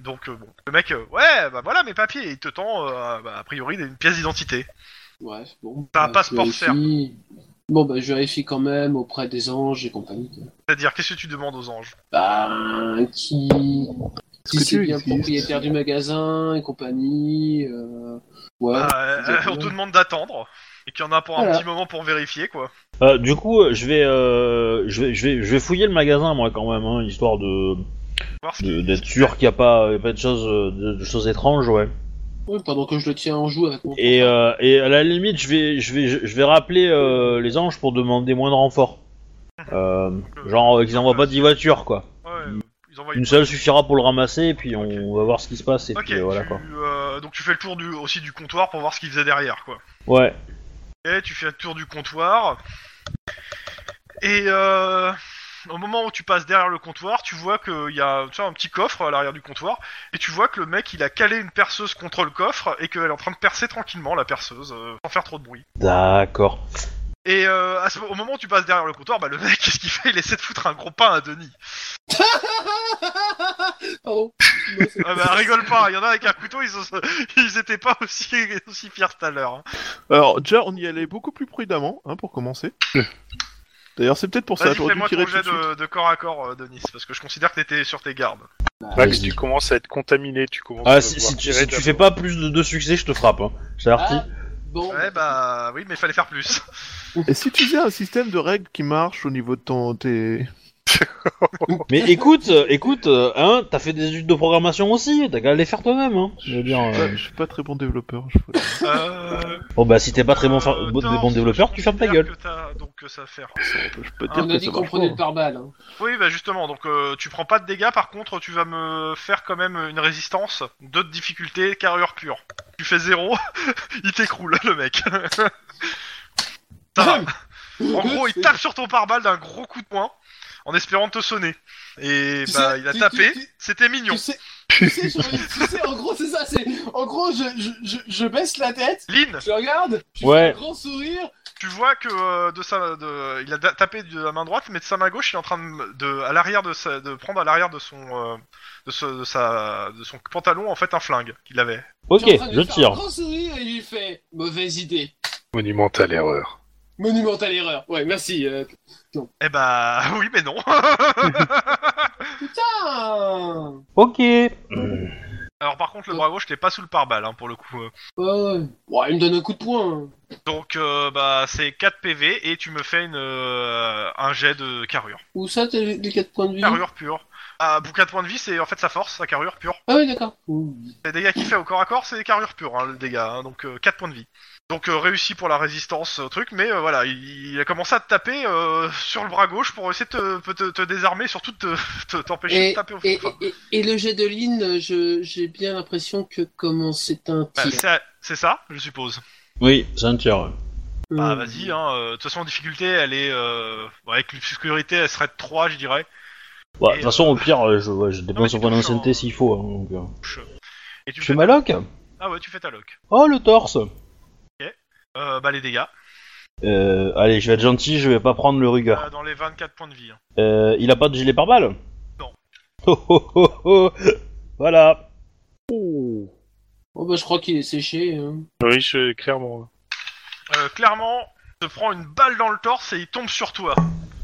[SPEAKER 1] Donc euh, bon, le mec, euh, ouais, bah voilà mes papiers. Il te tend, euh, bah, a priori, une pièce d'identité.
[SPEAKER 4] Ouais, bon.
[SPEAKER 1] T'as un
[SPEAKER 4] bah, je
[SPEAKER 1] passeport
[SPEAKER 4] vérifie. Bon, bah, je vérifie quand même auprès des anges et compagnie. quoi.
[SPEAKER 1] C'est-à-dire, qu'est-ce que tu demandes aux anges
[SPEAKER 4] Bah, qui. Si
[SPEAKER 5] que
[SPEAKER 4] c'est
[SPEAKER 5] tu
[SPEAKER 4] bien
[SPEAKER 5] existes
[SPEAKER 4] propriétaire du magasin et compagnie. euh, Ouais.
[SPEAKER 3] Ah,
[SPEAKER 1] Bah, euh, On te demande d'attendre et qu'il y en a pour un
[SPEAKER 4] Voilà.
[SPEAKER 1] petit moment pour vérifier, quoi.
[SPEAKER 3] Euh, du coup, euh, je vais, euh, je vais, je vais, je vais fouiller le magasin moi quand même, hein, histoire de
[SPEAKER 1] Voir ce
[SPEAKER 3] de-
[SPEAKER 1] qu'il-
[SPEAKER 3] d'être sûr qu'il n'y a pas, euh, pas de choses, euh, de, de choses étranges, ouais.
[SPEAKER 4] Ouais, pendant que je le tiens en joue avec mon.
[SPEAKER 3] Et, euh, et à la limite, je vais, je vais, je vais rappeler euh, les anges pour demander moins de renforts. Euh, genre euh, qu'ils n'envoient pas 10 voitures quoi.
[SPEAKER 1] Ouais, euh, ils envoient
[SPEAKER 3] Une seule suffira pour le ramasser et puis on va voir ce qui se passe et
[SPEAKER 1] Ok,
[SPEAKER 3] puis euh, voilà
[SPEAKER 1] tu,
[SPEAKER 3] quoi.
[SPEAKER 1] euh, donc tu fais le tour du, aussi du comptoir pour voir ce qu'il faisait derrière, quoi.
[SPEAKER 3] Ouais.
[SPEAKER 1] Et tu fais le tour du comptoir. Et euh, au moment où tu passes derrière le comptoir, tu vois qu'il y a tu vois, un petit coffre à l'arrière du comptoir. Et tu vois que le mec, il a calé une perceuse contre le coffre et qu'elle est en train de percer tranquillement, la perceuse, euh, sans faire trop de bruit.
[SPEAKER 3] D'accord.
[SPEAKER 1] Et euh, à ce- au moment où tu passes derrière le comptoir, bah, le mec, qu'est-ce qu'il fait Il essaie de foutre un gros pain à Denis.
[SPEAKER 4] Pardon. Non, c'est-
[SPEAKER 1] Ah bah rigole pas, il y en a avec un couteau, ils, sont- ils étaient pas aussi, aussi fiers tout à l'heure. hein.
[SPEAKER 5] Alors, déjà, on y allait beaucoup plus prudemment, hein, pour commencer. D'ailleurs, c'est peut-être pour ça,
[SPEAKER 1] Vas-y,
[SPEAKER 5] j'aurais dû
[SPEAKER 1] fais-moi
[SPEAKER 5] tirer
[SPEAKER 1] ton
[SPEAKER 5] tout de
[SPEAKER 1] jet
[SPEAKER 5] suite.
[SPEAKER 1] de, de corps à corps, euh, Denis, parce que je considère que t'étais sur tes gardes.
[SPEAKER 2] Max,
[SPEAKER 3] Vas-y.
[SPEAKER 2] tu commences à être contaminé, tu commences à
[SPEAKER 3] Ah, si,
[SPEAKER 2] devoir
[SPEAKER 3] si tu,
[SPEAKER 2] tirer
[SPEAKER 3] si tu
[SPEAKER 2] d'abord.
[SPEAKER 3] fais pas plus de deux succès, je te frappe. Hein. Je t'avertis.
[SPEAKER 4] Ah, bon.
[SPEAKER 1] Ouais, bah oui, mais il fallait faire plus.
[SPEAKER 5] Et si tu faisais un système de règles qui marche au niveau de ton... Tes...
[SPEAKER 3] Mais écoute, euh, écoute, euh, hein, t'as fait des études de programmation aussi, t'as qu'à les faire toi-même. Hein. Je veux dire,
[SPEAKER 5] Je suis pas-
[SPEAKER 3] euh,
[SPEAKER 5] je suis pas très bon développeur. je crois.
[SPEAKER 1] Euh,
[SPEAKER 3] Bon bah si t'es pas très bon, fa-
[SPEAKER 1] euh,
[SPEAKER 3] bon-
[SPEAKER 1] non,
[SPEAKER 3] bon
[SPEAKER 1] je
[SPEAKER 3] développeur, tu fermes ta
[SPEAKER 1] considère
[SPEAKER 3] gueule.
[SPEAKER 1] que t'as- donc que ça fait.
[SPEAKER 5] Je peux te dire
[SPEAKER 4] On
[SPEAKER 5] que
[SPEAKER 4] a dit
[SPEAKER 5] ça
[SPEAKER 4] qu'on
[SPEAKER 5] marche
[SPEAKER 4] prenait
[SPEAKER 5] Ah, pas.
[SPEAKER 4] le pare-balles. hein.
[SPEAKER 1] Oui, bah justement, donc euh, tu prends pas de dégâts, par contre, tu vas me faire quand même une résistance, deux de difficulté, carrure pure. Tu fais zéro, il t'écroule, le mec. Ça va. En gros, il tape sur ton pare-balles d'un gros coup de poing en espérant te sonner. Et
[SPEAKER 4] Tu
[SPEAKER 1] bah,
[SPEAKER 4] sais,
[SPEAKER 1] il a
[SPEAKER 4] tu-
[SPEAKER 1] tapé,
[SPEAKER 4] tu- tu-
[SPEAKER 1] c'était mignon.
[SPEAKER 4] Tu sais, tu sais, je- tu sais, en gros, c'est ça. C'est en gros, je, je, je, je baisse la tête,
[SPEAKER 1] Lynn,
[SPEAKER 4] je regarde, je
[SPEAKER 3] Ouais.
[SPEAKER 4] fais un grand sourire.
[SPEAKER 1] tu vois que euh, de sa, de, il a da- tapé de la main droite, mais de sa main gauche, il est en train de, de- à l'arrière de, sa- de prendre à l'arrière de son, euh, de, ce- de sa, de son pantalon en fait un flingue qu'il avait.
[SPEAKER 3] Ok,
[SPEAKER 4] je suis en train de
[SPEAKER 3] je
[SPEAKER 4] lui faire Un
[SPEAKER 3] tire.
[SPEAKER 4] grand sourire et il lui fait mauvaise idée,
[SPEAKER 2] Monumentale erreur.
[SPEAKER 4] monumentale erreur. Ouais, merci. euh,
[SPEAKER 1] Eh bah oui, mais non.
[SPEAKER 4] Putain.
[SPEAKER 3] Ok.
[SPEAKER 1] Alors par contre, le bras gauche, t'es pas sous le pare-balles hein, pour le coup. euh.
[SPEAKER 4] Ouais. Bon, il me donne un coup de poing.
[SPEAKER 1] Donc euh, bah c'est 4 PV et tu me fais une, euh, un jet de carrure.
[SPEAKER 4] Où ça, t'as les 4 points de vie
[SPEAKER 1] Carrure pure. Ah, pour 4 points de vie, c'est en fait sa force, sa carrure pure.
[SPEAKER 4] Ah oui, d'accord.
[SPEAKER 1] Les dégâts qu'il fait au corps à corps, c'est des carrures pures, hein, le dégât, hein, donc 4 points de vie. Donc euh, réussi pour la résistance, euh, truc, mais euh, voilà, il, il a commencé à te taper euh, sur le bras gauche pour essayer de te, te- te désarmer, surtout de te- te- t'empêcher de taper au
[SPEAKER 4] Et,
[SPEAKER 1] enfin,
[SPEAKER 4] et- et le jet de Lynn, je- j'ai bien l'impression que comment c'est un
[SPEAKER 1] bah,
[SPEAKER 4] tir.
[SPEAKER 1] c'est- C'est ça, je suppose.
[SPEAKER 3] Oui, c'est un tir. ouais.
[SPEAKER 1] Bah
[SPEAKER 4] Hmm.
[SPEAKER 1] vas-y, hein, euh, de toute façon, en difficulté, elle est... euh, bon, avec l'obscurité, elle serait de 3, je dirais.
[SPEAKER 3] Ouais, Bah, de
[SPEAKER 1] Et,
[SPEAKER 3] toute façon, au pire, euh, je, ouais, je
[SPEAKER 1] non, mais
[SPEAKER 3] dépense
[SPEAKER 1] tu
[SPEAKER 3] un point
[SPEAKER 1] touches en-
[SPEAKER 3] d'ancienneté s'il faut. hein, donc, euh.
[SPEAKER 1] Et tu
[SPEAKER 3] Je fais
[SPEAKER 1] fais...
[SPEAKER 3] ma loc
[SPEAKER 1] Ah ouais, tu fais ta loc.
[SPEAKER 3] Oh, le torse
[SPEAKER 1] Euh, bah les dégâts,
[SPEAKER 3] euh, Allez, je vais être gentil, je vais pas prendre le rugueur.
[SPEAKER 1] euh, dans les 24 points de vie. hein.
[SPEAKER 3] Euh, il a pas de gilet pare-balles
[SPEAKER 1] Non.
[SPEAKER 3] Oh, oh, oh, oh. Voilà.
[SPEAKER 4] Oh, bah, je crois qu'il est séché. hein.
[SPEAKER 2] Oui, je- clairement.
[SPEAKER 1] Euh, clairement, il te prend une balle dans le torse et il tombe sur toi,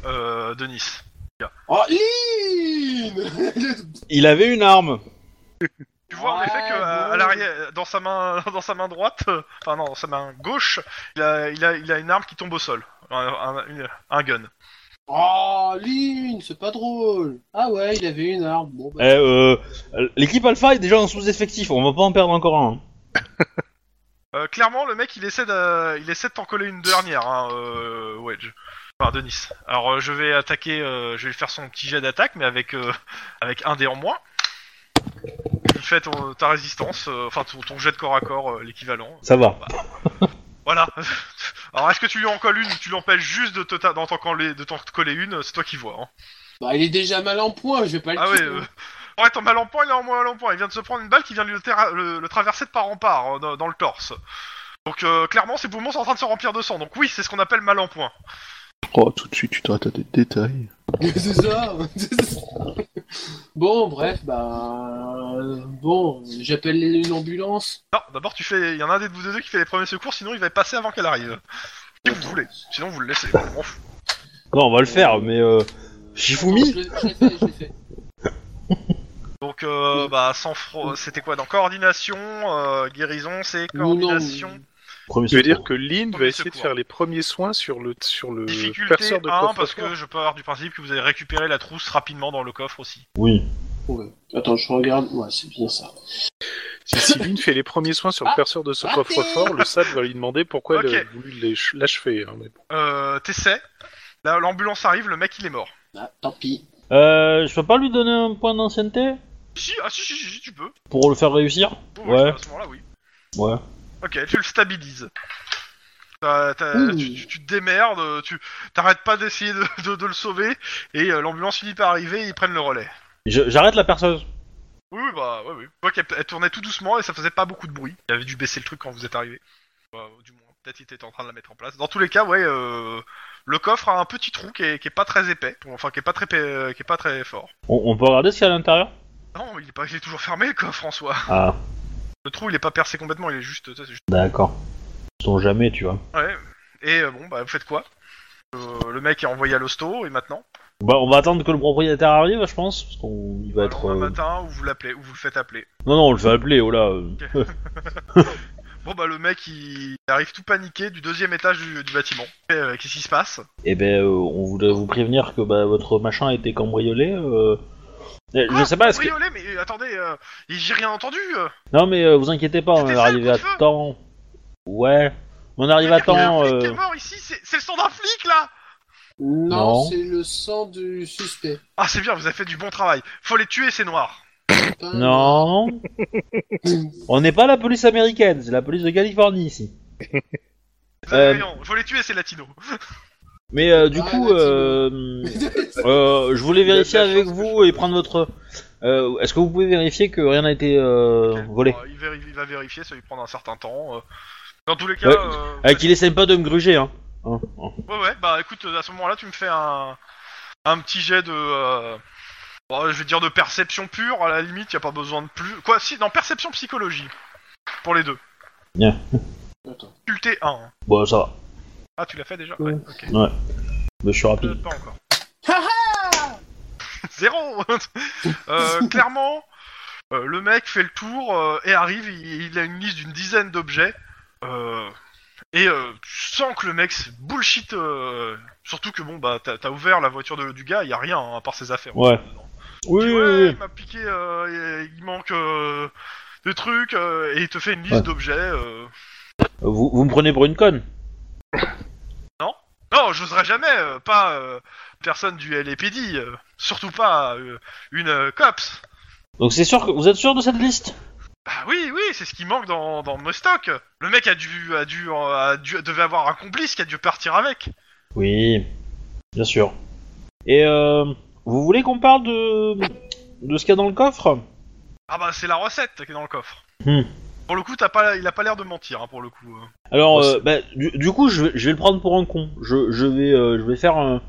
[SPEAKER 1] euh, Denis.
[SPEAKER 4] Oh, Lynn
[SPEAKER 3] Il avait une arme.
[SPEAKER 1] Tu vois en
[SPEAKER 4] Ah,
[SPEAKER 1] effet que à,
[SPEAKER 4] bon.
[SPEAKER 1] à l'arrière, dans sa main, dans sa main droite, euh, enfin non, dans sa main gauche, il a, il a, il a une arme qui tombe au sol, un, un- une- un gun.
[SPEAKER 4] Oh, Lynn, c'est pas drôle. Ah ouais, il avait une arme. Bon,
[SPEAKER 3] Eh,
[SPEAKER 4] bah,
[SPEAKER 3] hein. euh, L'équipe Alpha est déjà en sous-effectif, on va pas en perdre encore un.
[SPEAKER 1] Euh, clairement, le mec, il essaie de, il essaie de t'en coller une dernière, hein, euh, Wedge. Enfin, Denis. Alors, euh, je vais attaquer, euh, je vais lui faire son petit jet d'attaque, mais avec, euh, avec un dé en moins. Il fait ton- ta résistance, euh, enfin ton, ton jet de corps à corps, euh, l'équivalent.
[SPEAKER 3] Ça va.
[SPEAKER 1] Voilà. Alors, est-ce que tu lui en colles une ou tu l'empêches juste de te ta- d'en t'en coller, de t'en coller une C'est toi qui vois. Hein.
[SPEAKER 4] Bah, il est déjà mal en point, je vais pas le
[SPEAKER 1] Ah ouais,
[SPEAKER 4] tuer.
[SPEAKER 1] euh, en fait, en mal en point, il est en moins mal en point. Il vient de se prendre une balle qui vient de le, terra- le- le traverser de part en part, euh, dans, dans le torse. Donc euh, clairement, ses poumons sont en train de se remplir de sang. Donc oui, c'est ce qu'on appelle mal en point.
[SPEAKER 5] Oh, tout de suite, tu t'arrêtes à des détails.
[SPEAKER 4] C'est ça. bon, bref, bah. euh, Bon, j'appelle une ambulance.
[SPEAKER 1] Non, d'abord, tu fais, il y en a un des vous deux qui fait les premiers secours, sinon il va passer avant qu'elle arrive. Si vous voulez, sinon vous le laissez. on m'en fout.
[SPEAKER 3] Non, on va le faire, mais euh, Shifumi
[SPEAKER 4] Je l'ai- je l'ai fait, je l'ai fait.
[SPEAKER 1] Donc euh, bah sans fro- c'était quoi dans coordination, euh, guérison, c'est
[SPEAKER 4] Non, non,
[SPEAKER 1] coordination.
[SPEAKER 3] Premier
[SPEAKER 2] Tu veux
[SPEAKER 3] secours.
[SPEAKER 2] dire que Lynn va
[SPEAKER 1] Premier
[SPEAKER 2] essayer de
[SPEAKER 1] secours.
[SPEAKER 2] faire les premiers soins sur le sur le
[SPEAKER 1] Difficulté
[SPEAKER 2] euh, perceur de
[SPEAKER 1] 1 parce
[SPEAKER 2] coffre-fort.
[SPEAKER 1] que je peux avoir du principe que vous avez récupéré la trousse rapidement dans le coffre aussi.
[SPEAKER 3] Oui.
[SPEAKER 4] Ouais. Attends, je regarde. Ouais, c'est bien ça.
[SPEAKER 2] Si, si Lynn fait les premiers soins sur le
[SPEAKER 4] Ah,
[SPEAKER 2] perceur de ce
[SPEAKER 4] raté.
[SPEAKER 2] coffre-fort, le SAD va lui demander pourquoi
[SPEAKER 1] Ok.
[SPEAKER 2] il a voulu l'éche- l'achever. hein, mais bon.
[SPEAKER 1] Euh, T'essaies, Là, l'ambulance arrive, le mec il est mort.
[SPEAKER 4] Ah, tant pis.
[SPEAKER 3] Euh, je peux pas lui donner un point d'ancienneté
[SPEAKER 1] Si, ah si, si, si, si, tu peux.
[SPEAKER 3] pour le faire réussir
[SPEAKER 1] Bon, bah,
[SPEAKER 3] Ouais.
[SPEAKER 1] À ce moment-là, oui.
[SPEAKER 3] Ouais.
[SPEAKER 1] Ok, tu le stabilises. T'as- t'as-
[SPEAKER 4] Ouh.
[SPEAKER 1] tu, tu- tu te démerdes, tu t'arrêtes pas d'essayer de, de- de le sauver, et euh, l'ambulance finit par arriver, et ils prennent le relais.
[SPEAKER 3] Je- J'arrête la perceuse.
[SPEAKER 1] Oui, oui, bah, ouais, oui. Tu vois qu'elle elle tournait tout doucement et ça faisait pas beaucoup de bruit. Il avait dû baisser le truc quand vous êtes arrivé. Bah, du moins, peut-être il était en train de la mettre en place. Dans tous les cas, ouais, euh, le coffre a un petit trou qui est, qui est pas très épais, enfin qui est pas très, pé- qui est pas très fort.
[SPEAKER 3] On, on peut regarder ce qu'il y a à l'intérieur
[SPEAKER 1] Non, il est, pas, il est toujours fermé le coffre en soi.
[SPEAKER 3] Ah,
[SPEAKER 1] Le trou il est pas percé complètement, il est juste. tu sais, c'est juste-
[SPEAKER 3] d'accord. Sont jamais, tu vois.
[SPEAKER 1] Ouais. Et euh, bon, bah, vous faites quoi Euh, Le mec est envoyé à l'hosto et maintenant
[SPEAKER 3] Bah, on va attendre que le propriétaire arrive, je pense, parce qu'on il va être.
[SPEAKER 1] Alors,
[SPEAKER 3] euh,
[SPEAKER 1] Un matin, ou vous l'appelez, ou vous le faites appeler.
[SPEAKER 3] Non, non, on le fait appeler, oh là. euh.
[SPEAKER 1] Bon, bah, le mec il arrive tout paniqué du deuxième étage du, du bâtiment. Et, euh, Qu'est-ce qui se passe
[SPEAKER 3] Eh ben, euh, on voudrait vous prévenir que bah, votre machin a été cambriolé. euh. Eh,
[SPEAKER 1] Quoi
[SPEAKER 3] je sais pas, est-ce que...
[SPEAKER 1] Cambriolé, mais euh, attendez, euh, j'ai rien entendu. euh.
[SPEAKER 3] Non, mais euh, vous inquiétez pas, on
[SPEAKER 1] C'était
[SPEAKER 3] est
[SPEAKER 1] ça, le
[SPEAKER 3] arrivé
[SPEAKER 1] coup
[SPEAKER 3] à
[SPEAKER 1] de feu
[SPEAKER 3] temps. Ouais, on arrive à
[SPEAKER 1] C'est-à-dire qu'il y a
[SPEAKER 3] temps.
[SPEAKER 1] un flic qui
[SPEAKER 3] euh,
[SPEAKER 1] est mort ici, c'est c'est le sang d'un flic là.
[SPEAKER 4] Non,
[SPEAKER 3] Non.
[SPEAKER 4] c'est le sang du suspect.
[SPEAKER 1] Ah, c'est bien, vous avez fait du bon travail. Faut les tuer, ces noirs.
[SPEAKER 4] Pas-
[SPEAKER 3] Non, on n'est pas la police américaine, c'est la police de Californie ici.
[SPEAKER 1] Vous avez
[SPEAKER 3] Euh.
[SPEAKER 1] raison, Faut les tuer, ces latinos.
[SPEAKER 3] Mais euh, du
[SPEAKER 4] Ah,
[SPEAKER 3] coup,
[SPEAKER 4] là, tu
[SPEAKER 3] euh, euh, je voulais
[SPEAKER 2] Il a de la
[SPEAKER 3] vérifier
[SPEAKER 2] chance
[SPEAKER 3] avec
[SPEAKER 2] que
[SPEAKER 3] vous et prendre votre. euh, Est-ce que vous pouvez vérifier que rien n'a été euh,
[SPEAKER 1] Ok,
[SPEAKER 3] volé
[SPEAKER 1] bon, il, vérifie- il va vérifier, ça lui prendre un certain temps. euh. Dans tous les cas,
[SPEAKER 3] Ouais.
[SPEAKER 1] euh, vous
[SPEAKER 3] Euh, Qu'il essaye pas de me gruger, hein. Hein, hein.
[SPEAKER 1] Ouais, ouais, bah écoute, à ce moment-là, tu me fais un, un petit jet de. euh, bon, je vais dire de perception pure, à la limite, y a pas besoin de plus. Quoi, si, non, perception psychologie. Pour les deux.
[SPEAKER 3] Bien.
[SPEAKER 4] Attends.
[SPEAKER 1] Culté 1.
[SPEAKER 3] Bon, ça va.
[SPEAKER 1] Ah, tu l'as fait déjà
[SPEAKER 4] Ouais.
[SPEAKER 1] Ouais, ok.
[SPEAKER 3] Mais je suis rapide.
[SPEAKER 1] Peut-être Euh, pas encore. Zéro Euh, Clairement, euh, le mec fait le tour euh, et arrive, il, il a une liste d'une dizaine d'objets. euh, et euh, tu sens que le mec c'est bullshit. euh, surtout que bon, bah t'as t'as ouvert la voiture de- du gars, il y a rien hein, à part ses affaires.
[SPEAKER 3] Ouais. Oui,
[SPEAKER 1] Tu dis,
[SPEAKER 3] oui,
[SPEAKER 1] ouais,
[SPEAKER 3] oui.
[SPEAKER 1] Il m'a piqué, euh, il il manque euh, des trucs euh, et il te fait une liste
[SPEAKER 3] Ouais.
[SPEAKER 1] d'objets. euh.
[SPEAKER 3] Vous, vous me prenez pour une conne
[SPEAKER 1] Non, j'oserais jamais, euh, pas euh, personne du LAPD, euh, surtout pas euh, une euh, cops.
[SPEAKER 3] Donc c'est sûr que vous êtes sûr de cette liste
[SPEAKER 1] Bah oui, oui, c'est ce qui manque dans, dans Mostock. Le mec a dû, a dû, a dû, devait avoir un complice qui a dû partir avec.
[SPEAKER 3] Oui, bien sûr. Et euh, vous voulez qu'on parle de de ce qu'il y a dans le coffre
[SPEAKER 1] Ah bah c'est la recette qui est dans le coffre.
[SPEAKER 3] Hmm.
[SPEAKER 1] Pour le coup, t'as pas, il a pas l'air de mentir hein, pour le coup.
[SPEAKER 3] Alors,
[SPEAKER 2] Ouais,
[SPEAKER 3] euh, bah, du, du coup, je vais, je vais le prendre pour un con. Je, je vais, euh, je vais faire un-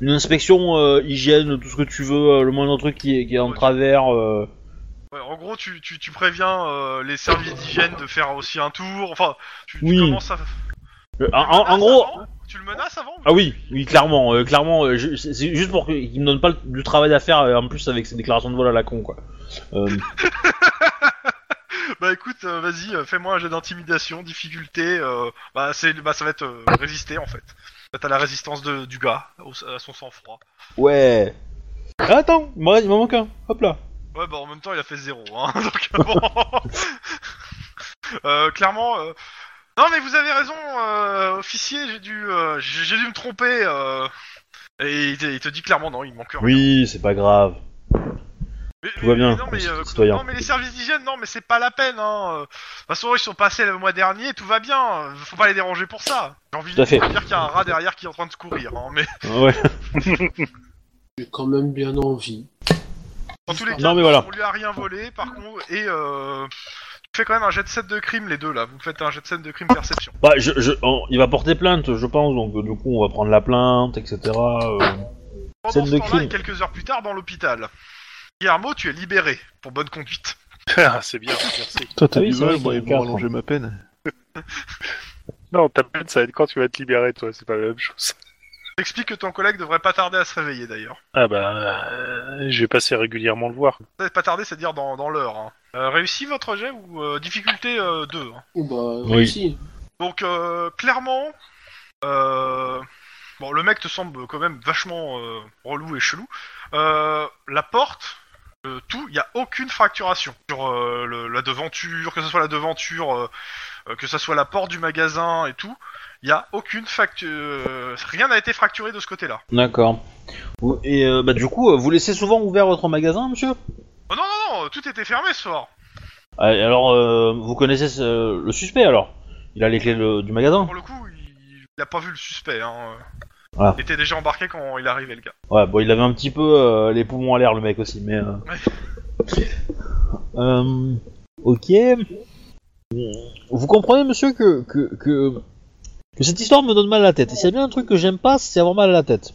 [SPEAKER 3] une inspection euh, hygiène, tout ce que tu veux, euh, le moindre truc qui est, qui est en
[SPEAKER 1] Ouais.
[SPEAKER 3] travers. euh.
[SPEAKER 1] Ouais, en gros, tu, tu, tu préviens euh, les services d'hygiène de faire aussi un tour. Enfin, tu, tu
[SPEAKER 3] Oui.
[SPEAKER 1] commences à. Tu
[SPEAKER 3] Euh, en,
[SPEAKER 1] le
[SPEAKER 3] en- en
[SPEAKER 1] menaces
[SPEAKER 3] gros.
[SPEAKER 1] avant Tu le menaces avant
[SPEAKER 3] Ah oui, oui, clairement, euh, clairement. euh, je- c'est c'est juste pour que- qu'il me donne pas le- du travail à faire euh, en plus avec ses déclarations de vol à la con, quoi. Euh,
[SPEAKER 1] Bah écoute, euh, vas-y, euh, fais-moi un jet d'intimidation, difficulté. euh, bah, c'est, bah ça va être euh, résister en fait. Bah, T'as la résistance de, du gars au- à son sang-froid.
[SPEAKER 3] ouais. Ah, Attends, il m'en il m'en manque un. Hop là.
[SPEAKER 1] Ouais, bah en même temps, il a fait zéro, hein, donc bon. Euh, clairement, euh, Non, mais vous avez raison, euh, officier, j'ai dû, euh, j'ai j'ai dû me tromper. euh. Et il te, il te dit clairement non, il manque rien.
[SPEAKER 3] Oui, c'est pas grave.
[SPEAKER 1] Mais-
[SPEAKER 3] Tout va
[SPEAKER 1] mais-
[SPEAKER 3] bien,
[SPEAKER 1] mais non, mais,
[SPEAKER 3] monsieur
[SPEAKER 1] euh,
[SPEAKER 3] citoyen.
[SPEAKER 1] non, mais les services d'hygiène, non, mais c'est pas la peine. Hein. Euh, De toute façon, ils sont passés le mois dernier, tout va bien. euh, Faut pas les déranger pour ça. J'ai envie
[SPEAKER 3] Tout à
[SPEAKER 1] de
[SPEAKER 3] fait.
[SPEAKER 1] dire qu'il y a un rat derrière qui est en train de se courir. hein, mais
[SPEAKER 3] Ouais.
[SPEAKER 4] J'ai quand même bien envie.
[SPEAKER 1] dans tous les cas,
[SPEAKER 3] Non, mais voilà.
[SPEAKER 1] on lui a rien volé. Par contre, et euh, tu fais quand même un jet de set de crime, les deux là. Vous faites un jet de set de crime perception.
[SPEAKER 3] Bah, je, je, on- il va porter plainte, je pense, donc euh, du coup, on va prendre la plainte, etc. euh.
[SPEAKER 1] Pendant
[SPEAKER 3] Set
[SPEAKER 1] ce
[SPEAKER 3] de
[SPEAKER 1] temps-là, et
[SPEAKER 3] crime.
[SPEAKER 1] quelques heures plus tard, dans l'hôpital. Guillermo, tu es libéré pour bonne conduite.
[SPEAKER 2] Ah, c'est bien, merci.
[SPEAKER 3] Toi,
[SPEAKER 5] T'as du mal, moi, ils vont rallonger ma peine.
[SPEAKER 2] Non, ta peine, ça va être quand tu vas te libérer, toi, c'est pas la même chose.
[SPEAKER 1] T'expliques que ton collègue devrait pas tarder à se réveiller d'ailleurs.
[SPEAKER 2] Ah bah, euh, je vais passer régulièrement le voir.
[SPEAKER 1] Peut-être Pas tarder, c'est-à-dire dans, dans l'heure. hein. Euh, réussi votre jet ou euh, hein. difficulté 2
[SPEAKER 4] Ou bah,
[SPEAKER 3] Oui.
[SPEAKER 4] réussi.
[SPEAKER 1] Donc euh, clairement, euh, bon le mec te semble quand même vachement euh, relou et chelou. Euh, la porte, euh, tout, il y a aucune fracturation sur euh, le- la devanture, que ce soit la devanture, euh, euh, que ce soit la porte du magasin et tout. Il y a aucune facture, rien n'a été fracturé de ce côté-là.
[SPEAKER 3] D'accord. Vous- Et euh, bah, du coup, euh, vous laissez souvent ouvert votre magasin, monsieur
[SPEAKER 1] Oh non non non, tout était fermé ce soir.
[SPEAKER 3] Ah, et Alors, euh, vous connaissez euh, le suspect, alors Il a les clés le- du magasin
[SPEAKER 1] Pour le coup, il, il a pas vu le suspect. Hein.
[SPEAKER 3] Ah.
[SPEAKER 1] Il était déjà embarqué quand il arrivait le gars.
[SPEAKER 3] Ouais, bon, il avait un petit peu euh, les poumons à l'air, le mec aussi, mais. euh, Euh, ok. Vous comprenez, monsieur, que, que, que, que cette histoire me donne mal à la tête. Et s'il y a bien un truc que j'aime pas, c'est avoir mal à la tête.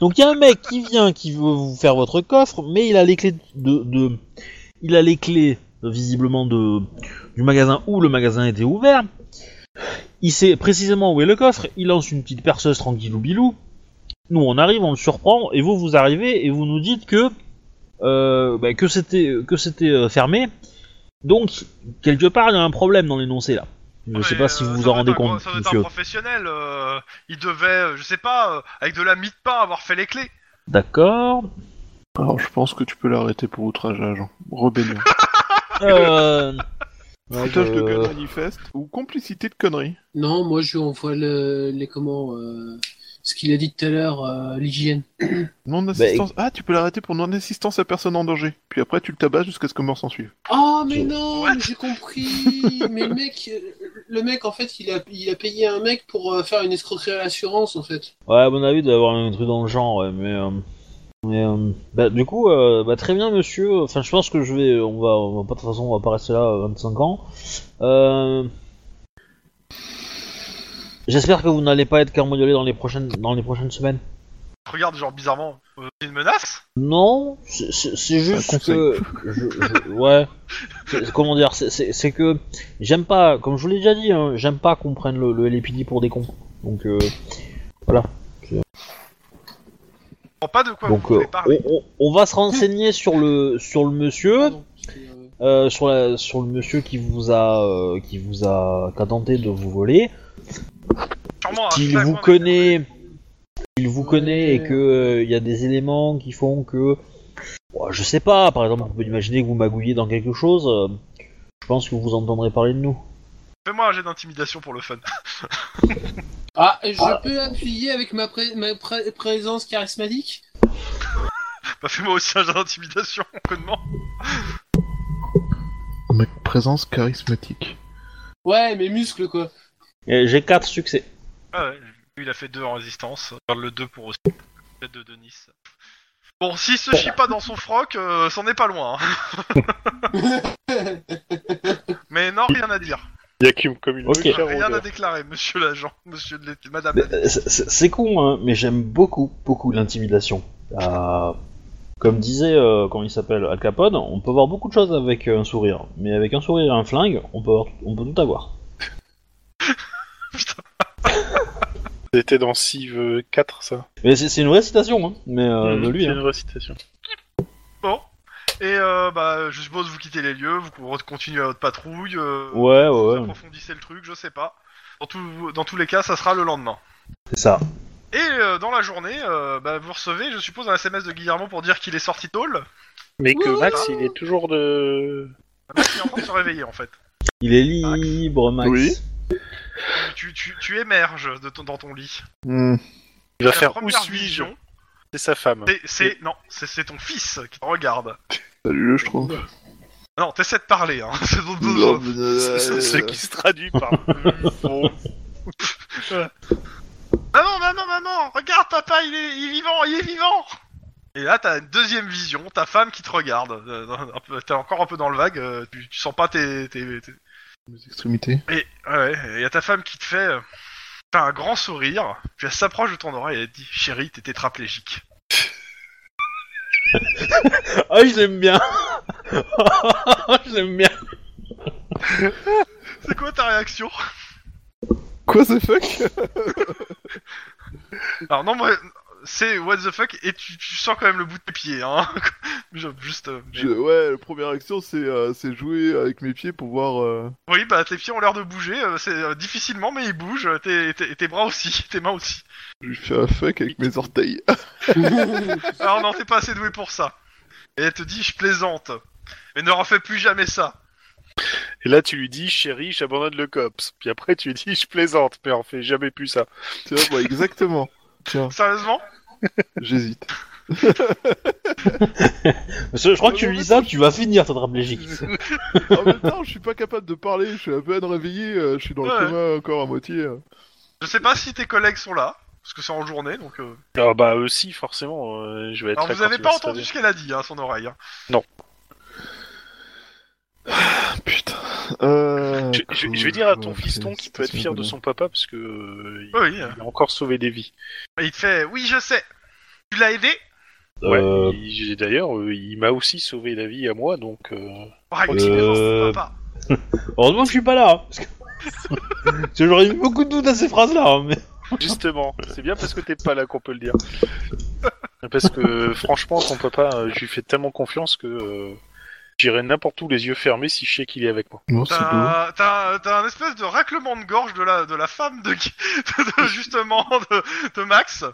[SPEAKER 3] Donc il y a un mec qui vient, qui veut vous faire votre coffre, mais il a les clés de, de il a les clés visiblement de du magasin où le magasin était ouvert. Il sait précisément où est le coffre. Il lance une petite perceuse tranquillou bilou. Nous on arrive, on le surprend, et vous vous arrivez et vous nous dites que euh, bah, que c'était que c'était euh, fermé. Donc quelque part il y a un problème dans l'énoncé là. Je sais
[SPEAKER 1] Mais,
[SPEAKER 3] pas si
[SPEAKER 1] euh,
[SPEAKER 3] vous
[SPEAKER 1] ça
[SPEAKER 3] vous
[SPEAKER 1] doit
[SPEAKER 3] en rendez
[SPEAKER 1] être un gros-
[SPEAKER 3] compte,
[SPEAKER 1] Ça doit être un
[SPEAKER 3] monsieur.
[SPEAKER 1] professionnel. euh, il devait, euh, je sais pas, euh, avec de la mie de pain, avoir fait les clés.
[SPEAKER 3] D'accord.
[SPEAKER 5] Alors, je pense que tu peux l'arrêter pour outrage à agent. Rebellion.
[SPEAKER 3] Euh... ouais,
[SPEAKER 5] Foutage de
[SPEAKER 3] je-
[SPEAKER 5] gueule manifeste ou complicité de conneries.
[SPEAKER 4] Non, moi je lui envoie le, les comment euh, ce qu'il a dit tout à l'heure, euh, l'hygiène.
[SPEAKER 5] Non-assistance. Ah, tu peux l'arrêter pour non-assistance à personne en danger. Puis après, tu le tabasses jusqu'à ce que mort s'en suive.
[SPEAKER 4] Oh mais non, mais j'ai compris. mais le mec, euh, le mec en fait, il a, il a payé un mec pour euh, faire une escroquerie à l'assurance en fait.
[SPEAKER 3] Ouais, à mon avis, il doit y avoir un truc dans le genre, ouais, mais. euh, mais, euh, bah, du coup, euh, bah, très bien, monsieur. Enfin, je pense que je vais. On va, on va pas, de toute façon, on va pas rester là euh, 25 ans. Euh, J'espère que vous n'allez pas être carmodiolé dans les prochaines, dans les prochaines semaines.
[SPEAKER 1] Je Regarde, genre bizarrement, euh, c'est une menace.
[SPEAKER 3] Non, c'est- c'est c'est
[SPEAKER 5] Un
[SPEAKER 3] juste
[SPEAKER 5] conseil.
[SPEAKER 3] que. je- je- ouais. C'est- Comment dire c'est- C'est c'est que j'aime pas, comme je vous l'ai déjà dit, hein, j'aime pas qu'on prenne le, le LAPD pour des cons. Donc euh,
[SPEAKER 1] Je comprends pas de quoi
[SPEAKER 3] Donc
[SPEAKER 1] vous
[SPEAKER 3] euh,
[SPEAKER 1] voulez parler.
[SPEAKER 3] on, on- on va se renseigner sur le sur le monsieur,
[SPEAKER 4] Pardon, parce que, euh,
[SPEAKER 3] euh, sur la, sur le monsieur qui vous a euh, qui vous a qui a tenté de vous voler.
[SPEAKER 1] Sûrement un
[SPEAKER 3] S'il
[SPEAKER 1] fragment
[SPEAKER 3] vous
[SPEAKER 1] de-
[SPEAKER 3] connaît, s'il vous connaît et
[SPEAKER 4] Ouais.
[SPEAKER 3] que euh, il y a des éléments qui font que, Bon, je sais pas. Par exemple, on peut imaginer que vous magouillez dans quelque chose. euh, je pense que vous entendrez parler de nous.
[SPEAKER 1] Fais-moi un jet d'intimidation pour le fun.
[SPEAKER 4] Ah, je peux appuyer avec ma, pré- ma pré- présence charismatique
[SPEAKER 1] Bah, fais-moi aussi un jet d'intimidation, connement.
[SPEAKER 5] Mec, présence charismatique.
[SPEAKER 4] Ouais, mes muscles quoi.
[SPEAKER 3] Et J'ai quatre succès.
[SPEAKER 1] Ah ouais, lui, il a fait deux en résistance. Regarde le 2 pour aussi. Jet de Denis. Bon, s'il se chie pas dans son froc, euh, c'en est pas loin. hein. Mais non, rien à dire.
[SPEAKER 2] Y'a qui me communique
[SPEAKER 3] Ok.
[SPEAKER 2] cher
[SPEAKER 1] Rien à
[SPEAKER 2] odeur.
[SPEAKER 1] déclarer, monsieur l'agent, monsieur de l'é- madame
[SPEAKER 3] Mais,
[SPEAKER 1] la
[SPEAKER 3] euh, C'est c'est- c'est con, hein, mais j'aime beaucoup, beaucoup l'intimidation. Euh, comme disait, euh, comment il s'appelle, Al Capone, on peut voir beaucoup de choses avec euh, un sourire. Mais avec un sourire et un flingue, on peut, avoir- on peut tout avoir.
[SPEAKER 2] C'était dans Civ euh, 4, ça.
[SPEAKER 3] Mais c'est c'est une vraie citation, hein, mais euh,
[SPEAKER 2] Mmh,
[SPEAKER 3] de lui.
[SPEAKER 2] C'est
[SPEAKER 3] hein.
[SPEAKER 2] une récitation.
[SPEAKER 1] Bon. Et euh, bah, je suppose vous quittez les lieux, vous continuez votre patrouille, euh,
[SPEAKER 3] Ouais,
[SPEAKER 1] vous
[SPEAKER 3] ouais, ouais,
[SPEAKER 1] approfondissez le truc, je sais pas. Dans, tout- dans tous les cas, ça sera le lendemain.
[SPEAKER 3] c'est ça.
[SPEAKER 1] Et euh, dans la journée, euh, bah, vous recevez, je suppose, un SMS de Guillermo pour dire qu'il est sorti tôle.
[SPEAKER 2] Mais que
[SPEAKER 4] Wouhou
[SPEAKER 2] Max, il est toujours de...
[SPEAKER 1] Il est en train de se réveiller en fait.
[SPEAKER 3] Il est libre, Max.
[SPEAKER 5] Oui.
[SPEAKER 1] tu, tu, tu émerges de ton, dans ton lit.
[SPEAKER 5] Hmm.
[SPEAKER 2] Il va
[SPEAKER 1] La
[SPEAKER 2] faire où
[SPEAKER 1] première
[SPEAKER 2] suis-je
[SPEAKER 1] vision, Euh,
[SPEAKER 2] C'est sa femme.
[SPEAKER 1] c'est- C'est non, c'est c'est ton fils qui te regarde.
[SPEAKER 5] Salut le je trouve.
[SPEAKER 1] Non, t'essaies de parler, hein. C'est d'autres
[SPEAKER 5] Non,
[SPEAKER 1] besoins.
[SPEAKER 5] mais,
[SPEAKER 2] C'est
[SPEAKER 5] euh,
[SPEAKER 2] c'est ce qui se traduit par. Bon.
[SPEAKER 1] Maman, maman, maman, regarde, papa, il est, il est vivant, il est vivant. Et là, t'as une deuxième vision, ta femme qui te regarde. Euh, dans- un peu- T'es encore un peu dans le vague, euh, tu, tu sens pas tes, tes, tes-
[SPEAKER 5] mes extrémités.
[SPEAKER 1] Et ouais, il y a ta femme qui te fait, euh, fait un grand sourire, puis elle s'approche de ton oreille et elle te dit Chérie, t'es tétraplégique.
[SPEAKER 3] Ah, je l'aime bien Je l'aime bien
[SPEAKER 1] C'est quoi ta réaction
[SPEAKER 5] Quoi the fuck
[SPEAKER 1] Alors, non, moi, c'est what the fuck, et tu, tu sens quand même le bout de tes pieds, hein. Je- Juste. euh, mais-
[SPEAKER 5] Je- Ouais, la première action c'est euh, c'est jouer avec mes pieds pour voir. euh,
[SPEAKER 1] Oui, bah, tes pieds ont l'air de bouger, euh, c'est euh, difficilement, mais ils bougent, euh, tes, tes, tes bras aussi, tes mains aussi.
[SPEAKER 5] Je fais un fuck avec mes orteils.
[SPEAKER 1] Alors, non, t'es pas assez doué pour ça. Et elle te dit Je plaisante, mais ne refais plus jamais ça.
[SPEAKER 2] Et là, tu lui dis, chérie, j'abandonne le cops. Puis après, tu lui dis, je plaisante, mais on fait jamais plus ça.
[SPEAKER 5] tu vois, moi, exactement. Tiens,
[SPEAKER 1] Sérieusement
[SPEAKER 5] j'hésite.
[SPEAKER 3] Parce que Je crois que tu lis ça, tu vas finir tétraplégique.
[SPEAKER 5] en même temps, je suis pas capable de parler, je suis à peine réveillé, euh, je suis dans le
[SPEAKER 1] Ouais.
[SPEAKER 5] coma encore à moitié. euh.
[SPEAKER 1] Je sais pas si tes collègues sont là, parce que c'est en journée, donc. euh,
[SPEAKER 2] Ah bah, aussi, forcément, euh, je vais être
[SPEAKER 1] Alors
[SPEAKER 2] là
[SPEAKER 1] vous
[SPEAKER 2] quand
[SPEAKER 1] avez
[SPEAKER 2] il va
[SPEAKER 1] pas
[SPEAKER 2] se
[SPEAKER 1] entendu
[SPEAKER 2] réveiller.
[SPEAKER 1] ce qu'elle a dit, hein, son oreille. hein.
[SPEAKER 5] Ah, putain. Euh,
[SPEAKER 2] Je, je- je vais dire à ton fiston qui peut être fier de son papa, parce que euh, il,
[SPEAKER 1] Oui. euh,
[SPEAKER 2] il a encore sauvé des vies.
[SPEAKER 1] Et il te fait, oui, je sais. Tu l'as aidé
[SPEAKER 2] Ouais,
[SPEAKER 3] Euh,
[SPEAKER 2] il- j'ai- d'ailleurs, euh, il m'a aussi sauvé la vie à moi, donc... euh,
[SPEAKER 1] Ouais,
[SPEAKER 3] Euh,
[SPEAKER 1] Oh, c'est papa.
[SPEAKER 3] Heureusement que je suis pas là hein, parce que... parce que j'aurais eu beaucoup de doutes à ces phrases-là. hein, mais-
[SPEAKER 2] Justement, c'est bien parce que t'es pas là qu'on peut le dire. Parce que franchement, ton papa, euh, je lui fais tellement confiance que euh, j'irai n'importe où les yeux fermés si je sais qu'il est avec moi.
[SPEAKER 5] Non, c'est beau.
[SPEAKER 1] T'as t'as- t'as un espèce de raclement de gorge de la, de la femme de, qui- de- justement de, de Max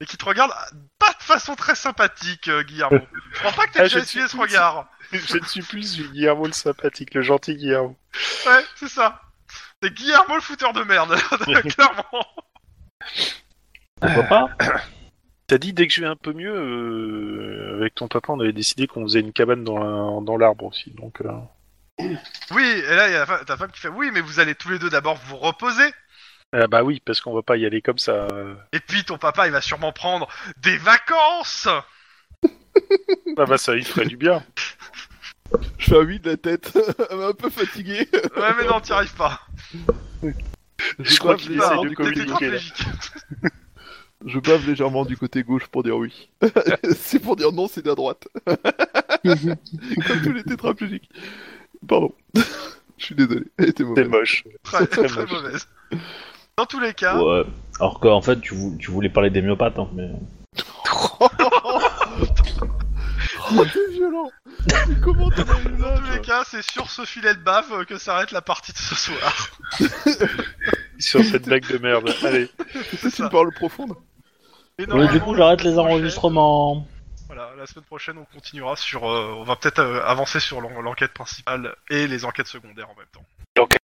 [SPEAKER 1] et qui te regarde pas de façon très sympathique, euh, Guillermo. Je crois pas que t'aies
[SPEAKER 2] Ah,
[SPEAKER 1] déjà
[SPEAKER 2] je suis-
[SPEAKER 1] essuyé ce regard.
[SPEAKER 2] je ne suis plus du Guillermo le sympathique, le gentil Guillermo.
[SPEAKER 1] Ouais, c'est ça. C'est Guillermo le fouteur de merde, clairement.
[SPEAKER 3] Pourquoi pas
[SPEAKER 2] T'as dit dès que je vais un peu mieux, euh, avec ton papa, on avait décidé qu'on faisait une cabane dans, la- dans l'arbre aussi. Donc, euh,
[SPEAKER 1] Oui, et là, il y a la femme- ta femme qui fait, oui, mais vous allez tous les deux d'abord vous reposer.
[SPEAKER 2] ah bah oui, parce qu'on va pas y aller comme ça. euh.
[SPEAKER 1] Et puis ton papa, il va sûrement prendre des vacances.
[SPEAKER 2] Ah bah ça, il ferait du bien.
[SPEAKER 5] Je fais un oui de la tête, elle m'a un peu fatigué.
[SPEAKER 1] Ouais, mais non, t'y arrives pas.
[SPEAKER 2] Je crois
[SPEAKER 5] bave
[SPEAKER 2] qu'il
[SPEAKER 1] essaie
[SPEAKER 5] légèrement
[SPEAKER 2] de
[SPEAKER 5] du
[SPEAKER 1] T'es
[SPEAKER 5] côté
[SPEAKER 2] communiquer.
[SPEAKER 5] gauche.
[SPEAKER 1] tétraplégique.
[SPEAKER 5] Je bave légèrement du côté gauche pour dire oui. c'est pour dire non, c'est de la droite. Comme tous les tétraplégiques. Pardon. Je suis désolé, elle était
[SPEAKER 2] C'est
[SPEAKER 5] mauvaise.
[SPEAKER 2] moche.
[SPEAKER 1] Très,
[SPEAKER 2] Très
[SPEAKER 1] très
[SPEAKER 2] moche.
[SPEAKER 1] mauvaise. Dans tous les cas,
[SPEAKER 3] Ouais. Alors qu'en fait, tu, vou- tu voulais parler des myopathes, hein, mais.
[SPEAKER 5] Oh, t'es violent Mais Comment t'en as eu
[SPEAKER 1] dans
[SPEAKER 5] là
[SPEAKER 1] tous les cas, c'est sur ce filet de bave euh, que s'arrête la partie de ce soir.
[SPEAKER 2] Sur cette blague de merde. Allez.
[SPEAKER 5] C'est
[SPEAKER 1] ça.
[SPEAKER 5] une parole profonde.
[SPEAKER 1] Et
[SPEAKER 3] Mais du coup,
[SPEAKER 1] normalement,
[SPEAKER 3] j'arrête
[SPEAKER 1] la
[SPEAKER 3] les
[SPEAKER 1] semaine
[SPEAKER 3] enregistrements.
[SPEAKER 1] prochaine- Voilà, la semaine prochaine, on continuera sur, euh, on va peut-être euh, avancer sur l'en- l'enquête principale et les enquêtes secondaires en même temps.